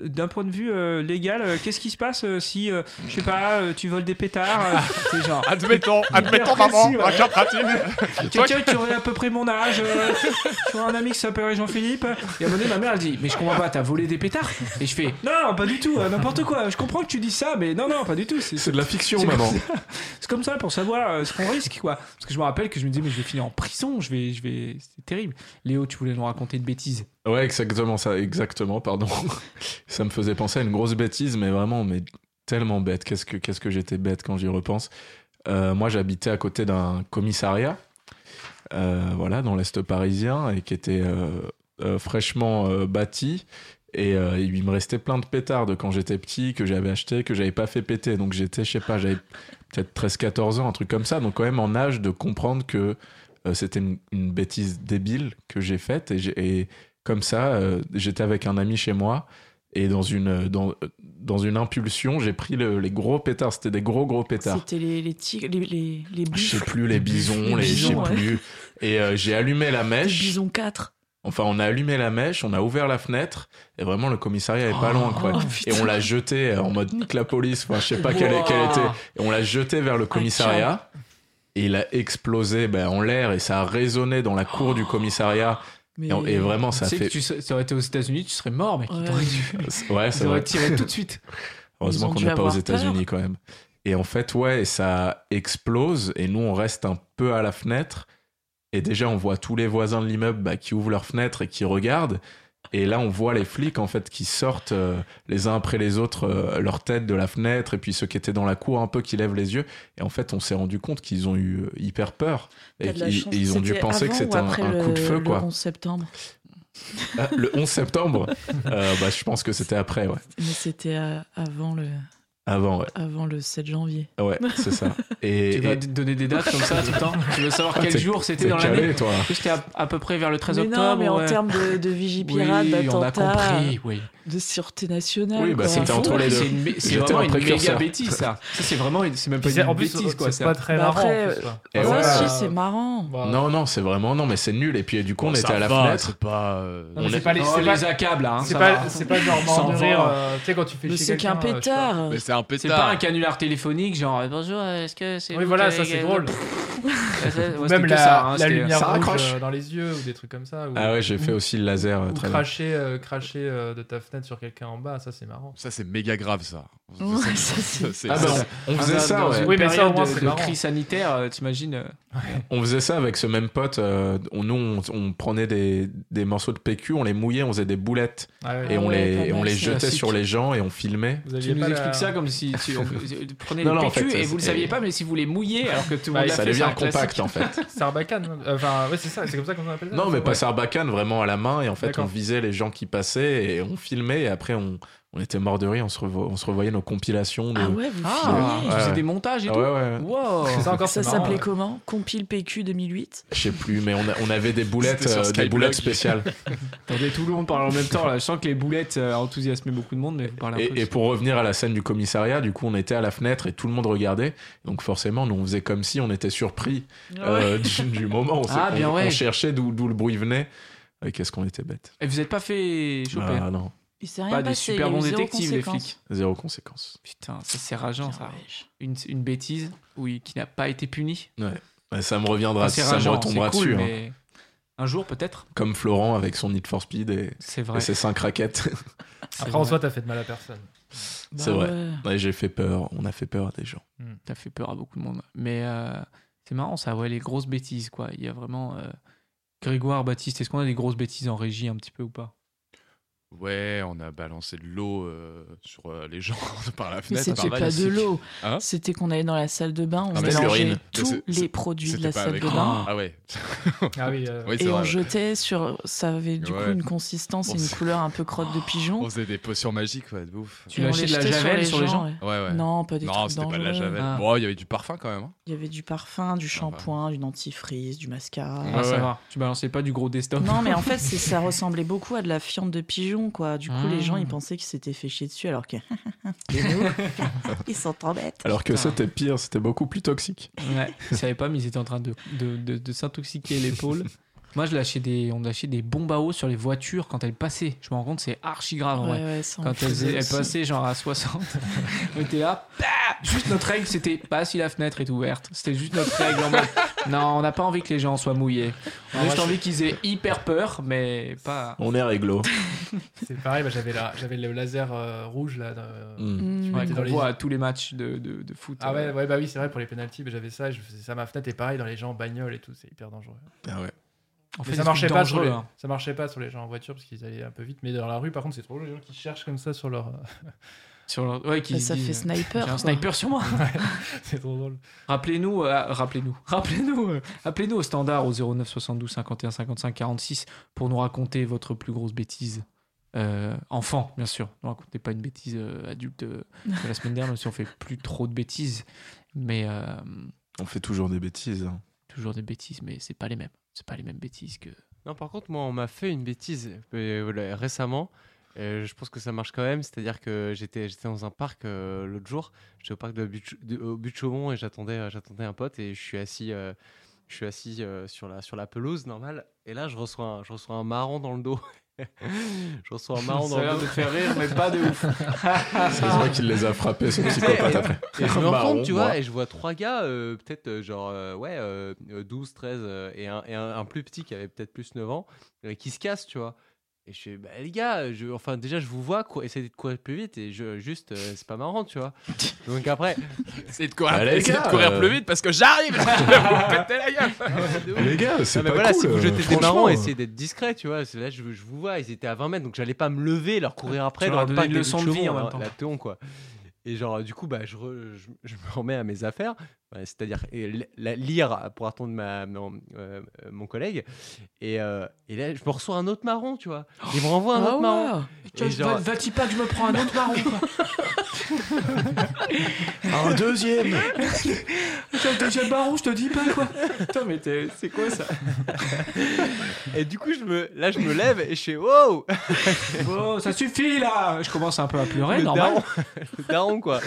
Speaker 1: euh, d'un point de vue euh, légal, euh, qu'est-ce qui se passe euh, si, euh, je sais pas, euh, tu voles des pétards euh, C'est genre.
Speaker 3: Ah,
Speaker 6: Admettons, admettons,
Speaker 1: précis,
Speaker 6: maman,
Speaker 1: ouais.
Speaker 6: un cas pratique.
Speaker 1: Quelqu'un qui aurait à peu près mon âge, euh, tu vois un ami qui s'appellerait Jean-Philippe. Et à un moment donné, ma mère, elle dit Mais je comprends pas, t'as volé des pétards Et je fais Non, non, pas du tout, euh, n'importe quoi. Je comprends que tu dis ça, mais non, non, pas du tout. C'est
Speaker 3: C'est de la fiction,
Speaker 1: c'est
Speaker 3: maman.
Speaker 1: comme ça- C'est comme ça pour savoir euh, ce qu'on risque, quoi. Parce que je me rappelle que je me disais, mais je vais finir en prison, je vais, je vais, c'est terrible. Léo, tu voulais nous raconter une bêtise.
Speaker 3: Ouais, exactement ça, exactement, pardon. ça me faisait penser à une grosse bêtise, mais vraiment, mais tellement bête. Qu'est-ce que, qu'est-ce que j'étais bête quand j'y repense. Euh, moi, j'habitais à côté d'un commissariat, euh, voilà, dans l'Est parisien, et qui était euh, euh, fraîchement euh, bâti. Et euh, il me restait plein de pétards de quand j'étais petit, que j'avais acheté, que j'avais pas fait péter. Donc j'étais, je sais pas, j'avais peut-être 13-14 ans, un truc comme ça. Donc quand même en âge de comprendre que euh, c'était une, une bêtise débile que j'ai faite. Et, j'ai- et comme ça, euh, j'étais avec un ami chez moi. Et dans une, dans, dans une impulsion, j'ai pris le- les gros pétards. C'était des gros, gros pétards.
Speaker 2: C'était les, les tigres, les, les, les
Speaker 3: Ah, Je sais
Speaker 2: buffles,
Speaker 3: plus, les
Speaker 2: Les
Speaker 3: bisons, les, je sais
Speaker 2: bisons, ouais.
Speaker 3: plus. Et euh, j'ai allumé la
Speaker 2: les
Speaker 3: mèche.
Speaker 2: bisons 4.
Speaker 3: Enfin, on a allumé la mèche, on a ouvert la fenêtre, et vraiment, le commissariat est pas
Speaker 1: Oh,
Speaker 3: loin, quoi.
Speaker 2: oh,
Speaker 3: et
Speaker 2: putain.
Speaker 3: on l'a jeté euh, en mode nique la police, enfin, je sais pas quel,
Speaker 1: Wow.
Speaker 3: quel était. Et on l'a jeté vers
Speaker 2: Ah,
Speaker 3: le commissariat, et il a explosé ben, en l'air, et ça a résonné dans la cour du commissariat.
Speaker 2: Mais...
Speaker 3: Et, on- et vraiment,
Speaker 1: Tu
Speaker 3: ça a
Speaker 1: sais que
Speaker 3: fait.
Speaker 1: tu sais- ça aurait été aux États-Unis, tu serais mort, mec.
Speaker 2: Ouais.
Speaker 1: T'aurais dû-
Speaker 2: Oh,
Speaker 3: Ouais,
Speaker 1: Ils
Speaker 3: c'est
Speaker 1: auraient
Speaker 3: vrai.
Speaker 1: tiré tout de suite.
Speaker 3: Heureusement
Speaker 2: Ils ont
Speaker 3: qu'on
Speaker 2: dû
Speaker 3: n'est pas aux
Speaker 2: avoir
Speaker 3: États-Unis quand même. Et en fait, ouais, et ça explose et nous, on reste un peu à la fenêtre. Et déjà, on voit tous les voisins de l'immeuble bah, qui ouvrent leurs fenêtres et qui regardent. Et là, on voit les flics en fait qui sortent euh, les uns après les autres euh, leur tête de la fenêtre et puis ceux qui étaient dans la cour un peu qui lèvent les yeux. Et en fait, on s'est rendu compte qu'ils ont eu euh, hyper peur et
Speaker 2: T'as de la
Speaker 3: qu'ils
Speaker 2: chance.
Speaker 3: ils ont dû
Speaker 2: C'était
Speaker 3: penser que
Speaker 2: avant
Speaker 3: c'était
Speaker 2: ou
Speaker 3: un,
Speaker 2: après
Speaker 3: un
Speaker 2: le-
Speaker 3: coup de feu quoi.
Speaker 2: Le 11 septembre.
Speaker 3: Ah, Le 11, septembre, Euh, bah, je pense que c'était après. Ouais.
Speaker 2: Mais c'était euh, avant le.
Speaker 3: Avant, ouais.
Speaker 2: avant le 7 janvier.
Speaker 3: Ouais, c'est ça. Et,
Speaker 1: Tu
Speaker 3: et- Ah,
Speaker 1: vas d- donner des dates comme ça tout le temps Tu veux savoir quel
Speaker 3: T'es-
Speaker 1: jour c'était
Speaker 3: t'es
Speaker 1: dans l'année
Speaker 3: calé, toi.
Speaker 1: C'était à, à peu près vers le 13
Speaker 2: mais
Speaker 1: octobre.
Speaker 2: non, mais en
Speaker 1: ouais.
Speaker 2: termes de, de vigipirate,
Speaker 1: oui, on a
Speaker 2: d'attentat,
Speaker 1: compris, oui.
Speaker 2: de sûreté nationale.
Speaker 3: Oui, bah,
Speaker 2: quoi.
Speaker 3: c'était
Speaker 1: fou,
Speaker 3: entre les deux.
Speaker 1: C'est, une mé- c'est
Speaker 3: J'étais
Speaker 1: vraiment
Speaker 3: un
Speaker 1: une méga
Speaker 3: précurseur.
Speaker 1: bêtise, ça. ça c'est vraiment, une- c'est même pas
Speaker 4: Puis c'est-
Speaker 1: une
Speaker 4: en plus,
Speaker 1: bêtise, quoi.
Speaker 4: c'est
Speaker 1: ça.
Speaker 4: pas très
Speaker 2: Bah
Speaker 4: marrant.
Speaker 2: après,
Speaker 1: euh,
Speaker 4: en plus, quoi.
Speaker 1: eh
Speaker 3: Et
Speaker 2: Ça
Speaker 3: ouais.
Speaker 2: aussi, c'est marrant.
Speaker 4: Bah,
Speaker 3: Non, non, c'est vraiment, non, mais c'est nul. Et puis, du
Speaker 5: Oh,
Speaker 3: coup, on
Speaker 6: Bon,
Speaker 3: était
Speaker 6: ça
Speaker 3: à la
Speaker 6: va,
Speaker 3: fenêtre.
Speaker 6: C'est pas. euh,
Speaker 4: Non,
Speaker 6: on
Speaker 4: mais c'est
Speaker 6: est-
Speaker 4: pas les-
Speaker 1: Oh,
Speaker 4: c'est
Speaker 1: les
Speaker 4: pas-
Speaker 1: accable, hein,
Speaker 4: c'est
Speaker 1: ça
Speaker 4: pas,
Speaker 1: va.
Speaker 4: c'est pas genre
Speaker 1: Sans
Speaker 4: mort de
Speaker 1: vent.
Speaker 4: rire. euh, tu sais, quand tu fais
Speaker 2: Mais
Speaker 4: chier
Speaker 2: c'est qu'un
Speaker 4: quelqu'un, euh, tu vois.
Speaker 2: pétard.
Speaker 6: mais c'est un
Speaker 1: C'est pas
Speaker 6: pétard.
Speaker 1: un canular téléphonique, genre euh, bonjour, euh, est-ce que c'est.
Speaker 4: Oui,
Speaker 1: vous
Speaker 4: voilà,
Speaker 1: qui
Speaker 4: ça
Speaker 1: avez-
Speaker 4: c'est drôle.
Speaker 1: Ouais, c'est- ouais, c'était
Speaker 4: Même
Speaker 1: que
Speaker 4: la,
Speaker 1: ça, hein,
Speaker 4: la
Speaker 1: c'était-
Speaker 4: lumière
Speaker 1: ça
Speaker 4: rouge
Speaker 1: raccroche.
Speaker 4: euh, dans les yeux ou des trucs comme ça. ou-
Speaker 3: Ah ouais, j'ai fait
Speaker 4: ou-
Speaker 3: aussi le laser. euh,
Speaker 4: Ou
Speaker 3: très bien.
Speaker 4: cracher, euh, cracher euh, de ta fenêtre sur quelqu'un en bas, ça c'est marrant.
Speaker 6: Ça, c'est méga grave, ça.
Speaker 2: Ouais, ça,
Speaker 6: Ça,
Speaker 2: c'est-
Speaker 6: c'est-
Speaker 3: Ah, bah,
Speaker 6: ça,
Speaker 3: on, on
Speaker 1: Ah,
Speaker 3: faisait
Speaker 1: dans-
Speaker 3: ça,
Speaker 1: dans
Speaker 3: ouais.
Speaker 1: une
Speaker 4: Oui, mais ça, au
Speaker 1: période
Speaker 4: moins,
Speaker 1: de-
Speaker 4: c'est
Speaker 1: de
Speaker 4: marrant.
Speaker 1: crise sanitaire, euh, t'imagines euh,
Speaker 3: On faisait ça avec ce même pote. euh, on, nous, on, on prenait des, des morceaux de PQ, on les mouillait, on faisait des boulettes
Speaker 4: Ah ouais.
Speaker 3: et on
Speaker 2: ouais, pas
Speaker 3: les,
Speaker 2: mal,
Speaker 3: on les
Speaker 2: ça.
Speaker 3: jetait sur les gens et on filmait.
Speaker 4: Vous
Speaker 1: Tu
Speaker 4: aviez
Speaker 1: nous
Speaker 4: pas la-
Speaker 1: expliques ça comme si tu on- prenais
Speaker 3: Non,
Speaker 1: le
Speaker 3: non, en
Speaker 1: PQ
Speaker 3: fait,
Speaker 1: et vous le
Speaker 3: c'est-
Speaker 1: saviez pas, mais si vous les mouillez alors que tout le
Speaker 4: Bah,
Speaker 1: monde
Speaker 4: il
Speaker 1: l'a
Speaker 3: Ça
Speaker 1: fait, c'est
Speaker 3: devient
Speaker 1: un classique.
Speaker 3: compact en fait.
Speaker 4: Sarbacane. non Enfin, ouais, c'est ça, c'est comme ça qu'on appelle ça.
Speaker 3: Non, mais
Speaker 4: ça,
Speaker 3: pas
Speaker 4: ouais.
Speaker 3: sarbacane, vraiment à la main. Et en fait,
Speaker 4: D'accord.
Speaker 3: on visait les gens qui passaient et on filmait. Et après, on, on était mort de rire. On se, revo- on se revoyait nos compilations. de-
Speaker 2: Ah ouais, vous
Speaker 1: Ah,
Speaker 2: filmiez.
Speaker 1: tu faisais
Speaker 3: Ouais.
Speaker 1: des montages et
Speaker 3: Ah
Speaker 1: tout.
Speaker 3: ouais, ouais.
Speaker 1: Wow.
Speaker 4: Ça encore,
Speaker 2: Ça
Speaker 4: c'est marrant,
Speaker 2: s'appelait
Speaker 4: ouais.
Speaker 2: comment Compile PQ 2008
Speaker 3: Je sais plus, mais on, a- on avait des boulettes,
Speaker 6: C'était sur
Speaker 3: euh, des
Speaker 6: Skyblog.
Speaker 3: boulettes spéciales.
Speaker 1: Attendez, tout le monde parle en même temps. Là. Je sens que les boulettes euh, enthousiasmaient beaucoup de monde, mais vous parlez un peu.
Speaker 3: Et, et pour revenir à la scène du commissariat, du coup, on était à la fenêtre et tout le monde regardait. Donc forcément, nous, on faisait comme si on était surpris euh, du, du moment. On, s'est-
Speaker 1: Ah, bien
Speaker 3: on-
Speaker 1: ouais.
Speaker 3: on cherchait d'où d'où le bruit venait. Et qu'est-ce qu'on était bête.
Speaker 1: Et vous êtes pas fait choper
Speaker 3: Ah non,
Speaker 2: Il s'est rien
Speaker 1: Pas des
Speaker 2: passé.
Speaker 1: super
Speaker 2: il y a eu
Speaker 1: bons
Speaker 2: zéro
Speaker 1: détectives, les
Speaker 2: conséquence.
Speaker 1: flics.
Speaker 3: zéro conséquence.
Speaker 1: Putain, ça c'est rageant, ça.
Speaker 2: Bien, wesh.
Speaker 1: Une, une bêtise oui, qui n'a pas été punie.
Speaker 3: Ouais, Ça me reviendra,
Speaker 1: Enfin, c'est
Speaker 3: ça me
Speaker 1: rageant,
Speaker 3: retombera
Speaker 1: c'est cool,
Speaker 3: dessus. hein.
Speaker 1: mais Un jour, peut-être.
Speaker 3: Comme Florent avec son Need for Speed et,
Speaker 1: C'est
Speaker 3: et
Speaker 1: vrai.
Speaker 3: ses cinq raquettes.
Speaker 1: C'est
Speaker 4: Après, en
Speaker 1: vrai.
Speaker 4: soi, t'as fait de mal à personne.
Speaker 2: Bah
Speaker 3: C'est vrai.
Speaker 2: ouais.
Speaker 3: Ouais, J'ai fait peur, on a fait peur à des gens.
Speaker 1: T'as fait peur à beaucoup de monde. Mais euh, c'est marrant, ça, ouais, les grosses bêtises, quoi. Il y a vraiment. euh, Grégoire, Baptiste, est-ce qu'on a des grosses bêtises en régie un petit peu ou pas
Speaker 6: Ouais, on a balancé de l'eau euh, sur euh, les gens par la
Speaker 2: Mais
Speaker 6: fenêtre.
Speaker 2: c'était
Speaker 6: pareil.
Speaker 2: pas de l'eau.
Speaker 6: Hein
Speaker 2: C'était qu'on allait dans la salle de bain, on
Speaker 6: mais
Speaker 3: c'est
Speaker 2: mélangeait
Speaker 3: l'urine.
Speaker 2: tous
Speaker 6: C'est- c'est-
Speaker 2: les produits de
Speaker 6: C'était
Speaker 2: la
Speaker 6: pas
Speaker 2: salle
Speaker 6: avec-
Speaker 2: de bain.
Speaker 6: Ah ouais.
Speaker 4: Ah oui, euh,
Speaker 6: Oui, c'est
Speaker 2: Et on
Speaker 6: vrai.
Speaker 2: jetait sur. Ça avait du coup
Speaker 6: Ouais.
Speaker 2: une consistance
Speaker 6: On
Speaker 2: et une
Speaker 6: s'est-
Speaker 2: couleur un peu crotte de pigeon.
Speaker 6: On faisait des potions magiques, ouais, de ouf.
Speaker 1: Tu
Speaker 2: Et on
Speaker 1: lâchais
Speaker 2: les
Speaker 1: de la
Speaker 2: jetait
Speaker 1: javel sur les gens
Speaker 2: ouais.
Speaker 6: Ouais, ouais.
Speaker 2: Non, pas des
Speaker 6: Non,
Speaker 2: trucs
Speaker 6: c'était pas de la
Speaker 2: dangereux.
Speaker 6: javel.
Speaker 1: Ah.
Speaker 6: Bon, il y avait du parfum quand même. hein.
Speaker 2: Il y avait du parfum, du shampoing, du dentifrice, du mascara.
Speaker 1: Ah, ça
Speaker 6: ouais.
Speaker 1: va. Tu balançais pas du gros desktop.
Speaker 2: Non, mais en fait, c'est- ça ressemblait beaucoup à de la fiente de pigeon, quoi. Du coup, les gens, ils
Speaker 1: Mm.
Speaker 2: pensaient qu'ils s'étaient fait chier dessus, alors que. ils sont trop bêtes.
Speaker 3: Alors que
Speaker 1: Putain.
Speaker 3: c'était pire, c'était beaucoup plus toxique.
Speaker 1: Ouais, ils savaient pas, mais ils étaient en train de, de, de- de s'intoxiquer l'épaule. Moi, je lâchais des, on lâchait des bombes à eau sur les voitures quand elles passaient. Je me rends compte, c'est archi grave. en vrai.
Speaker 2: Ouais, ouais, ça, on
Speaker 1: Quand
Speaker 2: faisait
Speaker 1: elles, elles
Speaker 2: aussi.
Speaker 1: passaient genre à 60, on était là. bah juste notre règle, c'était pas si la fenêtre est ouverte. C'était juste notre règle. En mode, non, on n'a pas envie que les gens soient mouillés. On a juste envie qu'ils aient hyper peur, mais pas.
Speaker 3: On est réglo.
Speaker 4: c'est pareil, bah, j'avais la- j'avais le laser euh, rouge là. euh,
Speaker 3: Mm.
Speaker 2: Mm.
Speaker 1: Ouais,
Speaker 4: mettais
Speaker 1: qu'on
Speaker 4: dans les-
Speaker 1: voit à tous les matchs de, de, de foot.
Speaker 4: Ah ouais,
Speaker 1: euh,
Speaker 4: ouais, bah oui, c'est vrai pour les pénalties, bah, j'avais ça, je faisais ça à ma fenêtre et pareil dans les gens en bagnole et tout, c'est hyper dangereux.
Speaker 3: Ah ouais.
Speaker 1: on fait
Speaker 4: mais
Speaker 1: des
Speaker 4: ça marchait
Speaker 1: trucs
Speaker 4: pas sur
Speaker 1: dangereux,
Speaker 4: les,
Speaker 1: hein.
Speaker 4: ça marchait pas sur les gens en voiture parce qu'ils allaient un peu vite, mais dans la rue par contre, c'est trop les gens qui cherchent comme ça sur leur euh,
Speaker 1: Sur leur- ouais, qui
Speaker 2: Bah, ça
Speaker 1: se euh,
Speaker 2: fait
Speaker 1: disent, J'ai
Speaker 2: sniper.
Speaker 1: un
Speaker 2: quoi.
Speaker 1: sniper sur moi.
Speaker 4: c'est trop drôle.
Speaker 1: Rappelez-nous, euh, rappelez-nous, rappelez-nous, euh, appelez-nous au standard au 09 72 51 55 46 pour nous raconter votre plus grosse bêtise. Euh, enfant, bien sûr. Ne racontez pas une bêtise euh, adulte euh, de la semaine dernière, même si on fait plus trop de bêtises. Mais euh,
Speaker 3: On fait toujours des bêtises. hein.
Speaker 1: toujours des bêtises, mais c'est pas les mêmes. C'est pas les mêmes bêtises que.
Speaker 5: Non, par contre, moi, on m'a fait une bêtise euh, voilà, récemment. Euh, je pense que ça marche quand même. C'est-à-dire que j'étais j'étais dans un parc euh, l'autre jour. J'étais au parc de Butte- de- au Butte Chaumont et j'attendais euh, j'attendais un pote et je suis assis, euh, je suis assis euh, sur, la, sur la pelouse, normal. Et là, je reçois un, je reçois un marron dans le dos. je reçois un marron
Speaker 1: Ça
Speaker 5: dans
Speaker 1: a
Speaker 5: le
Speaker 1: l'air
Speaker 5: dos.
Speaker 1: de faire rire, mais pas de ouf.
Speaker 3: C'est
Speaker 1: Ah.
Speaker 3: vrai qu'il les a frappés, ce psychopathe après.
Speaker 5: Et je me rends
Speaker 3: Marron,
Speaker 5: compte, tu
Speaker 3: moi.
Speaker 5: vois, et je vois trois gars, euh, peut-être euh, genre, euh, ouais, euh, 12, 13, euh, et, un, et un, un plus petit qui avait peut-être plus 9 ans, euh, qui se casse, tu vois. Et je fais, bah, les gars, je, enfin, déjà, je vous vois, quoi, essayez de courir plus vite, et je, juste, euh, c'est pas marrant, tu vois. Donc après,
Speaker 6: Essayez de courir,
Speaker 3: Bah, les
Speaker 6: essayez de
Speaker 3: gars,
Speaker 6: courir
Speaker 3: euh,
Speaker 6: plus vite parce que j'arrive Je vais vous péter la gueule
Speaker 5: de ouf.
Speaker 3: Les gars, c'est
Speaker 5: Non, Ah, mais
Speaker 3: pas
Speaker 5: voilà,
Speaker 3: cool. euh,
Speaker 5: si vous jetez des
Speaker 3: franchement.
Speaker 5: marrons, essayez d'être discret, tu vois. C'est Là, je, je vous vois, ils étaient à 20 mètres, donc j'allais pas me lever, leur courir après
Speaker 1: Tu
Speaker 5: dans
Speaker 1: leur as donné
Speaker 5: le parc
Speaker 1: une
Speaker 5: des
Speaker 1: leçon de vie en
Speaker 5: Buttes-Chaumont,
Speaker 1: même temps.
Speaker 5: hein, la théon, quoi. Et genre, du coup, bah, je, re- je, je me remets à mes affaires, bah, c'est-à-dire et l- la- lire pour attendre ma, mon, euh, euh, mon collègue. Et, euh, et là, je me reçois un autre marron, tu vois. Il me renvoie un
Speaker 2: Ah
Speaker 5: autre marron.
Speaker 2: ouais.
Speaker 5: Et genre-
Speaker 1: Va- Va-t-il pas que je me prends un autre marron quoi.
Speaker 3: Un deuxième
Speaker 1: le deuxième baron, je te dis pas quoi. Putain, mais t'es- c'est quoi ça
Speaker 5: Et du coup, je me, là, je me lève et je fais wow,
Speaker 1: Bon, ça suffit là Je commence un peu à pleurer,
Speaker 5: le
Speaker 1: normal.
Speaker 5: daron, le daron, quoi.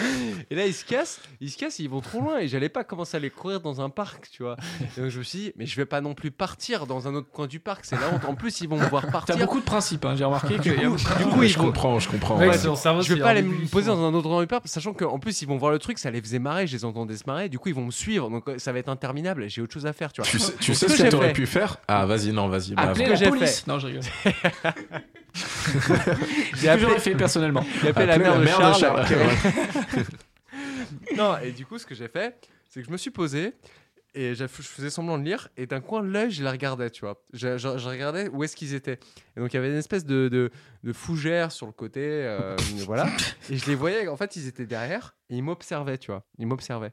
Speaker 5: Et là, ils se cassent, ils se cassent, ils vont trop loin. Et j'allais pas commencer à les courir dans un parc, tu vois. Et donc je me suis dit, mais je vais pas non plus partir dans un autre coin du parc. C'est la honte. En plus, ils vont me voir
Speaker 1: T'as
Speaker 5: partir.
Speaker 1: beaucoup de principes, hein, j'ai remarqué que. y a beaucoup-
Speaker 5: Du coup, ils
Speaker 3: Je
Speaker 5: vont,
Speaker 3: comprends, je comprends.
Speaker 4: Mec,
Speaker 3: ouais.
Speaker 4: son cerveau,
Speaker 5: Je vais
Speaker 4: c'est
Speaker 5: pas aller
Speaker 4: un
Speaker 5: me
Speaker 4: début
Speaker 5: poser
Speaker 4: sans-
Speaker 5: dans un autre endroit hyper, sachant qu'en plus ils vont voir le truc, ça les faisait marrer, je les entendais se marrer, du coup ils vont me suivre, donc euh, ça va être interminable, j'ai autre chose à faire, tu vois.
Speaker 3: Tu sais, tu
Speaker 5: Donc,
Speaker 3: sais
Speaker 5: que
Speaker 3: ce que
Speaker 5: j'ai
Speaker 3: t'aurais
Speaker 5: fait-
Speaker 3: pu faire Ah, vas-y, non, vas-y. bah,
Speaker 1: Appeler
Speaker 5: que
Speaker 1: la
Speaker 5: j'ai
Speaker 1: police Non, je rigole.
Speaker 5: J'ai
Speaker 1: Ce que
Speaker 5: appelé,
Speaker 1: j'aurais fait personnellement.
Speaker 5: j'ai appelé Ah, la
Speaker 3: appeler
Speaker 5: mère de Charles.
Speaker 3: Charles.
Speaker 5: non, et du coup ce que j'ai fait, c'est que je me suis posé et j'ai- je faisais semblant de lire, et d'un coin de l'œil je la regardais, tu vois. Je, je- je regardais où est-ce qu'ils étaient. Et donc il y avait une espèce de, de, de fougère sur le côté, euh, voilà. Et je les voyais, en fait, ils étaient derrière et ils m'observaient, tu vois. Ils m'observaient.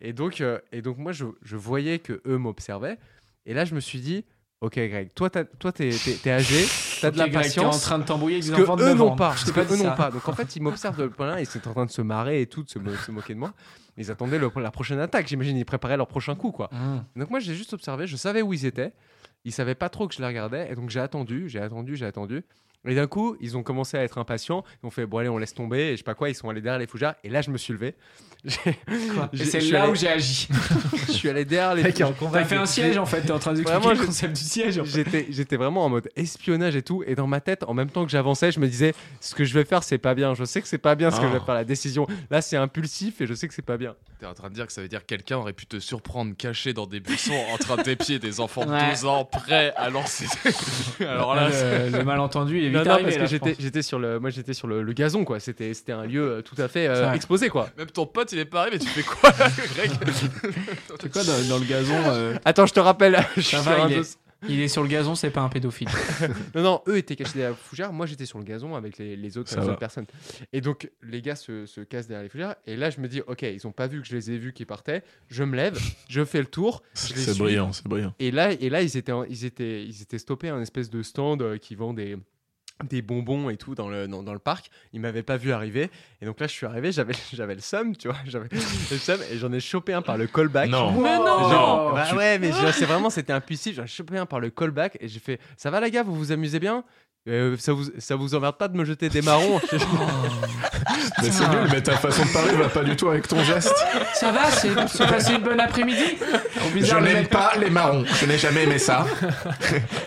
Speaker 5: Et donc, euh, et donc moi, je, je voyais que eux m'observaient. Et là, je me suis dit, OK, Greg, toi, t'as- toi, t'es, t'es, t'es âgé, t'as de la
Speaker 1: Ok, Greg, t'es en
Speaker 5: patience.
Speaker 1: train de t'embrouiller avec des
Speaker 5: Parce
Speaker 1: enfants
Speaker 5: que
Speaker 1: de
Speaker 5: eux
Speaker 1: 9 ans.
Speaker 5: n'ont pas,
Speaker 1: Je
Speaker 5: parce
Speaker 1: t'ai
Speaker 5: que
Speaker 1: pas dit
Speaker 5: eux n'ont
Speaker 1: ça.
Speaker 5: pas. Donc en fait, ils m'observent de loin, ils sont en train de se marrer et tout, de se, mo- se moquer de moi. Ils attendaient le- la prochaine attaque, j'imagine, ils préparaient leur prochain coup, quoi.
Speaker 1: Hum.
Speaker 5: Donc moi, j'ai juste observé, je savais où ils étaient. Ils savaient pas trop que je les regardais. Et donc j'ai attendu, j'ai attendu, j'ai attendu. Et d'un coup, ils ont commencé à être impatients. Ils ont fait, bon allez, on laisse tomber. Et je sais pas quoi, ils sont allés derrière les fougères. Et là, je me suis levé. J'ai-
Speaker 1: Et
Speaker 5: j'ai-
Speaker 1: c'est
Speaker 5: je suis
Speaker 1: là
Speaker 5: allé-
Speaker 1: où j'ai agi.
Speaker 5: Je suis allé derrière les
Speaker 4: Le mec est en
Speaker 5: fougères.
Speaker 1: T'as
Speaker 4: contact
Speaker 1: fait un
Speaker 4: de-
Speaker 1: siège en fait, t'es en train d'expliquer
Speaker 5: Vraiment,
Speaker 1: le
Speaker 5: je-
Speaker 1: concept du siège. en fait.
Speaker 5: J'étais, j'étais vraiment en mode espionnage et tout. Et dans ma tête, en même temps que j'avançais, je me disais, ce que je vais faire, c'est pas bien. Je sais que c'est pas bien ce que je vais
Speaker 3: Oh.
Speaker 5: faire, la décision. Là, c'est impulsif et je sais que c'est pas bien.
Speaker 6: T'es en train de dire que ça veut dire que quelqu'un aurait pu te surprendre caché dans des buissons en train d'épier des enfants de
Speaker 1: Ouais.
Speaker 6: 12 ans prêts à lancer. Alors
Speaker 4: Euh.
Speaker 6: là,
Speaker 1: Oh le, le malentendu, il est vite
Speaker 5: Non, non,
Speaker 1: arrivé.
Speaker 5: parce que
Speaker 1: là, je
Speaker 5: j'étais,
Speaker 1: pense.
Speaker 5: j'étais sur le, moi, j'étais sur le, le gazon, quoi. C'était, c'était un lieu euh, tout à fait euh,
Speaker 1: C'est vrai.
Speaker 5: exposé, quoi.
Speaker 6: même ton pote, il est pas arrivé. Tu fais quoi, là, Greg
Speaker 3: C'est quoi dans, dans le gazon euh,
Speaker 5: Attends, je te rappelle. je suis
Speaker 1: Ça
Speaker 5: sur
Speaker 1: va,
Speaker 5: un
Speaker 1: il
Speaker 5: dos-
Speaker 1: est, il est sur le gazon, c'est pas un pédophile.
Speaker 5: Non, non, eux étaient cachés derrière la fougère. Moi, j'étais sur le gazon avec les, les autres,
Speaker 3: Ça
Speaker 5: les
Speaker 3: va.
Speaker 5: autres personnes. Et donc, les gars se, se cassent derrière les fougères. Et là, je me dis, OK, ils ont pas vu que je les ai vus qui partaient. Je me lève, je fais le tour. je les
Speaker 3: C'est
Speaker 5: suis.
Speaker 3: brillant, c'est brillant.
Speaker 5: Et là, et là ils, étaient, en- ils, étaient, ils étaient stoppés à un espèce de stand euh, qui vend des des bonbons et tout dans le, dans, dans le parc. Ils m'avaient pas vu arriver. Et donc là, je suis arrivé, j'avais j'avais le seum, tu vois. J'avais le seum et j'en ai chopé un par le callback.
Speaker 3: Non.
Speaker 1: Mais non
Speaker 5: Genre, bah ouais, mais genre, c'est vraiment, c'était impulsif. J'en ai chopé un par le callback et j'ai fait Ça va, la gars, vous vous amusez bien Euh, ça, vous, ça vous emmerde pas de me jeter des marrons Ah,
Speaker 3: Mais c'est nul, mais ta façon de parler va pas du tout avec ton geste.
Speaker 1: Ça va, c'est c'est passé une bonne après-midi Trop
Speaker 3: Je
Speaker 1: bizarre, le
Speaker 3: n'aime
Speaker 1: mec-
Speaker 3: pas les marrons. Je n'ai jamais aimé ça.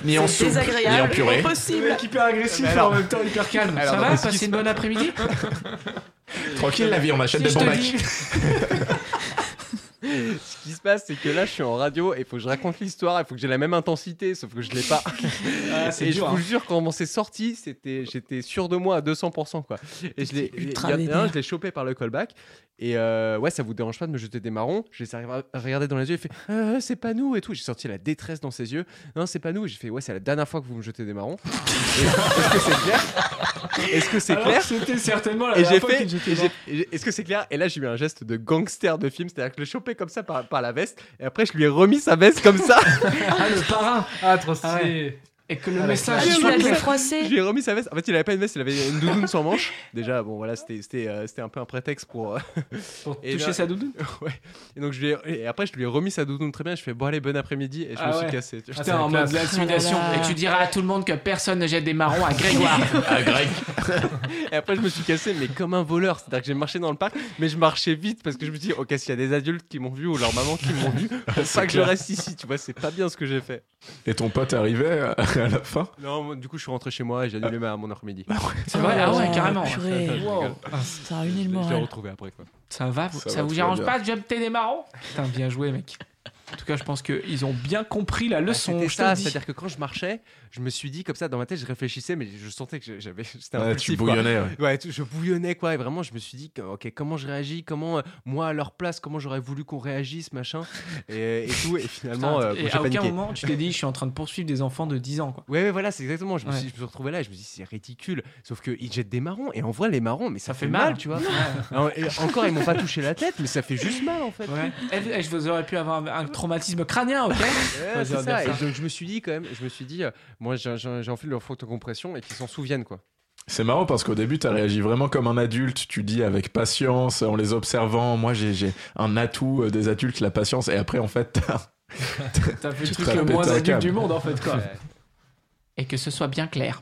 Speaker 3: ni en
Speaker 2: C'est
Speaker 3: soupe, ni en
Speaker 2: désagréable,
Speaker 3: purée.
Speaker 1: Le
Speaker 2: impossible.
Speaker 1: mec hyper agressif
Speaker 5: Mais alors-
Speaker 1: et en même temps hyper calme.
Speaker 5: Alors,
Speaker 1: ça
Speaker 5: non,
Speaker 1: va,
Speaker 5: mais ce qui
Speaker 1: passez
Speaker 5: se-
Speaker 1: une bonne après-midi
Speaker 3: Tranquille, la vie, on achète
Speaker 1: Si
Speaker 3: des
Speaker 1: je
Speaker 3: bons
Speaker 1: te
Speaker 3: bacs.
Speaker 1: dis.
Speaker 5: Ce qui se passe, c'est que là, je suis en radio et il faut que je raconte l'histoire, il faut que j'ai la même intensité, sauf que je l'ai pas.
Speaker 1: Ah,
Speaker 5: Et
Speaker 1: c'est
Speaker 5: je
Speaker 1: dur.
Speaker 5: vous
Speaker 1: hein.
Speaker 5: jure, quand on s'est sorti, c'était, j'étais sûr de moi à 200%. Quoi. Et je l'ai,
Speaker 2: T'es
Speaker 5: il y
Speaker 2: ultra
Speaker 5: en a un,
Speaker 2: vénère.
Speaker 5: je l'ai chopé par le callback. Et euh, ouais, ça vous dérange pas de me jeter des marrons Je les ai re- regardés dans les yeux. Il fait, Euh, c'est pas nous et tout. J'ai sorti la détresse dans ses yeux. Non, c'est pas nous. Et J'ai fait, ouais, c'est la dernière fois que vous me jetez des marrons. Et- Est-ce que c'est clair Est-ce que c'est
Speaker 1: Alors,
Speaker 5: clair
Speaker 1: C'était certainement la
Speaker 5: et j'ai
Speaker 1: dernière fois
Speaker 5: fait.
Speaker 1: qu'il jetait
Speaker 5: et
Speaker 1: dans-
Speaker 5: j'ai- et j'ai- Est-ce que c'est clair Et là, j'ai eu un geste de gangster de film, c'est-à-dire que je l'ai chopé comme ça par, par la veste, et après, je lui ai remis sa veste comme ça.
Speaker 1: Ah, le parrain
Speaker 4: Ah, trop
Speaker 1: Ah
Speaker 4: stylé.
Speaker 1: Et que le
Speaker 4: Ah,
Speaker 1: message
Speaker 5: la
Speaker 2: Tu
Speaker 1: soit
Speaker 2: l'as fait
Speaker 1: clair.
Speaker 5: Je
Speaker 2: froisser.
Speaker 5: lui ai remis sa veste. En fait, il avait pas une veste, il avait une doudoune sans manche. Déjà, bon, voilà, c'était c'était euh, c'était un peu un prétexte pour. euh,
Speaker 1: Pour
Speaker 5: Et ben,
Speaker 1: toucher
Speaker 5: là-
Speaker 1: sa doudoune
Speaker 5: ouais. Et donc, je lui ai- et après, je lui ai remis sa doudoune très bien. Je fais bon, allez, bon après-midi. Et je
Speaker 1: Ah
Speaker 5: me
Speaker 1: ouais.
Speaker 5: suis cassé. tu vois.
Speaker 1: Putain, en mode
Speaker 4: classe.
Speaker 1: l'intimidation.
Speaker 2: Ah là
Speaker 1: Et
Speaker 2: là.
Speaker 1: tu diras à tout le monde que personne ne jette des marrons à Grégoire.
Speaker 3: Ah, Greg.
Speaker 5: Et après, je me suis cassé, mais comme un voleur. C'est-à-dire que j'ai marché dans le parc, mais je marchais vite parce que je me dis, ok, s'il y a des adultes qui m'ont vu ou leur maman qui m'ont vu, faut pas que je
Speaker 3: clair.
Speaker 5: reste ici. Tu vois, c'est pas bien ce que j'ai fait.
Speaker 3: Et ton pote arrivait à à la fin
Speaker 5: Non, moi, du coup, je suis rentré chez moi et
Speaker 1: Euh,
Speaker 5: j'ai annulé ma, mon après-midi. Bah,
Speaker 1: C'est vrai, ah ouais,
Speaker 2: Oh,
Speaker 1: carrément.
Speaker 2: purée.
Speaker 5: Je rigole.
Speaker 2: Ça a ruiné le
Speaker 5: Je l'ai je l'ai
Speaker 2: moral.
Speaker 5: retrouvé après, quoi.
Speaker 1: Ça va, vous- ça,
Speaker 3: Ça va,
Speaker 1: vous
Speaker 3: tout va
Speaker 1: arrange
Speaker 3: bien.
Speaker 1: pas de jeter des marrons Putain, bien joué, mec. En tout cas, je pense qu'ils ont bien compris la leçon.
Speaker 5: Bah, C'était
Speaker 1: je te
Speaker 5: ça,
Speaker 1: le dis.
Speaker 5: c'est-à-dire que quand je marchais, je me suis dit comme ça dans ma tête, je réfléchissais, mais je sentais que je- j'avais, c'était
Speaker 3: Ouais,
Speaker 5: impulsif.
Speaker 3: Ah, Tu
Speaker 5: quoi.
Speaker 3: bouillonnais, ouais.
Speaker 5: Ouais, tout- je bouillonnais quoi, et vraiment, je me suis dit, que, ok, comment je réagis, comment euh, moi à leur place, comment j'aurais voulu qu'on réagisse, machin, et, et tout, et finalement,
Speaker 1: Putain,
Speaker 5: euh,
Speaker 1: et
Speaker 5: j'ai
Speaker 1: à aucun
Speaker 5: paniqué.
Speaker 1: moment, tu t'es dit, je suis en train de poursuivre des enfants de 10 ans, quoi.
Speaker 5: Ouais, ouais, voilà, c'est exactement. Je me,
Speaker 1: Ouais.
Speaker 5: suis, je me suis retrouvé là et je me suis dit, c'est ridicule. Sauf qu'ils jettent des marrons. Et en vrai, les marrons, mais ça, fait, mal, tu vois. Non, et encore, ils m'ont pas touché la tête, mais ça fait juste mal en fait.
Speaker 1: Ouais. Eh, eh, je vous aurais pu avoir un, un traumatisme crânien, ok
Speaker 5: Ouais,
Speaker 1: Ouais,
Speaker 5: c'est
Speaker 1: ça va
Speaker 5: ça.
Speaker 1: bien
Speaker 5: Et donc, je me suis dit quand même, je me suis dit, euh, moi j'ai j'ai- j'ai envie de leur photocompression et qu'ils s'en souviennent quoi.
Speaker 3: C'est marrant parce qu'au début, tu as réagi vraiment comme un adulte. Tu dis avec patience, en les observant. Moi, j'ai j'ai un atout euh, des adultes, la patience. Et après, en fait, t'as-
Speaker 10: T'as fait le
Speaker 3: Tu te
Speaker 10: truc
Speaker 3: fais
Speaker 10: le
Speaker 3: péter
Speaker 10: moins
Speaker 3: un
Speaker 10: adulte
Speaker 3: câble.
Speaker 10: du monde en fait quoi.
Speaker 1: Et que ce soit bien clair.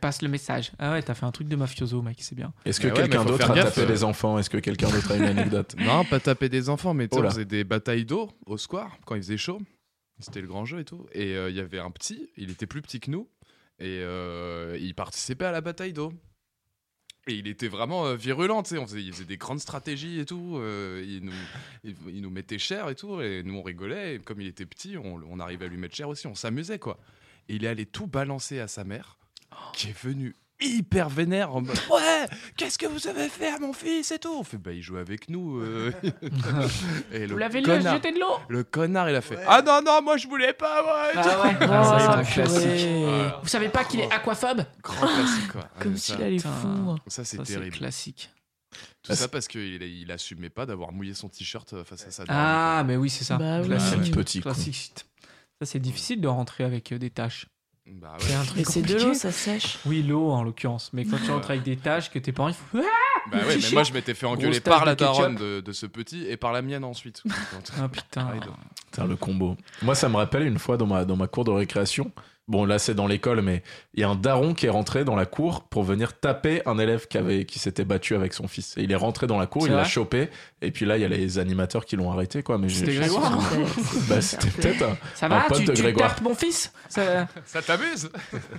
Speaker 1: Passe le message. Ah ouais, t'as fait un truc de mafioso, mec, c'est bien.
Speaker 3: est-ce que
Speaker 6: Mais ouais,
Speaker 3: quelqu'un
Speaker 6: mais faut
Speaker 3: d'autre
Speaker 6: faire
Speaker 3: a
Speaker 6: gaffe,
Speaker 3: tapé
Speaker 6: euh.
Speaker 3: les enfants Est-ce que quelqu'un d'autre a une anecdote
Speaker 6: Non, pas taper des enfants, mais tu sais,
Speaker 3: Oh
Speaker 6: on
Speaker 3: là.
Speaker 6: faisait des batailles d'eau au square quand il faisait chaud. C'était le grand jeu et tout. Et euh, il y avait un petit, il était plus petit que nous, et euh, il participait à la bataille d'eau. Et il était vraiment euh, virulent, tu sais, on faisait- il faisait des grandes stratégies et tout, euh, il, nous, il, il nous mettait cher et tout, et nous on rigolait, et comme il était petit, on, on arrivait à lui mettre cher aussi, on s'amusait quoi. Et il est allé tout balancer à sa mère,
Speaker 1: Oh.
Speaker 6: qui est venue hyper vénère en mode Ouais, qu'est-ce que vous avez fait à mon fils et tout On fait Bah, il joue avec nous. euh. et
Speaker 10: Vous
Speaker 6: le,
Speaker 10: l'avez lu à
Speaker 6: connard,
Speaker 10: jeter de l'eau
Speaker 6: le connard, il a fait Ah non, non, moi je voulais pas, moi et tout.
Speaker 10: Ah,
Speaker 2: Ah,
Speaker 10: c'est
Speaker 2: purée.
Speaker 6: Voilà,
Speaker 2: Ah,
Speaker 1: Vous savez pas qu'il est aquaphobe
Speaker 6: grand classique quoi.
Speaker 2: Comme
Speaker 6: Ouais,
Speaker 2: s'il
Speaker 6: ça,
Speaker 2: allait
Speaker 1: putain.
Speaker 2: fondre.
Speaker 6: ça, c'est
Speaker 1: Ça, c'est
Speaker 6: terrible.
Speaker 1: classique.
Speaker 6: Tout ça parce qu'il il assumait pas d'avoir mouillé son t-shirt euh, face à sa
Speaker 1: Ah, mais oui, c'est ça.
Speaker 2: Bah oui.
Speaker 1: classique.
Speaker 2: Ouais.
Speaker 3: Petit con.
Speaker 1: Ah, Classique shit. Ça, c'est difficile de rentrer avec euh, des tâches.
Speaker 6: daronne. Bah
Speaker 1: C'est
Speaker 6: ouais.
Speaker 1: un truc
Speaker 2: Et c'est de
Speaker 1: compliqué.
Speaker 2: l'eau, ça sèche.
Speaker 1: Oui, l'eau en l'occurrence. Mais quand tu rentres avec des tâches, que tes parents ils font Ah,
Speaker 6: Bah ouais, mais moi je m'étais fait engueuler
Speaker 1: Grosse
Speaker 6: par
Speaker 1: tache
Speaker 6: la
Speaker 1: de ketchup.
Speaker 6: daronne de, de ce petit et par la mienne ensuite. Quand-
Speaker 1: Ah, putain.
Speaker 6: Ah, et donc.
Speaker 3: Putain, le combo. Moi, ça me rappelle une fois dans ma, dans ma cour de récréation. Bon, là, c'est dans l'école, mais il y a un daron qui est rentré dans la cour pour venir taper un élève qui, avait, qui s'était battu avec son fils. Et il est rentré dans la cour,
Speaker 1: C'est
Speaker 3: il l'a
Speaker 1: vrai
Speaker 3: chopé, et puis là, il y a les animateurs qui l'ont arrêté, quoi. Mais j'ai-
Speaker 1: C'était Grégoire
Speaker 3: Bah, c'était peut-être un-
Speaker 1: Ça va
Speaker 3: pote
Speaker 1: Tu,
Speaker 3: de
Speaker 1: tu
Speaker 3: Grégoire.
Speaker 1: tartes mon fils Ça-
Speaker 6: Ça t'amuse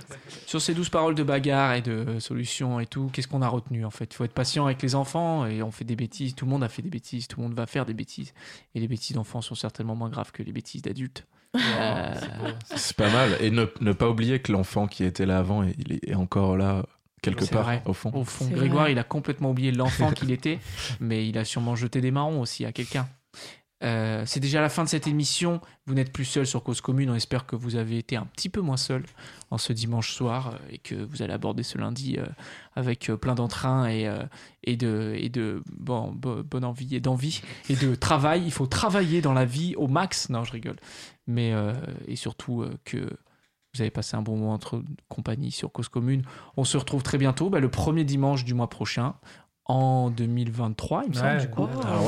Speaker 1: Sur ces douze paroles de bagarre et de euh, solutions et tout, qu'est-ce qu'on a retenu en fait Il faut être patient avec les enfants et on fait des bêtises. Tout le monde a fait des bêtises, tout le monde va faire des bêtises. Et les bêtises d'enfants sont certainement moins graves que les bêtises d'adultes. Euh,
Speaker 3: C'est pas mal. Et ne, ne pas oublier que l'enfant qui était là avant, il est encore là, quelque
Speaker 1: C'est
Speaker 3: part,
Speaker 1: vrai.
Speaker 3: au fond.
Speaker 1: Au fond,
Speaker 2: C'est
Speaker 1: Grégoire,
Speaker 2: vrai.
Speaker 1: il a complètement oublié l'enfant qu'il était, mais il a sûrement jeté des marrons aussi à quelqu'un. Euh, c'est déjà la fin de cette émission. Vous n'êtes plus seul sur Cause Commune. On espère que vous avez été un petit peu moins seul en ce dimanche soir euh, et que vous allez aborder ce lundi euh, avec euh, plein d'entrain et, euh, et de, et de bon, bo- bonne envie et d'envie et de travail. Il faut travailler dans la vie au max. Non, je rigole. Mais euh, et surtout euh, que vous avez passé un bon moment entre compagnie sur Cause Commune. On se retrouve très bientôt, bah, le premier dimanche du mois prochain, en 2023, il me semble.
Speaker 4: Ouais.
Speaker 1: du coup.
Speaker 2: Oh.
Speaker 1: Attends,